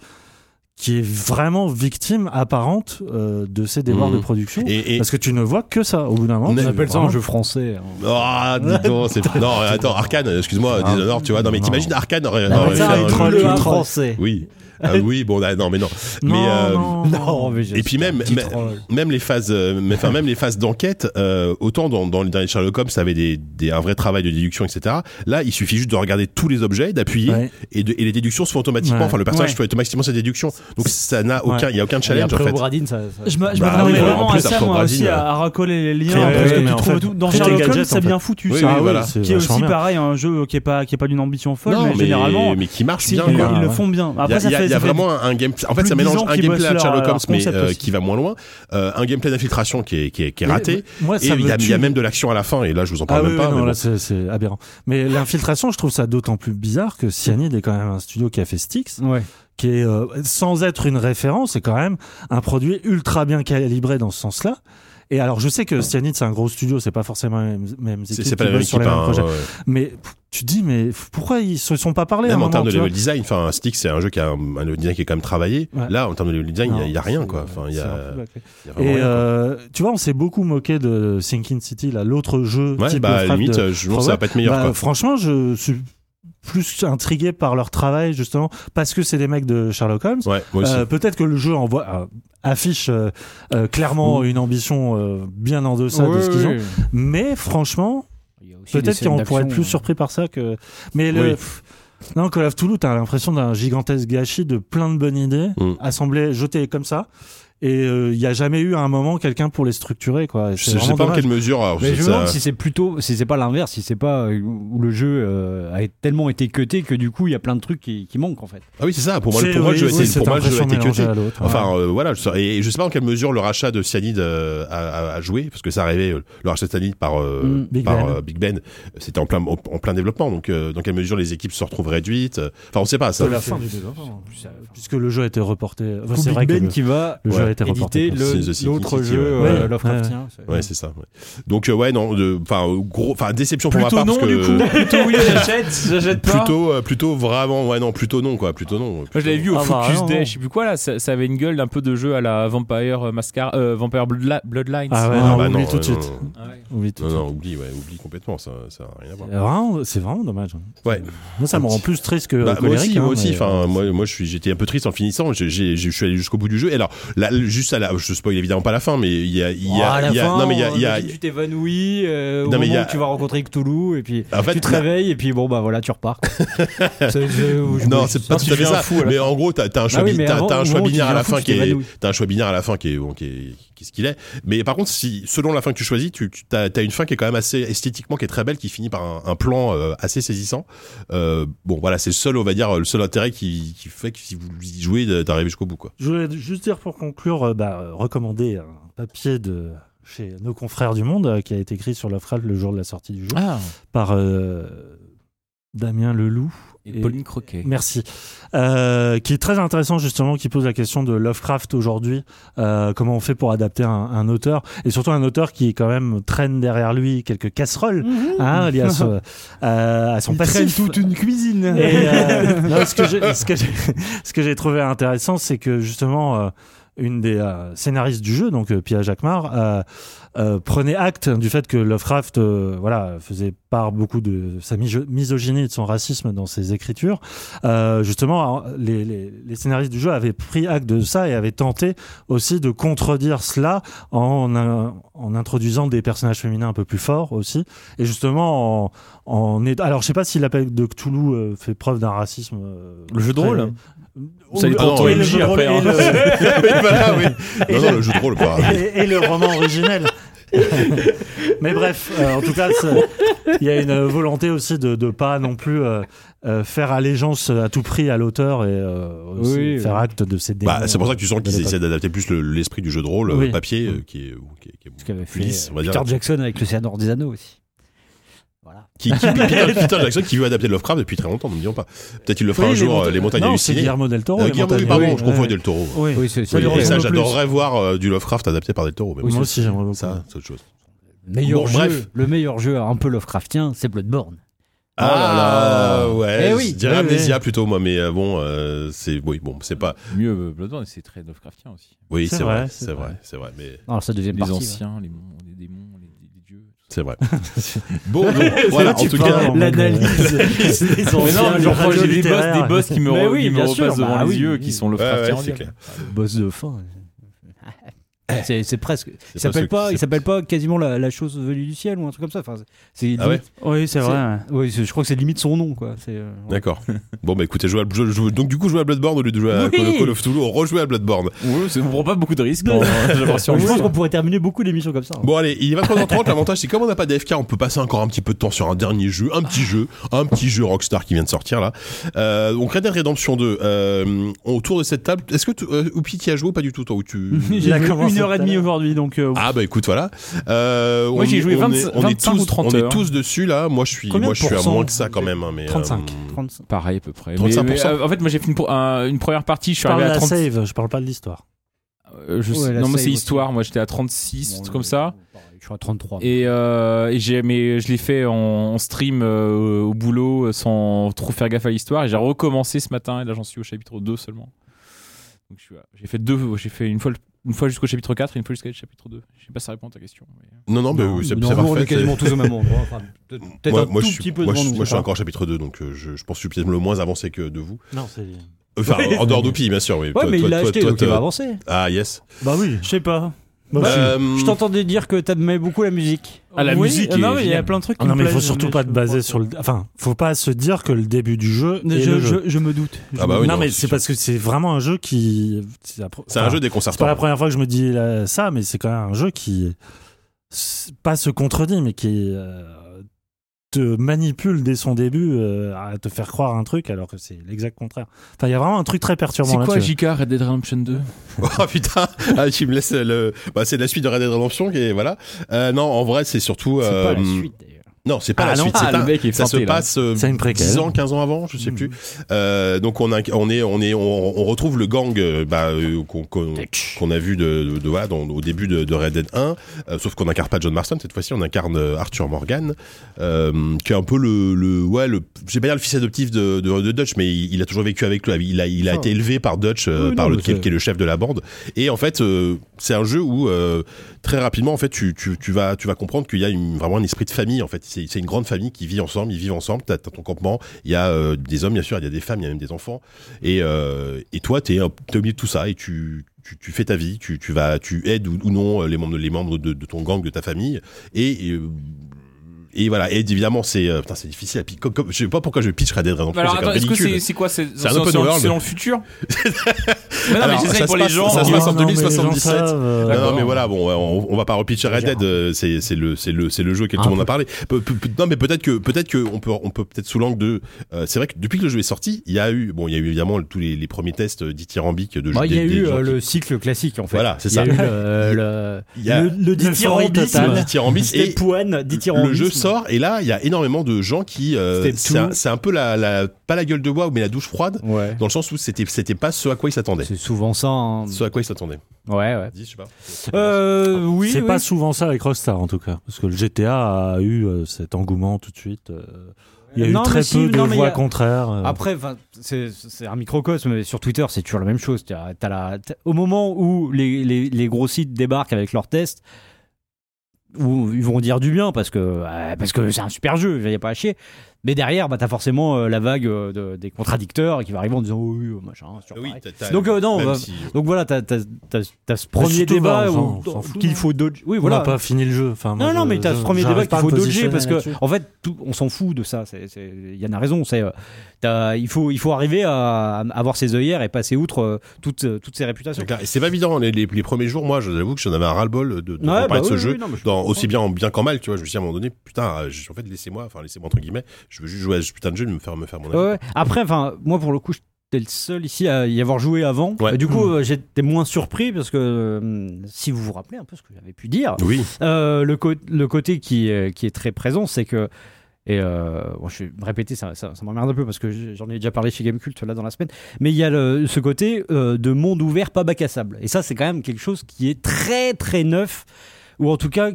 E: qui est vraiment victime apparente euh, de ses déboires
A: Mhm.
E: de production.
A: Et, et-
E: Parce que tu ne vois que ça au bout d'un moment.
A: On
E: tu-
A: appelle
E: vraiment-
F: français. hein.
A: Ah, dis donc, c'est- non, attends, Arkane, excuse-moi,
F: Ah.
A: Dishonored, tu vois. Non, mais
E: Non.
A: t'imagines Arkane aurait-
E: Ah,
A: aurait
E: mais
A: fait
E: ça,
A: un
E: il
A: jeu-
E: troll,
F: le
E: il troll.
F: français.
A: Oui. Ah oui, bon, là, non, mais non.
E: Non,
A: mais, euh,
E: non,
F: Non,
E: non.
F: mais j'ai-
A: Et puis même,
F: petit
A: même-
F: troll.
A: même les phases, euh, mais- enfin même les phases d'enquête, euh, autant dans, dans les derniers Sherlock Holmes, ça avait des, des- un vrai travail de déduction, etc. Là, il suffit juste de regarder tous les objets, d'appuyer,
E: Ouais.
A: et, de- et les déductions se font automatiquement.
E: Ouais.
A: Enfin, le personnage
C: Ouais.
A: fait automatiquement ses déductions. Donc ça n'a aucun, il
E: Ouais.
A: y a aucun
F: Et
A: challenge en
F: après,
A: fait.
F: au Bradine, ça. ça-
C: Je me je
A: Bah
C: m'attendais
A: oui,
C: vraiment
A: en
C: à
A: plus,
C: ça,
A: après,
C: moi aussi,
A: Bradine,
C: à, à recoller les liens.
E: Ouais,
C: parce que
E: ouais, mais
C: tu
E: en
C: trouves
E: fait,
C: tout. Dans
E: très
C: Sherlock Holmes,
E: gadget,
C: c'est
E: en fait.
C: bien foutu.
A: Oui,
C: ça.
A: oui,
E: Ah oui,
A: voilà.
E: c'est
C: Qui est
E: vachement
C: aussi
E: bien.
C: pareil, un jeu qui est pas, qui est pas d'une ambition folle,
A: Non,
C: mais, généralement,
A: mais qui marche
C: si,
A: bien.
C: ils,
A: quoi.
C: ils le font bien.
A: Il y a,
C: Après, ça
A: il y a-
C: fait
A: il y a
C: ça fait-
A: vraiment un, un game. En fait,
C: plus
A: ça
C: de
A: mélange
C: 10 ans
A: un
C: qu'ils
A: gameplay
C: bossent
A: à
C: leur-
A: Sherlock
C: leur
A: Holmes, mais
C: concept
A: euh,
C: aussi.
A: qui va moins loin, euh, un gameplay d'infiltration qui est, qui est, qui est raté.
E: Moi,
A: Et
E: ça
A: il y,
E: me
A: a- il y
E: tue.
A: a même de l'action à la fin, et là je vous en
E: Ah
A: parle
E: oui,
A: même pas.
E: oui,
A: mais
E: non,
A: bon.
E: là c'est- c'est aberrant. Mais l'infiltration, je trouve ça d'autant plus bizarre que Cyanide est quand même un studio qui a fait Styx,
F: Ouais.
E: qui est euh, sans être une référence, c'est quand même un produit ultra bien calibré dans ce sens-là. Et alors, je sais que Cyanide c'est un gros studio, c'est pas forcément les mêmes, mêmes
A: C'est
E: équipes
A: c'est pas
E: qui
A: la même
E: bossent sur
A: équipe.
E: les mêmes
A: hein,
E: projets.
A: ouais.
E: Mais pff, tu te dis, mais f- pourquoi ils se sont pas parlé à un
A: Même en
E: moment,
A: termes de
E: tu vois
A: level design, enfin, Stick, c'est un jeu qui a un, un level design qui est quand même travaillé.
E: Ouais.
A: Là, en termes de level design, il y a- il y a,
E: Non,
A: rien,
E: c'est-
A: quoi. Enfin, il y
E: c'est un
A: a,
E: peu bâclé.
A: il y a vraiment
E: Et
A: rien, quoi.
E: euh, tu vois, on s'est beaucoup moqué de Sinking City, là, l'autre jeu
A: Ouais,
E: type
A: bah,
E: Lovecraft
A: limite,
E: de-
A: euh, je pense que
E: Frodo.
A: ça va pas être meilleur,
E: Bah,
A: quoi.
E: Franchement, je suis plus intrigué par leur travail, justement, parce que c'est des mecs de Sherlock Holmes.
A: Ouais, moi aussi.
E: Euh, Peut-être que le jeu envoie, euh, affiche euh, euh,
A: Mmh.
E: clairement une ambition euh, bien en deçà de ce qu'ils ont. Mais franchement, peut-être qu'on pourrait être plus surpris par ça que. Mais le.
A: Oui.
E: pff, Non, Call of Toulouse, t'as l'impression d'un gigantesque gâchis de plein de bonnes idées
A: Mm.
E: assemblées, jetées comme ça. Et il n'y a jamais eu à un moment quelqu'un pour les structurer, quoi. Et
A: je,
E: c'est
A: sais- je sais
E: vraiment
A: pas en
E: dommage.
A: quelle mesure. alors,
F: Mais
A: c'est
F: je me
A: ça-
F: demande si c'est plutôt, si c'est pas l'inverse, si c'est pas euh, où le jeu euh, a tellement été cuté que du coup il y a plein de trucs qui, qui manquent en fait.
A: Ah oui, c'est ça. Pour moi, le- pour
E: C'est-
A: moi, le jeu a
E: oui,
A: été-
E: oui,
A: pour
E: cette
A: moi, le jeu a
E: impression
A: été
E: mélangée
A: cuté.
E: à l'autre.
A: Enfin, euh, voilà. je sais- Et et je sais pas en quelle mesure le rachat de Cyanide euh, a, a- a joué, parce que ça arrivait, euh, le rachat de Cyanide par, euh,
F: Mm.
E: Big
A: par
E: Ben.
A: euh, Big Ben, c'était en plein, en, en plein développement. Donc, euh, dans quelle mesure les équipes se retrouvent réduites euh, Enfin, on sait pas. Ça.
E: la fin du Puisque le jeu a été reporté. Enfin, c'est
F: Big
E: vrai que
F: Ben
E: le,
F: qui va
E: le jeu a été reporté.
F: éditer
E: quoi.
A: le- C'est The
F: le-
A: Sinking
F: l'autre
A: City,
F: jeu
A: ouais.
F: euh,
E: Ouais.
F: Lovecraftien. c'est-
A: Ouais, c'est ça. ouais. Donc, euh, ouais, non. de- Enfin, euh, gros. Enfin, déception pour ma
C: Plutôt
A: part.
C: non,
A: parce
C: du
A: que-
C: coup. Plutôt oui, j'achète, j'achète pas.
A: plutôt euh, plutôt vraiment ouais non plutôt non quoi plutôt non
D: Moi, je l'avais vu au
C: Ah, bah,
D: Focus
C: non,
D: Day,
C: non.
D: je sais plus quoi là, ça, ça avait une gueule d'un peu de jeu à la Vampire euh, Mascar, euh, Vampire Bloodla- Bloodlines.
E: Ah ouais,
A: Ah,
E: non,
A: bah,
E: oublie
A: non,
E: tout de
A: ouais,
E: suite.
A: non,
E: Oublie tout
A: non
E: de
A: non oublie ouais oublie complètement ça ça a rien à voir
E: suite. Euh, vraiment, C'est vraiment dommage.
A: ouais
E: Moi, ça me rend plus triste que
A: Bah, moi
E: colérique,
A: aussi
E: hein,
A: moi aussi
E: mais-
A: enfin
F: euh,
A: moi moi je suis j'étais un peu triste en finissant J'ai- j'ai- je suis allé jusqu'au bout du jeu et alors là juste à la je spoil évidemment pas la fin mais il y a il y
F: Oh, à
A: a
F: la
A: il y a
F: fin,
A: non mais il y a- il y a
F: on dit que tu t'évanouis euh, au
A: Non, mais il y
F: moment
A: a-
F: où tu vas rencontrer Cthulhu et puis
A: En fait,
F: tu te
A: non.
F: réveilles et puis bon bah voilà tu repars. quoi. C'est le jeu où je-
A: non,
F: je-
A: c'est pas
F: je
A: tout à fait
F: deviens
A: ça.
F: fou, à la
A: mais en gros, t'as t'as un choix,
F: Ah oui,
A: bi-
F: mais
A: t'as-
F: avant,
A: t'as un
F: au
A: chois
F: moment où tu
A: binaire à
F: deviens
A: la
F: fou,
A: fin
F: tu
A: qui est,
F: t'évanouis.
A: t'as un choix binaire à la fin qui est, bon, qui est, qui est ce qu'il est. Mais par contre, si selon la fin que tu choisis, tu tu- t'as as une fin qui est quand même assez esthétiquement qui est très belle, qui finit par un, un plan euh, assez saisissant. Euh, bon, voilà, c'est le seul, on va dire, le seul intérêt qui, qui fait que si vous y jouez, d'arriver jusqu'au bout, quoi.
E: Je voulais juste dire pour conclure, euh, bah, euh, recommander un euh, papier de chez nos confrères du Monde, euh, qui a été écrit sur Lovecraft le jour de la sortie du jeu
C: Ah,
E: par euh, Damien Leloup.
D: Et Pauline Croquet.
E: Merci. Euh, qui est très intéressant justement, qui pose la question de Lovecraft aujourd'hui, euh, comment on fait pour adapter un, un auteur, et surtout un auteur qui quand même traîne derrière lui quelques casseroles
B: Mhm.
E: hein, liées à, son- euh, à son passif.
B: une cuisine.
E: Et, euh, non, ce que j'ai- ce que j'ai- ce que j'ai trouvé intéressant, c'est que justement, euh, une des euh, scénaristes du jeu, donc euh, Pia Jacquemart, euh, euh, prenait acte du fait que Lovecraft euh, voilà, faisait part beaucoup de sa miso- misogynie et de son racisme dans ses écritures. Euh, justement, euh, les, les- les scénaristes du jeu avaient pris acte de ça et avaient tenté aussi de contredire cela en, euh, en introduisant des personnages féminins un peu plus forts aussi. Et justement, en, en aide- Alors, je sais pas si l'appel de Cthulhu euh, fait preuve d'un racisme. euh,
D: Le jeu de
E: très-
D: rôle
E: Ou-
D: Ça dépend
E: ou-
A: de ton
E: et le
D: MJ
E: jeu de rôle
D: après, hein.
E: et le-
A: oui, voilà, oui. Non, non, le jeu de rôle, bah, pas.
E: Ah et, et le roman originel. Mais bref, euh, en tout cas, ça- il y a une volonté aussi de ne pas non plus euh, euh, faire allégeance à tout prix à l'auteur et euh, aussi
F: Oui,
E: faire
F: oui.
E: acte de ses démons.
A: Bah, c'est pour ça que tu sens qu'ils
E: de l'époque.
A: essaient d'adapter plus le- l'esprit du jeu de rôle euh,
E: Oui.
A: papier euh, qui est, ou qui est- qui est
F: Ce qu'avait fait
A: plus lisse, on va dire.
F: Peter Jackson avec le Seigneur des Anneaux aussi. Voilà.
A: Qui, qui- Peter, Peter Jackson qui veut adapter Lovecraft depuis très longtemps, ne disons pas. Peut-être qu'il le fera
E: Oui,
A: un jour,
E: monta-
A: euh, les montagnes
E: Non, c'est
A: hallucinées.
E: Guillermo del Toro.
A: Euh,
E: les
A: Guillermo- oui,
E: montagnes-
A: pardon,
E: oui,
A: je confonds
E: oui.
A: avec Del Toro.
C: oui.
F: Oui, c'est
E: Ça
F: c'est
E: lui
A: Et
E: ressemble
A: ça,
E: plus.
A: j'adorerais voir euh, du Lovecraft adapté par Del Toro. Mais
F: Oui,
E: Moi aussi, j'aimerais beaucoup.
A: ça, c'est autre chose.
F: le meilleur
A: Bon,
F: jeu.
A: bref.
F: Le meilleur jeu un peu Lovecraftien, c'est Bloodborne.
A: Ah, là, ouais.
F: Eh oui.
A: Je dirais
E: Ouais,
A: Amnesia plutôt, moi, mais euh, bon, euh, c'est, oui, bon, c'est pas,
D: Mieux euh, Bloodborne, c'est très Lovecraftien aussi.
A: oui,
E: C'est
A: c'est vrai,
E: vrai,
A: c'est vrai, c'est vrai, mais
F: Alors ça deuxième
D: Les
F: partie. ouais.
D: anciens, les, mon- les démons, les, les dieux.
A: c'est vrai. bon, donc, voilà, en
E: Tu
A: tout
E: parles
A: cas,
E: en anglais.
D: Mais non,
E: le
D: genre,
E: radio
D: j'ai des boss,
E: littéraire.
D: des boss qui me,
F: Mais
D: re-
F: oui,
D: qui me
F: bien sûr,
D: repassent devant
F: bah
D: les
F: oui,
D: yeux,
F: oui.
D: qui sont Lovecraftiens.
A: Ouais, ouais, c'est
D: en
A: clair.
F: Boss de fin. hein. C'est c'est presque. Il
A: presque-
F: s'appelle pas, il
A: c'est-
F: s'appelle pas quasiment la, la chose venue du ciel ou un truc comme ça. Enfin, c'est- c'est
A: Ah ouais
F: limite-
C: Oui, c'est vrai. ouais.
F: ouais, c'est- je crois que c'est limite son nom quoi. C'est. euh, ouais.
A: D'accord. Bon, bah écoutez, jouer à, je- je- donc du coup, jouer à Bloodborne au lieu de jouer à
F: Oui.
A: Call of- Call of Cthulhu, on rejouait à Bloodborne.
D: Ouais, c'est- on prend pas beaucoup de risques. euh, dans- j'ai l'impression.
F: Je pense qu'on pourrait terminer beaucoup d'émissions comme ça. hein.
A: Bon, allez, il est 23h30. L'avantage, c'est comme on n'a pas d'AFK, on peut passer encore un petit peu de temps sur un dernier jeu, un petit jeu, un petit jeu Rockstar qui vient de sortir là. Euh, donc Red Dead Redemption 2, euh, autour de cette table, est-ce que tu, euh, Oupi, t'y as joué ou pas du tout, toi, ou tu...
E: Il a
C: J'ai vu
E: commencé
C: une heure
E: tout à
C: et demie
E: l'heure.
C: aujourd'hui, donc euh,
A: Ah bah écoute voilà. Euh,
D: Moi,
A: on
D: j'ai
A: est-
D: joué
A: on
D: 20
A: est- on est
D: 25
A: tous-
D: ou 30
A: On est
D: heures.
A: tous dessus là. Moi je suis
F: Combien
A: moi
F: de
A: je suis à
F: pourcents
A: moins que ça quand même hein, mais euh,
E: 35.
F: 35.
D: Pareil à peu près. Mais-
A: 35%.
D: mais, euh, en fait, moi j'ai fait une, pro- un- une première partie, je
E: Je
D: suis
E: parle
D: arrivé
E: de
D: à
E: la
D: 30.
E: save, je parle pas de l'histoire.
D: Euh, je sais-
F: Ouais, la
D: non, moi
F: save
D: c'est
F: aussi.
D: histoire, moi j'étais à 36, un truc comme ça.
F: Je suis à 33.
D: Et, euh, et j'ai, mais je l'ai fait en, en stream euh, au boulot euh, sans trop faire gaffe à l'histoire. Et j'ai recommencé ce matin. Et là, j'en suis au chapitre 2 seulement. Donc, je suis à- j'ai fait deux. J'ai fait une fois, le- une fois jusqu'au chapitre 4 et une fois jusqu'au chapitre 2. Je sais pas si ça répond à ta question. mais- euh.
A: Non non oh, mais oui, c'est c'est
F: On est
A: parfait.
F: quasiment tous au même endroit. Enfin, peut- Peut-être
A: Moi,
F: un
A: moi,
F: tout
A: je suis,
F: petit peu
A: moi, je,
F: devant
A: suis-
F: nous.
A: moi, je suis
F: sais
A: encore au chapitre 2 donc euh, je, je pense que je suis peut-être le moins avancé que de vous.
E: Non, c'est.
A: Enfin en dehors d'Oupi bien sûr oui.
F: pas.
A: Toi-
F: Ouais, mais
A: toi-
F: il l'a
A: toi-
F: acheté,
A: toi,
F: donc il
A: t'as-
F: va avancer.
A: Ah yes.
E: Bah oui.
C: je sais pas.
E: Bah, si.
A: Euh,
F: Je t'entendais dire que t'aimais beaucoup la musique.
D: Ah, la
C: Oui,
D: musique
C: euh,
D: est
C: Non, mais il y a
D: géniale.
C: plein de trucs.
E: Ah
C: qui
E: non,
C: me
E: mais il faut
C: plaisent,
E: surtout
C: mais
E: pas
C: je
E: te
C: me
E: baser
C: crois
E: sur
C: pas.
E: le. Enfin, faut pas se dire que le début du jeu.
C: Je,
E: est le jeu.
C: je- je me doute. Je
A: Ah bah
C: me
A: oui,
E: non,
A: non,
E: mais
A: c'est
E: c'est
A: sûr.
E: parce que c'est vraiment un jeu qui. C'est la pro-
A: C'est un
E: enfin,
F: Ah,
A: jeu
E: C'est pas la
A: déconcertant.
E: première fois que je me dis là, ça, mais c'est quand même un jeu qui. s- Pas se contredit, mais qui. euh, te manipule dès son début euh, à te faire croire un truc alors que c'est l'exact contraire. Enfin, il y a vraiment un truc très perturbant
D: C'est quoi
E: là-dessus.
D: JK Red Dead Redemption 2
A: Oh putain, ah, tu me laisses le bah, c'est la suite de Red Dead Redemption qui est voilà. Euh, non, en vrai, c'est surtout
F: C'est pas la
A: euh,
F: suite d'ailleurs.
A: Non, c'est pas
E: Ah
A: la
E: non,
A: suite,
D: ah,
A: c'est
D: le
A: un-
D: mec est
A: ça
D: feinté,
A: se
D: là.
A: passe euh,
E: C'est une préquelle.
A: 10 ans, 15 ans avant,
F: Hmm.
A: je sais plus. Euh, donc on, a, on est, on est, on, on retrouve le gang euh, bah, euh, qu'on qu'on- qu'on a vu de, de, de- voilà, dans- au début de, de Red Dead 1, euh, sauf qu'on n'incarne pas John Marston cette fois-ci, on incarne euh, Arthur Morgan, euh, qui est un peu le, le ouais, le, je vais pas dire le fils adoptif de, de, de Dutch, mais il, il a toujours vécu avec lui, Ah, il a, il a été élevé par Dutch, euh,
F: Ah. Oui,
A: par
F: non,
A: le
F: mais
A: qui, est-
F: c'est-
A: qui est le chef de la bande, et en fait euh, c'est un jeu où euh, très rapidement en fait tu, tu, tu vas tu vas comprendre qu'il y a une, vraiment un esprit de famille en fait c'est c'est une grande famille qui vit ensemble ils vivent ensemble t'as t'as ton campement il y a euh, des hommes bien sûr il y a des femmes il y a même des enfants et euh, et toi t'es un- t'es au milieu de tout ça et tu tu, tu fais ta vie, tu, tu vas, tu aides ou, ou non euh, les membres, les membres de, de ton gang, de ta famille, et euh, et voilà. Et évidemment, c'est euh, putain, c'est difficile. à piquer. Comme- comme- je sais pas pourquoi je pitcherais Dead Redemption.
D: Bah Alors
A: c'est quand
D: attends,
A: même
D: est-ce que c'est
A: ridicule.
D: c'est quoi C'est
A: un
D: c'est-
A: open
D: c'est-
A: world.
D: c'est dans le futur Mais non, mais
A: Alors,
D: j'essaye
A: ça
D: pour
A: se
D: les
A: passe-
D: gens.
A: ça se
D: qui-
A: passe en
E: Non, mais les gens
A: 2077.
E: savent, euh,
A: Non, non,
D: D'accord.
A: mais voilà, bon, ouais, on, on va pas repitcher Red Dead, euh, c'est c'est le c'est le c'est le jeu
F: Ah,
A: que tout le monde a parlé. Peu- peu- peu- non, mais peut-être que peut-être que on peut on peut peut-être sous l'angle de euh, c'est vrai que depuis que le jeu est sorti, il y a eu bon, il y a eu évidemment le- tous les, les premiers tests euh, dithyrambiques de jeux.
F: Bah, Il y a
A: des- des
F: eu
A: gens
F: euh,
A: qui-
F: le cycle classique en fait.
A: Voilà, c'est
F: Il y a
A: ça.
F: eu euh, le- le-
A: il y a
F: le- le
E: dithyrambique,
A: le
F: dithyrambique.
A: dithyrambique et
F: Stépoine, dithyrambique.
A: le jeu sort et là il y a énormément de gens qui euh,
F: Step
A: c'est
F: two.
A: un, c'est un peu la, la pas la gueule de bois mais la douche froide
F: Ouais.
A: dans le sens où c'était c'était pas ce à quoi ils s'attendaient.
F: C'est souvent ça. hein.
A: Ce à quoi ils s'attendaient.
F: Ouais, ouais.
A: Dis, je sais pas.
F: Euh, oui.
E: c'est
F: oui.
E: pas souvent ça avec Rockstar en tout cas, parce que le GTA a eu euh, cet engouement tout de suite. euh, il y a
F: Non,
E: eu
F: mais
E: très peu
F: si,
E: de
F: non, mais il y
E: voix
F: a-
E: contraires. euh.
F: Après, enfin, c'est c'est un microcosme, mais sur Twitter, c'est toujours la même chose. T'as- t'as la- t'as- au moment où les, les- les gros sites débarquent avec leurs tests, où ils vont dire du bien parce que euh, parce que c'est un super jeu, il n'y a pas à chier. Mais derrière, bah, t'as forcément euh, la vague euh, de- des contradicteurs qui va arriver en disant oh, oui, oh, machin, c'est toujours
A: Ah Oui,
F: pareil.
A: t'as- t'as-
F: Donc, euh, non,
A: même
F: bah,
A: si-
F: Donc voilà, t'as t'as- t'as- t'as ce premier
E: surtout,
F: débat
E: bah, on
F: où-
E: s'en- on s'en fout,
F: qu'il
E: non
F: faut dodger. Oui,
E: On
F: voilà.
E: n'a pas fini le jeu. Enfin, moi,
F: Non, non,
E: je-
F: mais t'as
E: je-
F: ce premier
E: j'arrive
F: débat
E: pas
F: qu'il
E: à
F: faut
E: me
F: dodger
E: positionner
F: parce que,
E: là-dessus.
F: en fait, tout- on s'en fout de ça. C'est- c'est- Il y en a raison. C'est, euh, t'as- il faut, il faut arriver à, à avoir ses œillères et passer outre euh, toutes, euh, toutes ces réputations.
A: C'est clair. Et c'est pas évident. Les, les- les premiers jours, moi, je l'avoue que j'en avais un ras-le-bol de, de, de
F: Ouais,
A: parler
F: bah
A: de ce
F: oui,
A: jeu.
F: oui, non, mais je
A: dans,
F: comprends.
A: aussi bien en bien qu'en mal, tu vois. Je me suis dit à un moment donné, putain, euh, je- en fait, laissez-moi, enfin, laissez-moi entre guillemets, je veux juste jouer à ce putain de jeu et me faire, me faire mon avis.
F: Ouais, ouais. Après, enfin, moi pour le coup, j'étais le seul ici à y avoir joué avant.
A: Ouais.
F: Et du coup, euh, j'étais moins surpris parce que euh, si vous vous rappelez un peu ce que j'avais pu dire,
A: Oui,
F: Euh, le, cô- le côté qui, est- qui est très présent, c'est que. Et euh, bon, je vais me répéter, ça, ça, ça m'emmerde un peu parce que j'en ai déjà parlé chez Gamecult là dans la semaine. Mais il y a le- ce côté euh, de monde ouvert, pas bac à sable. Et ça, c'est quand même quelque chose qui est très très neuf, ou en tout cas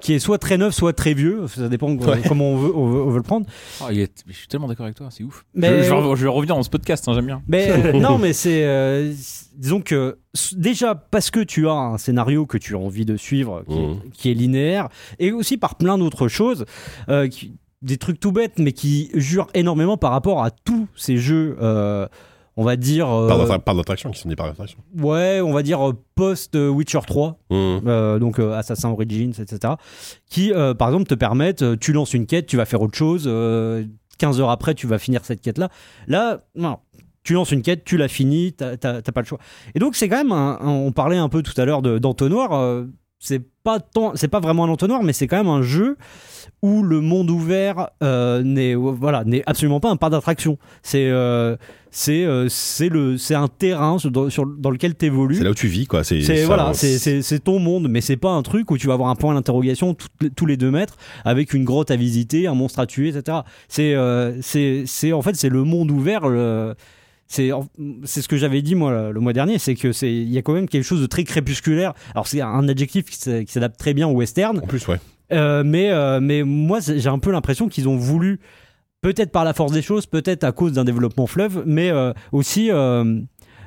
F: qui est soit très neuf, soit très vieux. Ça dépend euh, comment on veut, on veut- on veut le prendre.
D: Oh, il est- Je suis tellement d'accord avec toi, c'est ouf. Je,
F: Mais-
D: je vais- je vais revenir dans ce podcast, hein, j'aime bien.
F: Mais euh, non, mais c'est euh, c'est- disons que s- déjà parce que tu as un scénario que tu as envie de suivre, qui,
A: Mhm.
F: qui est linéaire, et aussi par plein d'autres choses, euh, qui- des trucs tout bêtes, mais qui jurent énormément par rapport à tous ces jeux. euh, on va dire euh,
A: par d'attra- par d'attraction, qui sont des par d'attraction.
F: ouais, on va dire euh, post Witcher 3,
A: Mmh.
F: euh, donc euh, Assassin Origins, etc., qui, euh, par exemple, te permettent, euh, tu lances une quête, tu vas faire autre chose, euh, 15 heures après, tu vas finir cette quête-là. Là, non. Tu lances une quête, tu la finis, t'as t'as- t'as pas le choix. Et donc, c'est quand même, un- un- on parlait un peu tout à l'heure de- d'entonnoir, euh, c'est pas tant, c'est pas vraiment un entonnoir, mais c'est quand même un jeu où le monde ouvert euh, n'est voilà n'est absolument pas un parc d'attraction. C'est euh, c'est euh, c'est le c'est un terrain sur, dans- sur- dans lequel t'évolues.
A: C'est là où tu vis, quoi. C'est
F: C'est
A: ça-
F: voilà, c'est- c'est c'est ton monde, mais c'est pas un truc où tu vas avoir un point d'interrogation toutes- tous les deux mètres avec une grotte à visiter, un monstre à tuer, etc. C'est euh, c'est c'est- en fait c'est le monde ouvert. le- C'est en- c'est ce que j'avais dit moi le, le mois dernier, c'est que c'est il y a quand même quelque chose de très crépusculaire. Alors c'est un adjectif qui s'a- qui s'adapte très bien au western,
A: En plus, ouais.
F: euh, mais, euh, mais moi, c'est- j'ai un peu l'impression qu'ils ont voulu, peut-être par la force des choses, peut-être à cause d'un développement fleuve, mais euh, aussi euh,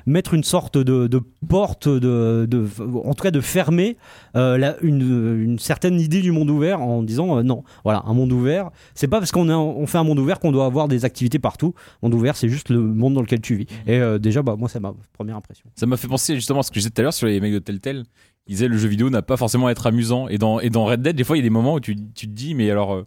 F: mettre une sorte de, de porte, de, de- en tout cas de fermer euh, la- une, une certaine idée du monde ouvert en disant euh, non, voilà, un monde ouvert, c'est pas parce qu'on est en- on fait un monde ouvert qu'on doit avoir des activités partout. Monde ouvert, c'est juste le monde dans lequel tu vis. Et euh, déjà, bah, moi, c'est ma première impression.
D: Ça m'a fait penser justement à ce que je disais tout à l'heure sur les mecs de Telltale. Ils disaient le jeu vidéo n'a pas forcément à être amusant. Et dans, et dans Red Dead, des fois, il y a des moments où tu, tu te dis, mais alors, euh,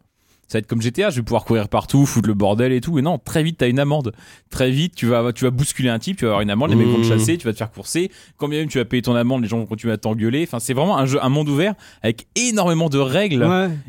D: ça va être comme GTA, je vais pouvoir courir partout, foutre le bordel et tout. Et non, très vite, t'as une amende. Très vite, tu vas, tu vas bousculer un type, tu vas avoir une amende, les mecs vont te
A: Mmh.
D: chasser, tu vas te faire courser. Quand bien même tu vas payer ton amende, les gens vont continuer à t'engueuler. Enfin, c'est vraiment un jeu, un monde ouvert avec énormément de règles.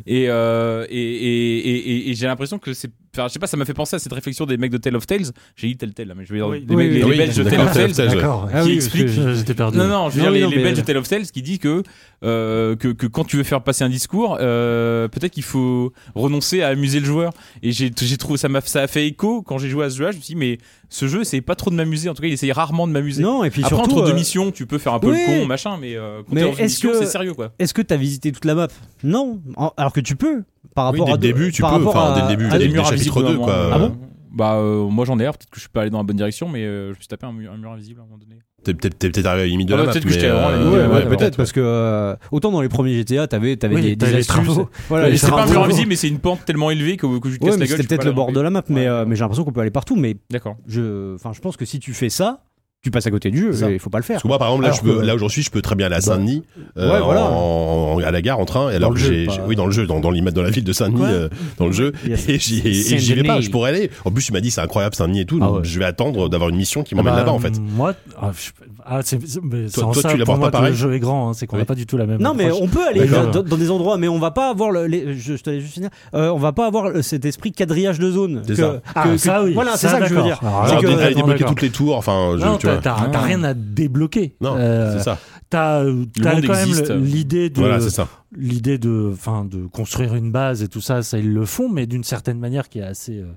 D: Et, euh, et, et, et, et- et j'ai l'impression que c'est. Enfin, je sais pas, ça m'a fait penser à cette réflexion des mecs de Tale of Tales. J'ai dit Telltale, là, mais je veux dire,
C: Oui.
D: des
F: Oui,
D: mecs-
F: oui,
D: les, les
A: oui,
D: Belges de Tale
A: d'accord,
D: of Tales.
A: Tale of Tales, ouais.
F: Ah
D: qui
F: oui,
D: explique-
F: parce que-
E: Je- J'étais perdu.
D: Non, non, je veux
F: Non,
D: dire,
F: oui,
D: les,
F: non,
D: les
F: mais-
D: Belges de Tale of Tales qui disent que, euh, que, que quand tu veux faire passer un discours, euh, peut-être qu'il faut renoncer à amuser le joueur. Et j'ai j'ai trouvé, ça m'a ça a fait écho quand j'ai joué à ce jeu-là. Je me suis dit, mais ce jeu, c'est pas trop de m'amuser. En tout cas, il essaye rarement de m'amuser.
F: Non, et puis
D: Après,
F: surtout,
D: entre deux
F: euh,
D: missions, tu peux faire un peu
F: oui.
D: le con, machin, mais euh, quand
F: Mais
D: t'es dans une
F: est-ce
D: mission,
F: que-
D: c'est sérieux, quoi.
F: Est-ce que tu as visité toute la map Non, En- alors que tu peux. Par
A: Oui,
F: rapport
A: dès
F: à
A: le début, tu
F: par
A: peux.
F: rapport
A: Enfin,
F: à-
A: dès le début,
F: à-
A: dès le
F: à-
A: début.
D: murs
A: chapitre
D: invisibles,
A: 2,
D: normalement.
A: quoi.
F: Ah bon
D: Bah, euh, moi j'en ai l'air, peut-être que je suis pas allé dans la bonne direction, mais euh, je me suis tapé un mur, un mur invisible à un moment donné.
A: T'es peut-être t'es peut-être arrivé à la limite de
D: Ah
A: la
D: bah,
A: map.
D: peut-être que
A: mais,
D: j'étais vraiment à la
A: euh,
D: limite de la
A: ouais,
D: map,
A: ouais,
D: alors.
A: peut-être.
F: peut-être parce que euh, autant dans les premiers GTA, t'avais t'avais
E: Oui,
F: des,
E: t'as
F: des
E: les
F: astuces.
E: travaux.
F: Voilà, les
D: c'est pas un
F: travaux.
D: mur invisible, mais c'est une pente tellement élevée que, que je te
F: Ouais,
D: casse la
F: mais
D: gueule. je
F: c'était
D: peux
F: peut-être
D: pas
F: le bord de la map, mais
D: Ouais.
F: euh, mais j'ai l'impression qu'on peut aller partout. Mais
D: D'accord.
F: je, enfin, je pense que si tu fais ça, tu passes à côté du jeu.
A: ça.
F: et Il faut pas le faire.
A: Parce que moi, par exemple, là,
F: Alors
A: je peux,
F: que-
E: Bah,
A: là où j'en suis, je peux très bien aller à Saint-Denis, euh,
F: Ouais, voilà.
A: en- en- à la gare en train. Et alors
E: le
A: que
E: jeu,
A: j'ai,
E: pas-
A: j'ai- oui, dans le jeu, dans, dans, l'ima- dans la ville de Saint-Denis,
E: Quoi
A: euh, dans le jeu.
F: Yes.
A: Et j'y, et
F: Saint-Denis.
A: j'y vais pas, je pourrais aller. En plus, tu m'as dit, c'est incroyable Saint-Denis et tout.
F: Ah
A: donc
F: ouais.
A: je vais attendre d'avoir une mission qui m'emmène
E: Bah,
A: là-bas, en fait.
E: Moi, ah, je- ah, c'est c'est- mais c'est
A: Toi-
E: en
A: toi,
E: ça
A: tu l'as
E: pour
A: pas
E: moi que
A: pareil
E: le jeu est grand, hein, c'est qu'on n'a
A: Oui.
E: pas du tout la même.
F: Non, mais
E: approche.
F: on peut aller
E: D'accord.
F: dans, dans des endroits, mais on va pas avoir le. les- je, je te laisse juste finir. Euh, on va pas avoir euh, cet esprit quadrillage de zone.
A: C'est
F: que-
A: ça.
E: Ah,
F: que-
E: ça,
F: que-
E: oui.
F: Voilà, c'est
E: Ça,
F: ça que Ah. je veux dire.
E: d'accord. Alors,
F: C'est
A: Genre,
E: que-
A: dé- aller
E: attends,
A: débloquer
E: ah, d'accord.
A: toutes les tours, enfin, je-
E: Non,
A: tu
E: t'as
A: vois.
E: t'as- t'as rien à débloquer.
A: Non,
E: Euh,
A: c'est ça.
E: T'as t'as
D: monde
E: quand même
D: existe.
E: le- l'idée de
A: Voilà, c'est ça.
E: l'idée de enfin de construire une base et tout ça, ça ils le font, mais d'une certaine manière qui est assez euh,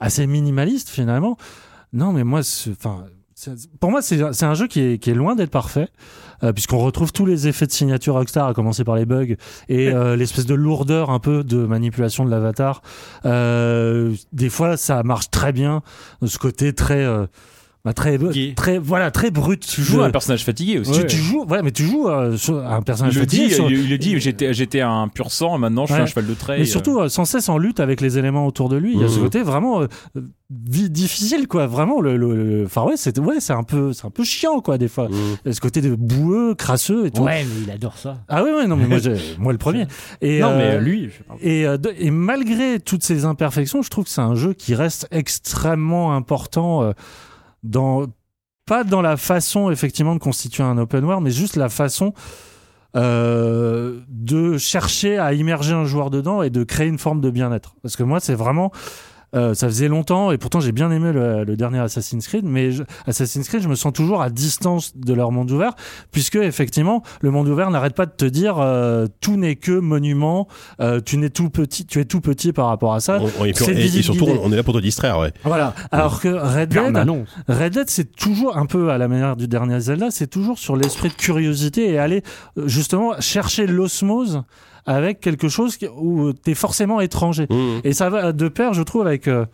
E: assez minimaliste finalement. Non, mais moi, ce- enfin, c'est- pour moi, c'est c'est un jeu qui est, qui est loin d'être parfait, euh, puisqu'on retrouve tous les effets de signature Rockstar, à commencer par les bugs et euh, l'espèce de lourdeur un peu de manipulation de l'avatar. Euh, des fois, ça marche très bien, ce côté très euh, bah, très
D: Gay.
E: très voilà très brut.
D: Tu joues à un personnage fatigué aussi.
E: tu, tu joues, voilà, mais tu joues euh, sur- à un personnage
D: il le
E: fatigué
D: dit,
E: sur-
D: il, il le dit j'étais, j'étais un pur sang et maintenant je suis
E: Ouais.
D: un cheval de trait.
E: mais surtout euh, sans cesse en lutte avec les éléments autour de lui. Il y a
F: Mmh.
E: ce
A: Mhm.
E: côté vraiment euh, vi- difficile, quoi. Vraiment, le, le, le- enfin ouais, c'est ouais, c'est un peu, c'est un peu chiant, quoi, des fois. Et Ce côté de boueux, crasseux et tout.
F: Mmh. Ouais, mais il adore ça.
E: Ah ouais, ouais, non, mais moi, j'ai- moi le premier. Et,
F: non, mais
E: euh,
F: lui, je sais pas.
E: et, euh, de- et malgré toutes ces imperfections, je trouve que c'est un jeu qui reste extrêmement important euh, dans pas dans la façon effectivement de constituer un open world, mais juste la façon euh, de chercher à immerger un joueur dedans et de créer une forme de bien-être. Parce que moi, c'est vraiment euh, ça faisait longtemps et pourtant j'ai bien aimé le, le dernier Assassin's Creed, mais je- Assassin's Creed, je me sens toujours à distance de leur monde ouvert, puisque effectivement le monde ouvert n'arrête pas de te dire euh, tout n'est que monument, euh, tu n'es tout petit, tu es tout petit par rapport à ça.
A: On- on- et, puis-
E: c'est
A: et- et
E: visite
A: surtout,
E: guidée.
A: on on est là pour te distraire, ouais.
E: Voilà. Alors que Red Dead,
F: Permanent.
E: Red Dead, c'est toujours un peu à la manière du dernier Zelda, c'est toujours sur l'esprit de curiosité et aller euh, justement chercher l'osmose avec quelque chose qui- où t'es forcément étranger.
F: Mmh.
A: Mhm.
E: Et ça va de pair, je trouve, avec euh,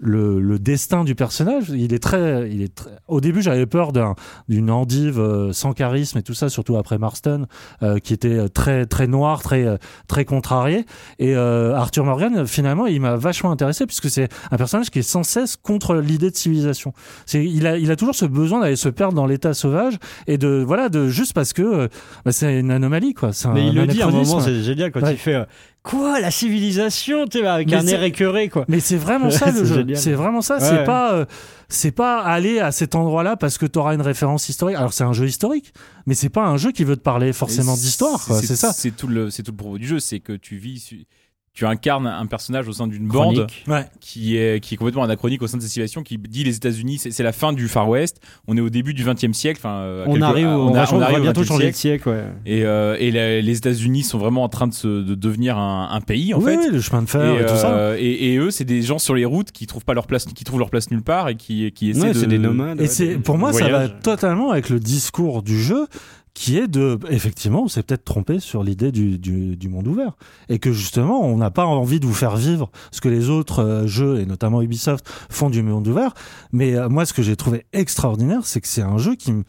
E: le, le destin du personnage. Il est très, il est très- Au début, j'avais peur d'un- d'une endive euh, sans charisme et tout ça, surtout après Marston, euh, qui était euh, très très noir, très euh, très contrarié. Et euh, Arthur Morgan, euh, finalement, il m'a vachement intéressé puisque c'est un personnage qui est sans cesse contre l'idée de civilisation. C'est, il a, il a toujours ce besoin d'aller se perdre dans l'état sauvage et de voilà, de juste parce que euh, bah, c'est une anomalie quoi. C'est
F: Mais
E: un
F: il le dit à un moment,
E: anachronisme.
F: c'est génial quand
E: Ouais.
F: il fait euh, Quoi, la civilisation Tu sais, avec
E: Mais
F: un
E: c'est-
F: air écœuré, quoi.
E: Mais c'est vraiment ça
F: C'est
E: le jeu.
F: génial.
E: C'est vraiment ça.
F: Ouais,
E: c'est
F: ouais.
E: pas, euh, c'est pas aller à cet endroit-là parce que t'auras une référence historique. Alors c'est un jeu historique, mais c'est pas un jeu qui veut te parler forcément d'histoire. quoi. C'est ça.
D: C'est tout, le, c'est tout le propos du jeu, c'est que tu vis. su- Tu incarnes un personnage au sein d'une bande
E: Ouais.
D: qui est, qui est complètement anachronique au sein de cette situation, qui dit les États-Unis, c'est, c'est la fin du Far West, on est au début du 20e siècle. enfin, euh, à
F: On
D: quelque-
F: arrive,
D: à-
F: on,
D: a-
F: va, changer- on va
D: arrive au
F: bientôt
D: 20e
F: changer de
D: siècle.
F: siècle, ouais.
D: Et, euh, et la- les États-Unis sont vraiment en train de, se, de devenir un, un pays, en
E: oui,
D: fait.
E: oui, le chemin de fer et, tout ça.
D: euh, et- et eux, c'est des gens sur les routes qui trouvent pas leur place, qui trouvent leur place nulle part et qui, qui essaient
F: Ouais,
D: de.
F: c'est des nomades.
E: Et
F: euh, ouais,
E: c'est,
F: des-
E: pour moi, ça va
D: voyage.
E: totalement avec le discours du jeu qui est de, effectivement, on s'est peut-être trompé sur l'idée du, du, du monde ouvert. Et que justement, on n'a pas envie de vous faire vivre ce que les autres euh, jeux, et notamment Ubisoft, font du monde ouvert. Mais euh, moi, ce que j'ai trouvé extraordinaire, c'est que c'est un jeu qui, me-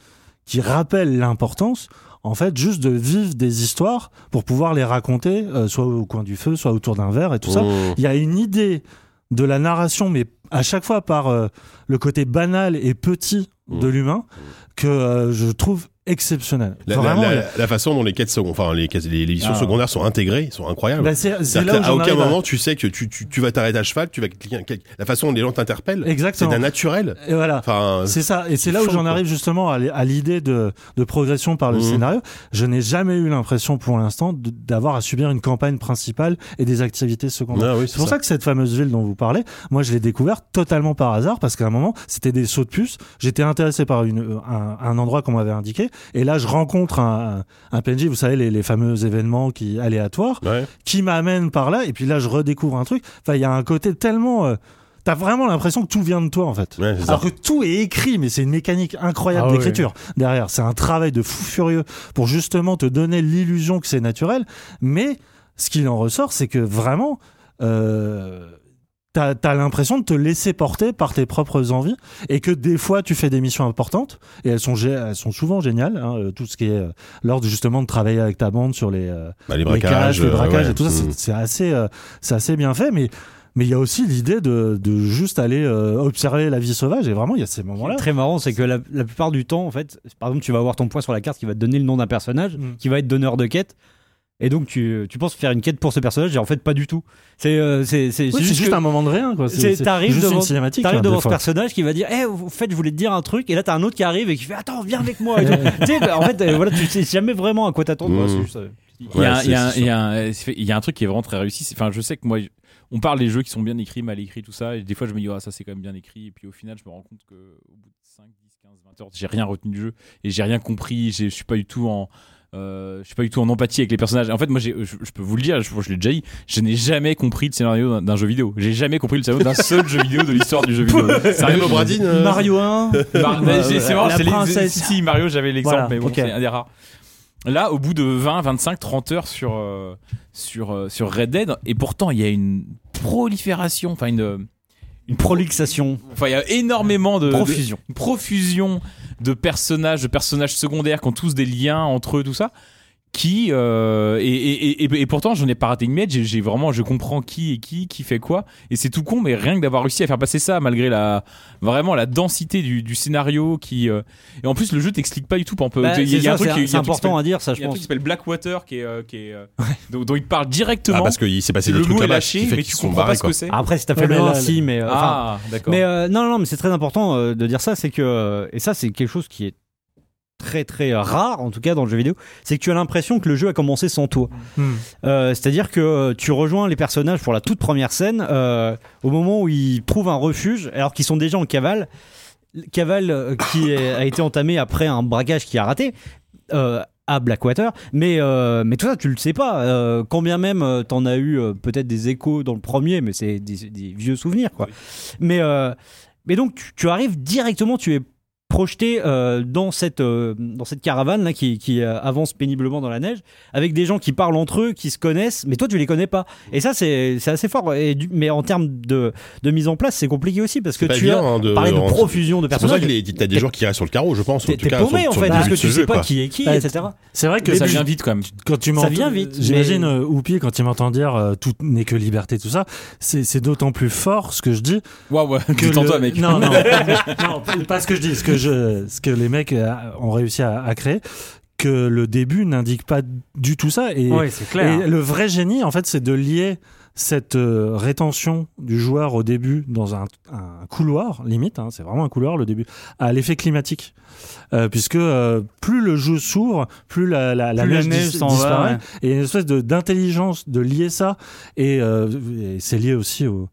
E: qui rappelle l'importance, en fait, juste de vivre des histoires pour pouvoir les raconter, euh, soit au coin du feu, soit autour d'un verre et tout ça.
A: Mhm.
E: Il y a une idée de la narration, mais à chaque fois par euh, le côté banal et petit de
A: Mmh.
E: l'humain, que euh, je trouve exceptionnel.
A: La, la-
E: Vraiment, euh,
A: la-
E: il y a-
A: la façon dont les quêtes secondaires, enfin les, quêtes- les, les missions
D: Ah.
A: secondaires sont intégrées, sont incroyables.
E: bah, c'est c'est
A: C'est-à-dire
E: là où
A: qu'à- à
E: j'en
A: aucun
E: arrive à-
A: moment tu sais que tu, tu, tu vas t'arrêter à cheval, tu vas cliquer- cliquer- la façon dont les gens t'interpellent, c'est
E: Exactement.
A: d'un naturel.
E: Et voilà.
A: Enfin, euh,
E: C'est ça, et c'est là où
A: fou,
E: j'en
A: quoi.
E: arrive justement à l- à l'idée de, de progression par le
A: Mhm.
E: scénario. Je n'ai jamais eu l'impression pour l'instant de- d'avoir à subir une campagne principale et des activités secondaires.
A: ah oui,
E: C'est pour ça. que cette fameuse ville dont vous parlez, moi je l'ai découverte totalement par hasard parce qu'à un moment c'était des sauts de puce. J'étais intéressé par une, euh, un, un endroit qu'on m'avait indiqué et là je rencontre un, un un PNJ, vous savez les, les fameux événements qui aléatoires,
A: Ouais.
E: qui m'amènent par là et puis là je redécouvre un truc. Enfin il y a un côté tellement, euh, t'as vraiment l'impression que tout vient de toi en fait.
A: Ouais, c'est ça.
E: Alors que tout est écrit, mais c'est une mécanique incroyable
F: Ah oui.
E: d'écriture derrière. C'est un travail de fou furieux pour justement te donner l'illusion que c'est naturel. Mais ce qu'il en ressort, c'est que vraiment, euh, t'as as, l'impression de te laisser porter par tes propres envies et que des fois tu fais des missions importantes et elles sont, gé- elles sont souvent géniales. hein, euh, tout ce qui est euh, l'ordre justement de travailler avec ta bande sur les, euh,
A: Bah, les
E: les
A: braquages,
E: caches, le
A: euh,
E: braquage
A: ouais.
E: et tout ça,
A: Mm.
E: c'est- c'est assez, euh, c'est assez bien fait, mais mais il y a aussi l'idée de, de juste aller euh, observer la vie sauvage et vraiment il y a ces moments-là.
F: Très marrant, c'est que la, la plupart du temps, en fait, par exemple, tu vas avoir ton point sur la carte qui va te donner le nom d'un personnage,
E: Mm.
F: qui va être donneur de quête. Et donc tu, tu penses faire une quête pour ce personnage et en fait pas du tout. C'est euh, c'est c'est
E: Oui,
F: c'est
E: c'est
F: juste
E: juste
F: que
E: un moment de rien, quoi.
F: c'est- t'arrives
E: juste
F: devant-
E: une cinématique.
F: T'arrives
E: hein,
F: devant
E: des
F: ce
E: fois.
F: personnage qui va dire Eh, au fait, je voulais te dire un truc. Et là, t'as un autre qui arrive et qui fait Attends, viens avec moi. et tout. tu sais, bah, en fait, euh, voilà, tu sais jamais vraiment à quoi t'attendre.
A: Mmh.
F: Voilà, c'est juste, euh,
D: Il y a
A: Ouais,
D: un-
A: c'est-
D: il y a un-
A: c'est
D: il y a un- euh, c'est- il y a un truc qui est vraiment très réussi. C'est- Enfin, je sais que moi, je- on parle des jeux qui sont bien écrits, mal écrits, tout ça. Et des fois, je me dis, ah, ça, c'est quand même bien écrit. Et puis au final, je me rends compte que au bout de 5, 10, 15, 20 heures, j'ai rien retenu du jeu. Et j'ai rien compris. J'ai- Je suis pas du tout en. euh, je suis pas du tout en empathie avec les personnages. En fait, moi, j'ai- je, je peux vous le dire, je, je l'ai déjà dit, je n'ai jamais compris le scénario d'un- d'un jeu vidéo. J'ai jamais compris le scénario d'un seul jeu vidéo de l'histoire du jeu vidéo.
A: Même
D: Sérieux,
A: au Bradine, euh,
B: Mario 1. Bah,
D: Mar-
B: Ouais,
D: c'est- Bah, c'est
B: ouais,
D: marrant,
B: la
D: c'est les-
B: princesse.
D: Si, si, Mario, j'avais l'exemple,
B: Voilà,
D: mais bon,
B: ok.
D: c'est un des rares. Là, au bout de 20, 25, 30 heures sur, euh, sur, euh, sur Red Dead, et pourtant, il y a une prolifération, enfin, une. euh,
F: une prolixation.
D: Enfin, il y a énormément Euh, de.
F: Profusion.
D: de- une profusion de personnages, de personnages secondaires qui ont tous des liens entre eux, tout ça. Qui. euh, et, et, et, et pourtant, je n'ai pas raté une miette, j'ai- j'ai vraiment. Je comprends qui et qui, qui fait quoi. Et c'est tout con, mais rien que d'avoir réussi à faire passer ça, malgré la. Vraiment la densité du, du scénario qui. euh, Et en plus, le jeu t'explique pas du tout. par exemple, euh,
F: Bah,
D: Il y a- il y a un
F: c'est
D: truc qui-
F: ça, c'est-
D: il y
F: c'est
D: a un truc qui
F: important
D: s'appelle-
F: à dire, ça,
D: il
F: je
D: y a un truc qui
F: pense.
D: s'appelle Blackwater qui est, euh, qui est, euh, dont, dont il parle
A: Ah,
D: directement.
A: parce qu'il s'est passé des
D: le
A: trucs
D: mot est
A: là-bas.
D: lâché,
A: qui fait
D: mais
A: qu'ils
D: tu
A: se sont
D: comprends pas
A: barrés,
D: ce
A: quoi.
D: que c'est.
F: Après, si t'as fait
E: Ouais,
F: le
E: mais là,
F: LRC, mais. euh, Ah, enfin,
D: Ah, d'accord.
F: Mais euh, non, non, mais c'est très important euh, de dire ça. C'est que euh, et ça, c'est quelque chose qui est très très euh, rare en tout cas dans le jeu vidéo, c'est que tu as l'impression que le jeu a commencé sans toi.
E: Hmm.
F: Euh, C'est-à-dire que euh, tu rejoins les personnages pour la toute première scène euh, au moment où ils trouvent un refuge alors qu'ils sont déjà en cavale. Cavale euh, qui est- a été entamée après un braquage qui a raté. euh, à Blackwater, mais euh, mais tout ça tu le sais pas. Euh, quand bien même euh, t'en as eu euh, peut-être des échos dans le premier, mais c'est des, des vieux souvenirs quoi. Mais euh, mais donc tu, tu arrives directement, tu es projeté euh, dans cette euh, dans cette caravane là qui, qui, euh, avance péniblement dans la neige avec des gens qui parlent entre eux, qui se connaissent, mais toi tu les connais pas. Et ça c'est c'est assez fort. Et du- mais en termes de de mise en place, c'est compliqué aussi parce que
A: C'est pas
F: tu
A: évident,
F: as
A: hein, de-
F: parlé de
A: en-
F: profusion de
A: C'est pour ça
F: personnages.
A: que les- t'as des joueurs qui restent sur le carreau, je pense. en
F: T'es
A: tout
F: t'es
A: cas, sur-
F: paumé en
A: sur
F: fait
A: le
F: parce
A: début de
F: que
A: ce
F: tu sais
A: jeu,
F: pas
A: quoi.
F: qui est qui,
E: Bah,
F: etc.
E: C'est vrai que
D: ça
E: tu-
D: vient vite quand même.
E: quand tu m'entends,
F: vient vite,
E: J'imagine,
F: mais-
E: euh, Oupi, quand il m'entend dire euh, tout n'est que liberté, tout ça, c'est c'est d'autant plus fort ce que je dis
D: Waouh, ouais,
E: que.
D: détends-toi,
E: le-
D: mec.
E: Non, non, non, pas- pas ce que je dis, ce que, je, ce que les mecs euh, ont réussi à, à créer, que le début n'indique pas du tout ça. Et,
C: Ouais, c'est clair.
E: et le vrai génie, en fait, c'est de lier cette euh, rétention du joueur au début dans un, un couloir, limite, hein, c'est vraiment un couloir le début, à l'effet climatique. Euh, puisque euh, plus le jeu s'ouvre, plus la, la, la
C: Plus la
E: neige,
C: neige
E: dis-
C: s'en va,
E: disparaît.
C: ouais.
E: Et il y a une espèce de- d'intelligence de, lier ça. Et, euh, et c'est lié aussi au,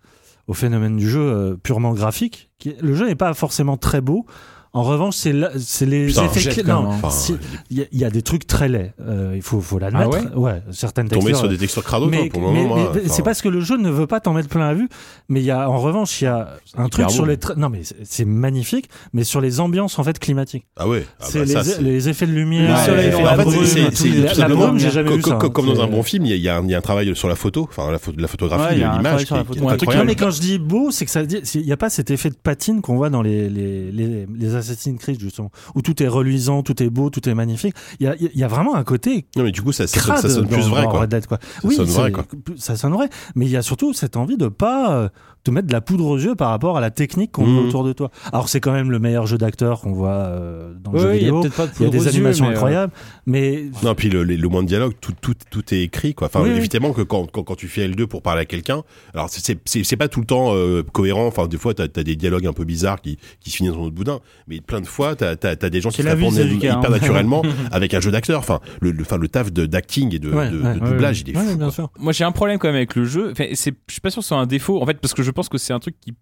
E: au phénomène du jeu euh, purement graphique. qui- le jeu n'est pas forcément très beau. En revanche, c'est la- c'est les
A: Putain,
E: effets
D: jette
E: cli-
D: quand
E: non,
D: même,
A: hein.
E: si- il y, a- il y a des trucs très laids. euh, il faut, faut l'admettre. ouais, certaines
A: Tomber
E: textures. euh,
A: sur des textures crado,
E: mais
A: toi, pour le
E: mais-
A: moment. hein. moi,
E: mais- c'est
A: enfin,
E: parce que le jeu ne veut pas t'en mettre plein à vue. Mais il y a, en revanche, il y a
A: Ah,
E: un truc
D: beau,
E: sur
D: hein.
E: les. tra- Non, mais c'est- c'est magnifique. Mais sur les ambiances en fait climatiques.
A: Ah ouais. ah
E: c'est
A: bah,
E: les, e-,
A: ça, c'est-
E: les effets de lumière.
C: Le soleil
E: les
C: dans
E: effets
C: la
E: de
C: brume,
E: brume,
A: c'est-
E: tout.
A: c'est-
E: la,
A: tout
E: la
A: simplement-
E: brume, j'ai jamais
A: co-
E: vu
A: co-
E: ça. hein.
A: co- Comme dans
E: C'est-
A: un bon film, il y a- il y a un il y a un travail sur la photo, enfin la photo- la
C: Ouais,
A: photographie,
C: il y a un travail
A: l'image, qui
C: sur la
A: est- qui est
C: photo.
E: Non,
A: incroyable.
E: mais quand je dis beau, c'est que ça, il n'y a pas cet effet de patine qu'on voit dans les, les, les, les Assassin's Creed justement, où tout est reluisant, tout est beau, tout est magnifique. Il y a, il y a vraiment un côté
A: Non, mais du coup, ça ça-
E: crade
A: ça sonne
E: dans-
A: plus vrai,
E: dans
A: quoi.
E: Red Dead, quoi. oui,
A: sonne
E: c'est-
A: vrai, quoi.
E: ça sonne vrai. Mais il y a surtout cette envie de pas euh, te mettre de la poudre aux yeux par rapport à la technique qu'on
A: Mhm.
E: a autour de toi. Alors c'est quand même le meilleur jeu d'acteur qu'on voit euh, dans le jeu
F: Ouais, il y a
E: vidéo.
F: peut-être pas de
E: Il y a
F: poudre aux
E: des
F: yeux,
E: animations
F: mais, euh,
E: incroyables, mais
A: Non, puis le, les- le moins de dialogue, tout, tout, tout est écrit, quoi. Enfin,
E: Oui, oui.
A: évidemment que quand, quand, quand tu fais L2 pour parler à quelqu'un, alors c'est- c'est c'est- c'est pas tout le temps euh, cohérent. Enfin, des fois, t'as as des dialogues un peu bizarres qui, qui se finissent dans notre boudin, mais plein de fois, t'as as, des gens qui
C: C'est
A: se
C: la vie,
A: répondent
C: c'est du cas, hein.
A: hyper naturellement avec un jeu d'acteur. Enfin, le, le, enfin, le taf de- d'acting et de,
E: Ouais,
A: de, de
E: ouais, ouais,
A: doublage, il est
E: Ouais,
A: fou.
E: bien
A: quoi.
E: sûr.
D: Moi, j'ai un problème quand même avec le jeu. Enfin, c'est, je suis pas sûr que ce soit un défaut, en fait, parce que je pense que c'est un truc qui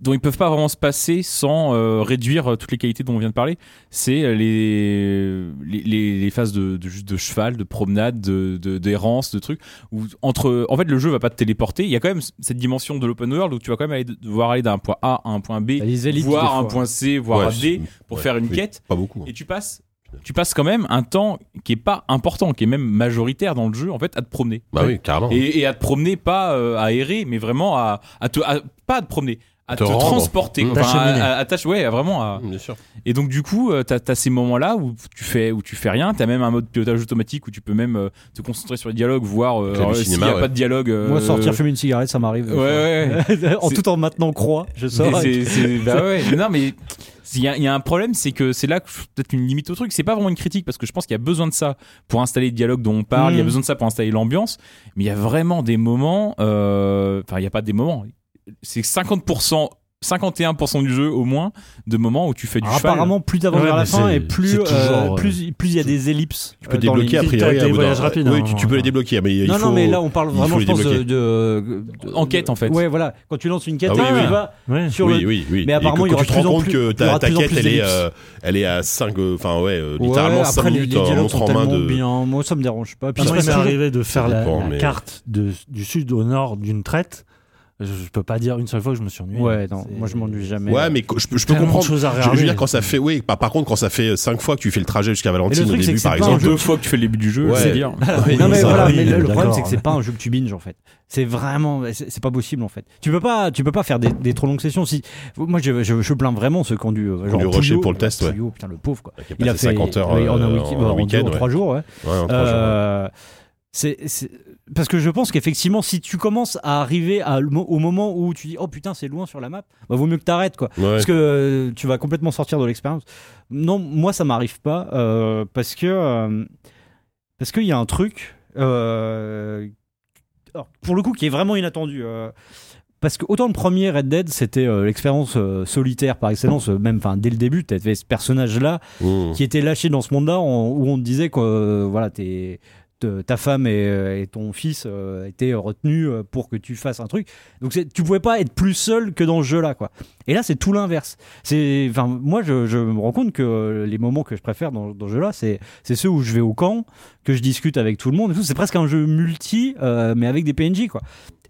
D: dont ils peuvent pas vraiment se passer sans euh, réduire euh, toutes les qualités dont on vient de parler. C'est euh, les, les, les- les phases de, de, juste de cheval, de promenade, de, de- d'errance, de trucs. Où entre, en fait, le jeu va pas te téléporter. Il y a quand même cette dimension de l'open world où tu vas quand même aller, devoir aller d'un point A à un point B,
F: Bah, Les élites, des
D: voire
F: fois.
D: un point C, voire
A: Ouais,
D: un D,
A: c'est-
D: pour
A: ouais,
D: faire une
A: oui,
D: quête.
A: Pas beaucoup. hein.
D: Et tu passes, tu passes quand même un temps qui est pas important, qui est même majoritaire dans le jeu, en fait, à te promener.
A: Bah oui, carrément.
D: Et, et à te promener, pas euh, à errer, mais vraiment à, à te, à- pas à te promener, à te,
A: Te rendre.
D: transporter,
A: Mmh.
D: quoi. Enfin,
E: T'acheminer.
D: à, à- à t'ach- ouais, à vraiment. à-
A: Bien sûr.
D: Et donc du coup, euh, t'as as ces moments-là où tu fais, où tu fais rien. T'as même un mode pilotage automatique où tu peux même euh, te concentrer sur les dialogues, voir euh,
A: Clavier
D: alors, s'il n'y
A: cinéma,
D: a
A: ouais.
D: pas de dialogue. euh,
F: Moi sortir fumer une cigarette, ça m'arrive.
D: Ouais, ouais.
F: en
D: C'est-
F: tout en maintenant croix, je sors.
D: Mais c'est- c'est- bah ouais. Mais non, mais Il y, a- il y a un problème, c'est que c'est là que je- peut-être une limite au truc. C'est pas vraiment une critique parce que je pense qu'il y a besoin de ça pour installer le dialogue dont on parle. Il y a
F: Mhm.
D: besoin de ça pour installer l'ambiance. Mais il y a vraiment des moments. euh, Enfin, il y a pas des moments. C'est 50 51% du jeu au moins de moments où tu fais du
F: Alors,
D: cheval.
F: apparemment, plus t'avances
E: Ouais,
F: vers la
E: mais
F: fin
E: c'est-
F: et plus
E: c'est
F: euh,
E: toujours, euh,
F: plus plus il y a des ellipses.
A: Tu peux
F: euh, dans
A: débloquer
F: les-
A: a
E: Si t'as
A: priori.
E: des
A: à bout d'un-
E: voyages rapides,
A: Oui,
E: hein,
A: tu, tu peux les
E: voilà.
A: débloquer, mais il
F: Non,
A: faut.
F: non, mais là on parle
A: il
F: vraiment,
A: faut
F: je
A: les
F: pense,
A: débloquer.
F: de, de- de-
D: Enquête, en fait.
F: Ouais, voilà. Quand tu lances une quête, hein,
A: Ah
F: tu
A: oui, oui.
F: vas
E: Ouais.
F: sur
A: oui,
F: le.
A: oui, oui.
F: Mais
A: Et
F: apparemment,
A: quand
F: il y aura
A: tu
F: de
A: te
F: plus en
A: rends compte
F: plus-
A: que
F: il y
A: ta,
F: aura de
A: ta
F: plus en
A: quête,
F: plus
A: elle est,
F: d'ellipses.
A: euh, elle est à 5 enfin ouais, euh,
F: Ouais,
A: littéralement 5
F: après, les-
A: minutes,
F: les
A: un
F: dialogues sont
A: monstre en main
F: tellement
A: de.
F: bien. Moi, ça me dérange pas. Puis
E: Moi,
F: ça
E: il
F: passe
E: m'est
F: toujours-
E: arrivé de faire
A: Ça
E: la,
A: dépend,
E: la
A: mais-
E: carte de- du sud au nord d'une traite. Je, je peux pas dire une seule fois que je me suis ennuyé.
F: Ouais, non,
E: C'est-
F: moi je m'ennuie jamais.
A: Ouais, mais co- je, peux- je peux
E: Tellement de
A: comprendre.
E: choses à
A: Je, je veux dire
E: regarder.
A: quand ça fait, oui. Par, par contre, quand ça fait 5 fois que tu fais le trajet jusqu'à
F: Et
A: Valentine
F: le
A: au
F: truc, c'est
A: début,
F: que c'est
A: par
F: pas un
A: exemple.
F: jeu-
D: deux fois que tu fais le début du jeu,
A: Ouais.
D: c'est dire.
A: Oui,
F: non mais
A: ça,
F: voilà,
A: oui,
F: mais le, le problème
E: d'accord.
F: c'est que c'est pas un jeu que tu binges en fait. C'est vraiment, c'est c'est pas possible en fait. Tu peux pas, tu peux pas faire des, des trop longues sessions. Si moi je, je, je plains vraiment ceux qui ont dû euh, genre
A: dû rusher
F: Puyo-
A: pour le test, ouais.
F: Puyo, putain le pauvre quoi.
A: Il a passé 50 heures
F: oui, en un
A: euh,
F: week-
A: en
F: en
A: week-end,
F: deux- en
A: ouais.
F: trois jours. Ouais.
A: Ouais, en trois jours, ouais.
F: Euh, c'est c'est- parce que je pense qu'effectivement si tu commences à arriver à, le mo- au moment où tu dis oh putain c'est loin sur la map, bah vaut mieux que t'arrêtes quoi.
A: Ouais.
F: Parce que euh, tu vas complètement sortir de l'expérience. Non, moi ça m'arrive pas euh, parce que euh, parce qu'il y a un truc euh, alors, pour le coup qui est vraiment inattendu. euh, parce que autant le premier Red Dead c'était euh, l'expérience euh, solitaire par excellence, euh, même enfin dès le début tu avais ce personnage là
A: Mmh.
F: qui était lâché dans ce monde-là en- où on te disait que euh, voilà, t'es- te- ta femme et, euh, et ton fils euh, étaient retenus euh, pour que tu fasses un truc. Donc c'est- tu pouvais pas être plus seul que dans ce jeu-là, quoi. Et là, c'est tout l'inverse. C'est, enfin, moi, je, je me rends compte que euh, les moments que je préfère dans, dans ce jeu-là, c'est c'est ceux où je vais au camp, que je discute avec tout le monde. et tout. C'est presque un jeu multi, euh, mais avec des PNJ, quoi.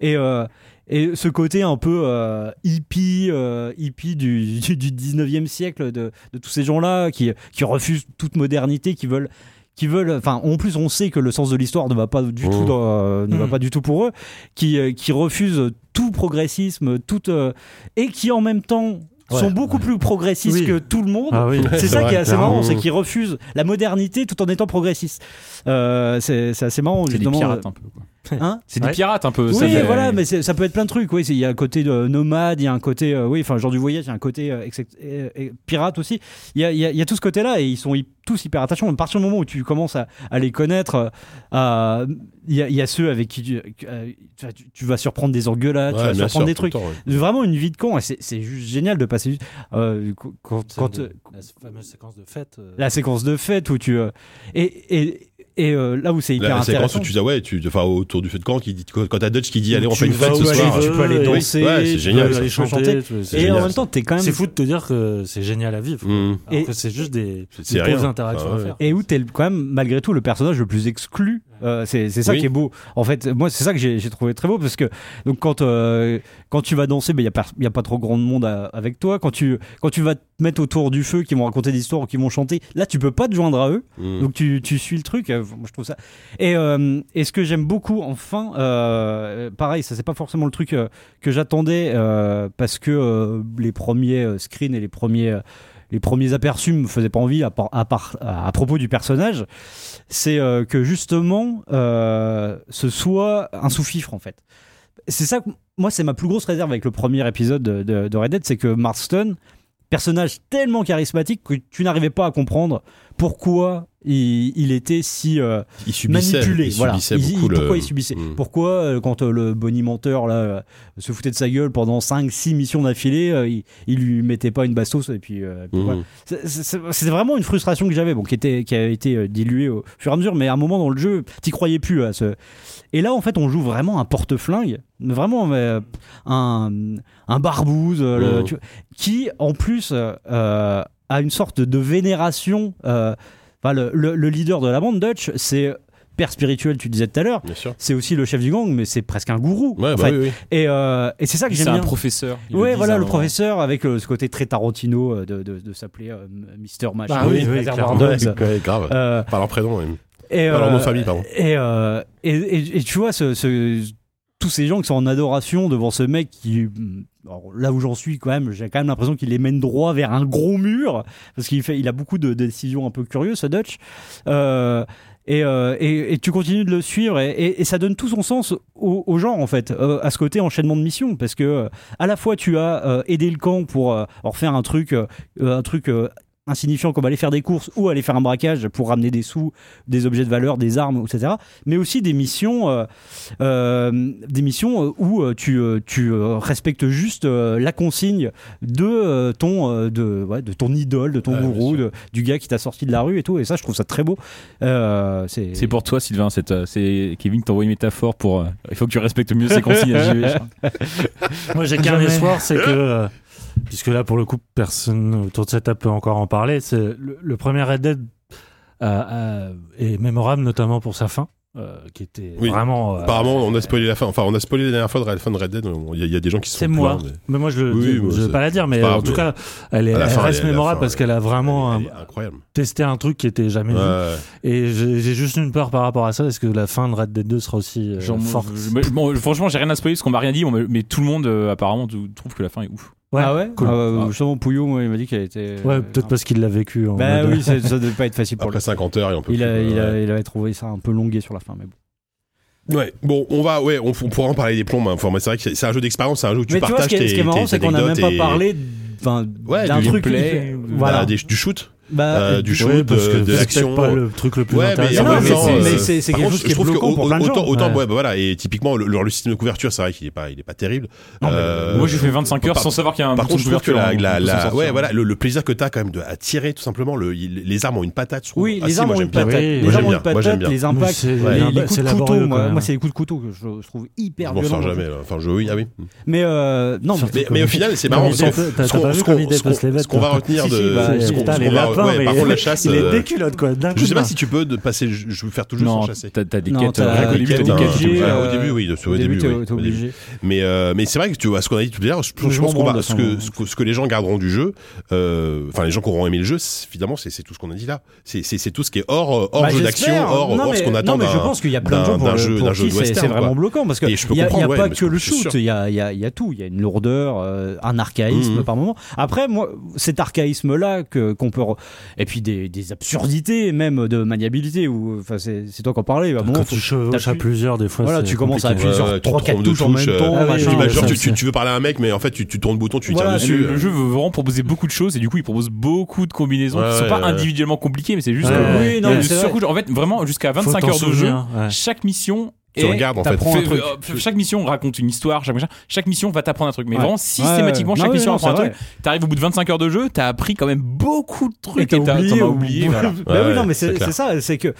F: Et euh, et ce côté un peu euh, hippie, euh, hippie du, du, du 19e siècle, de, de tous ces gens-là qui, qui refusent toute modernité, qui veulent. Qui veulent, enfin, en plus, on sait que le sens de l'histoire ne va pas du
A: Mmh.
F: tout, dans- euh, ne va
E: Mmh.
F: pas du tout pour eux, qui, euh, qui refusent tout progressisme, tout, euh, et qui en même temps sont
E: Ouais.
F: beaucoup plus progressistes
E: Oui.
F: que tout le monde.
E: Ah oui.
A: Ouais,
F: C'est
A: c'est
F: ça qui est
A: vrai,
F: assez
A: clairement.
F: marrant, c'est qu'ils refusent la modernité tout en étant progressistes. Euh, c'est c'est assez marrant,
D: C'est des
F: justement.
D: pirates un peu. quoi.
F: euh, hein
D: C'est des
E: Ouais.
D: pirates un peu.
F: oui,
D: ça fait-
F: voilà, mais c'est- ça peut être plein de trucs. Oui, c'est- il y a un côté de nomade, il y a un côté, euh, oui, enfin, genre du voyage, il y a un côté euh, ex- euh, euh, pirate aussi. Il y a, il y a- il y a tout ce côté-là et ils sont hy- tous hyper attachants. À partir du moment où tu commences à, à les connaître, euh, à- il y, a- il y a ceux avec qui tu, euh, tu vas- tu vas surprendre des engueulades, tu
A: Ouais,
F: vas
A: bien sûr,
F: surprendre des
A: tout le
F: trucs.
A: temps, ouais.
F: Vraiment une vie de con. et C'est c'est juste génial de passer euh, quand- quand, quand, euh,
E: la fameuse séquence de fête. euh,
F: la séquence de fête où tu euh, et et, et, euh, là où c'est hyper
A: La, la séquence
F: intéressant
A: où tu dis ah ouais, tu, enfin autour du feu de camp, qui dit quand t'as Dutch qui dit allez on fait une fête ce
F: où tu
A: soir.
F: veux, tu peux aller
A: Oui,
F: danser,
A: ouais, c'est génial.
F: peux
A: ça.
E: aller
F: chanter,
E: chanter.
A: c'est
F: et
E: Et
A: génial,
F: en même
A: ça.
F: temps t'es quand même
E: C'est fou de te dire que c'est génial à vivre.
A: Mmh.
E: Alors
F: Et-
E: que c'est juste des,
A: C'est
E: des
A: rien.
E: pauses interactions
A: Ah ouais.
E: à faire.
F: et où t'es le- quand même malgré tout le personnage le plus exclu. Euh, c'est c'est ça
A: Oui.
F: qui est beau. En fait, moi c'est ça que j'ai j'ai trouvé très beau parce que donc quand euh, quand tu vas danser, ben il y a pas y a pas trop grand monde à- avec toi. Quand tu quand tu vas te mettre autour du feu, qui vont raconter des histoires ou qui vont chanter, là tu peux pas te joindre à eux.
A: Mmh.
F: Donc tu, tu suis le truc, euh, moi je trouve ça. Et, euh, et ce que j'aime beaucoup, enfin, euh, pareil, ça c'est pas forcément le truc euh, que j'attendais euh, parce que euh, les premiers euh, screens et les premiers, les premiers aperçus me faisaient pas envie à, par- à, par- à, à propos du personnage, c'est euh, que justement euh, ce soit un sous-fifre en fait. C'est ça, que- moi c'est ma plus grosse réserve avec le premier épisode de, de- de Red Dead, c'est que Marston, personnage tellement charismatique que tu n'arrivais pas à comprendre pourquoi il, il était si euh,
A: il subissait,
F: manipulé.
A: il
F: voilà.
A: subissait
F: Il- il-
A: beaucoup le.
F: Pourquoi il subissait
A: Mmh.
F: Pourquoi, euh, quand euh, le bonimenteur là, euh, se foutait de sa gueule pendant 5-6 missions d'affilée, euh, il, il lui mettait pas une bastos et puis, euh, et puis
A: Mmh.
F: voilà. C'est- c'est- C'était vraiment une frustration que j'avais, bon, qui, était, qui a été euh, diluée au fur et à mesure, mais à un moment dans le jeu, t'y croyais plus à ce. Et là, en fait, on joue vraiment un porte-flingue, vraiment euh, un, un barbouze, euh, le-
A: Mmh.
F: tu- qui, en plus, euh, euh, a une sorte de vénération. euh, enfin, le, le- le leader de la bande, Dutch, c'est père spirituel, tu disais tout à l'heure.
A: Bien sûr.
F: C'est aussi le chef du gang, mais c'est presque un gourou.
A: Ouais, bah
F: Enfin,
A: oui, oui.
F: Et, euh, et c'est ça que j'aime
D: C'est un
F: bien.
D: professeur. ils
F: Ouais,
D: disent hein. à
F: voilà,
D: un
F: le
D: moment.
F: professeur avec le- ce côté très Tarantino euh, de, de- de s'appeler euh, Mister Machin.
E: Bah oui, oui,
F: Reservoir
E: clairement.
F: Dogs.
A: Ouais, grave.
F: Euh,
A: Par leur prénom même.
F: et,
A: Par leur nom de
F: euh,
A: famille, pardon.
F: et, euh, et, et- et tu vois, ce- ce- tous ces gens qui sont en adoration devant ce mec qui. mm, alors, là où j'en suis, quand même, j'ai quand même l'impression qu'il les mène droit vers un gros mur, parce qu'il fait, il a beaucoup de, décisions un peu curieuses, ce Dutch. Euh, Et, euh, et, et tu continues de le suivre et, et- et ça donne tout son sens au, au genre en fait, euh, à ce côté enchaînement de missions parce que euh, à la fois tu as euh, aidé le camp pour euh, en refaire un truc, euh, un truc euh, insignifiant comme aller faire des courses ou aller faire un braquage pour ramener des sous, des objets de valeur, des armes, etc. Mais aussi des missions, euh, euh, des missions euh, où euh, tu, euh, tu euh, respectes juste euh, la consigne de euh, ton euh, de, ouais, de ton idole, de ton
A: Ouais, bien
F: gourou,
A: sûr.
F: de- du gars qui t'a sorti de la rue et tout. Et ça, je trouve ça très beau. Euh,
D: C'est pour toi, Sylvain. cette, euh, C'est Kevin t'envoie une métaphore pour. euh, il faut que tu respectes mieux ses consignes. à JV, Charles.
E: Moi, j'ai qu'un
C: Jamais.
E: espoir, c'est que. euh, puisque là, pour le coup, personne autour de cette table peut encore en parler. C'est le, le premier Red Dead euh, euh, est mémorable, notamment pour sa fin, euh, qui était
A: Oui.
E: vraiment. euh,
A: Apparemment, on a spoilé la fin. Enfin, on a spoilé la dernière fois de la fin de Red Dead. On- Il y, a- il y a des gens qui se sont.
E: C'est moi.
A: plaints,
E: Mais moi, je ne
A: Oui, oui,
E: veux
A: c'est-
E: pas la dire, mais
A: pas
E: en
A: grave,
E: tout
A: mais-
E: cas, elle, est-
A: À la
E: elle
A: fin, elle est-
E: reste
A: à la
E: mémorable
A: fin,
E: parce qu'elle a vraiment
A: mais-
E: euh,
A: Incroyable.
E: testé un truc qui était jamais vu.
A: Ouais.
E: Et j'ai j'ai juste une peur par rapport à ça. Est-ce que la fin de Red Dead 2 sera aussi euh,
D: Genre, moi,
E: forte
D: je- moi, bon, franchement, j'ai rien à spoiler parce qu'on m'a rien dit, on m'a- mais tout le monde euh, apparemment t- trouve que la fin est ouf.
E: Ouais,
F: ah ouais,
E: cool.
F: Ah ouais, justement Pouillot, moi, il m'a dit qu'elle était.
A: euh,
E: Ouais, peut-être Ah, bah, parce qu'il l'a vécu. en
F: Bah
E: mode-
F: oui, c'est- ça devait pas être facile pour
A: Après
F: lui.
A: 50 heures et on peut.
F: Il, a,
A: plus,
F: il,
A: euh,
F: a, il avait trouvé ça un peu longué sur la fin, mais bon.
A: Ouais, bon, on va, ouais, on, on pourra en parler des plombs. hein. Enfin, mais c'est vrai que c'est- c'est un jeu d'expérience, c'est un jeu où tu
F: mais tu
A: partages
F: vois, ce qui est,
A: tes,
F: ce qui est marrant,
A: tes
F: c'est qu'on n'a même
A: anecdotes
F: pas
A: et-
F: parlé enfin,
A: Ouais,
F: d'un
A: du
F: truc.
D: gameplay,
A: bah,
F: voilà.
A: des- du shoot.
F: Bah,
A: euh,
F: et-
A: du show,
E: Ouais, parce
A: de-
E: que
A: de
E: c'est
A: l'action.
E: peut-être pas le truc le plus
A: Ouais, mais
E: intéressant.
A: en
F: Non,
A: même
F: mais
A: temps,
F: c'est-
A: euh,
F: mais c'est- c'est
A: par
F: quelque
A: contre,
F: chose qui
A: je
F: est
A: trouve que
F: bloquant
A: au-
F: pour plein de
A: autant,
F: gens.
A: Autant,
E: Ouais.
A: ouais, bah voilà, et typiquement, le, le système de couverture, c'est vrai qu'il est pas, il est pas terrible.
E: Non, mais
A: Euh,
D: Moi, j'ai fait 25 heures
A: par-
D: sans savoir qu'il y a un
A: Par
D: bouton
A: contre, je trouve que
D: d'ouverture,
A: la,
D: hein,
A: la-
D: on peut
A: la-
D: s'en sortir.
A: ouais, voilà, le, le plaisir que t'as quand même de, à tirer, tout simplement, le, il- les armes ont une patate, je trouve.
F: Oui,
A: Ah
F: les
A: si,
F: armes
A: moi,
F: ont
A: j'aime
F: une
A: bien.
F: patate.
E: Oui,
F: Les
A: moi,
F: armes
A: j'aime
F: ont
A: bien.
F: une
A: Moi, j'aime
F: patate,
A: bien.
F: les
E: Mais
F: impacts.
E: c'est-
A: Ouais.
F: Les, les
E: c'est
F: coups de
E: laborieux,
F: couteau,
E: quand
F: moi,
E: même.
F: moi, c'est les coups de couteau que je, je trouve hyper
A: Je m'en sors
F: violents.
A: jamais, là. enfin, je, oui, ah oui.
F: Mais euh, non, mais-
E: Surtout
A: Mais,
E: comme-
A: mais au final, c'est
E: Comme
A: marrant.
E: il
A: parce que-
E: dépe- t'as-
A: ce
E: t'as
A: qu'on-
E: pas
A: ce
E: vu comme il
A: qu'on- ce
E: dépasse les
A: qu'on- ce
E: bêtes,
A: qu'on va
E: toi.
A: retenir
F: Si, si,
A: de.
F: bah,
A: ce
F: si,
A: qu'on-
E: putain,
A: ce
E: les
A: qu'on va-
E: lapins,
A: ouais,
E: mais-
A: Par contre, la chasse.
E: Il est
A: euh,
E: déculotte, quoi. Dingue.
A: Je sais pas si tu peux de passer, je je vais faire toujours
D: Non,
A: sans chasser.
D: t'as t'as des
F: Non,
D: quêtes.
F: t'as-
D: euh,
F: t'as
D: au
F: des
D: début,
F: quêtes,
D: t'as des
F: hein.
D: quêtes
F: obligé,
A: Ouais,
F: euh,
A: au début, oui, de- au
F: au
A: début,
F: début, t'es
A: oui,
F: t'es
A: au début.
F: obligé.
A: Mais, euh, mais c'est vrai que tu vois, ce qu'on a dit tout à l'heure, je, je
F: Je
A: pense
F: m'en
A: qu'on va-
F: branle,
A: ce que,
F: enfin.
A: ce que, ce que les gens garderont du jeu, euh, enfin, les gens qui auront aimé le jeu, c'est- finalement, c'est c'est tout ce qu'on a dit là. C'est- C'est c'est tout ce qui est hors, euh, hors
F: Bah,
A: jeu
F: j'espère.
A: d'action, hors,
F: Non,
A: hors
F: mais-
A: ce qu'on attend
F: Non, mais je
A: d'un-
F: pense qu'il y a plein de gens
A: d'un-
F: pour,
A: d'un jeu-
F: pour
A: d'un jeu
F: qui
A: de
F: c'est-
A: western,
F: C'est
A: quoi.
F: vraiment bloquant parce que
A: Et je peux
F: il y a, il y a
A: comprendre, ouais,
F: pas
A: parce
F: que
A: que
F: le
A: c'est
F: shoot,
A: sûr.
F: il y a, il y a- il y a tout. Il y a une lourdeur, euh, un archaïsme
A: Mhm.
F: par moment. Après, moi, cet archaïsme-là que- qu'on peut, re- et puis des, des absurdités même de maniabilité. Ou enfin, c'est c'est toi qui en parlais. À un moment,
E: Quand
F: faut-
E: tu chevauches à
F: t'appuies-
E: plusieurs, des fois.
F: voilà,
E: c'est
F: tu commences à
E: compliqué.
F: appuyer
A: Ouais, ouais,
F: sur
A: tu
F: trois,
A: te
F: quatre
A: trompes de
F: touches en
A: touche,
F: même
A: euh,
F: temps.
E: ah oui,
A: Tu
F: machin,
E: oui,
A: dis, bah,
E: ça,
A: genre, tu,
E: ça.
A: tu- tu veux parler à un mec, mais en fait, tu, tu tournes le bouton, tu tires
F: Voilà,
D: Et
A: dessus.
D: le, le
A: euh,
D: jeu veut vraiment proposer beaucoup de choses et du coup il propose beaucoup de combinaisons
A: Ouais,
D: qui sont
A: ouais,
D: pas
A: ouais.
D: individuellement compliquées mais c'est juste
E: Ouais,
D: que-
E: ouais.
D: il y a
A: euh,
F: non, mais
D: une
F: c'est vrai.
D: surcouche. en fait vraiment jusqu'à
E: Faut
D: 25
E: t'en
D: heures de
F: hein.
D: jeu
E: souvenir, ouais.
D: chaque mission
A: Tu
D: est-
A: regardes, en fait.
D: t'apprends
A: Fait-
D: un truc.
A: euh,
D: Euh, chaque mission raconte une histoire chaque machin. chaque mission va t'apprendre un truc mais
F: Ouais.
D: vraiment systématiquement
F: Ouais, ouais.
D: chaque
F: Non,
D: mission
F: oui, non,
D: apprend un
F: c'est
D: truc t'arrives au bout de 25 heures de jeu t'as appris quand même beaucoup de
F: Et
D: trucs
F: t'as
D: et t'as-
F: oublié
D: t'en as
F: au-
D: oublié voilà.
F: Bah
A: Ouais,
F: oui, non, mais
A: c'est
F: c'est
A: clair.
F: c'est ça, c'est que.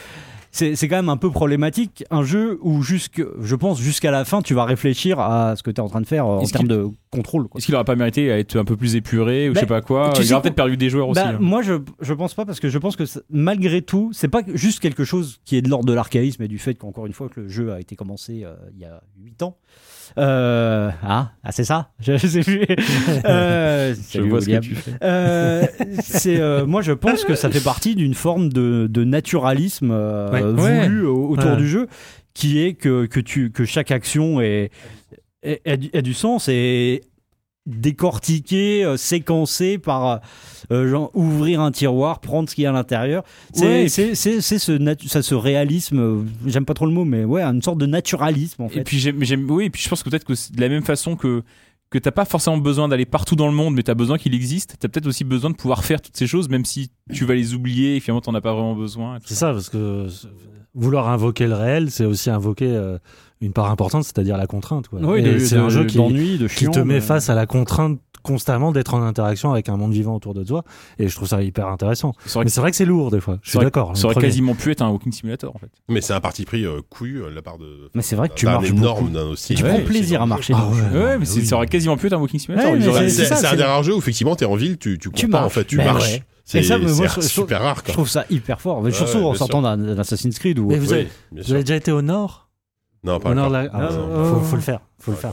F: C'est c'est quand même un peu problématique, un jeu où, jusque, je pense, jusqu'à la fin, tu vas réfléchir à ce que tu es en train de faire euh, en
D: Est-ce
F: termes de contrôle. Quoi.
D: est-ce qu'il aurait pas mérité à être un peu plus épuré ou je
F: Bah,
D: sais pas quoi
F: tu
D: il
F: sais
D: aurait
F: quoi
D: peut-être perdu des joueurs aussi
F: Bah,
D: hein.
F: moi, je, je pense pas parce que je pense que ça- malgré tout, c'est pas que- juste quelque chose qui est de l'ordre de l'archaïsme et du fait qu'encore une fois que le jeu a été commencé euh, il y a 8 ans. Euh, ah, ah, c'est ça Je sais plus. Euh,
D: je
F: salut,
D: vois ce que
F: William.
D: tu fais
F: Euh, c'est euh, moi je pense que ça fait partie d'une forme de, de naturalisme euh,
E: Ouais.
F: voulu au- autour
E: Ouais.
F: du jeu qui est que, que tu que chaque action est, est- a, du, a du sens et décortiquée euh, séquencée par euh, genre ouvrir un tiroir prendre ce qu'il y a à l'intérieur c'est
D: Ouais, et
F: c'est c'est- c'est ce natu- ça ce réalisme euh, j'aime pas trop le mot mais ouais une sorte de naturalisme en fait
D: Et puis j'aime, j'aime- oui, et puis je pense que peut-être que c'est de la même façon que que t'as pas forcément besoin d'aller partout dans le monde, mais t'as besoin qu'il existe. T'as peut-être aussi besoin de pouvoir faire toutes ces choses, même si tu vas les oublier et finalement t'en as pas vraiment besoin. et tout
E: C'est
D: ça.
E: ça, parce que euh, vouloir invoquer le réel, c'est aussi invoquer euh, une part importante, c'est-à-dire la contrainte. quoi.
F: Oui,
E: Et
F: de-
E: c'est
F: de-
E: un jeu qui,
F: d'ennui de
E: qui
F: chiant
E: te met
F: mais-
E: face à la contrainte constamment d'être en interaction avec un monde vivant autour de toi. Et je trouve ça hyper intéressant.
D: Ça aurait,
E: Mais c'est vrai que c'est lourd des fois. Je suis
D: ça aurait-
E: d'accord.
D: ça aurait
E: le premier.
D: quasiment pu être un walking simulator en fait.
A: Mais c'est un parti pris euh, couillu euh, de la part de.
F: mais c'est vrai que tu
A: d'un
F: marches beaucoup.
A: énorme d'un aussi.
F: tu
A: Bah, ouais,
F: prends
A: c'est
F: plaisir à
A: énorme.
F: marcher
E: Ah
F: dans le jeu.
E: ouais.
D: Ouais, mais c'est-
E: oui.
D: ça aurait quasiment pu être un walking simulator.
F: bah Ouais,
D: Ils
F: mais
D: auraient-
A: Ouais,
F: c'est
A: C'est
F: ça,
A: c'est un
F: c'est-
A: des rares jeux où effectivement t'es en ville, tu, tu cours
F: Tu
A: pas,
F: marches.
A: en fait, tu
F: Ben
A: marches.
F: ouais.
A: C'est
F: Et ça, mais moi,
A: c'est
F: je- je-
A: super rare.
F: Je
A: Quoi.
F: trouve ça hyper fort. Mais
A: Ouais,
F: surtout
A: ouais,
F: en
A: bien
F: sortant d'un d'un Assassin's Creed ou
E: Mais vous
A: Oui,
E: avez,
A: bien
E: vous
A: sûr.
E: avez déjà été au nord
A: Non, pas
E: Au nord de
A: encore.
E: la...
A: Ah,
E: Ah,
A: non,
E: faut, faut le faire. Faut le faire.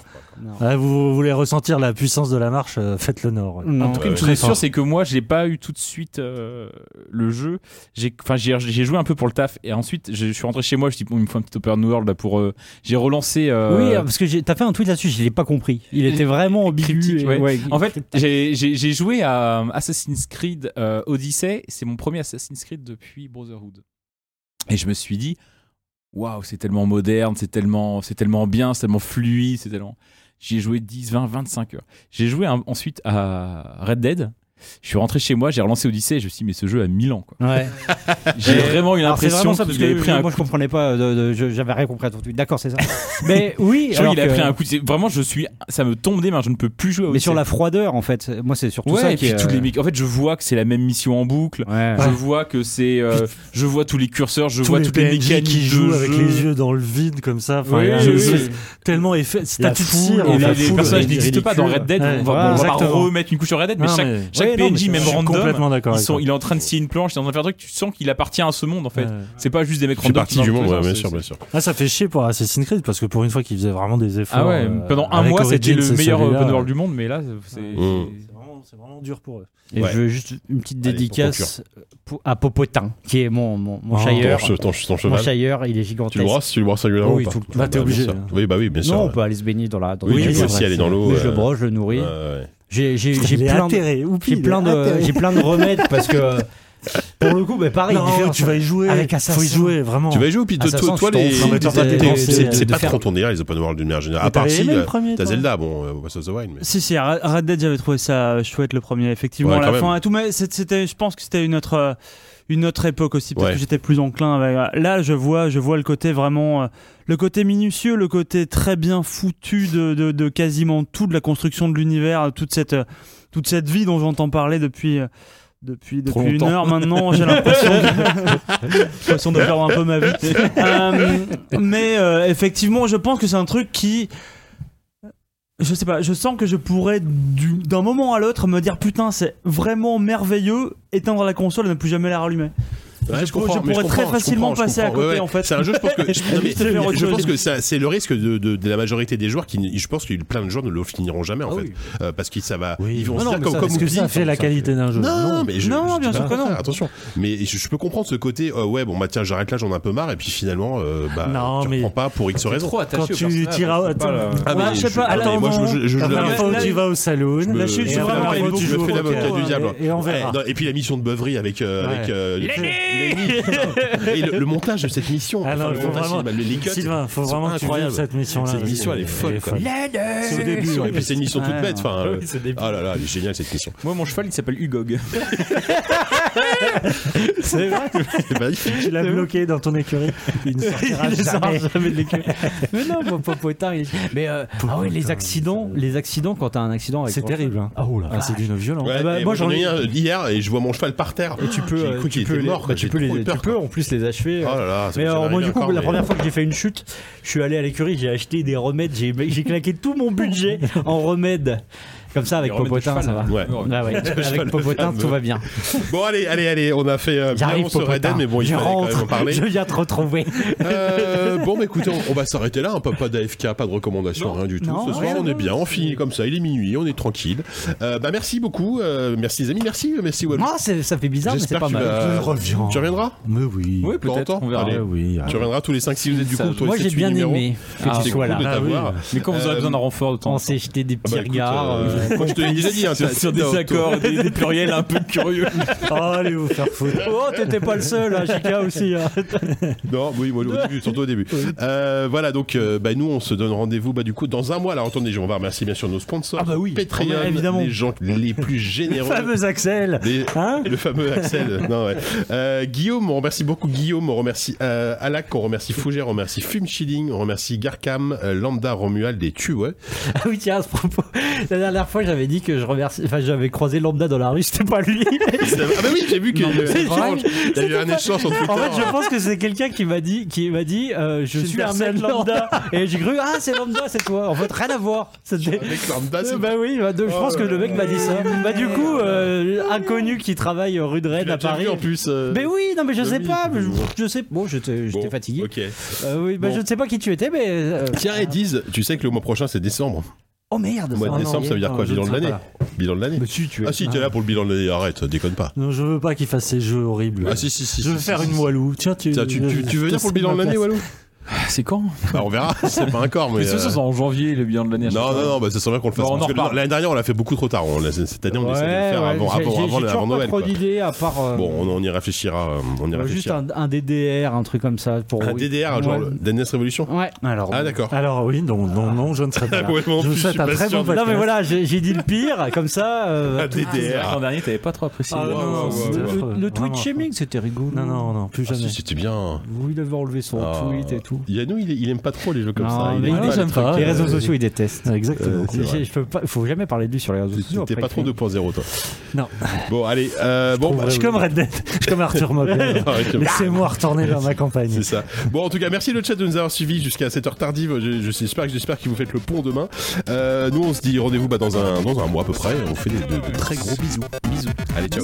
E: Ah, vous, vous voulez ressentir la puissance de la marche, euh, faites le nord. ouais.
F: Non.
D: En tout
A: Ouais,
D: cas, une chose
E: ouais.
D: est sûre, c'est que moi, j'ai pas eu tout de suite euh, le jeu. J'ai, enfin, j'ai, j'ai joué un peu pour le taf, et ensuite, je, je suis rentré chez moi. Je dis bon, il me faut un petit open world là pour. euh, j'ai relancé. euh,
F: Oui, hein, parce que j'ai- t'as fait un tweet là-dessus, je l'ai pas compris. Il était vraiment ambigu.
D: Cryptique,
F: et-
D: ouais.
F: ouais.
D: En fait, j'ai- j'ai j'ai joué euh, à Assassin's Creed euh, Odyssey. C'est mon premier Assassin's Creed depuis Brotherhood. Et je me suis dit, waouh, c'est tellement moderne, c'est tellement, c'est tellement bien, c'est tellement fluide, c'est tellement. J'y ai joué 10, 20, 25 heures. J'ai joué un- ensuite à Red Dead. Je suis rentré chez moi, j'ai relancé Odyssey et je me suis dit, mais ce jeu a 1000 ans, quoi.
F: Ouais.
D: J'ai
F: Et-
D: vraiment eu
F: Alors, c'est
D: l'impression
F: vraiment ça, parce
D: qu'il avait
F: que
D: pris un
F: moi
D: coup.
F: je comprenais pas, de- de- je- j'avais rien compris à ton tweet. D'accord, c'est ça. mais oui,
D: Je crois
F: alors
D: qu'il a
F: que-
D: pris un coup. Ah de- c'est- Vraiment, je suis, ça me tombe des mains, je ne peux plus jouer. à
F: mais sur
D: Odyssey.
F: la froideur en fait, moi c'est surtout
D: Ouais,
F: ça
D: et
F: qui
D: puis
F: est,
D: toutes les
F: euh,
D: mé- En fait, je vois que c'est la même mission en boucle.
F: Ouais.
D: Je vois que c'est, euh, je vois tous les curseurs, je
E: Tous
D: vois
E: les
D: toutes les
E: PNJ
D: mécaniques
E: qui
D: de
E: jouent avec
D: jeu.
E: les yeux dans le vide comme ça. Enfin,
D: Oui,
E: il y a un
D: oui,
E: espèce-
D: oui.
E: tellement effet statut de
F: foule,
E: cire.
F: et
E: en
D: Et
E: fait.
D: là,
F: la
D: les
F: foule
D: personnages
F: est
D: n'existent pas dans Red Dead.
E: Ouais.
D: on va,
E: Voilà,
D: on va pas
E: exactement.
D: remettre une couche sur Red Dead, mais
E: Non,
D: chaque,
E: mais-
D: chaque
E: Ouais, non, mais
D: PNJ,
E: ça,
D: même
E: je suis
D: random,
E: complètement d'accord.
D: ils
E: avec
D: sont,
E: toi.
D: il est en train de signer une planche, il est en train de faire un truc, tu sens qu'il appartient à ce monde en fait.
E: Ouais.
D: C'est pas juste des mecs
A: Je fais
D: random.
A: partie
D: qui
A: du
D: sont dans
A: monde,
D: le
A: ouais,
D: truc,
A: bien
D: c'est-
A: sûr, bien sûr.
E: Ah, ça fait chier pour Assassin's Creed parce que pour une fois qu'ils faisaient vraiment des efforts.
D: Ah ouais,
E: euh,
D: pendant un
E: avec
D: mois, c'était
E: Origins euh.
D: le
E: et
D: meilleur
E: celui-là,
D: open world du monde, mais là, c'est.
A: Mm.
E: C'est vraiment, c'est vraiment dur pour eux.
F: Et
A: Ouais.
F: je veux juste une petite
A: Allez, pour
F: dédicace pour- à Popotin, qui est mon, mon, mon
E: Oh,
A: Ton,
F: chailleur.
A: che- ton che- ton
F: Mon
A: cheval,
F: chailleur, il est
A: tu le
F: gigantesque.
A: brosses, tu le brosses régulièrement
F: Oui,
A: ou pas
F: tout le temps.
E: Bah, t'es
A: bien
E: obligé,
A: sûr.
E: hein.
A: Oui, bah oui, bien sûr.
F: non, on
A: ouais.
F: peut aller se baigner dans la. Dans
A: Oui,
F: la
A: tu peux
F: rivière.
A: aussi aller dans l'eau,
F: Mais
A: ouais.
F: je le broche, je le nourris.
A: Ouais, ouais.
F: J'ai j'ai-
E: Putain,
F: j'ai
E: il est
F: plein, de-
E: atterré, oupi,
F: j'ai
E: il est
F: plein de
E: atterré.
F: j'ai plein de remèdes parce que pour le coup, mais pareil,
E: Non,
F: différent.
E: tu vas y jouer.
F: Avec Assassin.
E: Faut y jouer, vraiment.
A: Tu vas y jouer, puis
F: Ah,
A: toi,
F: ça
A: toi,
F: sent,
A: toi,
F: je
A: les.
F: t'en-
E: Non, mais t'as pas
A: t'es-
E: été-
A: C'est
E: de-
A: c'est
E: de
A: pas
E: faire-
A: trop ton délire, les open world d'une manière générale.
E: Mais
A: À part
E: t'avais
A: si
E: aimé le
A: euh,
E: premier,
A: t'as
E: toi
A: Zelda, bon, euh, Breath of the Wild, mais.
C: Si, si, Ra- Red Dead, j'avais trouvé ça euh, chouette le premier, effectivement,
A: Ouais,
C: à
A: quand
C: la
A: même.
C: fin et tout, mais c'est- c'était, je pense que c'était une autre, euh, une autre époque aussi, peut-être
A: Ouais.
C: que j'étais plus enclin. avec- euh, Là, je vois, je vois le côté vraiment, euh, le côté minutieux, le côté très bien foutu de, de, de quasiment tout, de la construction de l'univers, toute cette, euh, toute cette vie dont j'entends parler depuis. euh, Depuis,
D: Trop
C: depuis une
D: longtemps.
C: heure maintenant, j'ai l'impression de... j'ai l'impression de perdre un peu ma vie. Euh, mais euh, effectivement, je pense que c'est un truc qui je sais pas, je sens que je pourrais du- d'un moment à l'autre me dire putain c'est vraiment merveilleux, éteindre la console et ne plus jamais la rallumer.
A: Ouais,
C: Je
A: je comprends,
C: je
A: mais
C: pourrais
A: comprends,
C: très
A: je
C: facilement
A: comprends, je
C: passer à
A: comprends.
C: côté, en fait.
A: C'est un jeu, je pense que, je, non, mais
C: Juste faire autre
A: je pense
C: chose.
A: que ça- c'est le risque de, de- de la majorité des joueurs qui, n- je pense que plein de joueurs ne le finiront jamais en
F: Ah
A: fait,
F: oui.
A: Euh, parce que ça va,
E: Oui. Ah
A: ils vont
E: Non,
A: se
E: non,
A: dire
E: mais
A: comme,
E: ça,
A: comme
E: Est-ce que
A: Ubi,
E: ça fait la qualité d'un jeu
A: Non, mais je,
C: Non,
A: je
C: bien
A: dis
C: sûr
A: pas
C: que
A: le contraire,
C: non.
A: Attention, mais je, je peux comprendre ce côté. euh, ouais, bon bah tiens, j'arrête là, j'en ai un peu marre, et puis finalement, euh, bah,
E: Non,
A: tu
E: mais-
A: reprends pas pour X
D: T'es
A: raisons.
D: trop attaché
E: Quand
D: au
E: tu
D: personnage,
E: tiras-
D: c'est pas la-
A: Ah, mais
C: Ouais, je sais pas,
A: attendez,
C: attends,
A: moi, je- je- je-
E: La
A: je-
E: première
C: l'avais-
E: fois où
C: là,
E: tu
C: il-
E: vas au saloon,
A: me-
C: Là, je suis- je suis
E: et la
C: vraiment
E: première
C: allé
E: fois où
C: beaucoup
E: tu
C: jouer
E: joues
C: au
E: au
A: fais l'avocat
E: poker,
A: du diable.
E: Et et on verra.
A: Ouais, non, et puis la mission de Beuvery avec, euh,
E: Ouais.
A: avec euh, le, et le- le montage de cette mission.
E: Ah non,
A: enfin, le
E: faut
A: montage,
E: vraiment-
A: bah, les- les cuts,
E: Sylvain, faut
A: sont
E: vraiment que tu vives
A: incroyables.
E: cette mission-là.
A: Cette mission, elle est folle, quoi.
E: C'est au début.
A: Et puis c'est Eh, une mission toute
E: Ouais,
A: bête. Enfin, euh,
D: c'est débile.
A: ah là là, elle est géniale cette mission.
D: Moi, mon cheval, il s'appelle Hugog.
E: C'est vrai,
A: C'est magnifique.
E: tu l'as bloqué dans ton écurie. Il ne sortira jamais.
F: mais non, mon Popotin. il- Mais euh, ah ouais, les accidents, les accidents quand t'as un accident avec
E: C'est terrible. hein.
F: Ah oh là.
E: Ah, C'est d'une violence.
A: Ouais,
F: Ah bah,
A: et moi
F: moi,
A: j'en ai eu
F: j'en
A: un hier et je vois mon cheval par terre.
F: Et tu peux,
A: J'ai
F: euh,
A: cru
F: tu
A: qu'il
F: peux
A: était
F: les,
A: mort. quoi,
F: bah, tu
A: j'ai
F: peux
A: trop
F: les,
A: eu peur,
F: tu peux en plus les achever. euh.
A: quoi. Oh là là, ça
F: Mais
A: me fait
F: alors,
A: mal
F: moi, du coup,
A: encore,
F: la
A: mais-
F: première fois que j'ai fait une chute, je suis allé à l'écurie, j'ai acheté des remèdes, j'ai j'ai claqué tout mon budget en remèdes. Comme ça, avec
D: Des remèdes de
F: Popotin,
D: cheval,
F: ça va.
A: hein. Ouais.
F: Ah ouais,
A: cheval,
F: avec
A: le
F: Popotin,
A: fameux.
F: tout va bien.
A: Bon allez, allez, allez, on a fait euh, bien
F: J'arrive,
A: on se Red Dead,
F: Popotin.
A: mais bon, il
F: je
A: fallait quand même en
F: rentre,
A: parler.
F: je viens te retrouver.
A: Euh, bon, bah écoutez, on, on va s'arrêter là. hein, pas, pas d'AFK, pas de recommandation, rien du tout.
F: non,
A: Ce soir,
F: rien,
A: on est bien, on finit comme ça. Il est minuit, on est tranquille. Euh, bah merci beaucoup, euh, merci les amis, merci, merci Web.
F: Moi, c'est- ça fait bizarre, mais c'est
A: J'espère
F: pas
A: que tu
F: mal. Ah
A: vas-
E: Je reviens.
A: Tu reviendras
E: Mais
D: Oui,
E: oui.
A: Dans
D: peut-être.
A: longtemps
D: On verra.
A: Allez.
E: Ah oui.
A: Tu reviendras tous les 5 si vous êtes du
D: Ça-
A: coup.
F: Moi, j'ai bien aimé que
D: Ah,
F: tu
A: C'est cool
F: sois
A: de
F: là.
E: Ah oui.
A: t'avoir.
D: Mais quand vous aurez
A: Euh,
D: besoin d'un renfort de temps en
F: On
D: temps.
F: s'est jeté des
A: Ah
F: petits
A: bah, écoute,
F: regards.
A: euh,
F: euh,
A: moi, je te l'ai déjà dit, hein,
D: Sur,
A: t'as-
D: sur
A: t'as-
D: des accords, des, des pluriels un peu curieux.
E: Oh, allez vous faire foutre.
F: Oh, t'étais pas le seul, hein, JK aussi. hein.
A: Non, oui, moi, au début, surtout au début. Euh, voilà, donc euh, bah, nous, on se donne rendez-vous bah, du coup dans un mois. Alors attendez, on va remercier bien sûr nos sponsors.
E: Ah bah oui,
A: Patreon,
E: on est- évidemment.
A: les gens les plus généreux.
E: Fameux Axel.
A: des-
E: Hein
A: le fameux Axel. non, ouais. Euh, Guillaume, on remercie beaucoup Guillaume, on remercie euh, Alak, on remercie Fougère, on remercie Fume Chilling, on remercie Garkam, euh, Lambda, Romuald et Tu, ouais.
F: Ah oui, tiens, à ce propos, la dernière fois, j'avais dit que je remercie. Enfin, j'avais croisé Lambda dans la rue, c'était pas lui.
A: Ah bah oui, j'ai vu qu'il y a eu un échange. Il y a eu un échange sur Twitter.
F: En fait, je pense que c'est quelqu'un qui m'a dit, qui m'a dit, euh, je
E: une
F: suis un
E: personne
F: mec lambda. Et j'ai cru, ah, c'est lambda, c'est toi. En fait, rien à voir. C'était.
A: Avec Lambda, Ah, c'est
F: Bah oui, bah, de- je
A: Oh
F: pense que
A: là
F: le
A: là.
F: mec m'a dit ça. Bah du coup, euh, inconnu qui travaille rue de
A: Tu
F: Rennes
A: l'as
F: à
A: déjà vu,
F: Paris.
A: en plus. euh,
F: Mais oui, non mais je
A: Mais
F: sais
A: oui.
F: pas, je, je sais. Bon, j'étais j'étais
A: bon,
F: fatigué.
A: Ok.
F: Euh, oui, bah
A: Bon.
F: je ne sais pas qui tu étais, mais. euh,
A: Tiens, et disent, tu sais que le mois prochain, c'est décembre.
F: Oh merde.
A: Au mois
F: ça.
A: de
F: Ah,
A: décembre,
F: non,
A: ça veut dire
F: non,
A: quoi
F: je
A: Bilan
F: ne
A: de
F: serai
A: l'année
F: pas là.
A: Bilan de l'année
F: Mais si, tu es.
A: Ah si, t'es là pour le bilan de l'année, arrête, déconne pas.
E: Non, je veux pas qu'il fasse ces jeux horribles.
A: Ah si, si, si.
E: Je veux
A: si,
E: faire
A: si,
E: une
A: si.
E: moilou. Tiens, tu,
A: Tiens, tu, tu, tu veux venir pour le bilan de l'année, Walou
D: Ah, C'est quand
A: Bah, on verra, c'est pas un corps, mais.
D: Mais ce
A: euh,
D: ça, c'est en janvier, le bilan de l'année. à chaque
A: Non,
D: fois.
A: non, non, bah, ça serait bien qu'on le fasse.
D: Bon, on en
A: parce que
D: reparle.
A: L'année dernière, on l'a fait beaucoup trop tard. On l'a- cette année, on essaie de le faire avant, avant,
F: j'ai- j'ai-
A: avant,
F: j'ai
A: avant
F: toujours pas
A: Noël.
F: trop
A: quoi.
F: d'idées à part. euh,
A: Bon, on, on y réfléchira. euh, On y
F: euh, juste
A: réfléchira.
F: un, un DDR, un truc comme ça. Pour,
A: Un DDR, genre
F: Ouais.
A: le Dance Revolution
F: Ouais.
E: Alors,
A: Ah, d'accord.
E: alors oui, non, non, non, je ne serais pas là.
A: Complètement
E: Je vous
A: plus,
E: souhaite
A: je suis
E: un
A: pas
E: très
A: sûr
E: bon
A: de-
E: podcast.
F: Non, mais voilà, j'ai j'ai dit le pire, comme ça. euh,
A: Un DDR.
D: L'an dernier, t'avais pas trop apprécié.
E: Ah,
A: ouais,
E: non, non,
A: ouais,
E: c'était
A: ouais,
E: affreux.
F: Le, le tweet
E: Vraiment
F: shaming, c'était rigolo.
E: affreux. Non, non, non, plus
A: Ah,
E: jamais.
A: si, C'était bien.
F: Vous, il avait enlevé son
A: Ah.
F: tweet et tout.
A: Yannou, il, il aime pas trop les jeux comme
F: Non,
A: ça.
F: mais
A: aime
F: non,
A: pas
F: j'aime
A: les trucs,
E: pas.
A: euh,
F: les réseaux sociaux, ils détestent.
E: Ah, Exactement.
A: Euh, c'est vrai.
F: J'ai- Je peux pas, faut jamais parler de lui sur les réseaux sociaux.
A: T'es
F: après,
A: pas trop
F: il fait-
A: 2.0, toi. Bon, allez. euh, bon, bah,
E: je suis comme Red Dead, je suis comme Arthur Mobile.
A: arrête,
E: Laissez-moi retourner vers ma
A: C'est
E: campagne.
A: ça. Bon, en tout cas, merci le chat de nous avoir suivis jusqu'à cette heure tardive. Je- je- J'espère que j'espère que vous faites le pont demain. Euh, nous, on se dit rendez-vous bah, dans un dans un mois à peu près. On fait des, de- de très gros bisous. Bisous. Allez, ciao.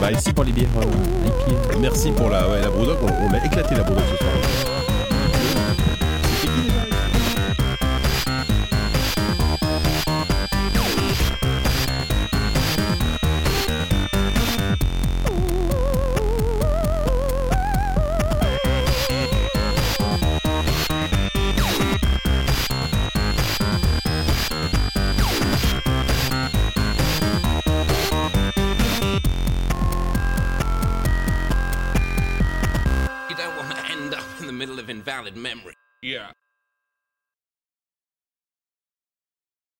A: Bye. Merci pour les bières. Merci pour la ouais, la Brewdog. On, on l'a éclaté la Brewdog ce soir.
G: You don't want to end up in the middle of invalid memory. Yeah.